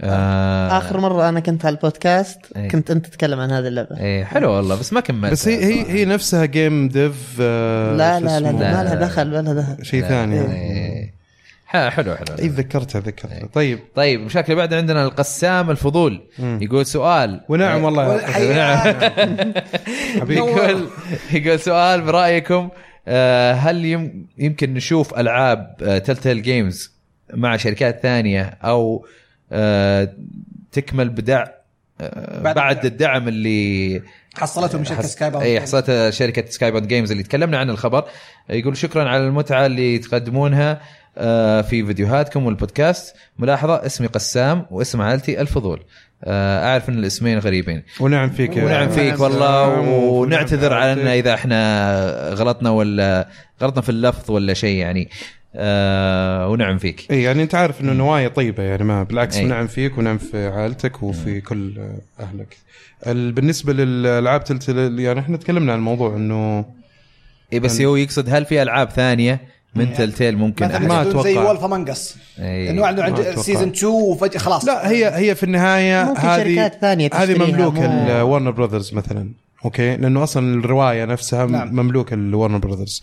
Speaker 1: آه
Speaker 7: اخر مره انا كنت على البودكاست
Speaker 1: إيه.
Speaker 7: كنت انت تتكلم عن هذه اللعبه
Speaker 1: ايه حلو والله بس ما كملت
Speaker 4: بس هي هي, هي نفسها جيم ديف آه،
Speaker 7: لا
Speaker 4: شو
Speaker 7: لا لا لا
Speaker 4: اسمه؟
Speaker 7: ما لها دخل ما لها دخل
Speaker 4: شيء ثاني يعني.
Speaker 1: إيه. ح- حلو حلو, حلو.
Speaker 4: اي تذكرتها تذكرتها إيه، طيب
Speaker 1: طيب مشاكل بعد عندنا القسام الفضول يقول سؤال
Speaker 4: ونعم والله <laughs>
Speaker 1: يقول يقول سؤال برايكم آه، هل يم- يمكن نشوف العاب تلتل جيمز مع شركات ثانيه او آه، تكمل بدع آه،
Speaker 5: بعد
Speaker 1: بعد
Speaker 5: الدعم.
Speaker 1: الدعم اللي
Speaker 5: حصلته من شركه
Speaker 1: حص-
Speaker 5: سكاي باوند.
Speaker 4: إيه،
Speaker 1: اي حصلته شركه سكاي بوند جيمز اللي تكلمنا عن الخبر يقول شكرا على المتعه اللي تقدمونها آه، في فيديوهاتكم والبودكاست ملاحظه اسمي قسام واسم عائلتي الفضول آه، اعرف ان الاسمين غريبين
Speaker 4: ونعم فيك يا-
Speaker 1: ونعم فيك والله ونعتذر على ان اذا احنا غلطنا ولا غلطنا في اللفظ ولا شيء يعني آه ونعم فيك
Speaker 4: اي يعني انت عارف انه نوايا طيبه يعني ما بالعكس
Speaker 1: إي.
Speaker 4: نعم فيك ونعم في عائلتك وفي كل آه، اهلك. ال- بالنسبه للالعاب تلتل يعني احنا تكلمنا عن الموضوع انه
Speaker 1: إيه بس هو يقصد هل يعني في العاب ثانيه من تلتيل ممكن
Speaker 5: مثلا
Speaker 1: احد
Speaker 4: ما
Speaker 5: يكون زي
Speaker 4: أتوقع.
Speaker 5: وولف امانجس
Speaker 1: إيه.
Speaker 5: انه اعلنوا
Speaker 4: ما
Speaker 5: عن
Speaker 4: أتوقع.
Speaker 5: سيزون 2 وفجاه خلاص
Speaker 4: لا هي هي في النهايه
Speaker 7: ممكن
Speaker 4: هذه
Speaker 7: شركات ثانية
Speaker 4: هذه
Speaker 7: تشتريها،
Speaker 4: مملوكه
Speaker 7: مو-
Speaker 4: ورنر براذرز مثلا اوكي لانه اصلا الروايه نفسها
Speaker 6: نعم.
Speaker 4: نعم. مملوكه لورن براذرز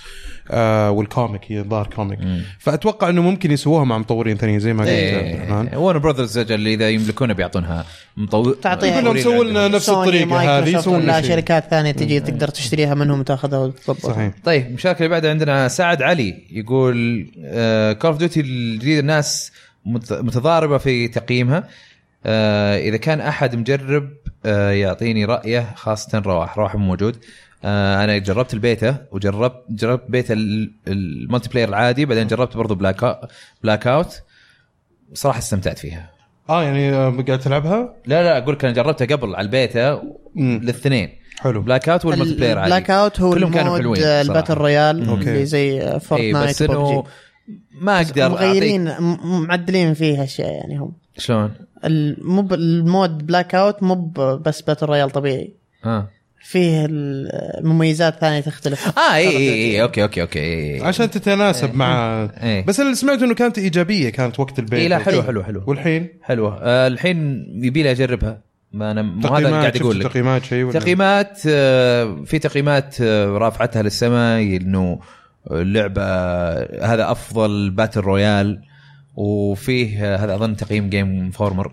Speaker 4: آه والكوميك هي ظاهر كوميك فاتوقع انه ممكن يسووها مع مطورين ثانيين زي ما قلت عبد الرحمن
Speaker 1: إيه. ورن براذرز اجل اذا يملكونه بيعطونها مطور
Speaker 7: تعطيها.
Speaker 4: يقول لهم سووا لنا نفس
Speaker 7: سوني،
Speaker 4: الطريقه هذه
Speaker 7: مايكروسوفت
Speaker 4: سووا
Speaker 7: ولا
Speaker 4: لنا شيء.
Speaker 7: شركات ثانيه
Speaker 1: إيه.
Speaker 7: تجي تقدر تشتريها منهم وتاخذها وتضبطها
Speaker 4: صحيح
Speaker 1: طيب المشاركه اللي بعدها عندنا سعد علي يقول آه، كول اوف ديوتي الجديد الناس مت- متضاربه في تقييمها آه، اذا كان احد مجرب آه، يعطيني رايه خاصه رواح رواح مو موجود آه، انا جربت البيتا وجربت جربت بيتا ال- الملتي بلاير العادي بعدين جربت برضو بلاك بلاك اوت صراحه استمتعت فيها
Speaker 4: اه يعني آه، قاعد تلعبها
Speaker 1: لا لا اقول لك انا جربتها قبل على البيتا
Speaker 4: مم.
Speaker 1: للاثنين
Speaker 4: حلو
Speaker 1: بلاك اوت والملتي بلاير عادي
Speaker 7: البلاك اوت هو
Speaker 1: كلهم كانوا
Speaker 7: المود
Speaker 1: حلوين صراحة.
Speaker 7: الباتل رويال
Speaker 4: أوكي.
Speaker 7: اللي زي
Speaker 1: اي
Speaker 7: فورتنايت
Speaker 1: إيه، بس انه ما اقدر اعطيك
Speaker 7: مغيرين م- معدلين فيها اشياء يعني هم
Speaker 1: شلون؟
Speaker 7: ال- مو ب- المود بلاك اوت مو ب- بس باتل رويال طبيعي
Speaker 1: اه
Speaker 7: فيه ال- مميزات ثانيه تختلف
Speaker 1: اه اي اي اي اوكي اوكي اوكي اي إي.
Speaker 4: عشان تتناسب مع
Speaker 1: إيه.
Speaker 4: بس اللي سمعت انه كانت ايجابيه كانت وقت البيت
Speaker 1: اي إيه، لا حلو حلو حلو
Speaker 4: والحين
Speaker 1: حلوه آه الحين يبي لي اجربها ما انا مو هذا اللي
Speaker 4: تقييمات
Speaker 1: قاعد
Speaker 4: شفت
Speaker 1: اقول لك
Speaker 4: تقييمات شيء ولا
Speaker 1: تقييمات آه، في تقييمات آه، رافعتها للسماء انه اللعبه هذا افضل باتل رويال وفيه آه، هذا اظن تقييم جيم فورمر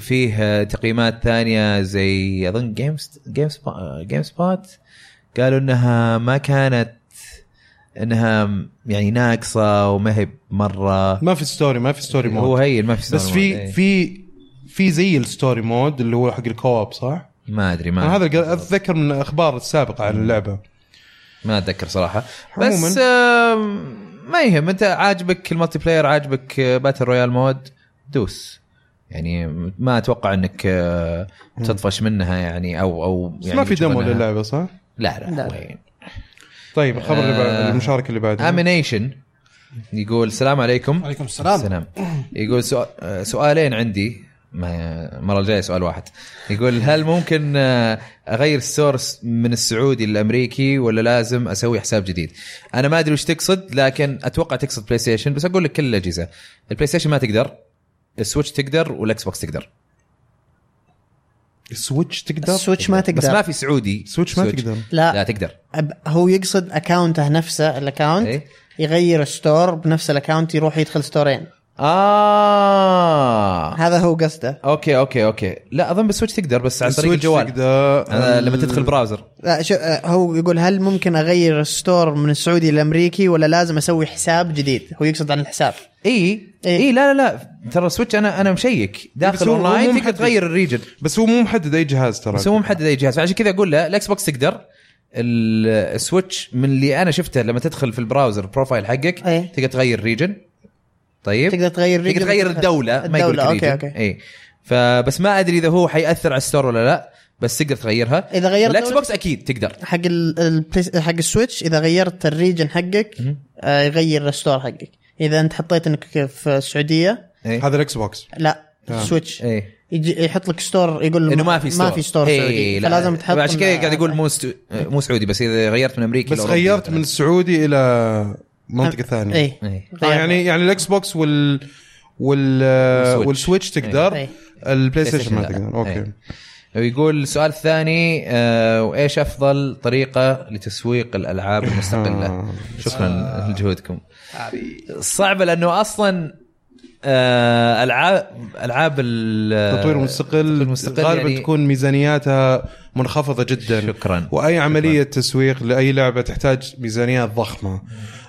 Speaker 1: فيه آه، تقييمات ثانيه زي اظن جيمز جيمز جيم سبوت آه، قالوا انها ما كانت انها يعني ناقصه وما هي مره
Speaker 4: ما في ستوري ما في ستوري مود
Speaker 1: هو هي ما في
Speaker 4: بس
Speaker 1: إيه.
Speaker 4: في في في زي الستوري مود اللي هو حق الكواب صح؟
Speaker 1: إيه. ما ادري
Speaker 4: انا
Speaker 1: ما
Speaker 4: هذا قا- اتذكر من الاخبار السابقه عن اللعبه
Speaker 1: ما اتذكر صراحه
Speaker 4: عموماً.
Speaker 1: بس آه ما يهم انت عاجبك الملتي بلاير عاجبك آه، باتل رويال مود دوس يعني ما اتوقع انك آه، تطفش منها يعني او او
Speaker 4: بس
Speaker 1: يعني
Speaker 4: ما في
Speaker 1: بتشوف
Speaker 4: دمو
Speaker 1: إنها-
Speaker 4: للعبه صح؟
Speaker 1: لا لا,
Speaker 7: لا.
Speaker 1: لا.
Speaker 4: طيب الخبر اللي
Speaker 1: آه،
Speaker 4: بعد المشاركه اللي بعدها
Speaker 1: امينيشن يقول السلام عليكم
Speaker 5: عليكم السلام.
Speaker 1: السلام يقول سؤال آه، سؤالين عندي ما المره الجايه سؤال واحد يقول هل ممكن آه، اغير السورس من السعودي للامريكي ولا لازم اسوي حساب جديد انا ما ادري وش تقصد لكن اتوقع تقصد بلاي ستيشن بس اقول لك كل الاجهزه البلاي ستيشن ما تقدر السويتش تقدر والاكس بوكس تقدر
Speaker 4: السويتش تقدر؟
Speaker 7: السويتش ما
Speaker 1: بس ما
Speaker 7: تقدر
Speaker 1: في سعودي
Speaker 4: سويتش ما تقدر.
Speaker 1: لا,
Speaker 7: لا.
Speaker 1: لا تقدر
Speaker 7: أب- هو يقصد اكاونته نفسه الاكاونت
Speaker 1: إيه.
Speaker 7: يغير ستور بنفس الاكاونت يروح يدخل ستورين
Speaker 1: اه
Speaker 7: هذا هو قصده
Speaker 1: اوكي اوكي اوكي لا اظن بالسويتش تقدر بس عن طريق
Speaker 4: السويتش
Speaker 1: الجوال
Speaker 4: تقدر.
Speaker 1: آه، لما تدخل براوزر
Speaker 7: لا شو آه، هو يقول هل ممكن اغير الستور من السعودي للامريكي ولا لازم اسوي حساب جديد هو يقصد عن الحساب
Speaker 1: اي
Speaker 7: إيه.
Speaker 1: اي لا لا لا ترى السويتش انا انا مشيك
Speaker 4: بس
Speaker 1: داخل
Speaker 4: هو- هو مو
Speaker 1: اونلاين تقدر
Speaker 4: محدد.
Speaker 1: تغير الريجن
Speaker 4: بس هو مو محدد اي جهاز ترى
Speaker 1: بس هو محدد اي جهاز فعشان كذا اقول لا الاكس بوكس تقدر ال- السويتش من اللي انا شفته لما تدخل في البراوزر البروفايل حقك
Speaker 7: إيه.
Speaker 1: تقدر تغير الريجن طيب
Speaker 7: تقدر تغير
Speaker 1: تقدر
Speaker 7: region.
Speaker 1: تغير الدوله ما يقول إيه.
Speaker 7: الدولة، أوكي، أوكي.
Speaker 1: اي فبس ما ادري اذا هو حياثر على الستور ولا لا بس تقدر تغيرها
Speaker 7: إذا غيرت
Speaker 1: الاكس
Speaker 7: دولة-
Speaker 1: بوكس اكيد تقدر
Speaker 7: حق ال البلاي- حق السويتش اذا غيرت الريجن حقك آه، يغير الستور حقك اذا انت حطيت انك في السعوديه
Speaker 1: إيه.
Speaker 4: هذا الاكس بوكس
Speaker 7: لا السويتش
Speaker 1: إيه.
Speaker 7: يجي يحط لك ستور يقول
Speaker 1: انه ما في ستور
Speaker 7: ما في ستور
Speaker 1: إيه،
Speaker 7: سعودي
Speaker 1: لا.
Speaker 7: فلازم تحط
Speaker 1: عشان كذا قاعد اقول مو ستو... مو سعودي بس اذا غيرت من امريكا
Speaker 4: بس
Speaker 1: لأوروبا
Speaker 4: غيرت
Speaker 1: مثلاً.
Speaker 4: من السعودي الى منطقه ثانيه
Speaker 7: اي
Speaker 1: إيه.
Speaker 4: آه يعني يعني الاكس بوكس وال وال
Speaker 1: والسويتش.
Speaker 4: والسويتش تقدر
Speaker 7: إيه.
Speaker 4: البلاي ستيشن ما
Speaker 1: لا.
Speaker 4: تقدر اوكي
Speaker 1: إيه. ويقول السؤال الثاني آه، وايش افضل طريقه لتسويق الالعاب
Speaker 4: آه.
Speaker 1: المستقله؟ شكرا لجهودكم. صعبه لانه اصلا آه، العاب العاب ال-
Speaker 4: التطوير المستقل,
Speaker 1: المستقل
Speaker 4: غالبا
Speaker 1: يعني-
Speaker 4: تكون ميزانياتها منخفضه جدا
Speaker 1: شكراً.
Speaker 4: واي عمليه تسويق لاي لعبه تحتاج ميزانيات ضخمه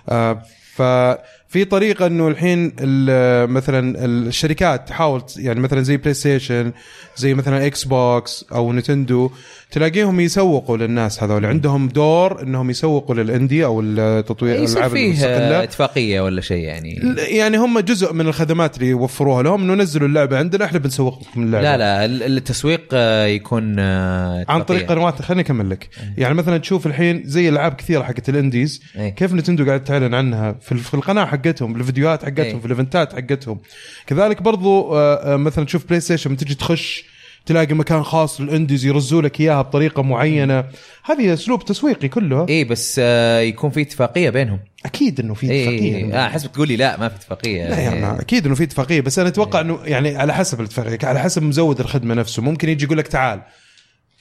Speaker 4: آه ففي طريقه انه الحين ال- مثلا الشركات تحاول ت- يعني مثلا زي بلاي ستيشن زي مثلا اكس بوكس او نتندو تلاقيهم يسوقوا للناس هذول عندهم دور انهم يسوقوا للاندي او التطوير
Speaker 1: يصير
Speaker 4: الالعاب
Speaker 1: فيه آه،
Speaker 4: المستقله
Speaker 1: اتفاقيه ولا شيء يعني
Speaker 4: يعني هم جزء من الخدمات اللي يوفروها لهم انه نزلوا اللعبه عندنا احنا بنسوق لكم اللعبه
Speaker 1: لا لا ال- التسويق آه، يكون آه،
Speaker 4: عن
Speaker 1: اتفاقية.
Speaker 4: طريق قنوات خليني اكمل لك يعني مثلا تشوف الحين زي العاب كثيره حقت الانديز
Speaker 1: أي.
Speaker 4: كيف نتندو قاعد تعلن عنها في ال- في القناه حقتهم في الفيديوهات
Speaker 1: أي.
Speaker 4: حقتهم في الايفنتات حقتهم كذلك برضو آه، آه، مثلا تشوف بلاي ستيشن لما تجي تخش تلاقي مكان خاص للانديز يرزوا لك اياها بطريقه معينه هذه اسلوب تسويقي كلها
Speaker 1: اي بس آه، يكون في اتفاقيه بينهم
Speaker 4: اكيد انه في
Speaker 1: اي
Speaker 4: اتفاقيه
Speaker 1: إي. اه احسب تقول لي لا ما في اتفاقيه
Speaker 4: لا يا عم، اكيد انه في اتفاقيه
Speaker 1: إيه.
Speaker 4: يعني بس انا اتوقع انه يعني على حسب الاتفاقيه على حسب مزود الخدمه نفسه ممكن يجي يقول لك تعال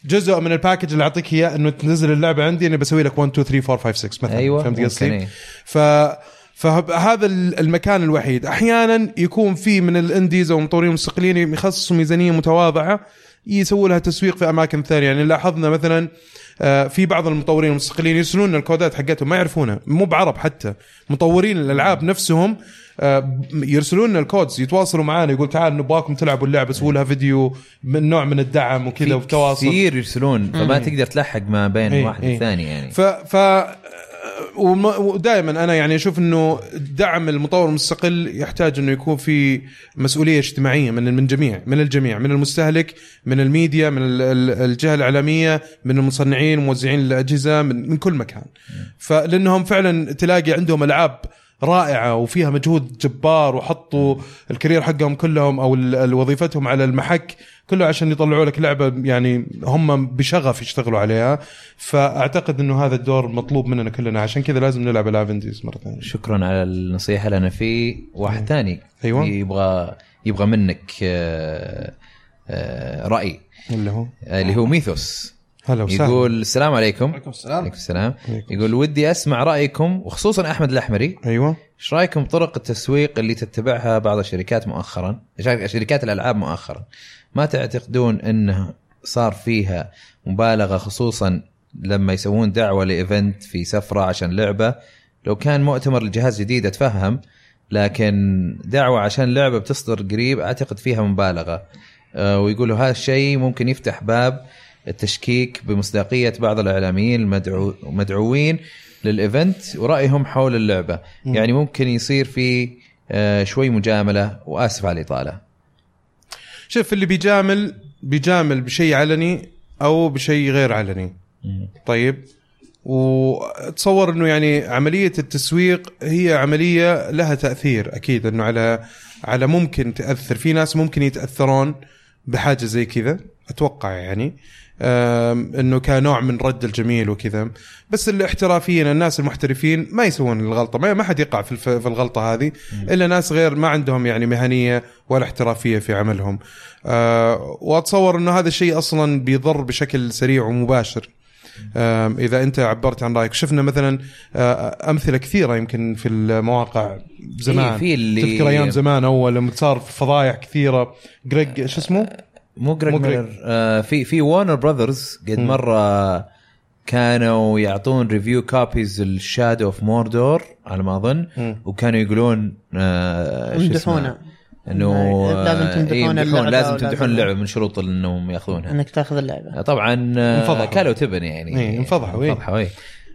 Speaker 4: جزء من الباكج اللي اعطيك اياه انه تنزل اللعبه عندي انا بسوي لك 1 2 3 4 5 6 مثلا
Speaker 1: أيوة،
Speaker 4: فهمت
Speaker 1: ممكن،
Speaker 4: قصدي؟
Speaker 1: إيه.
Speaker 4: ف فهذا ال- المكان الوحيد احيانا يكون في من الانديز او المطورين المستقلين يخصصوا ميزانيه متواضعه يسووا لها تسويق في اماكن ثانيه يعني لاحظنا مثلا آه، في بعض المطورين المستقلين يرسلون الكودات حقتهم ما يعرفونها مو بعرب حتى مطورين الالعاب نفسهم آه، ب- يرسلون لنا الكودز يتواصلوا معانا يقول تعال نبغاكم تلعبوا اللعبه سووا لها فيديو من نوع من الدعم وكذا وتواصل
Speaker 1: كثير يرسلون فما تقدر تلحق ما بين
Speaker 4: إيه،
Speaker 1: واحد
Speaker 4: إيه.
Speaker 1: والثاني يعني
Speaker 4: ف ف وما- ودائما انا يعني اشوف انه دعم المطور المستقل يحتاج انه يكون في مسؤوليه اجتماعيه من من الجميع من الجميع من المستهلك من الميديا من ال- ال- الجهه الاعلاميه من المصنعين وموزعين الاجهزه من من كل مكان فلانهم فعلا تلاقي عندهم العاب رائعه وفيها مجهود جبار وحطوا الكارير حقهم كلهم او ال- ال- وظيفتهم على المحك كله عشان يطلعوا لك لعبه يعني هم بشغف يشتغلوا عليها فاعتقد انه هذا الدور مطلوب مننا كلنا عشان كذا لازم نلعب العاب انديز مره ثانيه
Speaker 1: شكرا على النصيحه لان في واحد ثاني
Speaker 4: أيوة.
Speaker 1: يبغى يبغى منك آه، آه، راي
Speaker 4: اللي هو
Speaker 1: آه، اللي هو ميثوس
Speaker 4: هلا وسهلا
Speaker 1: يقول السلام عليكم
Speaker 6: عليكم السلام
Speaker 4: إيه.
Speaker 1: عليكم السلام
Speaker 4: عليكم
Speaker 1: يقول ودي اسمع رايكم وخصوصا احمد الاحمري
Speaker 4: ايوه
Speaker 1: ايش رايكم بطرق التسويق اللي تتبعها بعض الشركات مؤخرا شرك- شركات الالعاب مؤخرا ما تعتقدون انه صار فيها مبالغه خصوصا لما يسوون دعوه لايفنت في سفره عشان لعبه لو كان مؤتمر لجهاز جديد اتفهم لكن دعوه عشان لعبه بتصدر قريب اعتقد فيها مبالغه آه، ويقولوا هذا الشيء ممكن يفتح باب التشكيك بمصداقيه بعض الاعلاميين المدعو مدعوين للايفنت ورايهم حول اللعبه يعني ممكن يصير في آه، شوي مجامله واسف على الاطاله
Speaker 4: شوف اللي بيجامل بيجامل بشيء علني او بشيء غير علني طيب وتصور انه يعني عمليه التسويق هي عمليه لها تاثير اكيد انه على على ممكن تاثر في ناس ممكن يتاثرون بحاجه زي كذا اتوقع يعني أم، انه كنوع من رد الجميل وكذا بس الاحترافيين الناس المحترفين ما يسوون الغلطه ما ما حد يقع في الف- في الغلطه هذه الا ناس غير ما عندهم يعني مهنيه ولا احترافيه في عملهم أه، واتصور انه هذا الشيء اصلا بيضر بشكل سريع ومباشر آم، اذا انت عبرت عن رايك شفنا مثلا آه، امثله كثيره يمكن في المواقع زمان
Speaker 1: إيه، في اللي-
Speaker 4: تذكر ايام زمان اول لما صار فضايح كثيره
Speaker 1: آه،
Speaker 4: جريج شو اسمه؟
Speaker 1: مو جريج
Speaker 4: مو جريج.
Speaker 1: ميلر آه، في في وارنر براذرز قد مره كانوا يعطون ريفيو كوبيز الشادو اوف موردور على ما اظن وكانوا يقولون آه، شو اسمه؟
Speaker 7: يمدحونه.
Speaker 1: انه آه،
Speaker 7: لازم تمدحون
Speaker 1: إيه، يمدحون،
Speaker 7: اللعبة
Speaker 1: لازم
Speaker 7: ولازم-
Speaker 1: تمدحون اللعبه من شروط انهم ياخذونها
Speaker 7: انك تاخذ اللعبه
Speaker 1: طبعا آه،
Speaker 4: انفضحوا.
Speaker 1: كلوا تبن يعني
Speaker 4: إيه، انفضحوا، إيه.
Speaker 1: انفضحوا إيه.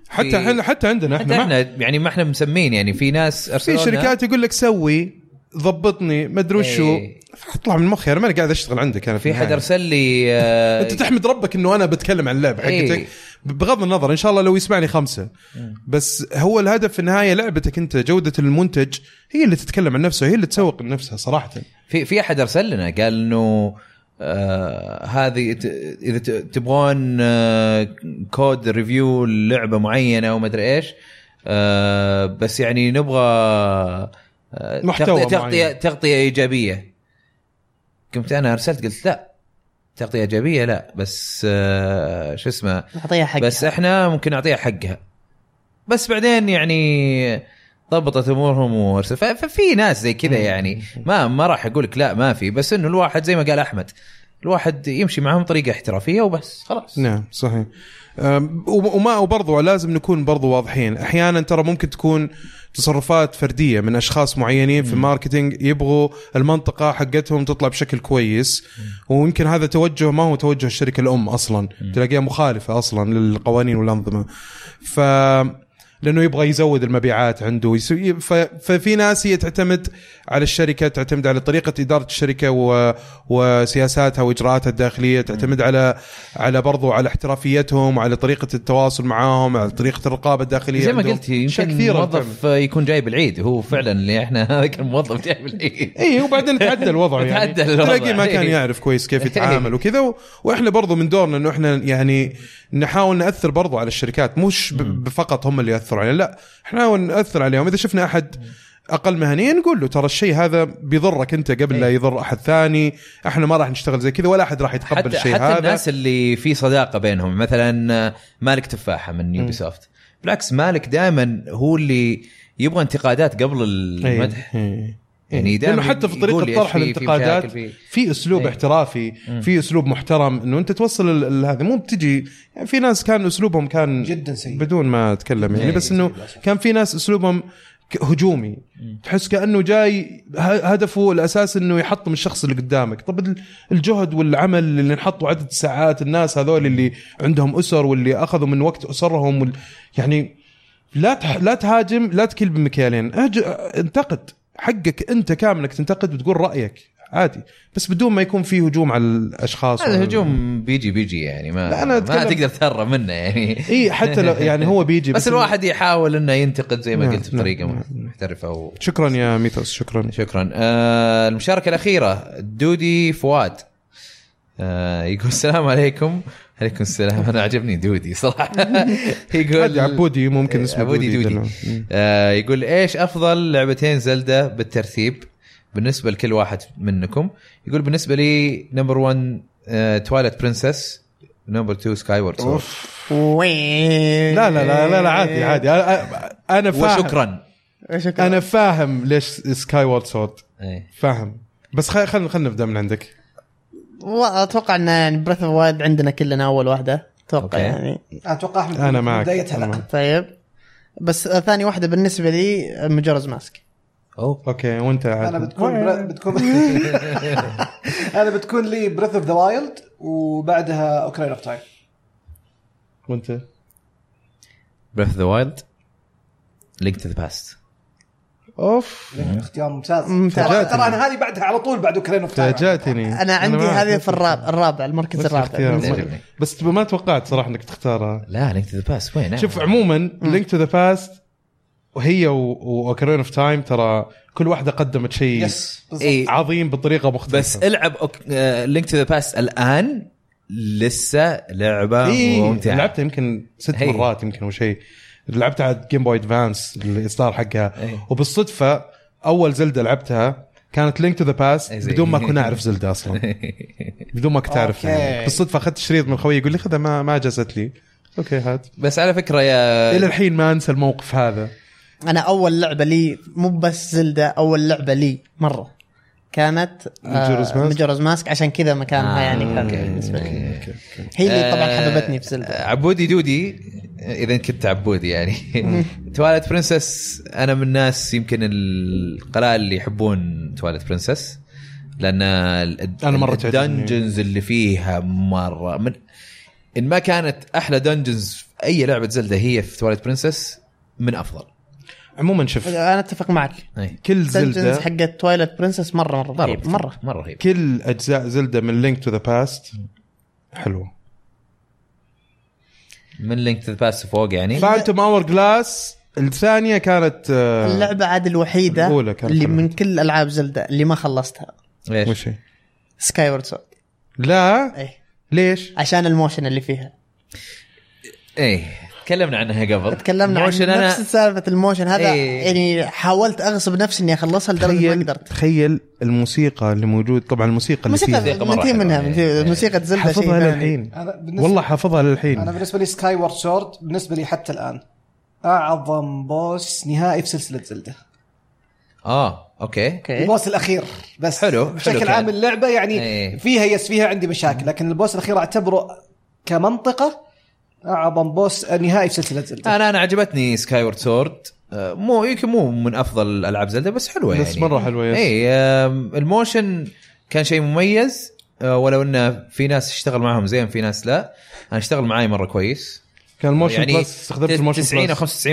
Speaker 4: حتى
Speaker 1: في-
Speaker 4: احنا حتى عندنا
Speaker 1: حتى
Speaker 4: احنا ما-
Speaker 1: احنا يعني ما احنا مسمين يعني في ناس
Speaker 4: في
Speaker 1: ارسلوا
Speaker 4: شركات يقول لك سوي ضبطني ما ادري وشو
Speaker 1: إيه.
Speaker 4: اطلع من مخي انا ماني قاعد اشتغل عندك انا
Speaker 1: في حد
Speaker 4: النهاية.
Speaker 1: ارسل لي آه،
Speaker 4: انت تحمد ربك انه انا بتكلم عن اللعبه
Speaker 1: إيه.
Speaker 4: حقتك بغض النظر ان شاء الله لو يسمعني خمسه بس هو الهدف في النهايه لعبتك انت جوده المنتج هي اللي تتكلم عن نفسها هي اللي تسوق لنفسها صراحه
Speaker 1: في في احد ارسل لنا قال انه آه هذه ت- اذا ت- تبغون آه كود ريفيو لعبه معينه وما ادري ايش آه بس يعني نبغى آه
Speaker 4: محتوى
Speaker 1: تغطيه تغطيه,
Speaker 4: معين.
Speaker 1: تغطية ايجابيه قمت انا ارسلت قلت لا تغطيه ايجابيه لا بس آه شو اسمه
Speaker 7: اعطيها حق
Speaker 1: بس احنا ممكن نعطيها حقها بس بعدين يعني ضبطت امورهم وارسل ف- ففي ناس زي كذا يعني ما ما راح اقول لك لا ما في بس انه الواحد زي ما قال احمد الواحد يمشي معهم طريقه احترافيه وبس خلاص
Speaker 4: نعم صحيح أم، وم- وما وبرضو لازم نكون برضو واضحين احيانا ترى ممكن تكون تصرفات فرديه من اشخاص معينين في الماركتينج يبغوا المنطقه حقتهم تطلع بشكل كويس ويمكن هذا توجه ما هو توجه الشركه الام اصلا تلاقيها مخالفه اصلا للقوانين والانظمه ف لانه يبغى يزود المبيعات عنده يسوي ف... ففي ناس هي تعتمد على الشركه تعتمد على طريقه اداره الشركه و... وسياساتها واجراءاتها الداخليه تعتمد على على برضو على احترافيتهم وعلى طريقه التواصل معاهم على طريقه الرقابه الداخليه
Speaker 1: زي ما
Speaker 4: عندهم.
Speaker 1: قلت
Speaker 4: أشياء
Speaker 1: يمكن
Speaker 4: كثيرة
Speaker 1: موظف يكون جايب العيد هو فعلا اللي احنا <laughs> هذا كان موظف جايب <laughs> العيد
Speaker 4: اي إيه، وبعدين تعدل الوضع يعني
Speaker 1: تعدل الوضع. إيه.
Speaker 4: تلاقي ما كان يعرف كويس كيف يتعامل وكذا و... واحنا برضو من دورنا انه احنا يعني نحاول ناثر برضو على الشركات مش ب... فقط هم اللي ياثروا علينا لا احنا نحاول ناثر عليهم اذا شفنا احد اقل مهنيا نقول له ترى الشيء هذا بيضرك انت قبل
Speaker 1: إيه.
Speaker 4: لا يضر احد ثاني احنا ما راح نشتغل زي كذا ولا احد راح يتقبل
Speaker 1: حتى
Speaker 4: الشيء
Speaker 1: حتى
Speaker 4: هذا
Speaker 1: الناس اللي في صداقه بينهم مثلا مالك تفاحه من يوبي سوفت بالعكس مالك دائما هو اللي يبغى انتقادات قبل
Speaker 4: إيه،
Speaker 1: المدح
Speaker 4: إيه.
Speaker 1: يعني دائما
Speaker 4: لانه حتى في
Speaker 1: يقول لي
Speaker 4: طريقه
Speaker 1: إيش
Speaker 4: طرح
Speaker 1: في- في
Speaker 4: الانتقادات
Speaker 1: مشاكل، في-
Speaker 4: في اسلوب
Speaker 1: إيه.
Speaker 4: احترافي في اسلوب محترم انه انت توصل ال- ال- هذا مو بتجي يعني في ناس كان اسلوبهم كان
Speaker 6: جدا سيء.
Speaker 4: بدون ما اتكلم يعني
Speaker 1: إيه،
Speaker 4: بس انه كان في ناس اسلوبهم ك- هجومي تحس كانه جاي ه- هدفه الاساس انه يحطم الشخص اللي قدامك طب ال- الجهد والعمل اللي انحطوا عدد ساعات الناس هذول اللي عندهم اسر واللي اخذوا من وقت اسرهم وال... يعني لا تح... لا تهاجم لا تكل بمكيالين أهج... انتقد حقك انت كامل انك تنتقد وتقول رايك عادي بس بدون ما يكون في هجوم على الاشخاص
Speaker 1: هذا
Speaker 4: وعلى-
Speaker 1: هجوم بيجي بيجي يعني ما
Speaker 4: لا، أنا
Speaker 1: ما
Speaker 4: أتكلم-
Speaker 1: تقدر تهرب منه يعني
Speaker 4: اي حتى لو يعني هو
Speaker 1: <laughs>
Speaker 4: بيجي
Speaker 1: بس الواحد يحاول انه ينتقد زي ما
Speaker 4: نعم،
Speaker 1: قلت
Speaker 4: نعم،
Speaker 1: بطريقه
Speaker 4: نعم.
Speaker 1: محترفه و...
Speaker 4: شكرا يا ميتوس شكرا
Speaker 1: شكرا آه المشاركه الاخيره دودي فؤاد آه يقول السلام عليكم عليكم السلام انا عجبني دودي صراحه <laughs> يقول
Speaker 4: هذا عبودي نعم. ممكن اسمه
Speaker 1: إيه، عبودي دودي.
Speaker 4: دلوقتي.
Speaker 1: آه يقول ايش افضل لعبتين زلدة بالترتيب بالنسبه لكل واحد منكم يقول بالنسبه لي آه، نمبر 1 تواليت برنسس نمبر 2 سكاي وورد
Speaker 7: وين
Speaker 4: لا لا لا لا, لا عادي عادي انا أنا فاهم
Speaker 1: وشكرا
Speaker 7: شكرا
Speaker 4: انا فاهم ليش سكاي وورد سورد
Speaker 1: إيه.
Speaker 4: فاهم بس خل- خلنا خلنا نبدا من عندك
Speaker 7: واتوقع ان يعني بريث اوف وايد عندنا كلنا اول واحده اتوقع
Speaker 1: أوكي.
Speaker 7: يعني
Speaker 6: اتوقع احمد
Speaker 4: أنا معك.
Speaker 6: بدايتها
Speaker 4: أنا
Speaker 6: لا
Speaker 4: معك.
Speaker 7: طيب بس آه، ثاني واحده بالنسبه لي مجرز ماسك
Speaker 4: اوكي وانت
Speaker 6: انا
Speaker 4: عاد
Speaker 6: بتكون برا... بتكون <laughs> انا بتكون لي بريث اوف ذا وايلد وبعدها اوكرين اوف تايم
Speaker 4: وانت
Speaker 1: بريث ذا وايلد لينك تو ذا باست
Speaker 4: اوف
Speaker 6: اختيار ممتاز
Speaker 7: ممتاز.
Speaker 6: ترى ترى انا هذه بعدها على طول بعد اوكرين اوف تايم
Speaker 4: فاجاتني
Speaker 7: انا عندي
Speaker 4: معك.
Speaker 7: هذه في الرابع الرابع المركز
Speaker 4: نفس
Speaker 7: الرابع
Speaker 4: الاختيار.
Speaker 7: بالنسبة لي.
Speaker 1: لي.
Speaker 4: بس ما توقعت صراحه انك تختارها
Speaker 1: لا لينك تو ذا باست وين نعم.
Speaker 4: شوف عموما لينك تو ذا باست وهي واوكرين اوف تايم ترى كل واحده قدمت شيء
Speaker 6: يس بالضبط.
Speaker 1: إيه.
Speaker 4: عظيم بطريقه مختلفه
Speaker 1: بس العب آه، لينك تو ذا باست الان لسه لعبه
Speaker 4: إيه،
Speaker 1: ممتعه
Speaker 4: لعبتها يمكن ست
Speaker 1: آه، هي.
Speaker 4: مرات يمكن او شيء لعبتها على جيم بوي ادفانس الاصدار حقها
Speaker 1: إيه.
Speaker 4: وبالصدفه اول زلده لعبتها كانت لينك تو ذا باست
Speaker 1: إيه زي.
Speaker 4: بدون ما كنا
Speaker 1: <laughs>
Speaker 4: اعرف زلده اصلا بدون ما كنت اعرف يعني
Speaker 6: أوكي.
Speaker 4: بالصدفه اخذت شريط من خوي يقول لي خذها ما ما جازت لي اوكي هات
Speaker 1: بس على فكره يا
Speaker 4: الى الحين ما انسى الموقف هذا
Speaker 7: انا اول لعبه لي مو بس زلده اول لعبه لي مره كانت
Speaker 4: مجرز ماسك؟ آه،
Speaker 7: مجرز ماسك عشان كذا مكانها يعني كانت بالنسبه لي هي اللي طبعا
Speaker 1: آه،
Speaker 7: حببتني في زلده
Speaker 1: عبودي دودي اذا كنت عبودي
Speaker 7: <laughs>
Speaker 1: يعني تواليت برنسس انا من الناس يمكن القلائل اللي يحبون تواليت برنسس لان
Speaker 4: أنا مرة تعجبني.
Speaker 1: الدنجنز اللي فيها مره من ان ما كانت احلى دنجنز في اي لعبه زلده هي في تواليت برنسس من افضل
Speaker 4: عموما شوف
Speaker 7: انا اتفق معك
Speaker 1: أي.
Speaker 4: كل
Speaker 7: الدنجنز
Speaker 4: زلده
Speaker 7: حقت تويلايت برنسس مره مره
Speaker 4: طيب.
Speaker 1: مره
Speaker 7: رهيب مره
Speaker 1: مره رهيب
Speaker 4: كل اجزاء زلده من لينك تو ذا باست حلوه
Speaker 1: من لينك تو ذا باس فوق يعني
Speaker 4: فانتوم اور جلاس الثانيه كانت آه،
Speaker 7: اللعبه عاد الوحيده
Speaker 4: الأولى كانت
Speaker 7: اللي
Speaker 4: حلوة.
Speaker 7: من كل العاب زلده اللي ما خلصتها
Speaker 1: ايش؟
Speaker 4: وش هي؟
Speaker 7: سكاي وورد سورد
Speaker 4: لا
Speaker 7: ايه
Speaker 4: ليش؟
Speaker 7: عشان الموشن اللي فيها
Speaker 1: ايه تكلمنا عنها قبل
Speaker 7: تكلمنا عن نفس
Speaker 1: موشن أنا-
Speaker 7: سالفه الموشن هذا
Speaker 1: إيه.
Speaker 7: يعني حاولت اغصب نفسي اني اخلصها لدرجه ما
Speaker 4: تخيل
Speaker 7: قدرت
Speaker 4: تخيل الموسيقى اللي موجود طبعا الموسيقى اللي
Speaker 7: موسيقى
Speaker 4: فيها
Speaker 1: موسيقى مرة
Speaker 7: ننتهي
Speaker 1: حلوة.
Speaker 7: منها
Speaker 1: إيه.
Speaker 7: من موسيقى زلده شيء
Speaker 4: حافظها
Speaker 7: ثاني.
Speaker 4: للحين
Speaker 6: انا بالنسبه
Speaker 4: والله حافظها
Speaker 6: انا
Speaker 4: للحين
Speaker 6: بالنسبه لي سكاي وورد سورد بالنسبه لي حتى الان اعظم بوس نهائي في سلسله زلده
Speaker 1: اه اوكي
Speaker 7: اوكي
Speaker 6: البوس الاخير بس
Speaker 1: حلو، حلو
Speaker 6: بشكل
Speaker 1: كان.
Speaker 6: عام اللعبه يعني
Speaker 1: إيه.
Speaker 6: فيها يس فيها عندي مشاكل لكن البوس الاخير اعتبره كمنطقه اعظم بوس نهائي في سلسله زلده
Speaker 1: انا انا عجبتني سكاي وورد سورد مو يمكن مو من افضل العاب زلده بس حلوه يعني
Speaker 4: بس مرة حلوة، يس.
Speaker 1: اي آم، الموشن كان شيء مميز آه، ولو انه في ناس اشتغل معهم زين في ناس لا انا اشتغل معاي مره كويس
Speaker 4: كان الموشن
Speaker 1: يعني
Speaker 4: بلس استخدمت الموشن
Speaker 1: 90 او
Speaker 4: بلس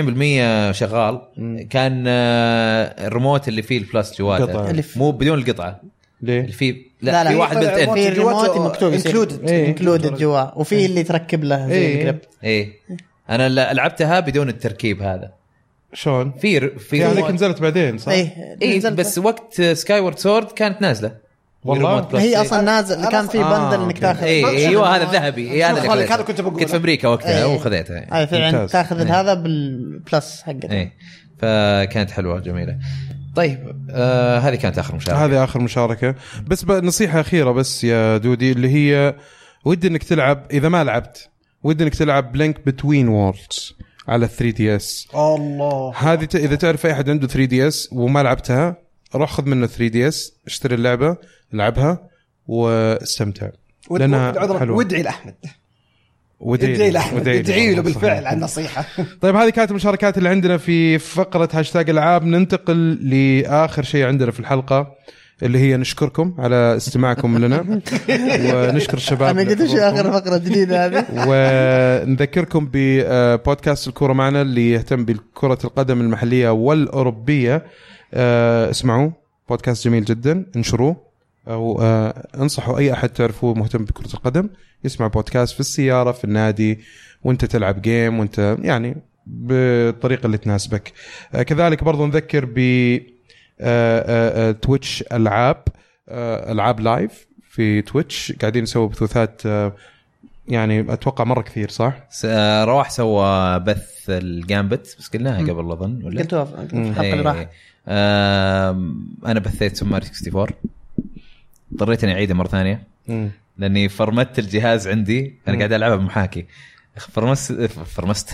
Speaker 1: 95% شغال كان آه، الريموت اللي فيه البلس
Speaker 4: قطعة.
Speaker 1: جواته
Speaker 7: اللي في-
Speaker 1: مو بدون القطعه اللي
Speaker 4: ليه؟
Speaker 1: فيه
Speaker 7: لا،
Speaker 1: لا,
Speaker 7: لا،
Speaker 1: في
Speaker 7: هي
Speaker 1: واحد
Speaker 6: طلع
Speaker 1: بلت ان
Speaker 7: في
Speaker 6: موجود جواته
Speaker 7: ريموت مكتوب
Speaker 6: included.
Speaker 4: إيه.
Speaker 7: انكلودد جواه وفي اللي تركب له زي
Speaker 4: إيه.
Speaker 7: الجريب
Speaker 1: ايه انا لا- لعبتها بدون التركيب هذا
Speaker 4: شلون؟
Speaker 1: في ر- في
Speaker 4: هي هذيك
Speaker 1: ريموت-
Speaker 4: نزلت بعدين صح؟
Speaker 7: ايه
Speaker 1: اي
Speaker 7: نزلت.
Speaker 1: إيه، بس وقت سكاي وورد سورد كانت نازله
Speaker 4: والله؟
Speaker 1: ريموت بلس.
Speaker 7: هي اصلا نازل
Speaker 6: أنا
Speaker 7: كان في
Speaker 4: أصلاً- آه،
Speaker 7: بندل انك
Speaker 4: أوكي.
Speaker 7: تاخذ
Speaker 1: اي
Speaker 7: بندل.
Speaker 1: ايوه هذا الذهبي اي هذا اللي
Speaker 6: خالد،
Speaker 1: خذيته.
Speaker 6: هذا كنت بقوله.
Speaker 1: كنت في امريكا وقتها
Speaker 7: إيه.
Speaker 1: وخذيتها يعني.
Speaker 7: هذا في عندك
Speaker 4: ممتاز.
Speaker 1: إيه.
Speaker 7: تاخذ هذا بالبلس حقته
Speaker 1: اي فكانت حلوه جميله طيب آه هذه كانت اخر مشاركه
Speaker 4: هذه اخر مشاركه بس ب- نصيحه اخيره بس يا دودي اللي هي ودي انك تلعب اذا ما لعبت ودي انك تلعب لينك بتوين وورلدز على 3 دي اس
Speaker 6: الله
Speaker 4: هذه ت- اذا تعرف اي احد عنده 3 دي اس وما لعبتها روح خذ منه 3 دي اس اشتري اللعبه العبها واستمتع
Speaker 6: ود-
Speaker 4: لأنها
Speaker 6: ود- عذراً،
Speaker 4: حلوة.
Speaker 6: وادعي لاحمد
Speaker 4: وادعي
Speaker 6: ادعي
Speaker 4: لي-
Speaker 6: لاحمد
Speaker 4: وادعي لي.
Speaker 6: ادعي له
Speaker 4: صحيح.
Speaker 6: بالفعل على النصيحه
Speaker 4: طيب هذه كانت المشاركات اللي عندنا في فقرة هاشتاج العاب ننتقل لآخر شيء عندنا في الحلقة اللي هي نشكركم على استماعكم
Speaker 6: <laughs>
Speaker 4: لنا ونشكر الشباب
Speaker 7: انا قلت ايش
Speaker 4: لحضوركم.
Speaker 7: اخر فقره
Speaker 4: <laughs>
Speaker 7: جديدة هذه
Speaker 4: ونذكركم ببودكاست الكرة معنا اللي يهتم بكرة القدم المحلية والأوروبية آه، اسمعوه بودكاست جميل جدا انشروه أو آه، انصحوا أي أحد تعرفوه مهتم بكرة القدم يسمع بودكاست في السيارة في النادي وانت تلعب جيم وانت يعني بالطريقة اللي تناسبك آه، كذلك برضو نذكر ب آه، آه، آه، تويتش العاب آه، العاب لايف في تويتش قاعدين نسوي بثوثات آه، يعني اتوقع مره كثير صح؟
Speaker 1: س- آه، رواح سوى بث الجامبت بس قلناها قبل اظن ولا
Speaker 7: قلتوها في الحلقه اللي
Speaker 1: إيه.
Speaker 7: راحت
Speaker 1: آم، انا بثيت سوبر ماريو 64 اضطريت اني اعيده مره ثانيه لاني فرمت الجهاز عندي انا قاعد العبها بمحاكي فرمست فرمست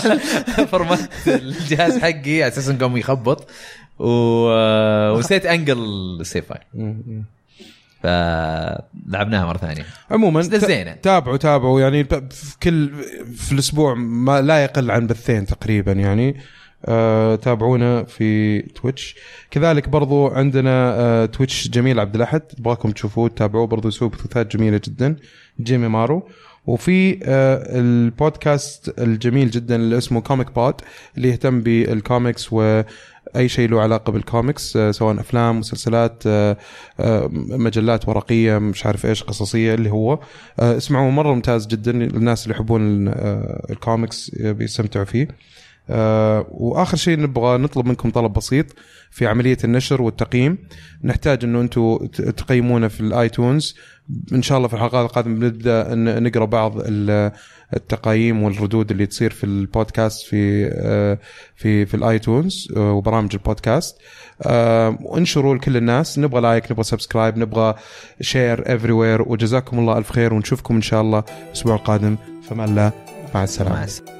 Speaker 1: <laughs> فرمت الجهاز حقي على اساس انه قام يخبط و... ونسيت انقل السيف فايل فلعبناها مره ثانيه
Speaker 4: عموما
Speaker 1: بس زينة.
Speaker 4: ت- تابعوا تابعوا يعني ب- في كل في الاسبوع ما لا يقل عن بثين تقريبا يعني آه تابعونا في تويتش كذلك برضو عندنا آه تويتش جميل عبد الاحد ابغاكم تشوفوه تتابعوه برضو يسوي بثوثات جميله جدا جيمي مارو وفي آه البودكاست الجميل جدا اللي اسمه كوميك بود اللي يهتم بالكوميكس و اي شيء له علاقه بالكوميكس آه، سواء افلام مسلسلات آه، آه، مجلات ورقيه مش عارف ايش قصصيه اللي هو آه، اسمعوه مره ممتاز جدا الناس اللي يحبون ال- آه، الكوميكس آه، بيستمتعوا فيه آه، واخر شيء نبغى نطلب منكم طلب بسيط في عمليه النشر والتقييم نحتاج انه انتم ت- تقيمونا في الايتونز ان شاء الله في الحلقات القادمه بنبدا ن- نقرا بعض ال- التقايم والردود اللي تصير في البودكاست في آه، في في الايتونز آه، وبرامج البودكاست آه، وانشروا لكل الناس نبغى لايك نبغى سبسكرايب نبغى شير افري وير وجزاكم الله الف خير ونشوفكم ان شاء الله الاسبوع القادم فما الله مع السلامه
Speaker 1: مع السلامه